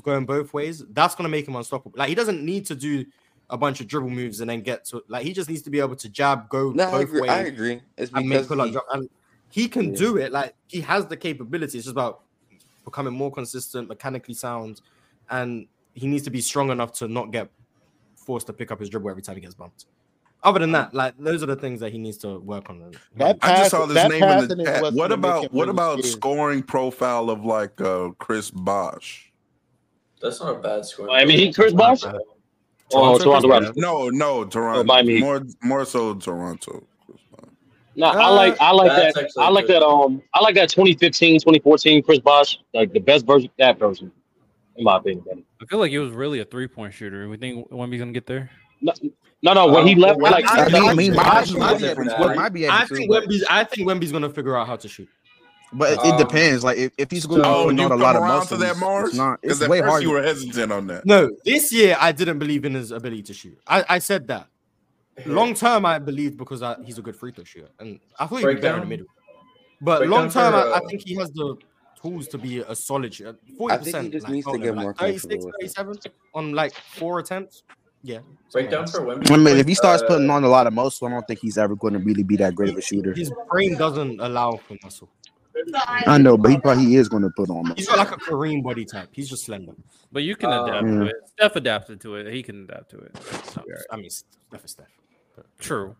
Speaker 2: going both ways, that's gonna make him unstoppable. Like he doesn't need to do a bunch of dribble moves and then get to like he just needs to be able to jab, go
Speaker 19: No, I
Speaker 2: both
Speaker 19: agree-
Speaker 2: ways.
Speaker 19: I agree. It's
Speaker 2: and make
Speaker 19: because
Speaker 2: pull-up
Speaker 19: he-
Speaker 2: drop. And he can
Speaker 19: Yeah.
Speaker 2: do it. Like he has the capability. It's just about becoming more consistent, mechanically sound, and he needs to be strong enough to not get forced to pick up his dribble every time he gets bumped. Other than that, like those are the things that he needs to work on.
Speaker 3: I just saw this name in the chat. What about what about scoring profile of like uh, Chris Bosch?
Speaker 5: That's not a bad score.
Speaker 15: I mean, he Chris Bosh. Oh, Toronto Oh, Raptors.
Speaker 3: No, no, Toronto.
Speaker 15: Miami.
Speaker 3: More, more so Toronto.
Speaker 15: No, I like I like
Speaker 3: That's
Speaker 15: that.
Speaker 3: actually
Speaker 15: I like
Speaker 3: good.
Speaker 15: that. Um, I like that 2015, 2014 Chris Bosh, like the best version, that version, in my opinion. buddy.
Speaker 18: I feel like he was really a three point shooter. We think Wemby's gonna get there.
Speaker 15: No, no, no, when he left, like
Speaker 18: Oh, I
Speaker 15: that-
Speaker 18: mean,
Speaker 15: that-
Speaker 18: my-
Speaker 15: that-
Speaker 18: my-
Speaker 15: that-
Speaker 18: difference,
Speaker 2: I
Speaker 18: right?
Speaker 2: think
Speaker 21: able to, but-
Speaker 2: Wemby's. I think Wemby's gonna figure out how to shoot.
Speaker 21: But it, it
Speaker 2: Um,
Speaker 6: Uh,
Speaker 21: depends. Like if, if he's going to
Speaker 2: so-
Speaker 21: be
Speaker 2: Oh,
Speaker 21: putting
Speaker 2: you've
Speaker 21: on a
Speaker 2: come
Speaker 21: lot of
Speaker 2: around
Speaker 21: muscle,
Speaker 2: to that,
Speaker 21: it's-
Speaker 2: Mars?
Speaker 21: it's not.
Speaker 2: 'Cause
Speaker 21: It's
Speaker 2: at
Speaker 21: way
Speaker 2: first
Speaker 21: harder.
Speaker 2: you were
Speaker 3: hesitant on that.
Speaker 2: No, this year I didn't believe in his ability to shoot. I, I said that. Long term, I believed because I, he's a good free throw shooter, and I thought he'd be better in the
Speaker 21: Breakdown?
Speaker 2: middle. But
Speaker 21: Breakdown
Speaker 2: long term,
Speaker 21: for,
Speaker 2: I, I
Speaker 21: uh,
Speaker 2: think he has the tools to be a solid shooter.
Speaker 19: I
Speaker 2: Forty
Speaker 19: think he
Speaker 2: percent,
Speaker 19: just
Speaker 2: like,
Speaker 19: needs to
Speaker 2: not
Speaker 19: get
Speaker 2: like
Speaker 19: more
Speaker 2: 36,
Speaker 19: comfortable with it.
Speaker 2: 37 on like four attempts. Yeah,
Speaker 5: Breakdown for Wemby.
Speaker 21: I mean, if
Speaker 2: Uh,
Speaker 21: he
Speaker 6: Uh,
Speaker 21: starts putting on a lot of muscle, I don't think he's ever going to really be that great of a shooter.
Speaker 2: his brain doesn't allow for muscle.
Speaker 21: I know, but he probably he is going to put on
Speaker 2: He's
Speaker 21: muscle.
Speaker 2: got like a Kareem body type. He's just slender. Um,
Speaker 18: But you can adapt
Speaker 21: yeah.
Speaker 18: to it. Steph adapted to it. He can adapt to it.
Speaker 2: I mean, Steph is Steph.
Speaker 18: True.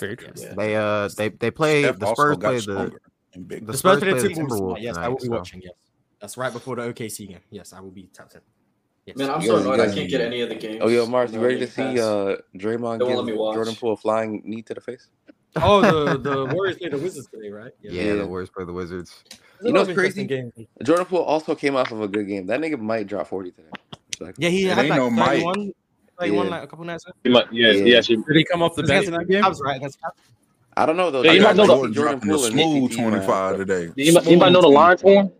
Speaker 18: Very true.
Speaker 22: They uh they they play
Speaker 2: Steph
Speaker 22: the
Speaker 2: also
Speaker 22: Spurs
Speaker 2: got
Speaker 22: play the
Speaker 2: stronger
Speaker 3: and bigger.
Speaker 22: the
Speaker 2: The Spurs
Speaker 22: Spurs
Speaker 2: play the
Speaker 22: play the
Speaker 2: Timberwolves.
Speaker 22: Timberwolves.
Speaker 2: tonight. Yes, I
Speaker 22: tonight,
Speaker 2: will be
Speaker 22: so-
Speaker 2: watching. Yes, that's right before the OKC game. Yes, I will be tapped in. Yes.
Speaker 5: Man, I'm
Speaker 19: You
Speaker 5: so
Speaker 19: guys- you
Speaker 5: annoyed I
Speaker 19: guys-
Speaker 5: can't get any of the games.
Speaker 19: Oh, yo, Mars,
Speaker 5: on
Speaker 19: you
Speaker 5: the
Speaker 19: ready to
Speaker 5: Game
Speaker 19: see
Speaker 5: Pass.
Speaker 19: uh
Speaker 5: They
Speaker 19: Draymond
Speaker 5: won't let
Speaker 19: give
Speaker 5: me watch.
Speaker 19: Jordan Poole a flying knee to the face?
Speaker 2: Oh, the the Warriors play the Wizards today, right?
Speaker 22: Yeah,
Speaker 19: Yeah.
Speaker 22: the Warriors play the Wizards.
Speaker 19: You know
Speaker 2: That'll be
Speaker 19: what's crazy?
Speaker 2: an interesting game.
Speaker 19: Jordan Poole also came off of a good game. That nigga might drop 40 today. Respectfully.
Speaker 2: Yeah, he
Speaker 19: It
Speaker 2: had
Speaker 19: ain't
Speaker 2: like
Speaker 19: no Mike.
Speaker 2: 31, 31
Speaker 19: Yeah.
Speaker 2: like a couple nights. ago.
Speaker 19: He might- yeah, he Yeah. actually-
Speaker 18: Did he come off the
Speaker 2: It was against
Speaker 18: bench in that
Speaker 2: the
Speaker 18: game?
Speaker 2: Cavs, right? Against the Cavs.
Speaker 19: I don't know though.
Speaker 15: Yeah,
Speaker 19: Like,
Speaker 15: you
Speaker 19: I
Speaker 15: might know
Speaker 19: might
Speaker 15: the-
Speaker 19: see Jordan
Speaker 3: dropping a
Speaker 19: Poole in
Speaker 3: smooth
Speaker 19: CP round.
Speaker 3: 25 today.
Speaker 15: Anybody, anybody know the line for him?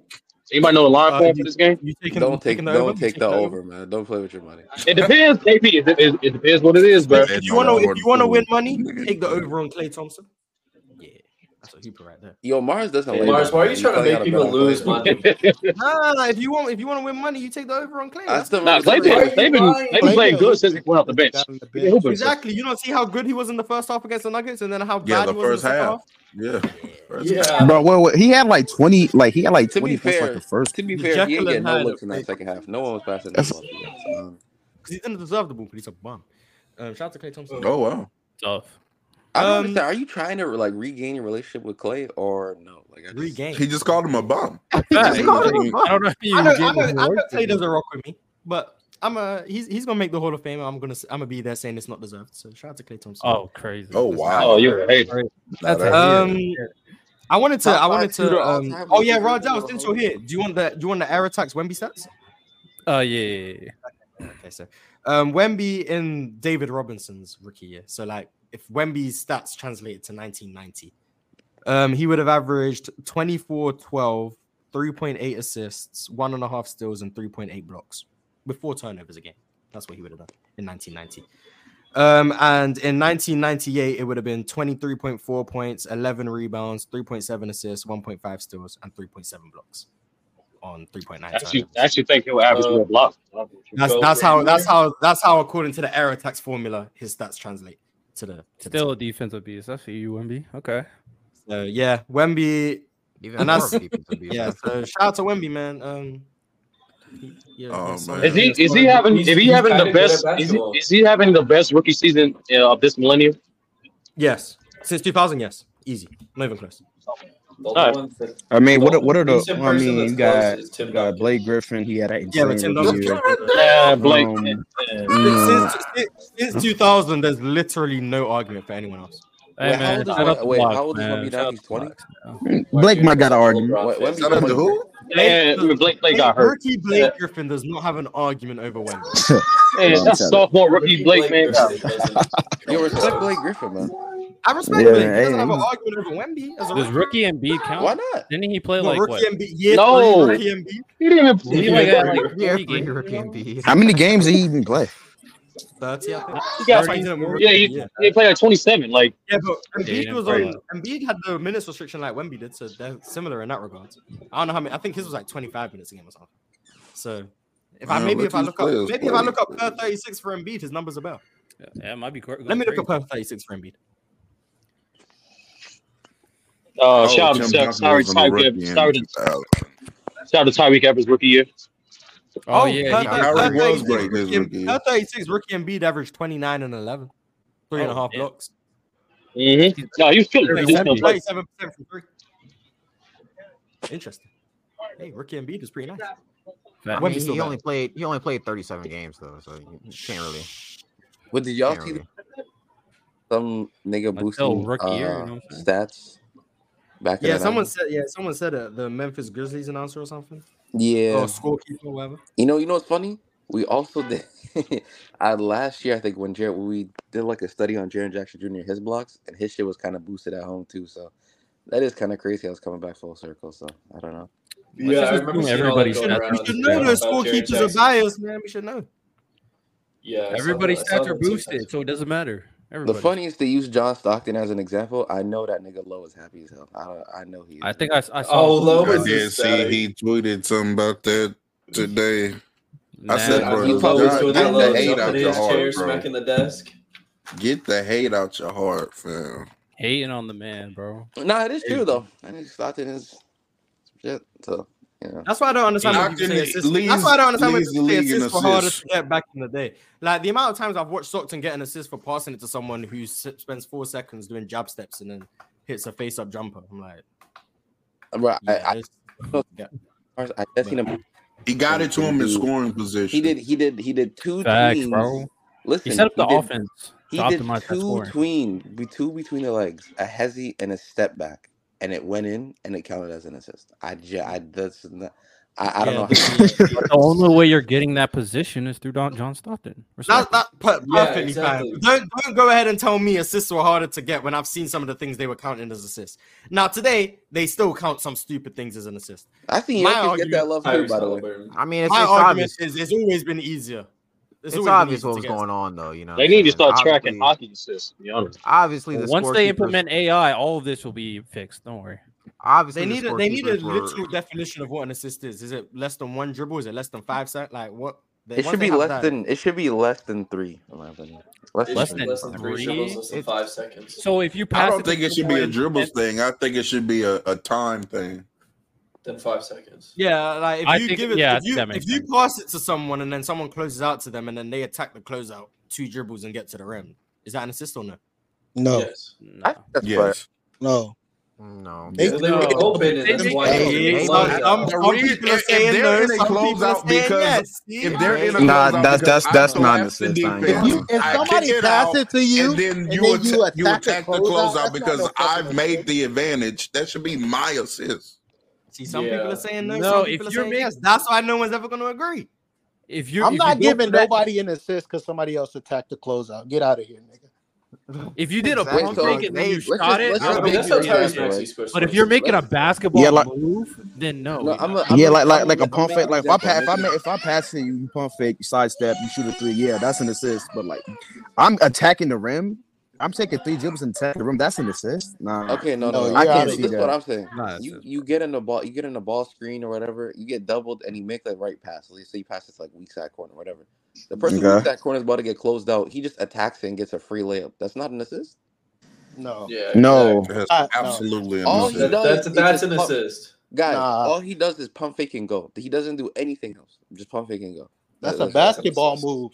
Speaker 15: Anybody know the line
Speaker 19: Uh,
Speaker 15: for him
Speaker 19: you-
Speaker 15: for this game?
Speaker 2: You
Speaker 19: Don't take don't take the over, man. Don't play with your money.
Speaker 15: It depends, KP. It, it, it depends what it is, bro.
Speaker 2: If you want to, if you want to win money, take the over on Clay Thompson. Yeah, that's a hooper right there.
Speaker 19: Yo, Mars doesn't
Speaker 2: Hey,
Speaker 19: lay
Speaker 2: Mars,
Speaker 19: no
Speaker 2: why are you
Speaker 19: money.
Speaker 2: trying to
Speaker 19: Clay
Speaker 2: make
Speaker 19: gotta
Speaker 2: people
Speaker 19: bet on Clay.
Speaker 2: lose money? Nah, nah, if you want, if you want to win money, you take the over on Clay.
Speaker 19: I
Speaker 2: That's
Speaker 19: still
Speaker 15: Nah,
Speaker 19: remember
Speaker 15: Clay
Speaker 19: Curry-
Speaker 15: been, Clay been, Clay been playing good since he went off the bench. He been hooping.
Speaker 2: Exactly. You don't see how good he was in the first half against the Nuggets, and then how
Speaker 3: Yeah,
Speaker 2: bad
Speaker 3: the
Speaker 2: he was in the
Speaker 3: first
Speaker 2: second half.
Speaker 3: half. Yeah. First
Speaker 2: Yeah.
Speaker 21: Bro, well, well, he had like twenty, like he had like
Speaker 19: To be
Speaker 21: twenty points, like
Speaker 19: fair,
Speaker 21: the first.
Speaker 19: to be
Speaker 2: The
Speaker 19: fair, he
Speaker 2: Jekyll
Speaker 19: didn't get
Speaker 2: and
Speaker 19: no
Speaker 2: Hyde of
Speaker 19: looks in that
Speaker 2: Clay
Speaker 19: second half. No one was passing the
Speaker 21: That's-
Speaker 19: ball to him. So.
Speaker 2: because he didn't deserve the ball, but he's a bum. Um, shout out to Clay Thompson.
Speaker 19: Oh,
Speaker 3: wow.
Speaker 18: Tough.
Speaker 19: I don't
Speaker 2: Um,
Speaker 19: understand. Are you trying to like regain your relationship with Clay or no? Like I just,
Speaker 2: regain.
Speaker 3: He just called him a bum.
Speaker 19: Facts.
Speaker 3: Like,
Speaker 19: Called him a
Speaker 3: like,
Speaker 19: bum. I don't know if
Speaker 2: I
Speaker 19: you
Speaker 2: know,
Speaker 19: gave
Speaker 2: I know,
Speaker 19: him
Speaker 2: I know
Speaker 19: work
Speaker 2: Clay
Speaker 19: to do.
Speaker 2: doesn't rock with me, but I'm a he's he's gonna make the Hall of Fame. and I'm gonna I'm gonna be there saying it's not deserved. So shout out to Clay Thompson.
Speaker 18: Oh, crazy.
Speaker 3: Oh,
Speaker 2: That's-
Speaker 3: wow. Oh, you're a hater.
Speaker 2: Right.
Speaker 3: Nah,
Speaker 2: That's-
Speaker 3: that's-
Speaker 2: um, I wanted to
Speaker 3: Top
Speaker 2: I wanted
Speaker 3: five shooter
Speaker 2: to
Speaker 3: all
Speaker 2: um,
Speaker 3: time,
Speaker 2: oh
Speaker 3: Luka
Speaker 2: yeah,
Speaker 3: Doncic
Speaker 2: Rajal,
Speaker 3: is
Speaker 2: since
Speaker 3: a
Speaker 2: you're here, do you want the do you want the air attacks Wemby stats?
Speaker 18: Oh yeah, yeah, yeah, yeah.
Speaker 2: Okay, so um, Wemby in David Robinson's rookie year. So like if Wemby's stats translated to 1990, um, he would have averaged 24, 12, 3.8 assists, one and a half steals, and 3.8 blocks with four turnovers a game. That's what he would have done in 1990. Um, and in 1998, it would have been 23.4 points, 11 rebounds, 3.7 assists, 1.5 steals, and 3.7 blocks on 3.9
Speaker 15: I
Speaker 2: turnovers.
Speaker 15: actually, I actually think he'll average more blocks.
Speaker 2: Uh, That's that's how that's how that's how according to the air attacks formula his stats translate to the to the
Speaker 18: Still a defensive beast. I see you, Wemby. Okay.
Speaker 2: so yeah Wemby
Speaker 18: Even
Speaker 2: and
Speaker 18: more
Speaker 2: that's
Speaker 18: of a defensive beast.
Speaker 2: yeah so shout out to Wemby man um he- yeah,
Speaker 3: Oh,
Speaker 2: he's-
Speaker 3: man.
Speaker 15: Is he
Speaker 2: he's-
Speaker 15: is he having
Speaker 2: he's-
Speaker 15: if he
Speaker 2: he's
Speaker 15: having
Speaker 2: kinda
Speaker 15: the
Speaker 2: good at
Speaker 15: best is he,
Speaker 2: basketball.
Speaker 15: is he having the best rookie season uh, of this millennium?
Speaker 2: yes since 2000 yes easy not even close
Speaker 5: The
Speaker 15: All right.
Speaker 5: one that
Speaker 21: I mean, what
Speaker 5: the
Speaker 21: are, what are the?
Speaker 5: decent
Speaker 21: I
Speaker 5: person
Speaker 21: mean,
Speaker 5: that's
Speaker 21: you
Speaker 5: close
Speaker 21: got
Speaker 5: is
Speaker 21: you
Speaker 5: Tim
Speaker 21: got
Speaker 5: Duncan.
Speaker 21: Blake Griffin. He had that
Speaker 2: yeah but
Speaker 21: insane
Speaker 2: Tim
Speaker 21: rookie
Speaker 2: Duncan
Speaker 21: year.
Speaker 15: Yeah, Blake.
Speaker 21: Um,
Speaker 15: yeah.
Speaker 21: mm,
Speaker 2: since, since since 2000 there's literally no argument for anyone else
Speaker 18: Hey,
Speaker 19: Wait, how
Speaker 18: man,
Speaker 19: old is
Speaker 18: shout out
Speaker 19: Wem-
Speaker 18: to
Speaker 19: wait,
Speaker 18: Blocks,
Speaker 19: how old is
Speaker 18: man. Shout
Speaker 19: Wemby now?
Speaker 18: out
Speaker 19: He's
Speaker 18: to
Speaker 19: twenty.
Speaker 18: Blocks now.
Speaker 21: Blake might got an argument.
Speaker 19: Wait, Wemby's
Speaker 21: Shout out to
Speaker 19: 20,
Speaker 21: who?
Speaker 19: right?
Speaker 2: Blake,
Speaker 15: And
Speaker 2: does-
Speaker 15: Blake, Blake
Speaker 2: Blake
Speaker 15: got hurt.
Speaker 2: rookie Blake Griffin does not have an argument over Wemby
Speaker 15: Man,
Speaker 21: I'm
Speaker 15: that's
Speaker 21: telling you.
Speaker 15: sophomore rookie Blake, man. got it.
Speaker 19: Yo, respect Blake Griffin, man.
Speaker 2: I respect
Speaker 21: Yeah,
Speaker 2: Blake he doesn't
Speaker 21: hey,
Speaker 2: have an
Speaker 21: he's-
Speaker 2: argument over Wemby as a
Speaker 18: Does
Speaker 2: rookie.
Speaker 18: rookie Embiid count?
Speaker 19: Why not?
Speaker 18: Didn't he play
Speaker 2: Well,
Speaker 18: like
Speaker 2: rookie
Speaker 18: what?
Speaker 2: MB, year
Speaker 15: No.
Speaker 2: three, rookie MB.
Speaker 15: He didn't even.
Speaker 18: He
Speaker 15: He,
Speaker 18: only
Speaker 15: like,
Speaker 18: got
Speaker 15: got,
Speaker 18: like
Speaker 15: like,
Speaker 18: forty
Speaker 22: three
Speaker 18: games.
Speaker 22: rookie MB.
Speaker 21: How many games did he even play?
Speaker 2: 30, I think.
Speaker 15: he got
Speaker 2: That's why
Speaker 15: like
Speaker 2: he didn't win
Speaker 15: yeah,
Speaker 2: rookie
Speaker 15: he,
Speaker 2: of the year.
Speaker 15: he played like twenty seven. Like
Speaker 2: Yeah, but
Speaker 18: Yeah, he
Speaker 2: Embiid
Speaker 18: didn't
Speaker 2: was
Speaker 18: play
Speaker 2: on. Embiid had the minutes restriction like Wemby did, so they're similar in that regard. I don't know how many. I think his was like 25 minutes a game or something. So If I
Speaker 21: Man,
Speaker 2: maybe
Speaker 21: look
Speaker 2: if I
Speaker 21: who's
Speaker 2: look up
Speaker 21: players,
Speaker 2: maybe if I
Speaker 21: boy.
Speaker 2: look up per 36 for Embiid, his numbers are better.
Speaker 18: Yeah, it might be correct.
Speaker 2: Let me look up per 36 for Embiid.
Speaker 15: Uh,
Speaker 2: Oh,
Speaker 15: shout,
Speaker 2: Tim
Speaker 15: out, shout,
Speaker 2: Duncan
Speaker 15: sorry,
Speaker 2: was on the
Speaker 15: Tyreek
Speaker 2: rookie
Speaker 15: Evans.
Speaker 2: in
Speaker 15: Shout out to shout out to Tyreek Evans rookie year.
Speaker 2: Oh, yeah, he- Kyrie Kyrie was was great
Speaker 3: his
Speaker 2: rookie Per 36, rookie Embiid averaged 29 and 11, three and a
Speaker 15: Oh,
Speaker 2: half
Speaker 15: yeah.
Speaker 2: blocks.
Speaker 15: Mm-hmm. No, he was killing. it. He
Speaker 2: 37
Speaker 15: was killing it.
Speaker 2: 37% from three. Interesting. Hey, rookie Embiid was pretty nice.
Speaker 22: I
Speaker 2: Wemby's
Speaker 22: mean,
Speaker 2: still
Speaker 22: he
Speaker 2: bad.
Speaker 22: only played he only played 37 games though, so you you can't really.
Speaker 19: What did y'all
Speaker 22: can't
Speaker 19: see?
Speaker 22: really-
Speaker 19: Some nigga
Speaker 18: Until
Speaker 19: boosting
Speaker 18: rookie year, you
Speaker 19: uh,
Speaker 18: know what
Speaker 19: stats back in
Speaker 2: Yeah,
Speaker 19: the
Speaker 2: someone
Speaker 19: 90s.
Speaker 2: said yeah, someone said uh, the Memphis Grizzlies announcer or something.
Speaker 19: Yeah.
Speaker 2: Or scorekeeper, whatever.
Speaker 19: You know, you know what's funny? We also did I last year. I think when Jared, we did like a study on Jaron Jackson Jr. his blocks, and his shit was kind of boosted at home too. So that is kind of crazy. I was coming back full circle. So I don't know.
Speaker 5: Yeah, I remember seeing all that going around
Speaker 2: We
Speaker 5: on
Speaker 2: should
Speaker 5: Instagram
Speaker 2: know the
Speaker 5: about Jaren
Speaker 2: scorekeepers are
Speaker 5: Jackson.
Speaker 2: biased, man. We should know.
Speaker 5: Yeah, I saw
Speaker 18: Everybody's
Speaker 5: that. I saw
Speaker 18: stats
Speaker 5: that
Speaker 18: are
Speaker 5: on TikTok.
Speaker 18: boosted, so it doesn't matter.
Speaker 19: The
Speaker 18: Everybody.
Speaker 19: funniest they use John Stockton as an example. I know that nigga Low is happy as hell. I don't- I know he is.
Speaker 18: I think I, I saw.
Speaker 5: Oh,
Speaker 3: I did see he tweeted something about that today. I
Speaker 18: Nah,
Speaker 3: said,
Speaker 18: I
Speaker 3: bro,
Speaker 18: know Lowe
Speaker 5: was
Speaker 3: God,
Speaker 5: doing
Speaker 3: get
Speaker 5: that
Speaker 3: the
Speaker 5: little
Speaker 3: hate
Speaker 5: jumping
Speaker 3: out
Speaker 5: in
Speaker 3: your
Speaker 5: his chair,
Speaker 3: heart, bro.
Speaker 5: smacking the desk.
Speaker 3: Get the hate out your heart, fam.
Speaker 18: Hating on the man, bro.
Speaker 19: Nah, it is true though. I think Stockton is shit. So you know.
Speaker 2: That's why I don't understand when people say
Speaker 3: Stockton
Speaker 2: assists. That's
Speaker 3: leads-
Speaker 2: why I don't understand when
Speaker 3: leads the
Speaker 2: people say
Speaker 3: league in
Speaker 2: assists were harder
Speaker 3: assists.
Speaker 2: to get back in the day. Like the amount of times I've watched Stockton get an assist for passing it to someone who s- spends four seconds doing jab steps and then hits a face up jumper. I'm like,
Speaker 19: Bro, I,
Speaker 2: yeah,
Speaker 19: I,
Speaker 2: this, yeah.
Speaker 19: I just seen him.
Speaker 3: He got it to him in scoring position.
Speaker 19: He did. He did. He did two
Speaker 18: Facts,
Speaker 19: tweens.
Speaker 18: bro.
Speaker 19: Listen,
Speaker 18: he set up the
Speaker 19: did-
Speaker 18: offense
Speaker 19: He
Speaker 18: to
Speaker 19: did
Speaker 18: optimize that
Speaker 19: two
Speaker 18: scoring.
Speaker 19: tween, be- two between the legs, a hezzy and a step back, and it went in and it counted as an assist. I, ju- I that's not, I, I don't
Speaker 18: Yeah,
Speaker 19: know.
Speaker 18: this
Speaker 19: How,
Speaker 18: But the only way you're getting that position is through Don, John Stockton.
Speaker 2: That,
Speaker 18: Respect.
Speaker 2: that per-
Speaker 18: Yeah,
Speaker 2: perfectly
Speaker 18: exactly.
Speaker 2: fine. Don't don't go ahead and tell me assists were harder to get when I've seen some of the things they were counting as assists. Now today they still count some stupid things as an assist.
Speaker 19: I think Jokic get that love too, Tyrese by the way. Halliburton.
Speaker 22: I mean, it's-
Speaker 2: my
Speaker 22: it's
Speaker 2: argument
Speaker 22: obvious.
Speaker 2: is it's always been easier.
Speaker 22: It's,
Speaker 2: always been
Speaker 22: obvious
Speaker 2: easy
Speaker 22: what
Speaker 2: to
Speaker 22: was
Speaker 2: get.
Speaker 22: going on though. You know, what
Speaker 15: They
Speaker 22: I'm
Speaker 15: need to
Speaker 22: saying?
Speaker 15: start tracking
Speaker 22: Obviously-
Speaker 15: hockey assists. To be honest,
Speaker 22: Obviously, the
Speaker 18: Once they
Speaker 22: scorekeepers-
Speaker 18: implement AI, all of this will be fixed. Don't worry.
Speaker 22: Obviously,
Speaker 2: They need
Speaker 22: the
Speaker 2: a, they need a
Speaker 22: scorekeepers were
Speaker 2: literal definition of what an assist is. Is it less than one dribble? Is it less than five sec? Like what? They,
Speaker 19: it
Speaker 2: once
Speaker 19: should
Speaker 2: they
Speaker 19: be
Speaker 2: have
Speaker 19: less
Speaker 2: that-
Speaker 19: than it should be less than three. In my opinion, less
Speaker 5: It
Speaker 19: than
Speaker 5: should be
Speaker 19: three.
Speaker 5: less than three dribbles, less than five seconds.
Speaker 18: So if you
Speaker 3: I
Speaker 18: pass
Speaker 3: don't think it should be a dribbles thing. I think it should be a, a time thing.
Speaker 5: Then five seconds.
Speaker 2: Yeah, like if
Speaker 5: I
Speaker 2: you
Speaker 5: think-
Speaker 2: give it,
Speaker 5: yeah, I
Speaker 2: if
Speaker 5: think
Speaker 2: you
Speaker 5: that makes
Speaker 2: if you pass it to someone and then someone closes out to them and then they attack the closeout, two dribbles and get to the rim. Is that an assist or no?
Speaker 4: No.
Speaker 5: Yes.
Speaker 19: That's
Speaker 3: yes.
Speaker 4: No.
Speaker 22: No.
Speaker 4: They-
Speaker 5: Well, they were
Speaker 4: No.
Speaker 5: open, and that's why
Speaker 4: Hey,
Speaker 5: they
Speaker 4: hey,
Speaker 5: were closed
Speaker 4: some-
Speaker 5: out.
Speaker 4: some-
Speaker 5: The
Speaker 4: some
Speaker 5: reason-
Speaker 4: people are
Speaker 5: if- if
Speaker 4: saying
Speaker 5: they're
Speaker 4: no,
Speaker 5: in a
Speaker 4: some people are
Speaker 3: closeout
Speaker 4: saying
Speaker 3: because-
Speaker 4: yes.
Speaker 3: if they're in a
Speaker 21: Nah,
Speaker 3: closeout
Speaker 21: that's
Speaker 3: because
Speaker 21: that's
Speaker 3: I
Speaker 21: that's not an
Speaker 3: collapse the
Speaker 21: assist. I ain't
Speaker 3: defense.
Speaker 21: gonna lie.
Speaker 4: If
Speaker 3: I
Speaker 4: somebody
Speaker 3: kick it
Speaker 4: pass
Speaker 3: out,
Speaker 4: it to you,
Speaker 3: and then
Speaker 4: and
Speaker 3: you
Speaker 4: then you
Speaker 3: attack you
Speaker 4: attack a
Speaker 3: attack the
Speaker 4: closeout, that's
Speaker 3: closeout
Speaker 4: not
Speaker 3: because
Speaker 4: no fucking
Speaker 3: I've made the advantage. That should be my assist.
Speaker 2: See, some people are saying no,
Speaker 18: No,
Speaker 2: some
Speaker 18: if
Speaker 2: people are
Speaker 18: you're
Speaker 2: saying
Speaker 18: making-
Speaker 2: yes. That's why no one's ever going to agree.
Speaker 18: If you,
Speaker 4: I'm
Speaker 18: if you
Speaker 4: not
Speaker 18: go
Speaker 4: giving
Speaker 18: for that-
Speaker 4: nobody an assist because somebody else attacked the closeout. Get out of here, nigga.
Speaker 18: If you did
Speaker 4: Exactly.
Speaker 18: a pump fake and then you
Speaker 4: Let's just-
Speaker 18: shot it,
Speaker 4: let's
Speaker 18: I'll
Speaker 4: just-
Speaker 18: make
Speaker 4: that's
Speaker 18: you
Speaker 4: how Tyrese
Speaker 18: accept it.
Speaker 4: Maxey scores
Speaker 18: But if
Speaker 4: points.
Speaker 18: you're making a basketball
Speaker 21: Yeah, like-
Speaker 18: move, then no.
Speaker 19: No, I'm a, I'm
Speaker 21: Yeah,
Speaker 19: a,
Speaker 21: like like
Speaker 19: I'm gonna
Speaker 21: like a
Speaker 19: I'm gonna
Speaker 21: pump
Speaker 19: make
Speaker 21: fake.
Speaker 19: an
Speaker 21: Like if I
Speaker 19: example.
Speaker 21: pass, if I
Speaker 19: Nigga,
Speaker 21: ma- if I pass and you, you pump fake, you sidestep, you shoot a three. Yeah, that's an assist. But like, I'm attacking the rim. I'm taking three dribbles and attacking the rim. That's an assist. Nah,
Speaker 19: Okay, no, no, no.
Speaker 21: I
Speaker 19: no,
Speaker 21: can't
Speaker 19: this,
Speaker 21: see
Speaker 19: this is
Speaker 21: that.
Speaker 19: what I'm saying.
Speaker 21: Nah,
Speaker 19: You you get in the ball, you get in the ball screen or whatever, you get doubled and you make the right pass. Let's say you pass this like weak side corner, whatever. The person who weak
Speaker 21: Okay.
Speaker 19: side corner is about to get closed out. He just attacks it and gets a free layup. That's not an assist.
Speaker 4: No.
Speaker 5: Yeah.
Speaker 21: no,
Speaker 3: That's
Speaker 4: Uh, no.
Speaker 3: absolutely an
Speaker 19: All
Speaker 3: assist.
Speaker 19: he does
Speaker 5: That's-
Speaker 19: is
Speaker 5: that's
Speaker 19: just
Speaker 5: an
Speaker 19: pump-
Speaker 5: assist.
Speaker 19: Guys,
Speaker 4: Nah.
Speaker 19: all he does is pump fake and go. He doesn't do anything else. Just pump fake and go.
Speaker 4: That's
Speaker 19: That-
Speaker 4: a basketball move.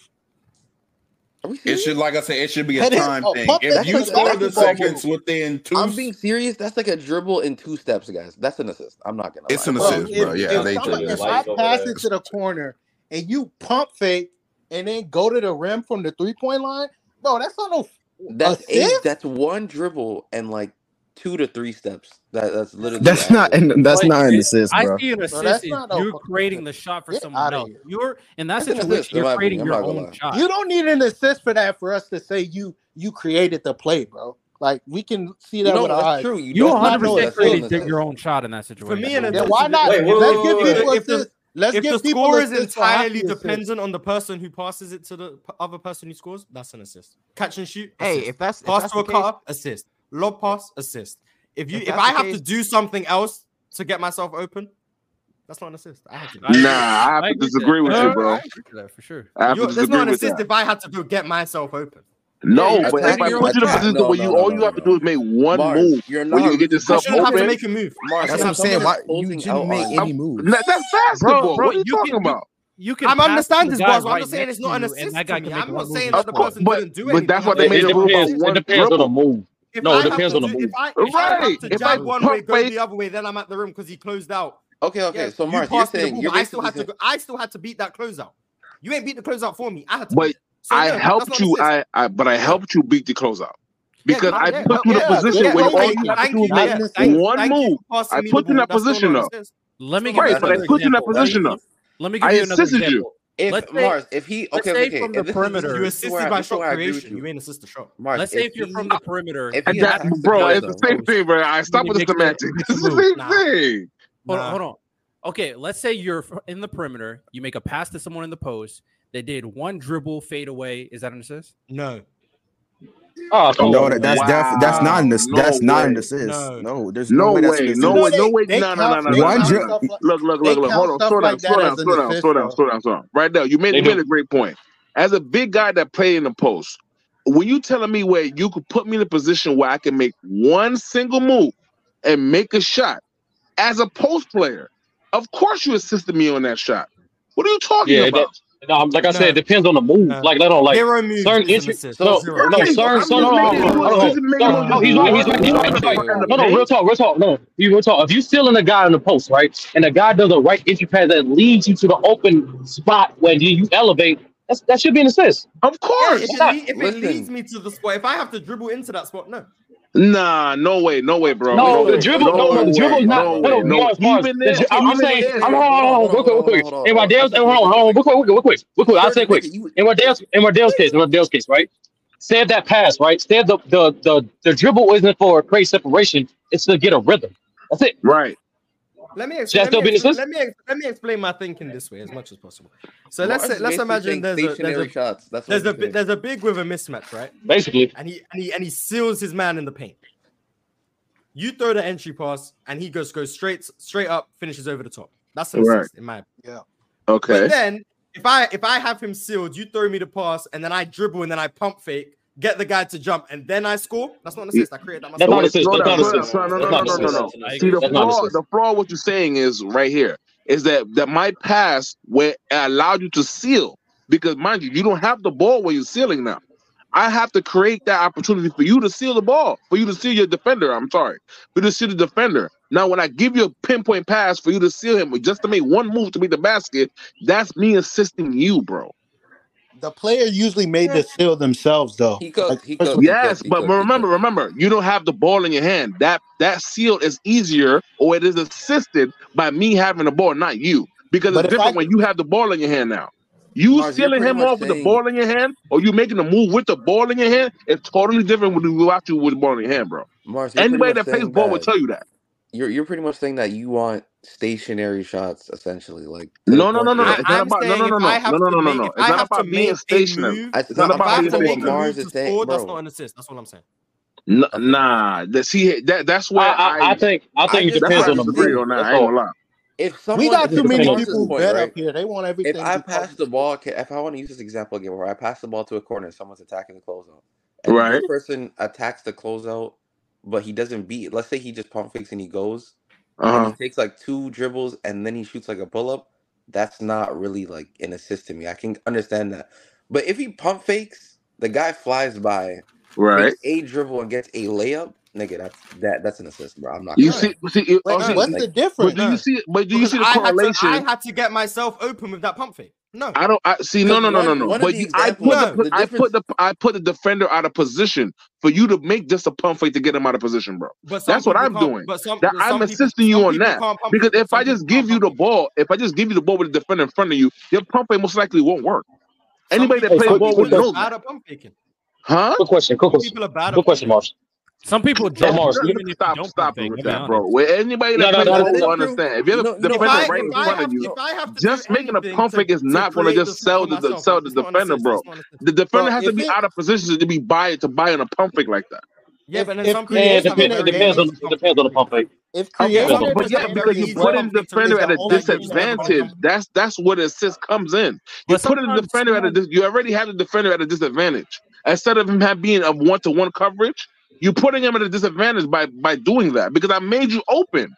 Speaker 19: Are we
Speaker 3: It should, like I said, it should be a
Speaker 19: That is-
Speaker 3: time
Speaker 19: oh,
Speaker 3: thing.
Speaker 19: pump
Speaker 3: If
Speaker 19: fake
Speaker 3: you
Speaker 19: is a
Speaker 3: score the
Speaker 19: basketball
Speaker 3: seconds
Speaker 19: move.
Speaker 3: within two,
Speaker 19: I'm being serious. That's like a dribble in two steps, guys. That's an assist. I'm not gonna
Speaker 3: It's
Speaker 19: lie.
Speaker 3: an
Speaker 19: That's
Speaker 3: assist, bro. Yeah,
Speaker 4: if,
Speaker 3: they
Speaker 4: somebody,
Speaker 3: took
Speaker 4: if
Speaker 3: it.
Speaker 4: I pass it to the corner and you pump fake and then go to the rim from the three point line, bro, that's not no
Speaker 19: That's
Speaker 4: assist.
Speaker 19: eight. That's one dribble and like two to three steps. That that's literally
Speaker 21: that's
Speaker 19: what
Speaker 21: not
Speaker 19: happened.
Speaker 21: and that's
Speaker 18: But
Speaker 21: not an
Speaker 18: it-
Speaker 21: assist,
Speaker 18: I
Speaker 21: bro.
Speaker 18: see an
Speaker 19: No,
Speaker 18: assist.
Speaker 19: that's
Speaker 18: is
Speaker 19: not
Speaker 4: no
Speaker 18: you're
Speaker 4: fucking
Speaker 18: creating the shot for
Speaker 4: Get
Speaker 18: someone
Speaker 4: outta
Speaker 18: else.
Speaker 4: here.
Speaker 18: You're in that
Speaker 19: That's an assist,
Speaker 18: situation.
Speaker 19: in my
Speaker 18: You're
Speaker 19: opinion.
Speaker 18: creating
Speaker 19: I'm
Speaker 18: your
Speaker 19: not gonna
Speaker 18: own
Speaker 19: lie.
Speaker 18: shot.
Speaker 4: You don't need an assist for that for us to say you you created the play, bro. Like we can see that
Speaker 18: No,
Speaker 4: with our
Speaker 18: that's
Speaker 4: eyes.
Speaker 18: true. You
Speaker 4: That's
Speaker 18: don't
Speaker 4: not no
Speaker 18: 100%
Speaker 4: assist.
Speaker 18: created your- your own shot in that situation.
Speaker 2: For me, an
Speaker 4: Then
Speaker 2: assist
Speaker 4: why
Speaker 2: is-
Speaker 4: not?
Speaker 2: Wait, whoa,
Speaker 4: Let's
Speaker 2: whoa,
Speaker 4: give
Speaker 2: whoa,
Speaker 4: people
Speaker 2: wait. If the-
Speaker 4: assists. Let's
Speaker 2: if
Speaker 4: give
Speaker 2: the
Speaker 4: people
Speaker 2: score is
Speaker 4: assists for hockey
Speaker 2: entirely
Speaker 4: assists.
Speaker 2: dependent on the person who passes it to the p- other person who scores, that's an assist. Catch and shoot.
Speaker 22: Hey,
Speaker 2: assist.
Speaker 22: if that's- if
Speaker 2: pass
Speaker 22: that's
Speaker 2: to a
Speaker 22: the
Speaker 2: cut
Speaker 22: case-
Speaker 2: off, assist. Lob pass, assist. If you
Speaker 22: If
Speaker 2: if,
Speaker 22: that's
Speaker 2: I
Speaker 22: the
Speaker 2: have
Speaker 22: case-
Speaker 2: to do something else to get myself open, That's not an assist. I have to.
Speaker 10: Nah, I have to disagree with you, bro.
Speaker 18: for sure.
Speaker 10: I have to
Speaker 2: You- That's
Speaker 10: disagree
Speaker 2: not an
Speaker 10: with
Speaker 2: assist
Speaker 10: that.
Speaker 2: if I had to go get myself open.
Speaker 10: No,
Speaker 2: Yeah,
Speaker 10: but
Speaker 2: that's
Speaker 10: if
Speaker 2: not-
Speaker 10: I put you in a
Speaker 2: that's
Speaker 10: position
Speaker 2: not-
Speaker 10: where
Speaker 2: no,
Speaker 10: you
Speaker 2: no,
Speaker 10: all
Speaker 2: no,
Speaker 10: you
Speaker 2: no,
Speaker 10: have to do is make one
Speaker 19: Mars,
Speaker 10: move
Speaker 19: you're
Speaker 10: when
Speaker 19: not
Speaker 10: you get Oh,
Speaker 2: I
Speaker 10: yourself
Speaker 2: shouldn't have
Speaker 10: open.
Speaker 2: to make a move.
Speaker 19: Mars,
Speaker 2: I shouldn't have to make a move.
Speaker 19: you
Speaker 2: didn't make any
Speaker 19: move.
Speaker 10: That- That's basketball. what are you, talking about?
Speaker 18: You
Speaker 2: I'm
Speaker 18: pass to
Speaker 2: understanding
Speaker 18: the
Speaker 2: this,
Speaker 18: guy
Speaker 2: Boz. but I'm
Speaker 18: right
Speaker 2: just saying
Speaker 18: next
Speaker 2: it's not
Speaker 18: to
Speaker 2: an
Speaker 18: you, and
Speaker 2: assist
Speaker 18: that guy
Speaker 2: to
Speaker 18: can
Speaker 2: me.
Speaker 18: make
Speaker 2: I'm
Speaker 18: one
Speaker 2: not
Speaker 18: move
Speaker 2: saying
Speaker 18: on
Speaker 2: that the
Speaker 18: the court.
Speaker 2: person didn't do anything.
Speaker 10: But that's why they
Speaker 2: I'm
Speaker 10: made
Speaker 2: just
Speaker 10: a rule about
Speaker 2: saying
Speaker 10: one
Speaker 15: it depends on the
Speaker 10: dribble.
Speaker 15: move.
Speaker 2: If
Speaker 15: no,
Speaker 2: I
Speaker 15: it
Speaker 2: have
Speaker 15: depends
Speaker 2: to
Speaker 15: on the
Speaker 2: do-
Speaker 15: move.
Speaker 2: If I, if I
Speaker 10: Right.
Speaker 2: have to
Speaker 10: If I
Speaker 2: jab one way,
Speaker 10: pump
Speaker 2: go
Speaker 10: fake,
Speaker 2: the other way, then I'm at the rim because he closed out.
Speaker 19: Okay, okay.
Speaker 2: Yes,
Speaker 19: so
Speaker 2: you
Speaker 19: Mars, you're
Speaker 2: passed me the
Speaker 19: saying
Speaker 2: ball,
Speaker 19: you're
Speaker 2: but I still
Speaker 19: basically
Speaker 2: had to. Go, I still had to beat that closeout. You ain't beat the closeout for me. I had to.
Speaker 10: but
Speaker 2: beat it. So
Speaker 10: I
Speaker 2: no, that's
Speaker 10: helped
Speaker 2: not an
Speaker 10: you.
Speaker 2: assist.
Speaker 10: I, I but I helped you beat the closeout
Speaker 2: Yeah,
Speaker 10: because
Speaker 2: good-
Speaker 10: I
Speaker 2: yeah,
Speaker 10: put you in a
Speaker 2: yeah,
Speaker 10: position
Speaker 2: yeah,
Speaker 10: where
Speaker 2: no,
Speaker 10: all
Speaker 2: thank
Speaker 10: you
Speaker 2: you,
Speaker 10: have to
Speaker 2: thank
Speaker 10: do is
Speaker 2: you,
Speaker 10: make
Speaker 2: yeah, thank you,
Speaker 10: one
Speaker 2: thank you
Speaker 10: move.
Speaker 2: for passing
Speaker 10: I
Speaker 2: me the
Speaker 10: put you in
Speaker 2: ball.
Speaker 10: that
Speaker 2: That's still
Speaker 10: position
Speaker 2: not an
Speaker 10: though.
Speaker 2: assist.
Speaker 18: Let me
Speaker 2: Still
Speaker 18: give
Speaker 2: not
Speaker 18: you
Speaker 10: Right, but I
Speaker 18: another
Speaker 2: an
Speaker 10: put you in that
Speaker 18: example. Let me
Speaker 10: position though.
Speaker 18: give, let me give
Speaker 10: I
Speaker 18: you another
Speaker 10: assisted you.
Speaker 18: example.
Speaker 19: If
Speaker 18: Let's say,
Speaker 19: Mars, if he
Speaker 18: let's
Speaker 19: okay,
Speaker 18: say
Speaker 19: okay,
Speaker 18: from the
Speaker 19: and this is this
Speaker 18: perimeter,
Speaker 19: is,
Speaker 2: You
Speaker 19: this is where
Speaker 2: assisted
Speaker 19: I,
Speaker 2: by
Speaker 19: this is
Speaker 2: shot
Speaker 19: where I agree with
Speaker 2: creation.
Speaker 19: you,
Speaker 2: You ain't assist the shot.
Speaker 19: Mars.
Speaker 18: let's say
Speaker 19: If
Speaker 18: if you're
Speaker 19: he
Speaker 18: from the perimeter,
Speaker 19: if
Speaker 10: And
Speaker 19: he
Speaker 10: that,
Speaker 19: attacks the
Speaker 10: bro, it's the
Speaker 19: Gaza,
Speaker 10: same thing, bro. I
Speaker 18: you
Speaker 10: stop with the
Speaker 18: make the-
Speaker 10: semantics.
Speaker 18: make the
Speaker 10: It's the
Speaker 18: move.
Speaker 10: same
Speaker 2: Nah.
Speaker 10: thing.
Speaker 18: Hold on,
Speaker 2: Nah.
Speaker 18: hold on. Okay, let's say you're fr- in the perimeter. You make a pass to someone in the post. They did one dribble fadeaway. Is that an assist?
Speaker 2: No.
Speaker 15: Oh,
Speaker 18: come
Speaker 21: No,
Speaker 18: on,
Speaker 21: that, that's
Speaker 18: man.
Speaker 21: def that's not an
Speaker 10: Wow.
Speaker 21: ass-
Speaker 10: No
Speaker 21: that's not an
Speaker 10: way.
Speaker 21: assist.
Speaker 2: No.
Speaker 21: No, there's no
Speaker 10: No
Speaker 21: way that's an
Speaker 10: way. No way.
Speaker 21: assist.
Speaker 10: No
Speaker 4: they,
Speaker 10: way.
Speaker 4: they
Speaker 10: No, no, no,
Speaker 4: count
Speaker 10: no,
Speaker 4: they
Speaker 10: no,
Speaker 21: One
Speaker 10: no,
Speaker 4: count
Speaker 10: no.
Speaker 21: dribble.
Speaker 4: stuff like
Speaker 10: Look, look,
Speaker 4: they
Speaker 10: look, look. Hold
Speaker 4: count
Speaker 10: on.
Speaker 4: stuff
Speaker 10: Slow down.
Speaker 4: like
Speaker 10: Slow
Speaker 4: that
Speaker 10: down.
Speaker 4: as an
Speaker 10: Slow down.
Speaker 4: assist
Speaker 10: Slow down.
Speaker 4: though.
Speaker 10: Slow down. Slow down. Right now, you made
Speaker 15: They
Speaker 10: you made
Speaker 15: do.
Speaker 10: a great point. As a big guy that played in the post, when you telling me where you could put me in a position where I can make one single move and make a shot as a post player, of course you assisted me on that shot. What are you talking
Speaker 15: Yeah, that,
Speaker 10: about?
Speaker 15: no, I'm- like I said,
Speaker 2: No.
Speaker 15: it depends on the move.
Speaker 2: No.
Speaker 15: Like, no, no, like
Speaker 2: Zero moves
Speaker 15: certain
Speaker 2: is an
Speaker 15: entry.
Speaker 2: assist.
Speaker 15: No,
Speaker 19: So
Speaker 2: Zero.
Speaker 15: no,
Speaker 10: Okay,
Speaker 15: certain,
Speaker 10: I'm
Speaker 15: certain.
Speaker 10: just
Speaker 15: No, no,
Speaker 10: making you.
Speaker 15: no, hold
Speaker 10: I'm
Speaker 15: on, hold
Speaker 10: just
Speaker 15: on.
Speaker 10: making
Speaker 15: No,
Speaker 2: No,
Speaker 10: you
Speaker 2: no,
Speaker 15: no,
Speaker 10: into
Speaker 15: he's
Speaker 2: no,
Speaker 15: right. He's
Speaker 10: one
Speaker 2: no,
Speaker 15: right. He's
Speaker 2: no,
Speaker 15: right.
Speaker 10: motherfucker
Speaker 15: He's
Speaker 2: no,
Speaker 15: right.
Speaker 2: no,
Speaker 15: No,
Speaker 2: no.
Speaker 15: no, real talk, real talk. No, you real talk. If you still in the guy in the post, right, and the guy does a right entry pass that leads you to the open spot where you, you elevate, that's, that should be an assist.
Speaker 10: Of
Speaker 2: Yeah, if
Speaker 10: course.
Speaker 2: it
Speaker 15: Why not?
Speaker 2: lead, if it leads
Speaker 19: listen,
Speaker 2: me to the spot, if I have to dribble into that spot, no.
Speaker 10: Nah, no way, no way, bro.
Speaker 15: No, the
Speaker 10: No,
Speaker 19: listen,
Speaker 15: dribble, no, no,
Speaker 10: no
Speaker 15: the dribble
Speaker 19: hold
Speaker 10: way,
Speaker 15: is
Speaker 19: on,
Speaker 15: not.
Speaker 10: no
Speaker 19: hold on,
Speaker 15: No,
Speaker 10: way,
Speaker 15: no, be
Speaker 10: no.
Speaker 15: honest, Mars.
Speaker 10: Even
Speaker 15: The,
Speaker 10: if,
Speaker 15: dri- I'm, I'm
Speaker 10: even
Speaker 15: saying,
Speaker 10: if,
Speaker 15: I'm
Speaker 19: hold on,
Speaker 15: hold on, hold on,
Speaker 19: hold
Speaker 15: real
Speaker 19: on,
Speaker 15: quick, real
Speaker 19: hold on, hold on, hold
Speaker 15: quick. In
Speaker 19: on.
Speaker 15: Wardell's, hold on, hold on, real quick, real quick, real quick, real quick. I'll say it
Speaker 19: Dirty nigga,
Speaker 15: quick.
Speaker 19: you
Speaker 15: In Wardell's, in Wardell's case, in Wardell's case, right? Save that pass, right? Save the the the, the dribble isn't for create separation. It's to get a rhythm. That's it.
Speaker 10: right,
Speaker 2: Let me
Speaker 15: Should
Speaker 2: explain. Let
Speaker 15: that still
Speaker 2: me
Speaker 15: be an
Speaker 2: explain.
Speaker 15: assist?
Speaker 2: Let me ex- let me explain my thinking this way as much as possible. So let's
Speaker 19: Mars
Speaker 2: say,
Speaker 19: is
Speaker 2: let's
Speaker 19: basically
Speaker 2: imagine
Speaker 19: saying
Speaker 2: there's a there's
Speaker 19: stationary
Speaker 2: a
Speaker 19: shots. That's what
Speaker 2: there's a
Speaker 19: he's
Speaker 2: bi-
Speaker 19: saying.
Speaker 2: there's a big with a mismatch, right?
Speaker 15: Basically,
Speaker 2: And he and he and he seals his man in the paint. You throw the entry pass, and he goes goes straight straight up, finishes over the top. That's an
Speaker 10: right.
Speaker 2: assist in my opinion.
Speaker 4: yeah.
Speaker 10: Okay.
Speaker 2: But then if I if I have him sealed, you throw me the pass, and then I dribble, and then I pump fake, get the guy to jump, and then I score. That's not an assist. I created that myself.
Speaker 15: that's not an
Speaker 10: Wait,
Speaker 15: assist.
Speaker 10: slow
Speaker 15: That's
Speaker 10: down,
Speaker 15: not an
Speaker 10: slow down, slow down. No, no,
Speaker 15: assist. That's not
Speaker 10: no,
Speaker 15: an
Speaker 10: no, no,
Speaker 15: assist.
Speaker 10: no.
Speaker 18: I
Speaker 10: See,
Speaker 18: agree.
Speaker 10: the
Speaker 15: That's not an
Speaker 10: flaw,
Speaker 15: assist.
Speaker 10: the flaw, of what you're saying is right here is that that my pass where allowed you to seal because mind you, you don't have the ball where you're sealing now. I have to create that opportunity for you to seal the ball, for you to seal your defender. I'm sorry, for you to seal the defender. Now, when I give you a pinpoint pass for you to seal him, with just to make one move to make the basket, that's me assisting you, bro.
Speaker 4: The player usually made the seal themselves though.
Speaker 19: He cooked,
Speaker 4: Like
Speaker 19: he
Speaker 4: first
Speaker 19: cooked,
Speaker 4: one,
Speaker 19: he cooked,
Speaker 10: Yes,
Speaker 19: he
Speaker 10: but
Speaker 19: cooked, he
Speaker 10: remember,
Speaker 19: cooked.
Speaker 10: remember, you don't have the ball in your hand. That that seal is easier, or it is assisted by me having the ball, not you, because
Speaker 4: but
Speaker 10: it's
Speaker 4: if I
Speaker 10: different when you have the ball in your hand now. You
Speaker 19: Mars, you're
Speaker 10: sealing
Speaker 19: pretty
Speaker 10: him
Speaker 19: much
Speaker 10: off with the
Speaker 19: saying
Speaker 10: ball in your hand, or you making a move with the ball in your hand, is totally different when you without you with the ball in your hand, bro.
Speaker 19: Mars, you're pretty
Speaker 10: Anybody
Speaker 19: much
Speaker 10: that plays
Speaker 19: saying
Speaker 10: ball will
Speaker 19: that
Speaker 10: tell you that.
Speaker 19: you're you're pretty much saying that you want stationary shots, essentially, like to the
Speaker 10: No, no, no,
Speaker 19: point
Speaker 10: no, no.
Speaker 2: I,
Speaker 19: where
Speaker 10: It's
Speaker 2: I'm
Speaker 10: not about
Speaker 2: saying
Speaker 10: no, no,
Speaker 2: if
Speaker 10: no, no,
Speaker 2: I
Speaker 10: no,
Speaker 2: have
Speaker 10: no,
Speaker 2: to
Speaker 10: no, no,
Speaker 2: make
Speaker 10: no.
Speaker 2: if
Speaker 10: It's
Speaker 2: I
Speaker 10: not
Speaker 2: have to
Speaker 10: about being
Speaker 2: make a
Speaker 10: stationary.
Speaker 2: move,
Speaker 19: I- it's
Speaker 10: It's not
Speaker 19: not
Speaker 2: if
Speaker 10: about
Speaker 2: I
Speaker 19: about
Speaker 2: have
Speaker 10: being
Speaker 2: to make
Speaker 19: being what
Speaker 2: a
Speaker 10: stationary.
Speaker 2: move
Speaker 19: Mars
Speaker 2: to
Speaker 19: is saying,
Speaker 2: score, that's not
Speaker 19: bro.
Speaker 2: an assist. That's what I'm saying.
Speaker 10: N-
Speaker 19: Okay, Mars.
Speaker 10: Nah, that see that that's where
Speaker 15: I, I I
Speaker 10: I
Speaker 15: think I
Speaker 19: I
Speaker 15: think it
Speaker 19: just
Speaker 10: that's
Speaker 15: depends
Speaker 10: where I
Speaker 19: don't
Speaker 15: on the
Speaker 10: disagree
Speaker 15: move.
Speaker 19: think
Speaker 10: on that.
Speaker 15: That's
Speaker 10: I ain't
Speaker 15: all.
Speaker 10: gonna lie.
Speaker 19: if
Speaker 4: we
Speaker 19: someone
Speaker 4: got
Speaker 15: It
Speaker 4: too
Speaker 19: to
Speaker 15: depends
Speaker 4: many
Speaker 15: on the
Speaker 19: Mars's
Speaker 4: people
Speaker 15: move.
Speaker 19: point,
Speaker 4: bet up
Speaker 19: right?
Speaker 4: here. They want
Speaker 19: If
Speaker 4: everything
Speaker 19: I
Speaker 4: to
Speaker 19: pass the ball, ca- if I want to use this example again, where I pass the ball to a corner and someone's attacking the closeout, and
Speaker 10: Right.
Speaker 19: this person attacks the closeout, but he doesn't beat. it. Let's say he just pump fakes and he goes, and
Speaker 10: Uh
Speaker 19: he takes like two dribbles and then he shoots like a pull up. That's not really like an assist to me. I can understand that, but if he pump fakes, the guy flies by,
Speaker 10: Right.
Speaker 19: takes a dribble and gets a layup. Nigga, that's that. That's an assist, bro. I'm not
Speaker 10: You
Speaker 19: gonna
Speaker 10: see,
Speaker 2: No,
Speaker 19: lie.
Speaker 10: see, you-
Speaker 4: like
Speaker 10: oh,
Speaker 2: no,
Speaker 10: see,
Speaker 4: what's
Speaker 19: Like
Speaker 4: the
Speaker 10: but do you
Speaker 4: difference?
Speaker 10: see, but do you
Speaker 2: because
Speaker 10: see the
Speaker 2: I had to I
Speaker 10: correlation?
Speaker 2: had to get myself open with that pump fake. No,
Speaker 10: I don't. I see. No,
Speaker 19: Because
Speaker 10: no, no, no,
Speaker 19: one
Speaker 10: no.
Speaker 19: one of
Speaker 10: But
Speaker 19: the
Speaker 10: you, I put
Speaker 19: examples,
Speaker 10: the,
Speaker 2: no,
Speaker 10: put-
Speaker 19: the
Speaker 10: I put
Speaker 19: difference.
Speaker 10: the, I put the defender out of position for you to make just a pump fake to get him out of position, bro.
Speaker 2: But some
Speaker 10: That's what
Speaker 2: people
Speaker 10: I'm
Speaker 2: can't.
Speaker 10: doing.
Speaker 2: But some
Speaker 10: That I'm
Speaker 2: some people
Speaker 10: assisting you
Speaker 2: some
Speaker 10: on
Speaker 2: people
Speaker 10: that
Speaker 2: can't pump
Speaker 10: because
Speaker 2: fake.
Speaker 10: if I
Speaker 2: Some people
Speaker 10: just give
Speaker 2: can't
Speaker 10: you
Speaker 2: pump
Speaker 10: the
Speaker 2: fake.
Speaker 10: ball, if I just give you the ball with the defender in front of you, your pump fake most likely won't work.
Speaker 2: Some
Speaker 10: Anybody that
Speaker 2: people
Speaker 15: Hey,
Speaker 2: some
Speaker 10: plays
Speaker 15: quick,
Speaker 10: ball
Speaker 15: quick
Speaker 10: would
Speaker 2: people are
Speaker 10: know
Speaker 15: question,
Speaker 10: that,
Speaker 2: bad at pump faking.
Speaker 10: huh?
Speaker 15: quick question, quick
Speaker 2: Some
Speaker 15: question,
Speaker 2: people are bad
Speaker 15: quick
Speaker 2: at pump
Speaker 15: question,
Speaker 2: faking.
Speaker 15: Mars.
Speaker 18: Some people
Speaker 10: That,
Speaker 15: No,
Speaker 18: jump
Speaker 15: Mars.
Speaker 10: that
Speaker 15: You,
Speaker 18: even if you don't
Speaker 10: stop,
Speaker 18: pump
Speaker 10: stop it
Speaker 18: fake.
Speaker 10: with
Speaker 18: I'll be
Speaker 10: that, bro.
Speaker 18: honest.
Speaker 10: Where anybody that plays
Speaker 15: no, no,
Speaker 19: No,
Speaker 15: no,
Speaker 10: ball will
Speaker 15: no,
Speaker 19: that's
Speaker 15: no.
Speaker 19: true.
Speaker 10: understand. If you
Speaker 19: No,
Speaker 10: have a
Speaker 19: no,
Speaker 2: If
Speaker 10: defender
Speaker 2: I
Speaker 19: Mars.
Speaker 2: if
Speaker 10: right in
Speaker 19: No,
Speaker 2: I
Speaker 10: front of
Speaker 2: have
Speaker 10: you,
Speaker 2: if
Speaker 19: no.
Speaker 2: I have to do
Speaker 10: just making a
Speaker 2: anything
Speaker 10: pump
Speaker 2: to
Speaker 10: fake is
Speaker 2: to
Speaker 10: not going to
Speaker 2: create the
Speaker 10: just
Speaker 2: shot
Speaker 10: sell
Speaker 2: for
Speaker 10: the, the
Speaker 2: myself,
Speaker 10: sell the
Speaker 2: that's not an
Speaker 10: defender,
Speaker 2: assist.
Speaker 10: bro.
Speaker 2: That's not an assist.
Speaker 10: The defender
Speaker 4: Bro,
Speaker 10: has to
Speaker 4: if
Speaker 10: be
Speaker 4: it
Speaker 10: out of position to be buy to buy in a pump fake like that.
Speaker 2: Yeah,
Speaker 4: if
Speaker 2: but then
Speaker 4: if
Speaker 2: some people
Speaker 15: Yeah, it
Speaker 2: just have a
Speaker 4: creating a
Speaker 15: depends. It
Speaker 2: very
Speaker 15: depends on
Speaker 4: game
Speaker 2: lazy pump fake
Speaker 15: it depends on the
Speaker 2: creator.
Speaker 15: pump fake.
Speaker 4: If
Speaker 10: Okay,
Speaker 4: creative,
Speaker 10: but, but yeah, because you put in the defender at a disadvantage. That's that's what assist comes in. You put in the defender at a dis- you already have the defender at a disadvantage. Instead of him have being a one to one coverage, you're putting him at a disadvantage by by doing that because I made you open.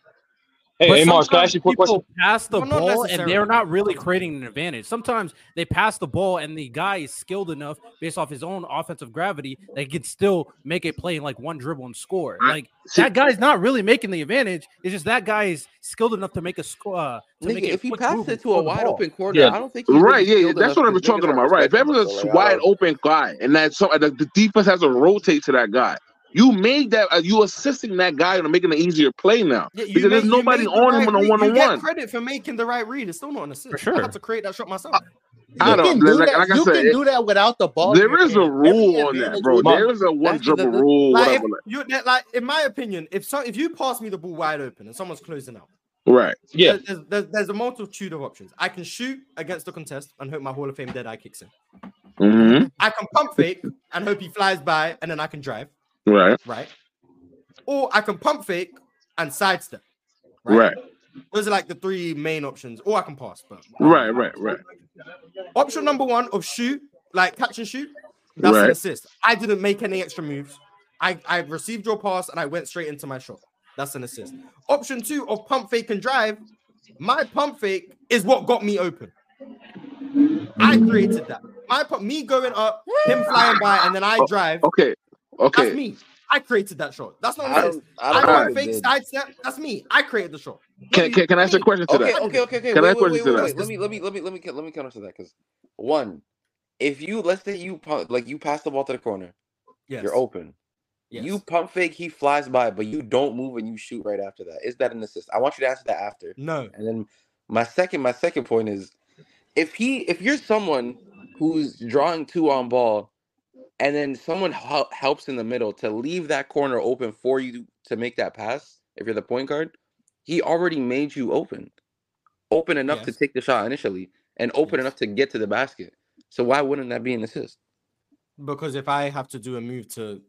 Speaker 15: Hey,
Speaker 18: But
Speaker 15: hey, Mark, can I ask you a quick
Speaker 18: people
Speaker 15: question?
Speaker 18: pass the
Speaker 15: Well, not
Speaker 18: ball and
Speaker 15: necessarily.
Speaker 18: they're not really creating an advantage. Sometimes they pass the ball and the guy is skilled enough based off his own offensive gravity that he can still make a play in like one dribble and score.
Speaker 10: I-
Speaker 18: Like that guy's not really making the advantage. It's just that guy is skilled enough to make a score. Uh, to
Speaker 19: Nigga,
Speaker 18: make a
Speaker 19: if he
Speaker 18: quick
Speaker 19: passed
Speaker 18: move
Speaker 19: it
Speaker 18: and
Speaker 19: to a
Speaker 18: score the
Speaker 19: wide
Speaker 18: ball.
Speaker 19: open corner, Yeah. I don't think he's really
Speaker 10: right. Yeah, yeah,
Speaker 19: skilled
Speaker 10: that's
Speaker 19: enough
Speaker 10: what I've
Speaker 19: 'cause
Speaker 10: been
Speaker 19: niggas
Speaker 10: talking
Speaker 19: aren't
Speaker 10: about. Right, if
Speaker 19: respecting
Speaker 10: everyone's
Speaker 19: him,
Speaker 10: a
Speaker 19: so, like, I
Speaker 10: wide
Speaker 19: don't-
Speaker 10: open guy, and that's so, the, the defense has to rotate to that guy. You made that. Uh, you assisting that guy and making an easier play now
Speaker 2: Yeah, you
Speaker 10: because there's
Speaker 2: made- you
Speaker 10: nobody
Speaker 2: made the
Speaker 10: on
Speaker 2: right
Speaker 10: him on a
Speaker 2: read.
Speaker 10: one on
Speaker 2: You get
Speaker 10: one.
Speaker 2: credit for making the right read. It's still not an assist. I
Speaker 10: sure.
Speaker 2: had to create that shot myself.
Speaker 10: I
Speaker 4: you
Speaker 10: don't
Speaker 4: can do
Speaker 10: like,
Speaker 4: that.
Speaker 10: like I
Speaker 4: you
Speaker 10: said.
Speaker 4: can
Speaker 10: it-
Speaker 4: do that without the ball. in
Speaker 10: there
Speaker 4: your
Speaker 10: is a
Speaker 4: hand. Every
Speaker 10: rule on that,
Speaker 4: advantage
Speaker 10: bro.
Speaker 4: would-
Speaker 10: There is a one dribble rule,
Speaker 2: Like,
Speaker 10: whatever.
Speaker 2: if you that- like, in my opinion, if so, if you pass me the ball wide open and someone's closing out,
Speaker 10: Right.
Speaker 2: yeah, there's, there's, there's a multitude of options. I can shoot against the contest and hope my Hall of Fame dead eye kicks in.
Speaker 10: hmm
Speaker 2: I can pump fake and hope he flies by, and then I can drive,
Speaker 10: Right.
Speaker 2: right? Or I can pump fake and sidestep.
Speaker 10: Right.
Speaker 2: Those are like the three main options. Or I can pass, but
Speaker 10: Right. Right. Right.
Speaker 2: option number one of shoot, like catch and shoot, that's
Speaker 10: Right.
Speaker 2: an assist. I didn't make any extra moves. I, I received your pass and I went straight into my shot. That's an assist. Option two of pump fake and drive. My pump fake is what got me open. I created that. My pump, me going up, him flying by, and then I
Speaker 10: Oh,
Speaker 2: drive.
Speaker 10: Okay. Okay.
Speaker 2: That's me. I created that shot. That's not
Speaker 10: I
Speaker 2: an
Speaker 10: don't-
Speaker 2: assist.
Speaker 10: I
Speaker 2: I,
Speaker 10: don't
Speaker 2: pump
Speaker 10: think it
Speaker 2: fake
Speaker 10: did.
Speaker 2: sidestep. That's me. I created the shot.
Speaker 10: Can, can, can I ask a question to
Speaker 19: okay,
Speaker 10: that?
Speaker 19: okay, okay, okay.
Speaker 10: Can I
Speaker 19: Wait,
Speaker 10: ask a
Speaker 19: wait,
Speaker 10: question
Speaker 19: wait,
Speaker 10: to
Speaker 19: wait,
Speaker 10: that?
Speaker 19: wait. Let me, let me, let me, let me, let me counter to that because one, if you let's say you pump, like you pass the ball to the corner,
Speaker 2: Yes.
Speaker 19: you're open. You pump fake, he flies by, but you don't move and you shoot right after that. Is that an assist? I want you to answer that after.
Speaker 2: No.
Speaker 19: And then my second, my second point is, if he, if you're someone who's drawing two on ball, and then someone hel- helps in the middle to leave that corner open for you to make that pass. If you're the point guard, he already made you open open enough to take the shot initially and open enough to get to the basket. So why wouldn't that be an assist?
Speaker 2: Because if I have to do a move to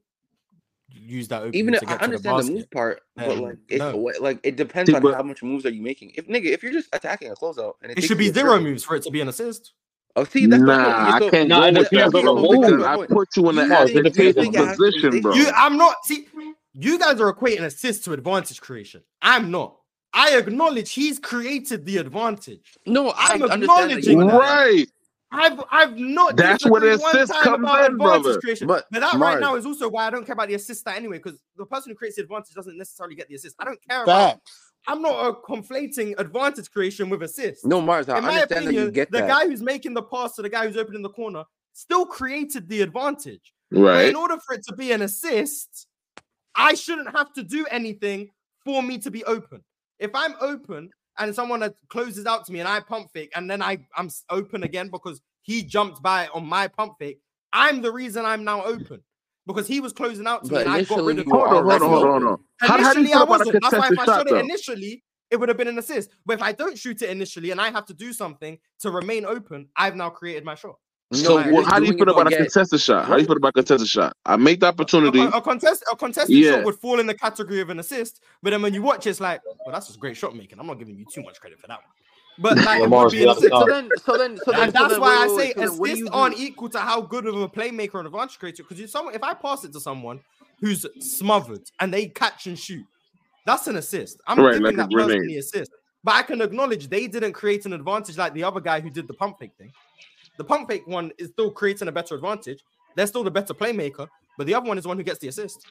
Speaker 2: use that opening
Speaker 19: Even if
Speaker 2: to
Speaker 19: I
Speaker 2: get to the
Speaker 19: understand the,
Speaker 2: basket,
Speaker 19: move part, but
Speaker 2: then
Speaker 19: like it,
Speaker 2: no.
Speaker 19: what- like it depends
Speaker 2: See,
Speaker 19: on
Speaker 2: but-
Speaker 19: how much moves are you making. If nigga, if you're just attacking a closeout and it,
Speaker 2: it
Speaker 19: takes
Speaker 2: should be
Speaker 19: you a
Speaker 2: zero
Speaker 19: dribble-
Speaker 2: moves for it to be an assist.
Speaker 19: oh see, that's my point.
Speaker 10: Nah,
Speaker 19: You're
Speaker 10: I
Speaker 19: so that- that-
Speaker 10: can't go with that,
Speaker 19: you're
Speaker 10: bro,
Speaker 19: so focused on
Speaker 10: because
Speaker 19: the
Speaker 10: I
Speaker 19: point.
Speaker 10: put you in an
Speaker 19: You think you
Speaker 10: advantageous
Speaker 19: think it has to be
Speaker 10: position, bro.
Speaker 2: You, I'm not. See, you guys are equating assist to advantage creation. I'm not. I acknowledge he's created the advantage.
Speaker 19: No,
Speaker 2: I'm
Speaker 19: I understand that you
Speaker 2: acknowledging that.
Speaker 10: Right.
Speaker 2: I've I've not
Speaker 10: That's where the
Speaker 2: disagreed one
Speaker 10: assist
Speaker 2: time
Speaker 10: comes
Speaker 2: about
Speaker 10: in,
Speaker 2: advantage
Speaker 10: brother.
Speaker 2: creation.
Speaker 10: But,
Speaker 2: But, that right
Speaker 10: Mark-
Speaker 2: now is also why I don't care about the assist that anyway, because the person who creates the advantage doesn't necessarily get the assist. I don't care about. I'm not uh, conflating advantage creation with assist.
Speaker 19: No, Mars, I
Speaker 2: In my
Speaker 19: understand that you
Speaker 2: opinion,
Speaker 19: get
Speaker 2: the
Speaker 19: that.
Speaker 2: guy who's making the pass to the guy who's opening the corner still created the advantage. But
Speaker 10: Right.
Speaker 2: in order for it to be an assist, I shouldn't have to do anything for me to be open. If I'm open and someone that closes out to me and I pump fake and then I, I'm s- open again because he jumped by on my pump fake, I'm the reason I'm now open because he was closing out to
Speaker 10: But
Speaker 2: me and I got rid of
Speaker 10: initially you were Hold on, hold on, hold on, already hold on. How- how do you
Speaker 2: Initially,
Speaker 10: feel
Speaker 2: I
Speaker 10: about a
Speaker 2: wasn't. That's why if
Speaker 10: contested
Speaker 2: I
Speaker 10: shot,
Speaker 2: shot it
Speaker 10: though?
Speaker 2: initially, it would have been an assist. But if I don't shoot it initially and I have to do something to remain open, I've now created my shot.
Speaker 10: So
Speaker 2: My
Speaker 10: wh-
Speaker 2: opinion.
Speaker 10: how do you feel about a contested shot? How do you feel about a contested shot? I make the
Speaker 2: A,
Speaker 10: opportunity.
Speaker 2: con- a contest, a contested shot
Speaker 10: Yeah.
Speaker 2: would fall in the category of an assist, but then when you watch, it, it's like, well, that's just great shot making. I'm not giving you too much credit for that one. But like, it would
Speaker 15: Lamar's
Speaker 2: be an
Speaker 15: got
Speaker 2: assist.
Speaker 15: some-
Speaker 6: So then, so then, so then,
Speaker 2: and
Speaker 6: so
Speaker 2: that's
Speaker 6: then,
Speaker 2: why
Speaker 6: wait,
Speaker 2: I say
Speaker 6: wait, wait, so then what do
Speaker 2: assists
Speaker 6: you do?
Speaker 2: aren't equal to how good of a playmaker and advantage creator. Because you someone, if I pass it to someone who's smothered and they catch and shoot, that's an assist. I'm
Speaker 10: Right,
Speaker 2: giving
Speaker 10: like a
Speaker 2: that person
Speaker 10: grenade.
Speaker 2: the assist, but I can acknowledge they didn't create an advantage like the other guy who did the pump fake thing. The pump fake one is still creating a better advantage. They're still the better playmaker, but the other one is the one who gets the assist.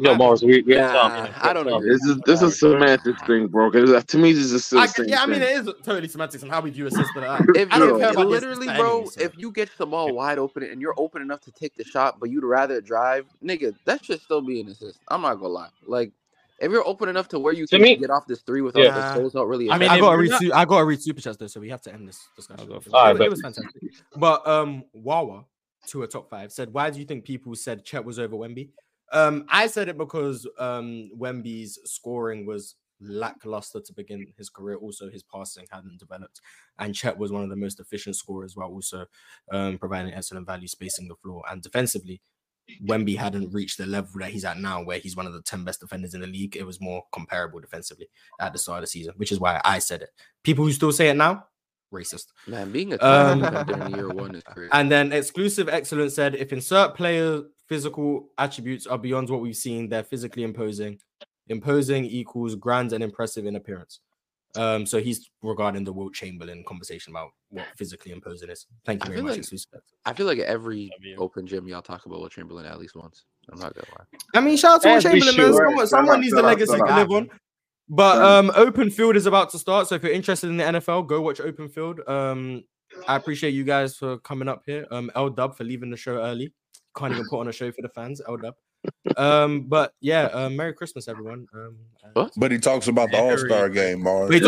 Speaker 15: Yo, Mars, we, we have time.
Speaker 19: Nah,
Speaker 15: man. We
Speaker 19: I
Speaker 15: have
Speaker 19: don't
Speaker 15: time.
Speaker 19: agree.
Speaker 10: This is this is semantics thing, bro. 'cause, uh, to me, this is still
Speaker 2: I
Speaker 10: the
Speaker 2: can,
Speaker 10: same
Speaker 2: yeah, I mean,
Speaker 10: thing.
Speaker 2: it is totally semantics and how we view assists. But uh, I,
Speaker 19: If
Speaker 2: I
Speaker 19: you
Speaker 2: don't
Speaker 19: if
Speaker 2: care about this.
Speaker 19: literally, bro, if you get the ball wide open and you're open enough to take the shot, but you'd rather drive, nigga, that should still be an assist. I'm not gonna lie. Like, if you're open enough to where you
Speaker 2: To
Speaker 19: can
Speaker 2: me-
Speaker 19: get off this three without the
Speaker 2: Yeah.
Speaker 19: close out really.
Speaker 2: I mean, I
Speaker 19: affecting
Speaker 2: got to
Speaker 19: you.
Speaker 2: read. su- I got to read super chats though, so we have to end this discussion. It was,
Speaker 15: All right,
Speaker 2: it
Speaker 15: bet.
Speaker 2: was fantastic. But um, Wawa to a top five said, "Why do you think people said Chet was over Wemby?" Um, I said it because um, Wemby's scoring was lackluster to begin his career. Also, his passing hadn't developed, and Chet was one of the most efficient scorers while also um, providing excellent value, spacing the floor, and defensively Wemby hadn't reached the level that he's at now, where he's one of the 10 best defenders in the league. It was more comparable defensively at the start of the season, which is why I said it. People who still say it now, racist.
Speaker 19: Man, being a
Speaker 2: Um,
Speaker 19: top defender in year one is crazy.
Speaker 2: And then exclusive excellence said if insert player physical attributes are beyond what we've seen, they're physically imposing. Imposing equals grand and impressive in appearance. Um, so he's regarding the Wilt Chamberlain conversation about what physically imposing is. Thank
Speaker 19: I
Speaker 2: you
Speaker 19: feel
Speaker 2: very much.
Speaker 19: like-
Speaker 2: exclusive.
Speaker 19: I feel like every open gym y'all talk about Will Chamberlain at least once. I'm not gonna lie.
Speaker 2: I mean, shout out to Will
Speaker 19: As we
Speaker 2: Chamberlain, man.
Speaker 19: should.
Speaker 2: Someone,
Speaker 19: Shout
Speaker 2: someone
Speaker 19: out,
Speaker 2: needs
Speaker 19: shout
Speaker 2: the
Speaker 19: out,
Speaker 2: legacy
Speaker 19: shout
Speaker 2: to
Speaker 19: out.
Speaker 2: live
Speaker 19: Mm.
Speaker 2: on. But um, open field is about to start, so if you're interested in the NFL, go watch open field. Um, I appreciate you guys for coming up here. Um, L Dub for leaving the show early. Can't even put on a show for the fans, L Dub. Um, but yeah, um, uh, Merry Christmas, everyone. Um,
Speaker 3: But he talks about the All Star game, Mars.
Speaker 2: Wait,